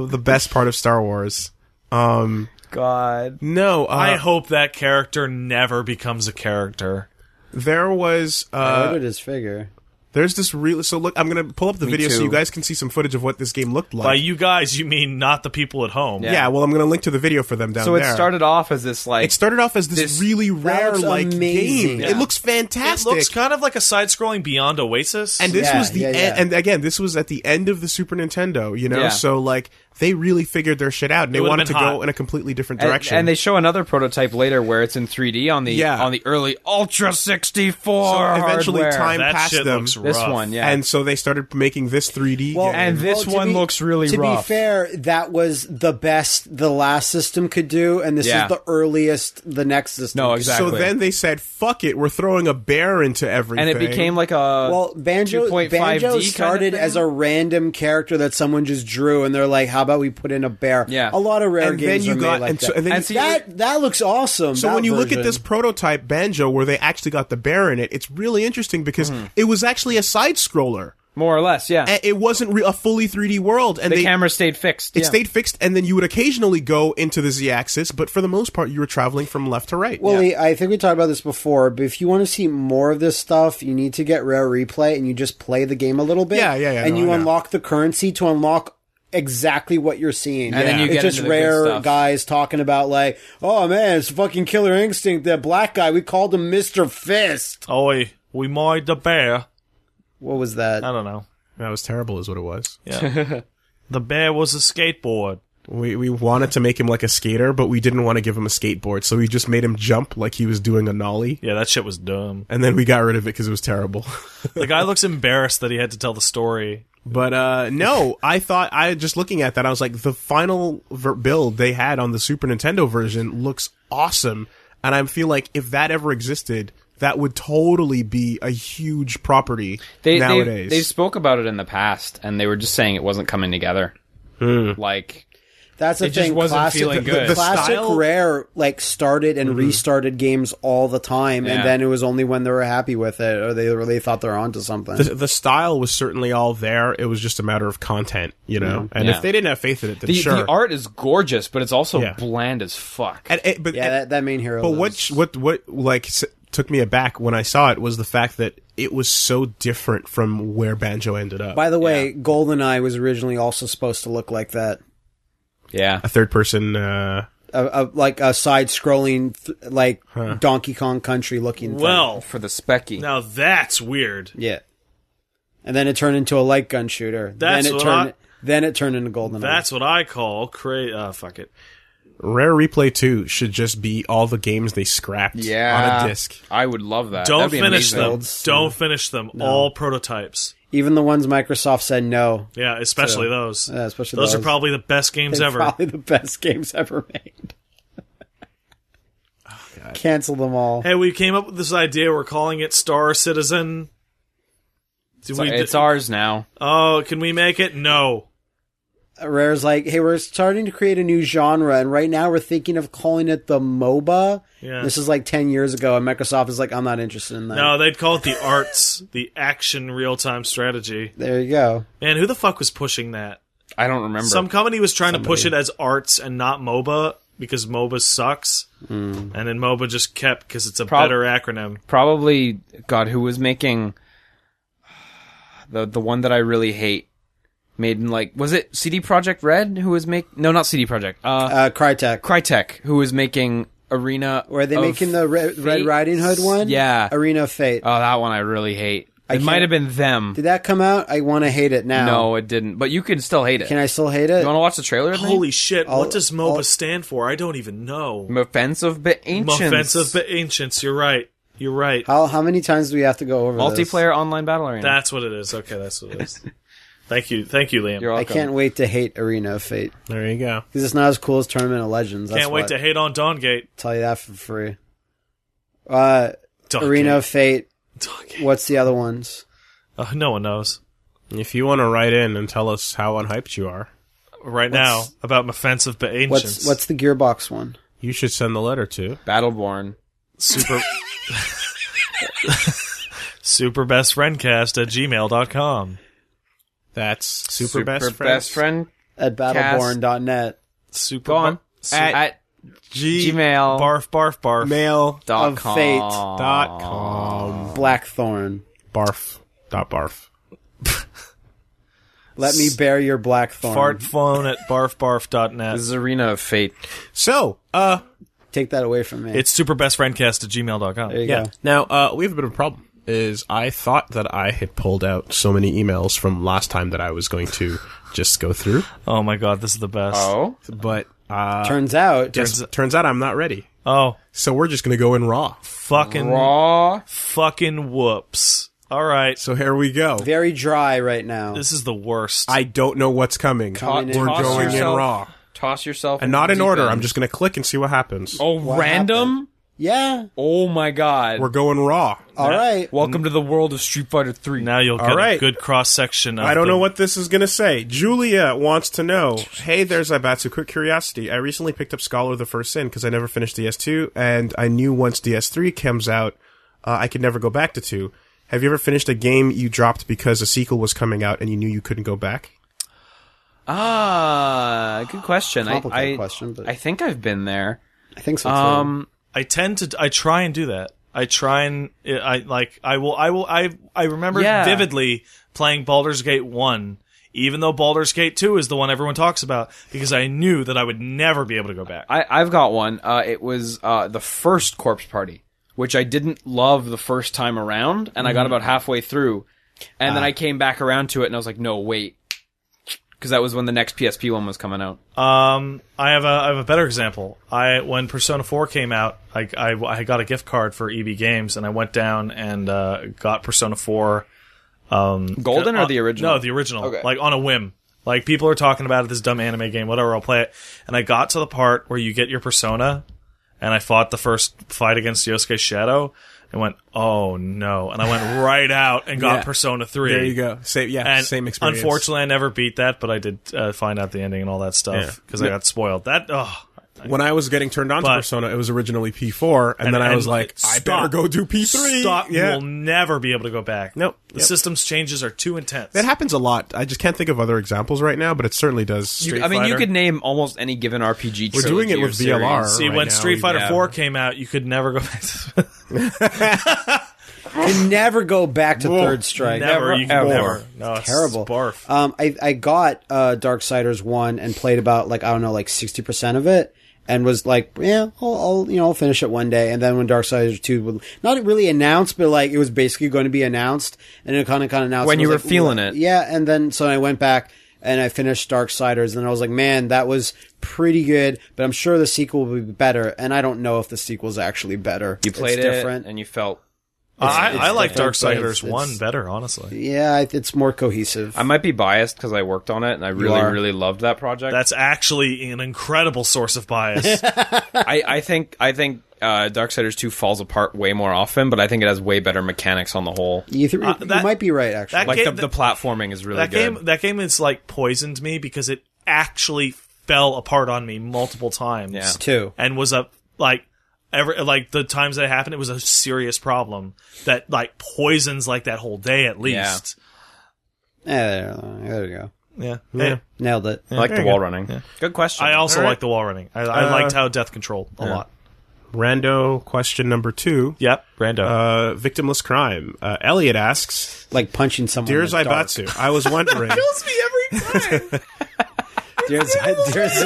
Speaker 3: the the best part of Star Wars. Um,
Speaker 1: God.
Speaker 3: no, uh,
Speaker 4: I hope that character never becomes a character.
Speaker 3: there was
Speaker 2: I
Speaker 3: uh,
Speaker 2: ordered his figure.
Speaker 3: there's this real. So look, I'm gonna pull up the video so
Speaker 1: too.
Speaker 3: you guys can see some footage of what this game looked like.
Speaker 4: By you guys, you mean not the people at home.
Speaker 3: yeah. well, I'm gonna link to the video for them down
Speaker 1: So
Speaker 3: there.
Speaker 1: it started off as this like
Speaker 3: It started off as this,
Speaker 1: This-
Speaker 3: really rare
Speaker 2: looks
Speaker 3: like
Speaker 2: amazing.
Speaker 3: game. It
Speaker 2: Yeah.
Speaker 3: looks
Speaker 4: It
Speaker 3: fantastic.
Speaker 4: looks kind of like a side-scrolling Beyond Oasis.
Speaker 3: And this
Speaker 2: Yeah,
Speaker 3: was the
Speaker 2: yeah,
Speaker 3: end,
Speaker 2: yeah.
Speaker 3: and again, this was at the end of the Super Nintendo, you know.
Speaker 1: Yeah.
Speaker 3: So like they really figured their shit out, and they
Speaker 4: would've
Speaker 3: wanted to
Speaker 4: been hot.
Speaker 3: go in a completely different
Speaker 1: and-
Speaker 3: direction.
Speaker 1: And, they show another prototype later where it's in 3D on the
Speaker 3: Yeah.
Speaker 1: on the early Ultra 64.
Speaker 3: So eventually
Speaker 1: hardware.
Speaker 3: time-
Speaker 4: that
Speaker 3: passed
Speaker 4: shit
Speaker 3: them.
Speaker 4: looks
Speaker 1: This
Speaker 4: rough.
Speaker 1: one, yeah.
Speaker 3: and so they started making this 3D game.
Speaker 1: and this
Speaker 2: to
Speaker 1: one looks really
Speaker 2: To
Speaker 1: rough.
Speaker 2: be fair, that was the best the last system could do, and this
Speaker 1: Yeah.
Speaker 2: is the earliest the next system.
Speaker 1: No,
Speaker 2: could do.
Speaker 1: exactly.
Speaker 3: so then they said, "Fuck it, we're throwing a bear into
Speaker 1: and
Speaker 3: everything."
Speaker 1: it became like a
Speaker 2: Well, banjo
Speaker 1: 2.5D
Speaker 2: banjo
Speaker 1: kind of
Speaker 2: started
Speaker 1: thing?
Speaker 2: as a random character that someone just drew, and they're like, "How about we put in a bear?"
Speaker 1: Yeah.
Speaker 2: a lot of rare
Speaker 3: And
Speaker 2: games
Speaker 3: then you
Speaker 2: are
Speaker 3: got-
Speaker 2: made like
Speaker 3: and so-
Speaker 2: that.
Speaker 3: and then
Speaker 1: And you- see-
Speaker 2: that that looks awesome.
Speaker 3: So
Speaker 2: that
Speaker 3: when you look at
Speaker 2: version.
Speaker 3: this prototype banjo where they actually got the bear in it, it's really interesting because
Speaker 2: Hmm.
Speaker 3: it was actually a side scroller.
Speaker 1: more or less, yeah.
Speaker 3: It wasn't re- a fully 3D world, and
Speaker 1: the
Speaker 3: they
Speaker 1: camera stayed fixed.
Speaker 3: it
Speaker 1: yeah.
Speaker 3: stayed fixed. And then you would occasionally go into the z-axis, but for the most part, you were traveling from left to right.
Speaker 2: Willie, I think we talked about this before, but if you want to see more of this stuff, you need to get Rare Replay and you just play the game a little bit.
Speaker 3: Yeah, yeah, yeah,
Speaker 2: And
Speaker 3: no,
Speaker 2: you
Speaker 3: I know.
Speaker 2: unlock the currency to unlock exactly what you're seeing.
Speaker 1: And then you
Speaker 2: it's
Speaker 1: get
Speaker 2: just
Speaker 1: into the good
Speaker 2: rare
Speaker 1: stuff.
Speaker 2: guys talking about like, oh man, it's fucking Killer Instinct. That black guy, we called him Mister Fist.
Speaker 4: Oi, we mowed the bear.
Speaker 2: What was that?
Speaker 4: I don't know.
Speaker 3: That was terrible, is what it was.
Speaker 4: Yeah. the bear was a skateboard.
Speaker 3: We we wanted to make him like a skater, but we didn't want to give him a skateboard, so we just made him jump like he was doing a nollie,
Speaker 4: Yeah, that shit was dumb.
Speaker 3: and then we got rid of it because it was terrible.
Speaker 4: The guy looks embarrassed that he had to tell the story.
Speaker 3: But uh no, I thought I just looking at that, I was like, the final ver- build they had on the Super Nintendo version looks awesome, and I feel like if that ever existed, that would totally be a huge property
Speaker 1: they,
Speaker 3: nowadays.
Speaker 1: They, they spoke about it in the past, and they were just saying it wasn't coming together.
Speaker 3: Hmm.
Speaker 1: Like
Speaker 2: That's the
Speaker 1: It
Speaker 2: thing.
Speaker 1: just wasn't
Speaker 2: classic,
Speaker 1: feeling
Speaker 2: the-
Speaker 1: good. Mm-hmm.
Speaker 2: The, classic
Speaker 3: style-
Speaker 2: Rare like started and restarted games all the time,
Speaker 1: Yeah.
Speaker 2: and then it was only when they were happy with it or they really thought they're onto something.
Speaker 3: the, the style was certainly all there. It was just a matter of content, you know. And
Speaker 1: Mm-hmm. Yeah.
Speaker 3: if they didn't have faith in it, then
Speaker 1: the,
Speaker 3: sure.
Speaker 1: the art is gorgeous, but it's also
Speaker 3: Yeah.
Speaker 1: bland as fuck.
Speaker 3: and, it- but
Speaker 2: yeah,
Speaker 3: and-
Speaker 2: that, that main hero.
Speaker 3: But
Speaker 2: lives.
Speaker 3: what sh- what what like s- took me aback when I saw it was the fact that it was so different from where Banjo ended up.
Speaker 2: By the way, GoldenEye was originally also supposed to look like that.
Speaker 1: yeah.
Speaker 3: a third person. Uh,
Speaker 2: A, a, like a side scrolling, th- like Donkey Kong Country looking thing.
Speaker 4: Well,
Speaker 1: For the specky.
Speaker 4: now that's weird.
Speaker 2: Yeah. And then it turned into a light gun shooter.
Speaker 4: That's
Speaker 2: then it
Speaker 4: what
Speaker 2: turned,
Speaker 4: I-
Speaker 2: Then it turned into GoldenEye.
Speaker 4: That's what I call cra Uh, fuck it.
Speaker 3: Rare Replay Two should just be all the games they scrapped
Speaker 1: yeah.
Speaker 3: on a disc.
Speaker 1: I would love that.
Speaker 4: Don't
Speaker 1: That'd be
Speaker 4: finish
Speaker 1: amazing.
Speaker 4: them. Don't finish them. All prototypes.
Speaker 2: Even the ones Microsoft said no.
Speaker 4: Yeah, especially those.
Speaker 2: Yeah, especially
Speaker 4: those,
Speaker 2: those.
Speaker 4: are probably the best games
Speaker 2: They're
Speaker 4: ever.
Speaker 2: Probably the best games ever made.
Speaker 1: Oh,
Speaker 2: Cancel them all.
Speaker 4: hey, we came up with this idea. We're calling it Star Citizen. Do
Speaker 1: It's,
Speaker 4: we?
Speaker 1: it's ours now.
Speaker 4: oh, can we make it? No.
Speaker 2: Rare's like, hey, we're starting to create a new genre, and right now we're thinking of calling it the MOBA.
Speaker 4: Yeah.
Speaker 2: This is like 10 years ago, and Microsoft is like, I'm not interested in that.
Speaker 4: No, they'd call it the arts, the action real time strategy.
Speaker 2: There you go.
Speaker 4: Man, who the fuck was pushing that?
Speaker 1: I don't remember.
Speaker 4: Some company was trying to push it as arts and not MOBA because MOBA sucks, and then MOBA just kept because it's a
Speaker 1: Hmm. Prob-
Speaker 4: better acronym.
Speaker 1: Probably God, who was making the the one that I really hate. made in like was it CD Project Red who was make no not CD Project uh,
Speaker 2: Uh, Crytek.
Speaker 1: Crytek who was making Arena
Speaker 2: Were they
Speaker 1: of
Speaker 2: making the Red, Red
Speaker 1: Fate?
Speaker 2: Riding Hood one?
Speaker 1: Yeah.
Speaker 2: Arena of Fate.
Speaker 1: Oh, that one I really hate. it
Speaker 2: can't-
Speaker 1: might have been them.
Speaker 2: Did that come out? I want to hate it now.
Speaker 1: No, it didn't. But you can still hate it.
Speaker 2: Can I still hate it?
Speaker 1: You want to watch the trailer? with me?
Speaker 4: Holy shit!
Speaker 2: I'll-
Speaker 4: what does MOBA
Speaker 2: I'll-
Speaker 4: stand for? I don't even know.
Speaker 1: offensive but ancient.
Speaker 4: Offensive but ancients. You're right. You're right.
Speaker 2: how how many times do we have to go over this?
Speaker 1: multiplayer online battle arena.
Speaker 4: That's what it is. Okay, that's what it is. thank you, thank you, Liam.
Speaker 1: You're
Speaker 2: I
Speaker 1: welcome.
Speaker 2: can't wait to hate Arena of Fate
Speaker 3: There you go.
Speaker 2: because it's not as cool as Tournament of Legends. That's
Speaker 4: Can't wait
Speaker 2: what.
Speaker 4: to hate on Dawngate.
Speaker 2: tell you that for free. Uh,
Speaker 4: Dawngate.
Speaker 2: Arena of Fate.
Speaker 4: Dawngate.
Speaker 2: What's the other ones?
Speaker 4: Oh, no one knows
Speaker 3: If you want to write in and tell us how unhyped you are,
Speaker 4: right now about offensive but ancients.
Speaker 2: What's what's the Gearbox one?
Speaker 3: you should send the letter to.
Speaker 1: Battleborn.
Speaker 4: super super best friendcast at gmail.com
Speaker 3: That's super, best,
Speaker 1: Super
Speaker 3: friends.
Speaker 1: best friend.
Speaker 2: At battleborn.net.
Speaker 4: super
Speaker 1: Go on. At,
Speaker 3: G-
Speaker 1: Gmail
Speaker 4: barf barf barf
Speaker 3: mail
Speaker 1: dot
Speaker 2: of
Speaker 1: com.
Speaker 2: fate.
Speaker 3: dot com
Speaker 2: Blackthorn.
Speaker 3: barf dot barf.
Speaker 2: Let me bear your blackthorn.
Speaker 4: fart phone at barfbarf.net
Speaker 1: This is Arena of Fate.
Speaker 3: So, uh,
Speaker 2: Take that away from me.
Speaker 4: it's super best friendcast at gmail.com
Speaker 2: there you
Speaker 3: yeah.
Speaker 2: go.
Speaker 3: Now, uh, we have a bit of a problem. Is I thought that I had pulled out so many emails from last time that I was going to just go through,
Speaker 4: oh my god this is the best oh,
Speaker 1: Oh,
Speaker 3: but uh,
Speaker 2: Turns out,
Speaker 3: turns, turns out I'm not ready. So we're just going to go in raw.
Speaker 4: Oh, fucking
Speaker 1: raw.
Speaker 4: fucking whoops all right
Speaker 3: So here we go.
Speaker 2: very dry right now.
Speaker 4: this is the worst
Speaker 3: Oh. I don't know what's coming.
Speaker 2: Coming in
Speaker 3: We're
Speaker 2: raw.
Speaker 3: going in
Speaker 1: yourself-
Speaker 3: raw.
Speaker 1: Toss yourself,
Speaker 3: And not in
Speaker 1: the deep
Speaker 3: order.
Speaker 1: end.
Speaker 3: I'm just going to click and see what happens.
Speaker 1: oh
Speaker 2: What
Speaker 1: random.
Speaker 2: happened? yeah.
Speaker 1: Oh my god.
Speaker 3: We're going raw.
Speaker 2: All right.
Speaker 1: Welcome to the world of Street Fighter Three.
Speaker 4: now you'll get
Speaker 3: All right.
Speaker 4: a good cross section
Speaker 3: I don't know what this is going to say. Julia wants to know Hey, there's Ibatsu. Quick curiosity. I recently picked up Scholar of the First Sin because I never finished DS2, and I knew once DS3 comes out, uh, I could never go back to 2. Have you ever finished a game you dropped because a sequel was coming out and you knew you couldn't go back?
Speaker 1: Ah, good question. I-
Speaker 2: Complicated
Speaker 1: I,
Speaker 2: question, but-
Speaker 1: I think I've been there.
Speaker 2: I think so too.
Speaker 1: Um,
Speaker 4: I tend to I try and do that. I try and I like I will I will I I remember
Speaker 1: Yeah.
Speaker 4: vividly playing Baldur's Gate 1 even though Baldur's Gate 2 is the one everyone talks about because I knew that I would never be able to go back.
Speaker 1: I, I've got one. Uh, it was uh, the first corpse party, which I didn't love the first time around, and I got about halfway through, and then I came back around to it, and I was like, no, wait, because that was when the next PSP one was coming out.
Speaker 4: Um I have a I have a better example. I when Persona 4 came out, I I, I got a gift card for EB Games and I went down and uh, got Persona 4 um
Speaker 1: Golden or
Speaker 4: uh,
Speaker 1: the original?
Speaker 4: No, the original.
Speaker 1: Okay.
Speaker 4: Like on a whim. Like people are talking about it, this dumb anime game, whatever, I'll play it. And I got to the part where you get your persona and I fought the first fight against Yosuke's shadow and went, Oh no. And I went right out and got
Speaker 3: Yeah.
Speaker 4: Persona three.
Speaker 3: There you go. Same, yeah,
Speaker 4: And
Speaker 3: same experience.
Speaker 4: Unfortunately I never beat that, but I did uh, find out the ending and all that stuff
Speaker 3: Yeah.
Speaker 4: because I got spoiled. That oh
Speaker 3: when I was getting turned on to
Speaker 4: But-
Speaker 3: Persona, it was originally P4, and, then I
Speaker 4: and
Speaker 3: was like, I
Speaker 4: stop.
Speaker 3: better go do P3.
Speaker 4: Stop
Speaker 3: Yeah.
Speaker 4: you'll never be able to go back.
Speaker 3: Nope.
Speaker 4: The
Speaker 3: Yep.
Speaker 4: systems changes are too intense.
Speaker 3: That happens a lot. I just can't think of other examples right now, but it certainly does.
Speaker 1: You- I mean, you could name almost any given RPG.
Speaker 3: We're doing it
Speaker 1: trilogy or
Speaker 3: with VLR.
Speaker 1: series.
Speaker 4: See,
Speaker 3: right
Speaker 4: when
Speaker 3: now,
Speaker 4: Street
Speaker 3: we-
Speaker 4: Fighter
Speaker 1: yeah.
Speaker 4: Four came out, you could never go back. to
Speaker 2: Can never go back to Third Strike.
Speaker 4: Never, you can
Speaker 1: ever.
Speaker 4: never. No, it's
Speaker 2: terrible.
Speaker 4: Barf.
Speaker 2: Um, I I got uh, Darksiders one and played about like I don't know like sixty percent of it and was like yeah I'll, I'll you know I'll finish it one day and then when Darksiders two was not really announced but like it was basically going to be announced and it kind of kind of announced
Speaker 1: When
Speaker 2: and I
Speaker 1: you
Speaker 2: was
Speaker 1: were
Speaker 2: like,
Speaker 1: feeling
Speaker 2: "Ooh."
Speaker 1: it.
Speaker 2: yeah and then so I went back and I finished Darksiders and I was like man that was pretty good but I'm sure the sequel will be better and I don't know if the sequel's actually better
Speaker 1: You played
Speaker 2: it's
Speaker 1: it,
Speaker 2: different
Speaker 1: and you felt.
Speaker 4: I,
Speaker 2: it's
Speaker 4: I like
Speaker 2: different, but
Speaker 4: Darksiders
Speaker 2: it's-
Speaker 4: One
Speaker 2: it's-
Speaker 4: better, honestly.
Speaker 2: yeah it- it's more cohesive
Speaker 1: I might be biased because I worked on it, and I really,
Speaker 2: are.
Speaker 1: really loved that project.
Speaker 4: That's actually an incredible source of bias.
Speaker 1: I, I think, I think. Uh, Darksiders 2 falls apart way more often, but I think it has way better mechanics on the whole.
Speaker 2: you, th- you
Speaker 4: uh, that-
Speaker 2: might be right actually
Speaker 4: that
Speaker 1: Like the,
Speaker 4: game-
Speaker 1: the platforming is really
Speaker 4: that
Speaker 1: good.
Speaker 4: game, that game is like poisoned me because it actually fell apart on me multiple times.
Speaker 1: Yeah.
Speaker 2: too
Speaker 4: and was a like every like the times that it happened, it was a serious problem that like poisons like that whole day at least.
Speaker 2: Yeah, there, there we go.
Speaker 4: Yeah, Hey,
Speaker 2: Nailed it.
Speaker 1: I like the
Speaker 3: There you
Speaker 1: wall
Speaker 3: go.
Speaker 1: running. Good question.
Speaker 4: I also
Speaker 3: All right.
Speaker 4: like the wall running. I, I
Speaker 3: Uh,
Speaker 4: liked how death controlled a lot.
Speaker 3: Rando question number two.
Speaker 4: Yep, Rando.
Speaker 3: Uh, victimless crime. Uh, Elliot asks,
Speaker 2: Like punching someone.
Speaker 3: "Dear
Speaker 2: in the dark.
Speaker 3: Zaibatsu, I was wondering,
Speaker 4: kills me every
Speaker 2: There's, there's,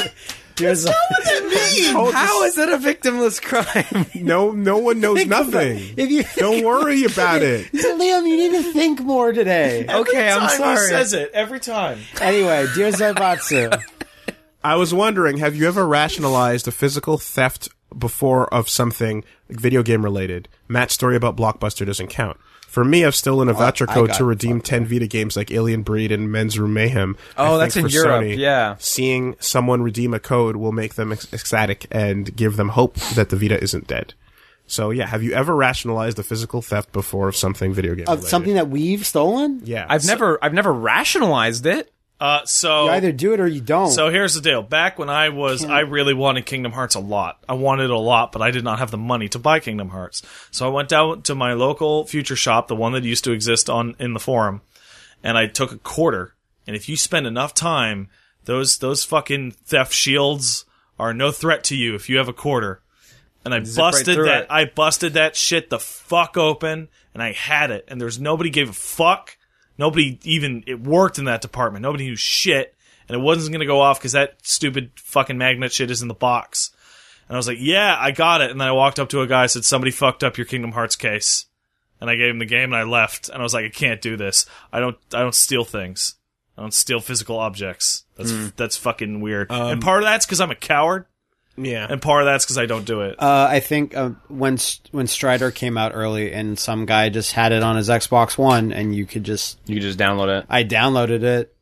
Speaker 2: there's,
Speaker 4: Oh,
Speaker 1: How is that a victimless crime?
Speaker 3: No, no one knows nothing.
Speaker 2: if you
Speaker 3: Don't worry about it.
Speaker 2: Liam, you need to think more today.
Speaker 1: okay, I'm
Speaker 4: He
Speaker 1: sorry.
Speaker 4: says it every time.
Speaker 2: Anyway, dear Zaibatsu,
Speaker 3: I was wondering, have you ever rationalized a physical theft before of something video game related? Matt's story about Blockbuster doesn't count. For me, I've stolen a voucher
Speaker 2: I
Speaker 3: code
Speaker 2: got
Speaker 3: to redeem 10 Vita games like Alien Breed and Men's Room Mayhem.
Speaker 1: Oh,
Speaker 3: I
Speaker 1: that's
Speaker 3: think
Speaker 1: in
Speaker 3: for
Speaker 1: Europe, yeah.
Speaker 3: Seeing someone redeem a code will make them ec- ecstatic and give them hope that the Vita isn't dead. So, yeah, have you ever rationalized a physical theft before of something video game
Speaker 2: of
Speaker 3: related?
Speaker 2: something that we've stolen,
Speaker 3: Yeah.
Speaker 1: I've never, I've never rationalized it.
Speaker 4: Uh, so
Speaker 2: you either do it or you don't.
Speaker 4: So here's the deal. Back when I was, I really wanted Kingdom Hearts a lot. I wanted it a lot, but I did not have the money to buy Kingdom Hearts. So I went down to my local future shop, the one that used to exist on in the forum, and I took a quarter. And if you spend enough time, those those fucking theft shields are no threat to you if you have a quarter. And I
Speaker 1: right
Speaker 4: busted
Speaker 1: through
Speaker 4: that.
Speaker 1: it.
Speaker 4: I busted that shit the fuck open, and I had it. And there's nobody gave a fuck. Nobody even it worked in that department. Nobody knew shit, and it wasn't gonna go off because that stupid fucking magnet shit is in the box. And I was like, yeah, I got it. And then I walked up to a guy, said, somebody fucked up your Kingdom Hearts case. And I gave him the game, and I left. And I was like, I can't do this. I don't. I don't steal things. I don't steal physical objects. That's
Speaker 3: Hmm.
Speaker 4: that's fucking weird.
Speaker 3: Um,
Speaker 4: and part of that's because I'm a coward,
Speaker 3: Yeah.
Speaker 4: and part of that's because I don't do it.
Speaker 2: Uh, I think uh, when S- when Strider came out early, and some guy just had it on his Xbox One, and you could just
Speaker 1: You could just download it,
Speaker 2: I downloaded it.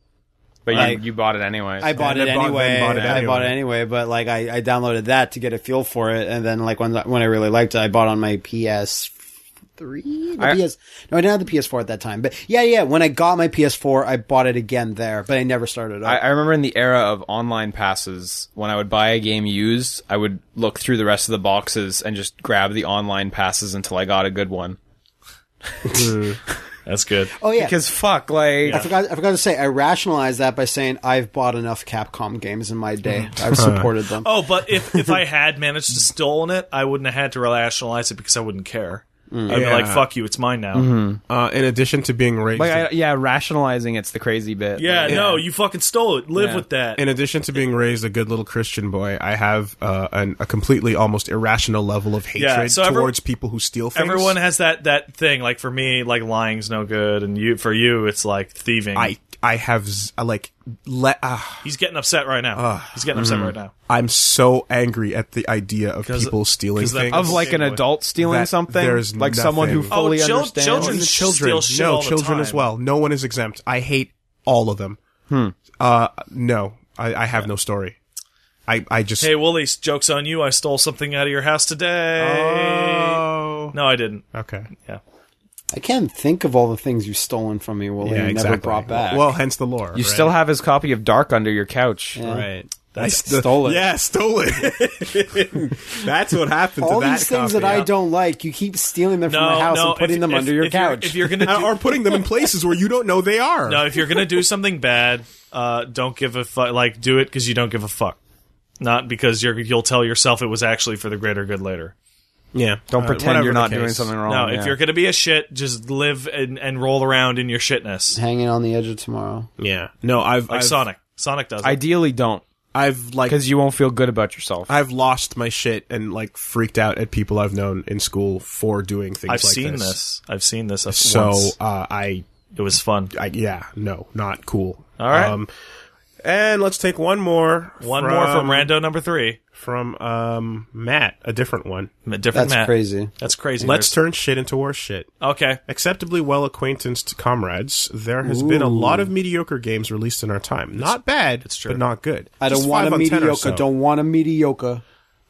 Speaker 1: but you,
Speaker 2: Like-
Speaker 1: you bought it anyway.
Speaker 2: I bought
Speaker 3: I
Speaker 2: it
Speaker 3: bought-
Speaker 2: anyway.
Speaker 3: then bought it
Speaker 2: I bought it anyway, but like I, I downloaded that to get a feel for it, and then like when when I really liked it, I bought on my PS. Three? The
Speaker 1: I-
Speaker 2: PS? No, I didn't have the PS4 at that time. But yeah, yeah. When I got my PS4, I bought it again there, but I never started.
Speaker 1: I,
Speaker 2: Up.
Speaker 1: I remember in the era of online passes, when I would buy a game used, I would look through the rest of the boxes and just grab the online passes until I got a good one.
Speaker 4: that's good.
Speaker 2: oh yeah,
Speaker 1: Because fuck, like
Speaker 2: I forgot. I forgot to say. I rationalized that by saying I've bought enough Capcom games in my day. I've supported them.
Speaker 4: Oh, but if if I had managed to stolen it, I wouldn't have had to rationalize it because I wouldn't care. I'd
Speaker 3: Hmm. Yeah.
Speaker 4: be like, fuck you, it's mine now.
Speaker 3: Uh, in addition to being raised
Speaker 1: like I, yeah, rationalizing it's the crazy bit.
Speaker 4: Yeah,
Speaker 1: Like,
Speaker 4: no, you fucking stole it. Live
Speaker 1: Yeah.
Speaker 4: with that.
Speaker 3: in addition to being raised a good little Christian boy, I have uh, an, a completely almost irrational level of hatred
Speaker 4: Yeah, so every-
Speaker 3: towards people who steal things.
Speaker 4: Everyone has that that thing. Like for me, like lying's no good, and you for you, it's like thieving.
Speaker 3: I I have z- I, like le- uh,
Speaker 4: He's getting upset right now. He's getting
Speaker 3: Mm.
Speaker 4: upset right now.
Speaker 3: I'm so angry at the idea of people stealing
Speaker 4: 'cause that-
Speaker 3: things.
Speaker 1: Of like an
Speaker 4: Anyway.
Speaker 1: adult stealing
Speaker 3: That-
Speaker 1: something,
Speaker 3: there's
Speaker 1: like someone who
Speaker 3: nothing.
Speaker 4: Oh,
Speaker 1: fully
Speaker 4: chil-
Speaker 1: understands.
Speaker 4: children
Speaker 3: Even
Speaker 4: steal
Speaker 3: children,
Speaker 4: shit
Speaker 3: no
Speaker 4: all the
Speaker 3: children
Speaker 4: time. Hmm.
Speaker 3: as well. No one is exempt. I hate all of them. Uh, no, I, I have no story. I I just
Speaker 4: Hey, Wooly, jokes on you. I stole something out of your house today.
Speaker 3: oh
Speaker 4: No, I didn't.
Speaker 3: okay
Speaker 4: Yeah.
Speaker 2: I can't think of all the things you've stolen from me, Willie.
Speaker 3: yeah
Speaker 2: and
Speaker 3: exactly.
Speaker 2: Never brought back.
Speaker 3: Well, hence the lore.
Speaker 1: You still have his copy of Dark under your couch.
Speaker 3: Right.
Speaker 2: That's- stole it.
Speaker 3: Yeah, stole it. That's what happened
Speaker 2: all
Speaker 3: to that
Speaker 2: these things
Speaker 3: copy.
Speaker 2: that I don't like, you keep stealing them from
Speaker 4: No,
Speaker 2: my house
Speaker 4: no,
Speaker 2: and putting
Speaker 4: if-
Speaker 2: them
Speaker 4: if-
Speaker 2: under your
Speaker 4: if you're-
Speaker 2: couch.
Speaker 4: if you're gonna do,
Speaker 3: Or putting them in places where you don't know they are.
Speaker 4: No, if you're gonna do something bad, uh, don't give a fuck. Like, do it because you don't give a fuck, not because you're you'll tell yourself it was actually for the greater good later.
Speaker 3: Yeah.
Speaker 4: Uh,
Speaker 1: Don't pretend you're not doing something wrong.
Speaker 4: No,
Speaker 1: yeah.
Speaker 4: if you're gonna be a shit, just live and, and roll around in your shitness,
Speaker 2: Hanging on the edge of tomorrow.
Speaker 3: Yeah. No, I've
Speaker 4: like
Speaker 3: I've,
Speaker 4: Sonic. Sonic does. it.
Speaker 1: ideally don't,
Speaker 3: I've like
Speaker 1: because you won't feel good about yourself.
Speaker 3: I've lost my shit and like freaked out at people I've known in school for doing things
Speaker 4: I've
Speaker 3: like
Speaker 4: seen this. I've seen this. Once.
Speaker 3: So uh, I
Speaker 4: it was fun.
Speaker 3: I yeah, no, not cool. Um,
Speaker 4: All right.
Speaker 3: and let's take one more.
Speaker 4: One more from rando number three.
Speaker 3: from um Matt, a different one.
Speaker 4: A different
Speaker 2: That's
Speaker 4: Matt.
Speaker 2: crazy.
Speaker 4: That's crazy.
Speaker 3: Let's turn shit into worse shit.
Speaker 4: There's- okay.
Speaker 3: acceptably well acquaintanced comrades, there has been a lot of mediocre games released in our time. Not bad, it's
Speaker 4: true.
Speaker 3: but not good.
Speaker 2: I don't
Speaker 3: Just
Speaker 2: want
Speaker 3: five
Speaker 2: a
Speaker 3: on 10 or
Speaker 2: mediocre.
Speaker 3: so.
Speaker 2: Don't want a mediocre.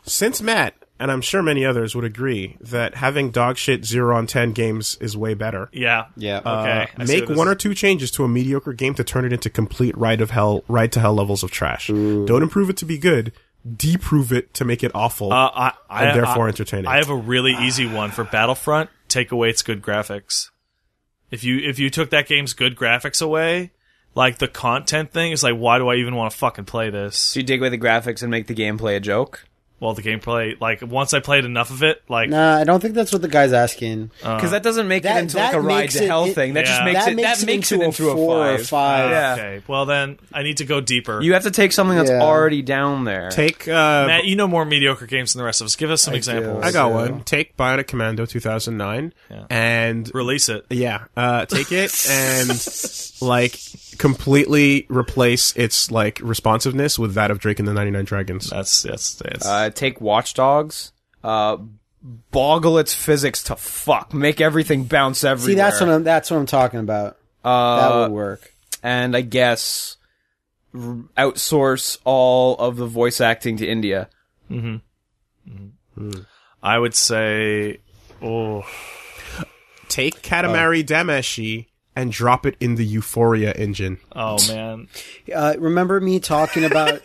Speaker 3: Since Matt, and I'm sure many others would agree, that having dog shit 0 on 10 games is way better.
Speaker 4: Yeah.
Speaker 2: Yeah.
Speaker 4: Okay. I see
Speaker 3: uh, Make
Speaker 4: what this
Speaker 3: one
Speaker 4: is.
Speaker 3: or two changes to a mediocre game to turn it into complete ride of hell, ride to hell levels of trash. Don't improve it to be good. Deprove it to make it awful
Speaker 4: Uh, I, I,
Speaker 3: and therefore
Speaker 4: I-
Speaker 3: entertaining.
Speaker 4: I have a really easy one for Battlefront. Take away its good graphics. If you if you took that game's good graphics away, like the content thing is like, why do I even want to fucking play this?
Speaker 1: so you dig away the graphics and make the gameplay a joke.
Speaker 4: Well, the gameplay, like once I played enough of it, like
Speaker 2: Nah, I don't think that's what the guy's asking.
Speaker 1: because that doesn't make it
Speaker 2: That-
Speaker 1: into
Speaker 2: that
Speaker 1: like a ride
Speaker 2: makes
Speaker 1: to
Speaker 2: it-
Speaker 1: hell
Speaker 2: it-
Speaker 1: thing. That just
Speaker 4: Yeah.
Speaker 1: makes
Speaker 2: That
Speaker 1: it
Speaker 2: makes
Speaker 1: that
Speaker 2: it
Speaker 1: makes it
Speaker 2: into
Speaker 1: into
Speaker 2: a
Speaker 1: a
Speaker 2: four or
Speaker 1: five.
Speaker 2: five.
Speaker 1: Yeah.
Speaker 4: okay. Well, then I need to go deeper.
Speaker 1: You have to take something that's
Speaker 2: Yeah.
Speaker 1: already down there.
Speaker 3: Take uh,
Speaker 4: Matt, you know more mediocre games than the rest of us. Give us some examples.
Speaker 3: I got one. Take Bionic Commando 2009 and
Speaker 4: Release it.
Speaker 3: yeah, uh, take it and like completely replace its like responsiveness with that of Drake and the 99 Dragons.
Speaker 4: That's that's that's.
Speaker 1: uh, take Watchdogs. Uh, boggle its physics to fuck. Make everything bounce everywhere.
Speaker 2: See, that's what I'm. That's what I'm talking about. that
Speaker 1: Uh,
Speaker 2: would work.
Speaker 1: and I guess r- outsource all of the voice acting to India.
Speaker 4: I would say. Oh,
Speaker 3: Take Katamari Damacy and drop it in the Euphoria engine.
Speaker 4: oh man.
Speaker 2: Uh, remember me talking about.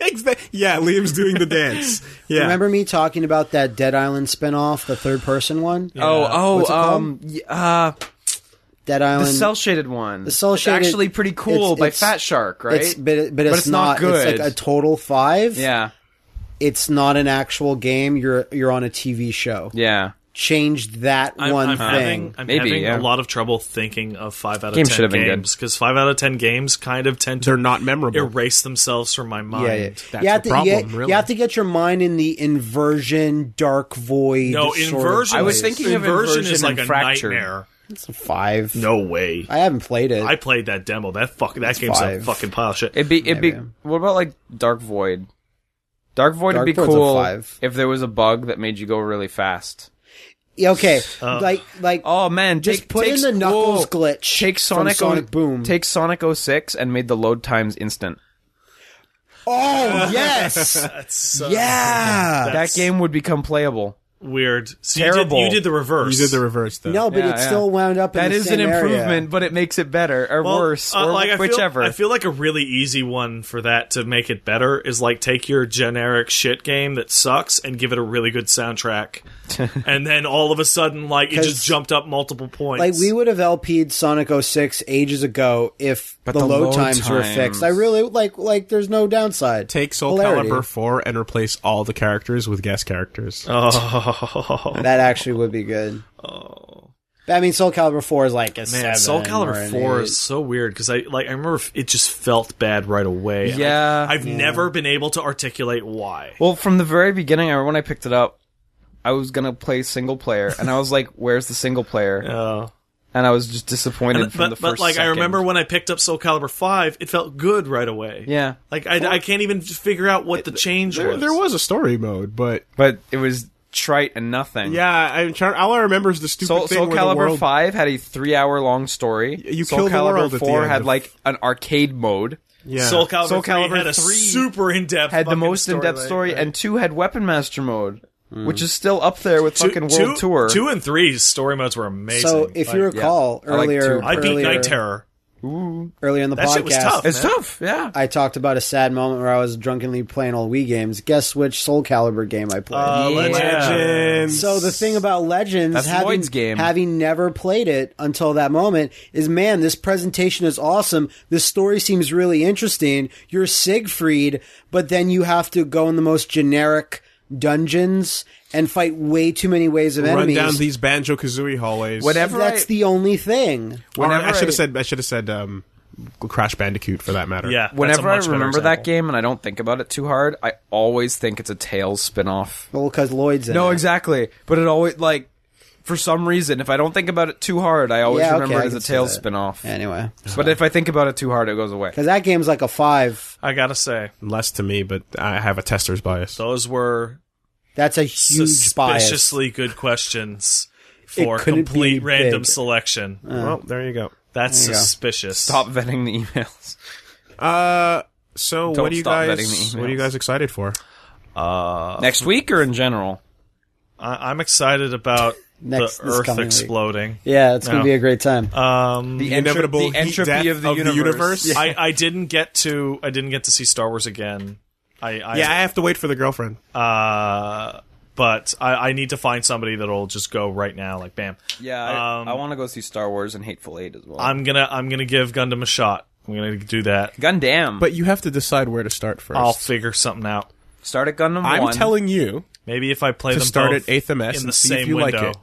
Speaker 3: yeah, Liam's doing the dance. Yeah.
Speaker 2: Remember me talking about that Dead Island spinoff, the third person one.
Speaker 1: Oh, oh,
Speaker 2: What's it called?
Speaker 1: um, y- uh,
Speaker 2: Dead
Speaker 1: the
Speaker 2: Island.
Speaker 1: cell shaded one. The
Speaker 2: cel shaded-
Speaker 1: actually pretty cool
Speaker 2: it's-
Speaker 1: by
Speaker 2: it's-
Speaker 1: Fat Shark, right?
Speaker 2: It's but, it- but it's,
Speaker 1: it's not
Speaker 2: It's
Speaker 1: good.
Speaker 2: like a total five.
Speaker 1: yeah,
Speaker 2: It's not an actual game. You're you're on a TV show.
Speaker 1: yeah.
Speaker 2: Change that
Speaker 4: I'm,
Speaker 2: one
Speaker 4: I'm
Speaker 2: thing.
Speaker 4: having I'm
Speaker 1: Maybe,
Speaker 4: having
Speaker 1: yeah.
Speaker 4: a lot of trouble thinking of five out of
Speaker 1: Game should
Speaker 4: ten
Speaker 1: have been good.
Speaker 4: games because five out of ten games kind of tend to
Speaker 3: They're not memorable.
Speaker 4: erase themselves from my mind.
Speaker 2: yeah, yeah.
Speaker 3: That's
Speaker 2: you have to,
Speaker 3: the
Speaker 2: you-
Speaker 3: problem,
Speaker 2: you,
Speaker 3: really.
Speaker 2: have to get your mind in the inversion, dark void.
Speaker 4: No,
Speaker 2: sort of
Speaker 4: inversion.
Speaker 1: I was
Speaker 4: is-
Speaker 1: thinking of
Speaker 4: inversion
Speaker 1: inversion
Speaker 4: is like
Speaker 1: and
Speaker 4: a
Speaker 1: fracture.
Speaker 4: nightmare.
Speaker 2: place. five.
Speaker 4: No way.
Speaker 2: I haven't played it.
Speaker 4: I played that demo. That fuck. That game's a
Speaker 2: five.
Speaker 4: fucking pile of shit.
Speaker 1: It'd be it'd be. What about like Dark Void? Dark Void
Speaker 2: Dark
Speaker 1: would be
Speaker 2: Void's a
Speaker 1: cool
Speaker 2: five.
Speaker 1: if there was a bug that made you go really fast.
Speaker 2: Yeah, okay, like like
Speaker 1: Oh man,
Speaker 2: just
Speaker 1: take-
Speaker 2: put
Speaker 1: takes-
Speaker 2: in the
Speaker 1: whoa.
Speaker 2: knuckles glitch.
Speaker 1: Take
Speaker 2: from
Speaker 1: Sonic,
Speaker 2: Sonic
Speaker 1: O-
Speaker 2: Boom.
Speaker 1: Take Sonic 06 and made the load times instant.
Speaker 2: oh yes,
Speaker 4: That's uh,
Speaker 2: yeah.
Speaker 4: That's-
Speaker 1: that game would become playable.
Speaker 4: weird. So
Speaker 1: Terrible.
Speaker 4: You did, you did the reverse.
Speaker 3: you did the reverse though.
Speaker 2: No, but
Speaker 1: Yeah,
Speaker 2: it
Speaker 1: yeah.
Speaker 2: still wound up. in
Speaker 1: That
Speaker 2: the
Speaker 1: is an
Speaker 2: same area.
Speaker 1: improvement, but it makes it better or
Speaker 4: Well,
Speaker 1: worse
Speaker 4: uh,
Speaker 1: or
Speaker 4: like, I feel-
Speaker 1: whichever.
Speaker 4: I feel like a really easy one for that to make it better is like take your generic shit game that sucks and give it a really good soundtrack, and then all of a sudden, like it
Speaker 2: 'Cause,
Speaker 4: just jumped up multiple points.
Speaker 2: Like we would have LP'd Sonic 06 ages ago if the,
Speaker 1: the
Speaker 2: load
Speaker 1: load
Speaker 2: times, were
Speaker 1: times-
Speaker 2: fixed. I really like like there's no downside.
Speaker 3: Take Soul
Speaker 2: Hilarity.
Speaker 3: Calibur 4 and replace all the characters with guest characters.
Speaker 4: oh
Speaker 2: That actually would be good. Oh. I mean, Soul Calibur 4 is like a
Speaker 4: man,
Speaker 2: seven.
Speaker 4: Soul
Speaker 2: or an
Speaker 4: Calibur Four
Speaker 2: eight.
Speaker 4: is so weird because I like I remember f- it just felt bad right away. and
Speaker 1: Yeah.
Speaker 4: I, have never been able to articulate why.
Speaker 1: well, from the very beginning, I remember when I picked it up, I was gonna play single player, and I was like, "Where's the single player?"
Speaker 4: Oh.
Speaker 1: And I was just disappointed from the
Speaker 4: but,
Speaker 1: first.
Speaker 4: but like I
Speaker 1: second.
Speaker 4: remember when I picked up Soul Calibur Five, it felt good right away.
Speaker 1: Yeah.
Speaker 4: like I, I can't even figure out what the change
Speaker 3: There,
Speaker 4: was.
Speaker 3: there was a story mode, but
Speaker 1: but it was trite and nothing.
Speaker 3: yeah, I'm trying. All I remember is the stupid
Speaker 1: Soul,
Speaker 3: thing
Speaker 1: Soul
Speaker 3: where the
Speaker 1: Calibur
Speaker 3: world,
Speaker 1: Five had a three-hour-long story.
Speaker 3: you
Speaker 1: Soul
Speaker 3: killed the
Speaker 1: Calibur
Speaker 3: world at the
Speaker 1: Four
Speaker 3: end
Speaker 1: had
Speaker 3: of-
Speaker 1: like an arcade mode.
Speaker 3: yeah.
Speaker 4: Soul Calibur,
Speaker 1: Soul
Speaker 4: 3
Speaker 1: Calibur
Speaker 4: had a
Speaker 1: 3
Speaker 4: super in depth,
Speaker 1: had the most in-depth story, and two had Weapon Master mode,
Speaker 2: Hmm.
Speaker 1: which is still up there with fucking World Tour.
Speaker 4: Two and three's story modes were amazing.
Speaker 2: So, if
Speaker 4: Like,
Speaker 2: you recall
Speaker 1: I like
Speaker 2: earlier,
Speaker 1: two.
Speaker 4: I beat
Speaker 2: earlier,
Speaker 4: Night Terror.
Speaker 2: earlier in the
Speaker 4: That
Speaker 2: podcast,
Speaker 4: shit was tough.
Speaker 1: it's
Speaker 4: man.
Speaker 1: tough. Yeah,
Speaker 2: I talked about a sad moment where I was drunkenly playing old Wii games. Guess which Soul Calibur game I played?
Speaker 4: Uh,
Speaker 1: Yeah.
Speaker 3: Legends.
Speaker 2: So the thing about Legends,
Speaker 1: That's
Speaker 2: having,
Speaker 1: Lloyd's game.
Speaker 2: having never played it until that moment, is man, this presentation is awesome. This story seems really interesting. You're Siegfried, but then you have to go in the most generic dungeons and fight way too many ways of
Speaker 3: run
Speaker 2: enemies.
Speaker 3: down these Banjo Kazooie hallways.
Speaker 1: Whatever.
Speaker 2: That's the only thing.
Speaker 3: Or I
Speaker 1: Whenever
Speaker 3: should
Speaker 1: I-
Speaker 3: have said. I should have said um, Crash Bandicoot for that matter.
Speaker 4: Yeah. that's a
Speaker 1: Whenever I
Speaker 4: much better
Speaker 1: remember that
Speaker 4: example.
Speaker 1: game and I don't think about it too hard, I always think it's a Tails spin-off.
Speaker 2: Well, because Lloyd's in
Speaker 1: No,
Speaker 2: it.
Speaker 1: exactly. But it always like for some reason, if I don't think about it too hard, I always
Speaker 2: Yeah, okay,
Speaker 1: remember
Speaker 2: I
Speaker 1: it as a
Speaker 2: can see
Speaker 1: Tails
Speaker 2: that.
Speaker 1: spin-off.
Speaker 2: Anyway,
Speaker 1: But if I think about it too hard, it goes away.
Speaker 2: because that game's like a five.
Speaker 4: I gotta say,
Speaker 3: Less to me, but I have a tester's bias.
Speaker 4: those were
Speaker 2: That's a huge bias.
Speaker 4: suspiciously good questions for
Speaker 2: couldn't be
Speaker 4: complete random
Speaker 2: big. Uh,
Speaker 4: selection.
Speaker 3: well, there you go.
Speaker 4: That's
Speaker 2: you go.
Speaker 4: suspicious.
Speaker 1: Stop vetting the emails.
Speaker 3: Uh, so
Speaker 1: Don't
Speaker 3: what do you
Speaker 1: stop vetting
Speaker 3: guys?
Speaker 1: the
Speaker 3: What are you
Speaker 1: emails.
Speaker 3: guys excited for?
Speaker 4: Uh,
Speaker 1: Next week or in general?
Speaker 4: I- I'm excited about
Speaker 2: Next-
Speaker 4: the
Speaker 2: this
Speaker 4: Earth
Speaker 2: coming week.
Speaker 4: exploding.
Speaker 2: Yeah, it's
Speaker 4: No.
Speaker 2: gonna be a great time.
Speaker 4: Um,
Speaker 1: The,
Speaker 3: inevitable
Speaker 1: entro-
Speaker 3: heat
Speaker 1: the entropy
Speaker 3: death
Speaker 1: of, the,
Speaker 3: of the
Speaker 1: universe.
Speaker 3: universe?
Speaker 1: Yeah.
Speaker 4: I, I didn't get to I didn't get to see Star Wars again. I, I
Speaker 3: Yeah, I have to wait for the girlfriend.
Speaker 4: Uh, but I, I need to find somebody that'll just go right now, like bam.
Speaker 1: Yeah, I,
Speaker 4: Um,
Speaker 1: I want to go see Star Wars and Hateful Eight as well.
Speaker 4: I'm gonna I'm gonna give Gundam a shot. I'm gonna do that.
Speaker 1: Gundam.
Speaker 3: But you have to decide where to start first.
Speaker 4: I'll figure something out.
Speaker 1: Start at Gundam
Speaker 3: I'm
Speaker 1: One.
Speaker 3: telling you
Speaker 4: Maybe if I play
Speaker 3: To
Speaker 4: them
Speaker 3: start
Speaker 4: both
Speaker 3: at eighth MS
Speaker 4: in
Speaker 3: and
Speaker 4: the
Speaker 3: see
Speaker 4: same
Speaker 3: if you like
Speaker 4: window
Speaker 3: it.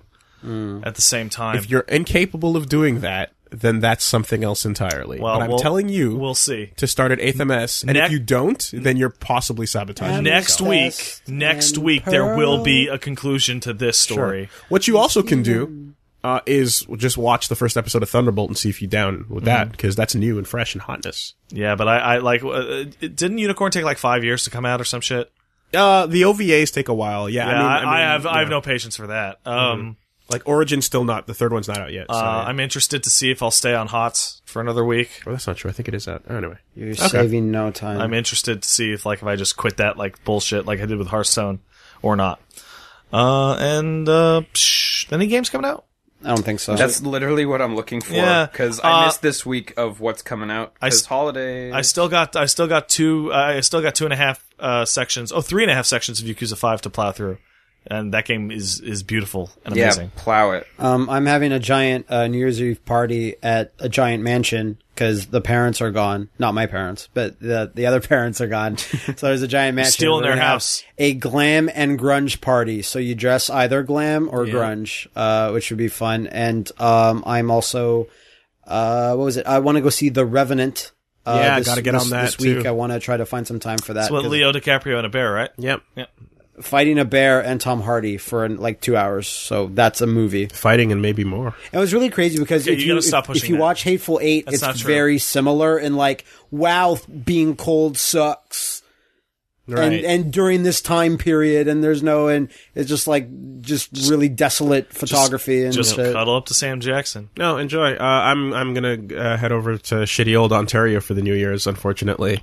Speaker 4: at the same time.
Speaker 3: If you're incapable of doing that, then that's something else entirely.
Speaker 4: well,
Speaker 3: but I'm
Speaker 4: we'll-
Speaker 3: telling you
Speaker 4: we'll see.
Speaker 3: to start at eighth MS, and
Speaker 4: Nec-
Speaker 3: if you don't, then you're possibly sabotaging.
Speaker 4: Next
Speaker 2: Test
Speaker 4: week, next
Speaker 2: and
Speaker 4: week there will
Speaker 2: pearl.
Speaker 4: be a conclusion to this story.
Speaker 3: What you also can do uh, is just watch the first episode of Thunderbolt and see if you down with that
Speaker 4: Mm-hmm.
Speaker 3: because that's new and fresh and hotness.
Speaker 4: Yeah, but I, I like. uh, Uh, didn't Unicorn take like five years to come out or some shit?
Speaker 3: Uh, the OVAs take a while. Yeah, I,
Speaker 4: Yeah, I,
Speaker 3: mean, I,
Speaker 4: I
Speaker 3: mean,
Speaker 4: have. I have
Speaker 3: yeah.
Speaker 4: no patience for that. Um,
Speaker 3: like Origin's still not the third one's not out yet. So,
Speaker 4: uh,
Speaker 3: yeah.
Speaker 4: I'm interested to see if I'll stay on Hots for another week.
Speaker 3: Well, that's not true. I think it is out. Oh, anyway,
Speaker 2: You're saving no time.
Speaker 4: I'm interested to see if like if I just quit that like bullshit like I did with Hearthstone or not. Uh, and uh, psh, any games coming out?
Speaker 2: I don't think so.
Speaker 1: That's literally what I'm looking for.
Speaker 4: Yeah,
Speaker 1: because I
Speaker 4: uh,
Speaker 1: missed this week of what's coming out.
Speaker 4: I
Speaker 1: Because
Speaker 4: s-
Speaker 1: holidays.
Speaker 4: I still got I still got two I still got two and a half uh, sections oh three and a half sections of Yakuza Five to plow through, and that game is is beautiful and
Speaker 1: yeah,
Speaker 4: amazing.
Speaker 1: plow it.
Speaker 2: Um, I'm having a giant uh, New Year's Eve party at a giant mansion because the parents are gone. Not my parents, but the the other parents are gone. so there's a giant mansion.
Speaker 4: Stealing
Speaker 2: We're
Speaker 4: their
Speaker 2: gonna have
Speaker 4: house.
Speaker 2: A glam and grunge party. So you dress either glam or grunge, uh, which would be fun. And um, I'm also, uh, what was it? I want to go see The Revenant. Uh,
Speaker 3: Yeah,
Speaker 2: this,
Speaker 3: gotta get
Speaker 2: this,
Speaker 3: on that,
Speaker 2: this week.
Speaker 3: too.
Speaker 2: I want to try to find some time for that.
Speaker 4: That's what
Speaker 2: 'cause
Speaker 4: Leo DiCaprio and a bear, right?
Speaker 3: yep.
Speaker 2: Fighting a bear and Tom Hardy for like two hours. So that's a movie.
Speaker 3: Fighting and maybe more.
Speaker 2: It was really crazy because
Speaker 4: Yeah,
Speaker 2: if
Speaker 4: you
Speaker 2: you,
Speaker 4: gotta
Speaker 2: if,
Speaker 4: stop
Speaker 2: if
Speaker 4: pushing
Speaker 2: you
Speaker 4: that.
Speaker 2: watch Hateful Eight,
Speaker 4: That's not
Speaker 2: it's
Speaker 4: true.
Speaker 2: very similar and like, wow, being cold sucks.
Speaker 3: Right.
Speaker 2: And and during this time period, and there's no, and it's just like just, really desolate photography and
Speaker 4: Just
Speaker 2: shit.
Speaker 4: cuddle up to Sam Jackson.
Speaker 3: no, enjoy. Uh, I'm I'm gonna uh, head over to shitty old Ontario for the New Year's, unfortunately,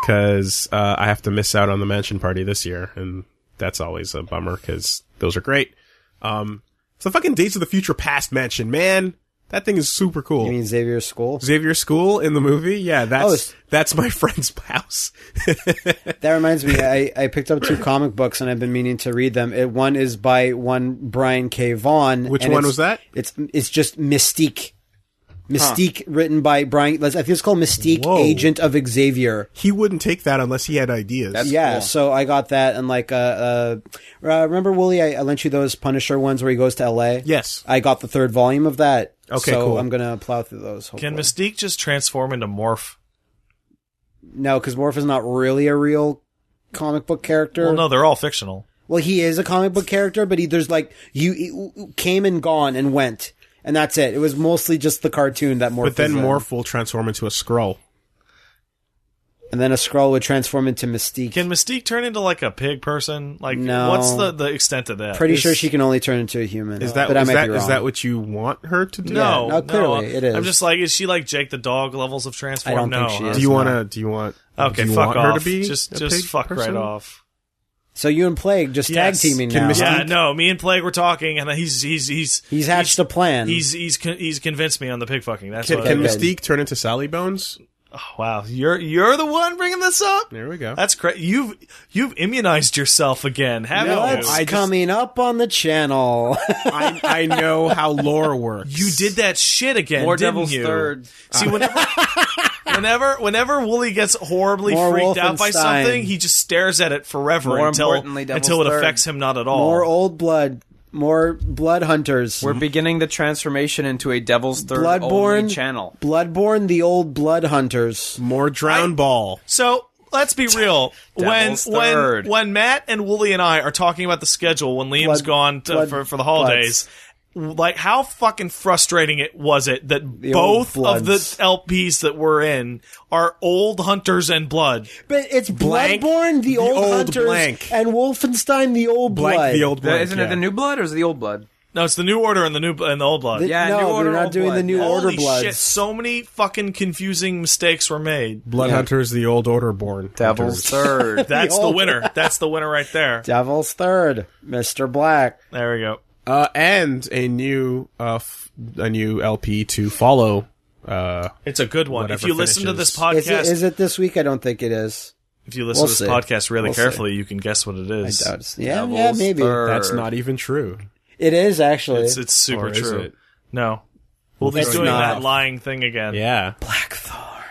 Speaker 3: because uh, I have to miss out on the mansion party this year, and that's always a bummer because those are great. Um, it's the fucking Days of the Future Past mansion, man. That thing is super cool.
Speaker 2: You mean Xavier's school?
Speaker 3: Xavier School in the movie? Yeah, that's
Speaker 2: Oh, it's-
Speaker 3: that's my friend's house.
Speaker 2: That reminds me, I, I picked up two comic books and I've been meaning to read them. It, one is by one Brian K. Vaughan.
Speaker 3: Which
Speaker 2: and
Speaker 3: one
Speaker 2: it's-
Speaker 3: was that?
Speaker 2: It's it's just Mystique. Mystique written by Brian. I think it's called Mystique,
Speaker 3: Whoa.
Speaker 2: Agent of Xavier.
Speaker 3: He wouldn't take that unless he had ideas.
Speaker 2: yeah,
Speaker 1: cool.
Speaker 2: so I got that and like uh, uh uh, remember Wooly, I, I lent you those Punisher ones where he goes to L.A.
Speaker 3: Yes.
Speaker 2: I got the third volume of that.
Speaker 3: Okay,
Speaker 2: so
Speaker 3: cool.
Speaker 2: I'm gonna plow through those. Hopefully.
Speaker 4: Can Mystique just transform into Morph?
Speaker 2: no, because Morph is not really a real comic book character.
Speaker 4: Well, no, they're all fictional.
Speaker 2: Well, he is a comic book character, but he there's like you he came and gone and went, and that's it. It was mostly just the cartoon that Morph.
Speaker 3: but then
Speaker 2: is in.
Speaker 3: Morph will transform into a scroll.
Speaker 2: and then a scroll would transform into Mystique.
Speaker 4: Can Mystique turn into like a pig person? Like,
Speaker 2: No.
Speaker 4: what's the the extent of that?
Speaker 2: Pretty
Speaker 4: Is-
Speaker 2: sure she can only turn into a human.
Speaker 3: Is that
Speaker 2: but I
Speaker 3: is
Speaker 2: might
Speaker 3: that
Speaker 2: be
Speaker 3: is
Speaker 2: wrong.
Speaker 3: that what you want her to do?
Speaker 4: No,
Speaker 2: Yeah, no, clearly, it is.
Speaker 4: I'm just like, is she like Jake the dog levels of transform?
Speaker 2: I don't
Speaker 4: no,
Speaker 2: think she
Speaker 4: huh?
Speaker 2: is.
Speaker 3: Do you want to? Do you want?
Speaker 4: Okay,
Speaker 3: do you
Speaker 4: fuck
Speaker 3: want
Speaker 4: off.
Speaker 3: her to be
Speaker 4: just
Speaker 3: a
Speaker 4: just
Speaker 3: pig
Speaker 4: fuck
Speaker 3: person?
Speaker 4: right off.
Speaker 2: So you and Plague just
Speaker 4: Yes.
Speaker 2: tag teaming
Speaker 3: Can
Speaker 2: now.
Speaker 3: Mystique-
Speaker 4: Yeah, no. Me and Plague were talking, and he's he's he's
Speaker 2: He's hatched a plan.
Speaker 4: He's he's con- he's convinced me on the pig fucking. That's
Speaker 3: Can,
Speaker 4: what.
Speaker 3: can
Speaker 4: it is.
Speaker 2: Okay.
Speaker 3: Mystique turn into Sally Bones?
Speaker 4: Oh, wow, you're you're the one bringing this up.
Speaker 3: There we go.
Speaker 4: That's crazy. You've you've immunized yourself again, haven't you?
Speaker 2: What's coming up on the channel?
Speaker 3: I, I know how lore works.
Speaker 4: you did that shit again,
Speaker 1: More
Speaker 4: didn't
Speaker 1: Devil's
Speaker 4: you?
Speaker 1: Third.
Speaker 4: See, whenever, whenever, whenever Wooly gets horribly
Speaker 2: More
Speaker 4: freaked out by
Speaker 2: Wolfenstein.
Speaker 4: something, he just stares at it forever
Speaker 1: More
Speaker 4: until
Speaker 1: importantly, Devil's
Speaker 4: until it
Speaker 1: Third.
Speaker 4: affects him not at all.
Speaker 2: more old blood, more blood hunters.
Speaker 1: We're beginning the transformation into a Devil's Third
Speaker 2: Bloodborne
Speaker 1: only channel.
Speaker 2: Bloodborne, the old blood hunters.
Speaker 3: more drown ball.
Speaker 4: So let's be real. when
Speaker 1: Devil's
Speaker 4: when
Speaker 1: Third.
Speaker 4: when Matt and Wooly and I are talking about the schedule when Liam's
Speaker 2: Blood-
Speaker 4: gone to,
Speaker 2: blood
Speaker 4: for for the holidays. Like how fucking frustrating it was it that
Speaker 2: old
Speaker 4: both of the
Speaker 2: bloods.
Speaker 4: LPs that we're in are old hunters and blood.
Speaker 2: But it's
Speaker 3: Blank,
Speaker 2: Bloodborne, the,
Speaker 3: the
Speaker 2: old,
Speaker 3: old
Speaker 2: hunters,
Speaker 3: blank.
Speaker 2: and Wolfenstein, the old
Speaker 3: Blank
Speaker 2: blood.
Speaker 3: the old.
Speaker 1: The-
Speaker 3: Blank,
Speaker 1: isn't
Speaker 3: yeah.
Speaker 1: it the new blood or is it the old blood?
Speaker 4: No, it's the new order and the new and the old blood.
Speaker 2: The-
Speaker 1: Yeah,
Speaker 2: no,
Speaker 1: New Order,
Speaker 2: they're not
Speaker 1: Old
Speaker 2: doing the
Speaker 1: Blood.
Speaker 2: new
Speaker 1: Holy
Speaker 2: order
Speaker 4: Holy
Speaker 2: bloods.
Speaker 4: shit! So many fucking confusing mistakes were made.
Speaker 3: Blood Hunters, the old order born.
Speaker 1: Devil's
Speaker 3: Hunters.
Speaker 1: Third.
Speaker 4: That's the
Speaker 2: old-
Speaker 4: winner. That's the winner right there.
Speaker 2: Devil's third, Mister Black.
Speaker 4: There we go.
Speaker 3: Uh, and a new uh, f- a new LP to follow. Uh,
Speaker 4: It's a good one. if
Speaker 3: Whatever
Speaker 4: you listen to
Speaker 3: finishes.
Speaker 4: this podcast,
Speaker 2: Is it, is it this week? I don't think it is.
Speaker 4: if you listen
Speaker 2: We'll
Speaker 4: to this
Speaker 2: see.
Speaker 4: podcast really
Speaker 2: We'll see.
Speaker 4: carefully, you can guess what it is.
Speaker 2: I doubt it's- Yeah,
Speaker 1: Devil's
Speaker 2: yeah, maybe
Speaker 1: Third.
Speaker 3: that's not even true.
Speaker 2: it is actually.
Speaker 4: It's it's super
Speaker 3: Or is
Speaker 4: true.
Speaker 3: it?
Speaker 4: No. Well, he's
Speaker 2: It's
Speaker 4: doing
Speaker 2: not.
Speaker 4: that lying thing again.
Speaker 3: Yeah.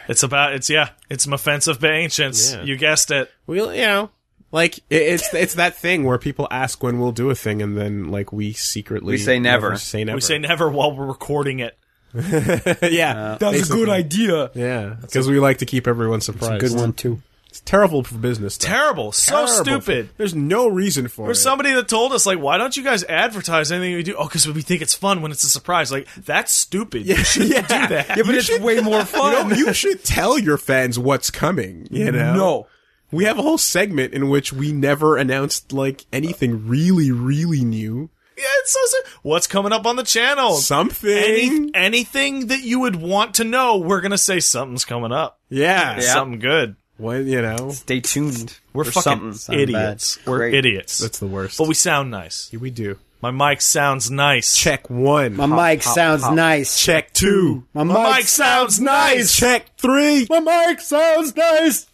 Speaker 4: It's about it's yeah. It's offensive by ancients.
Speaker 3: Yeah.
Speaker 4: You guessed it.
Speaker 3: Well, you know, Like it- it's it's that thing where people ask when we'll do a thing, and then like we secretly
Speaker 1: We say never.
Speaker 3: say never.
Speaker 4: We say never while we're recording it.
Speaker 3: yeah,
Speaker 2: Uh,
Speaker 5: That's
Speaker 3: basically.
Speaker 5: a good idea.
Speaker 3: Yeah, because we like to keep everyone surprised.
Speaker 2: Good one too.
Speaker 3: It's terrible for business. though.
Speaker 4: Terrible. So
Speaker 3: Terrible.
Speaker 4: stupid.
Speaker 3: There's no reason for
Speaker 4: Or
Speaker 3: it.
Speaker 4: somebody that told us, like, why don't you guys advertise anything we do? Oh, because we think it's fun when it's a surprise. Like, that's stupid. You shouldn't
Speaker 3: yeah.
Speaker 4: do that.
Speaker 5: Yeah, but it's way more fun.
Speaker 3: You, know, you should tell your fans what's coming. You know,
Speaker 5: No.
Speaker 3: we have a whole segment in which we never announced like anything really, really new.
Speaker 4: Yeah, it's so si- What's coming up on the channel?
Speaker 3: Something.
Speaker 4: Any, Oh, anything that you would want to know, we're going to say something's coming up.
Speaker 3: yeah.
Speaker 1: Yeah.
Speaker 4: Something good.
Speaker 3: What you know?
Speaker 1: Stay tuned.
Speaker 4: We're
Speaker 1: for
Speaker 4: fucking
Speaker 1: something.
Speaker 4: idiots.
Speaker 1: bad.
Speaker 4: We're
Speaker 1: Great.
Speaker 4: idiots.
Speaker 3: That's the worst.
Speaker 4: but we sound nice.
Speaker 3: we do.
Speaker 4: My mic sounds nice.
Speaker 3: Check one.
Speaker 2: My mic sounds nice.
Speaker 3: Check two.
Speaker 2: My,
Speaker 4: My
Speaker 2: mic.
Speaker 4: mic sounds nice.
Speaker 3: Check three.
Speaker 2: My mic sounds nice.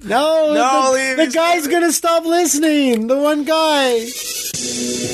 Speaker 2: No,
Speaker 4: No,
Speaker 2: the,
Speaker 4: leave
Speaker 2: the
Speaker 4: it.
Speaker 2: guy's gonna stop listening. The one guy.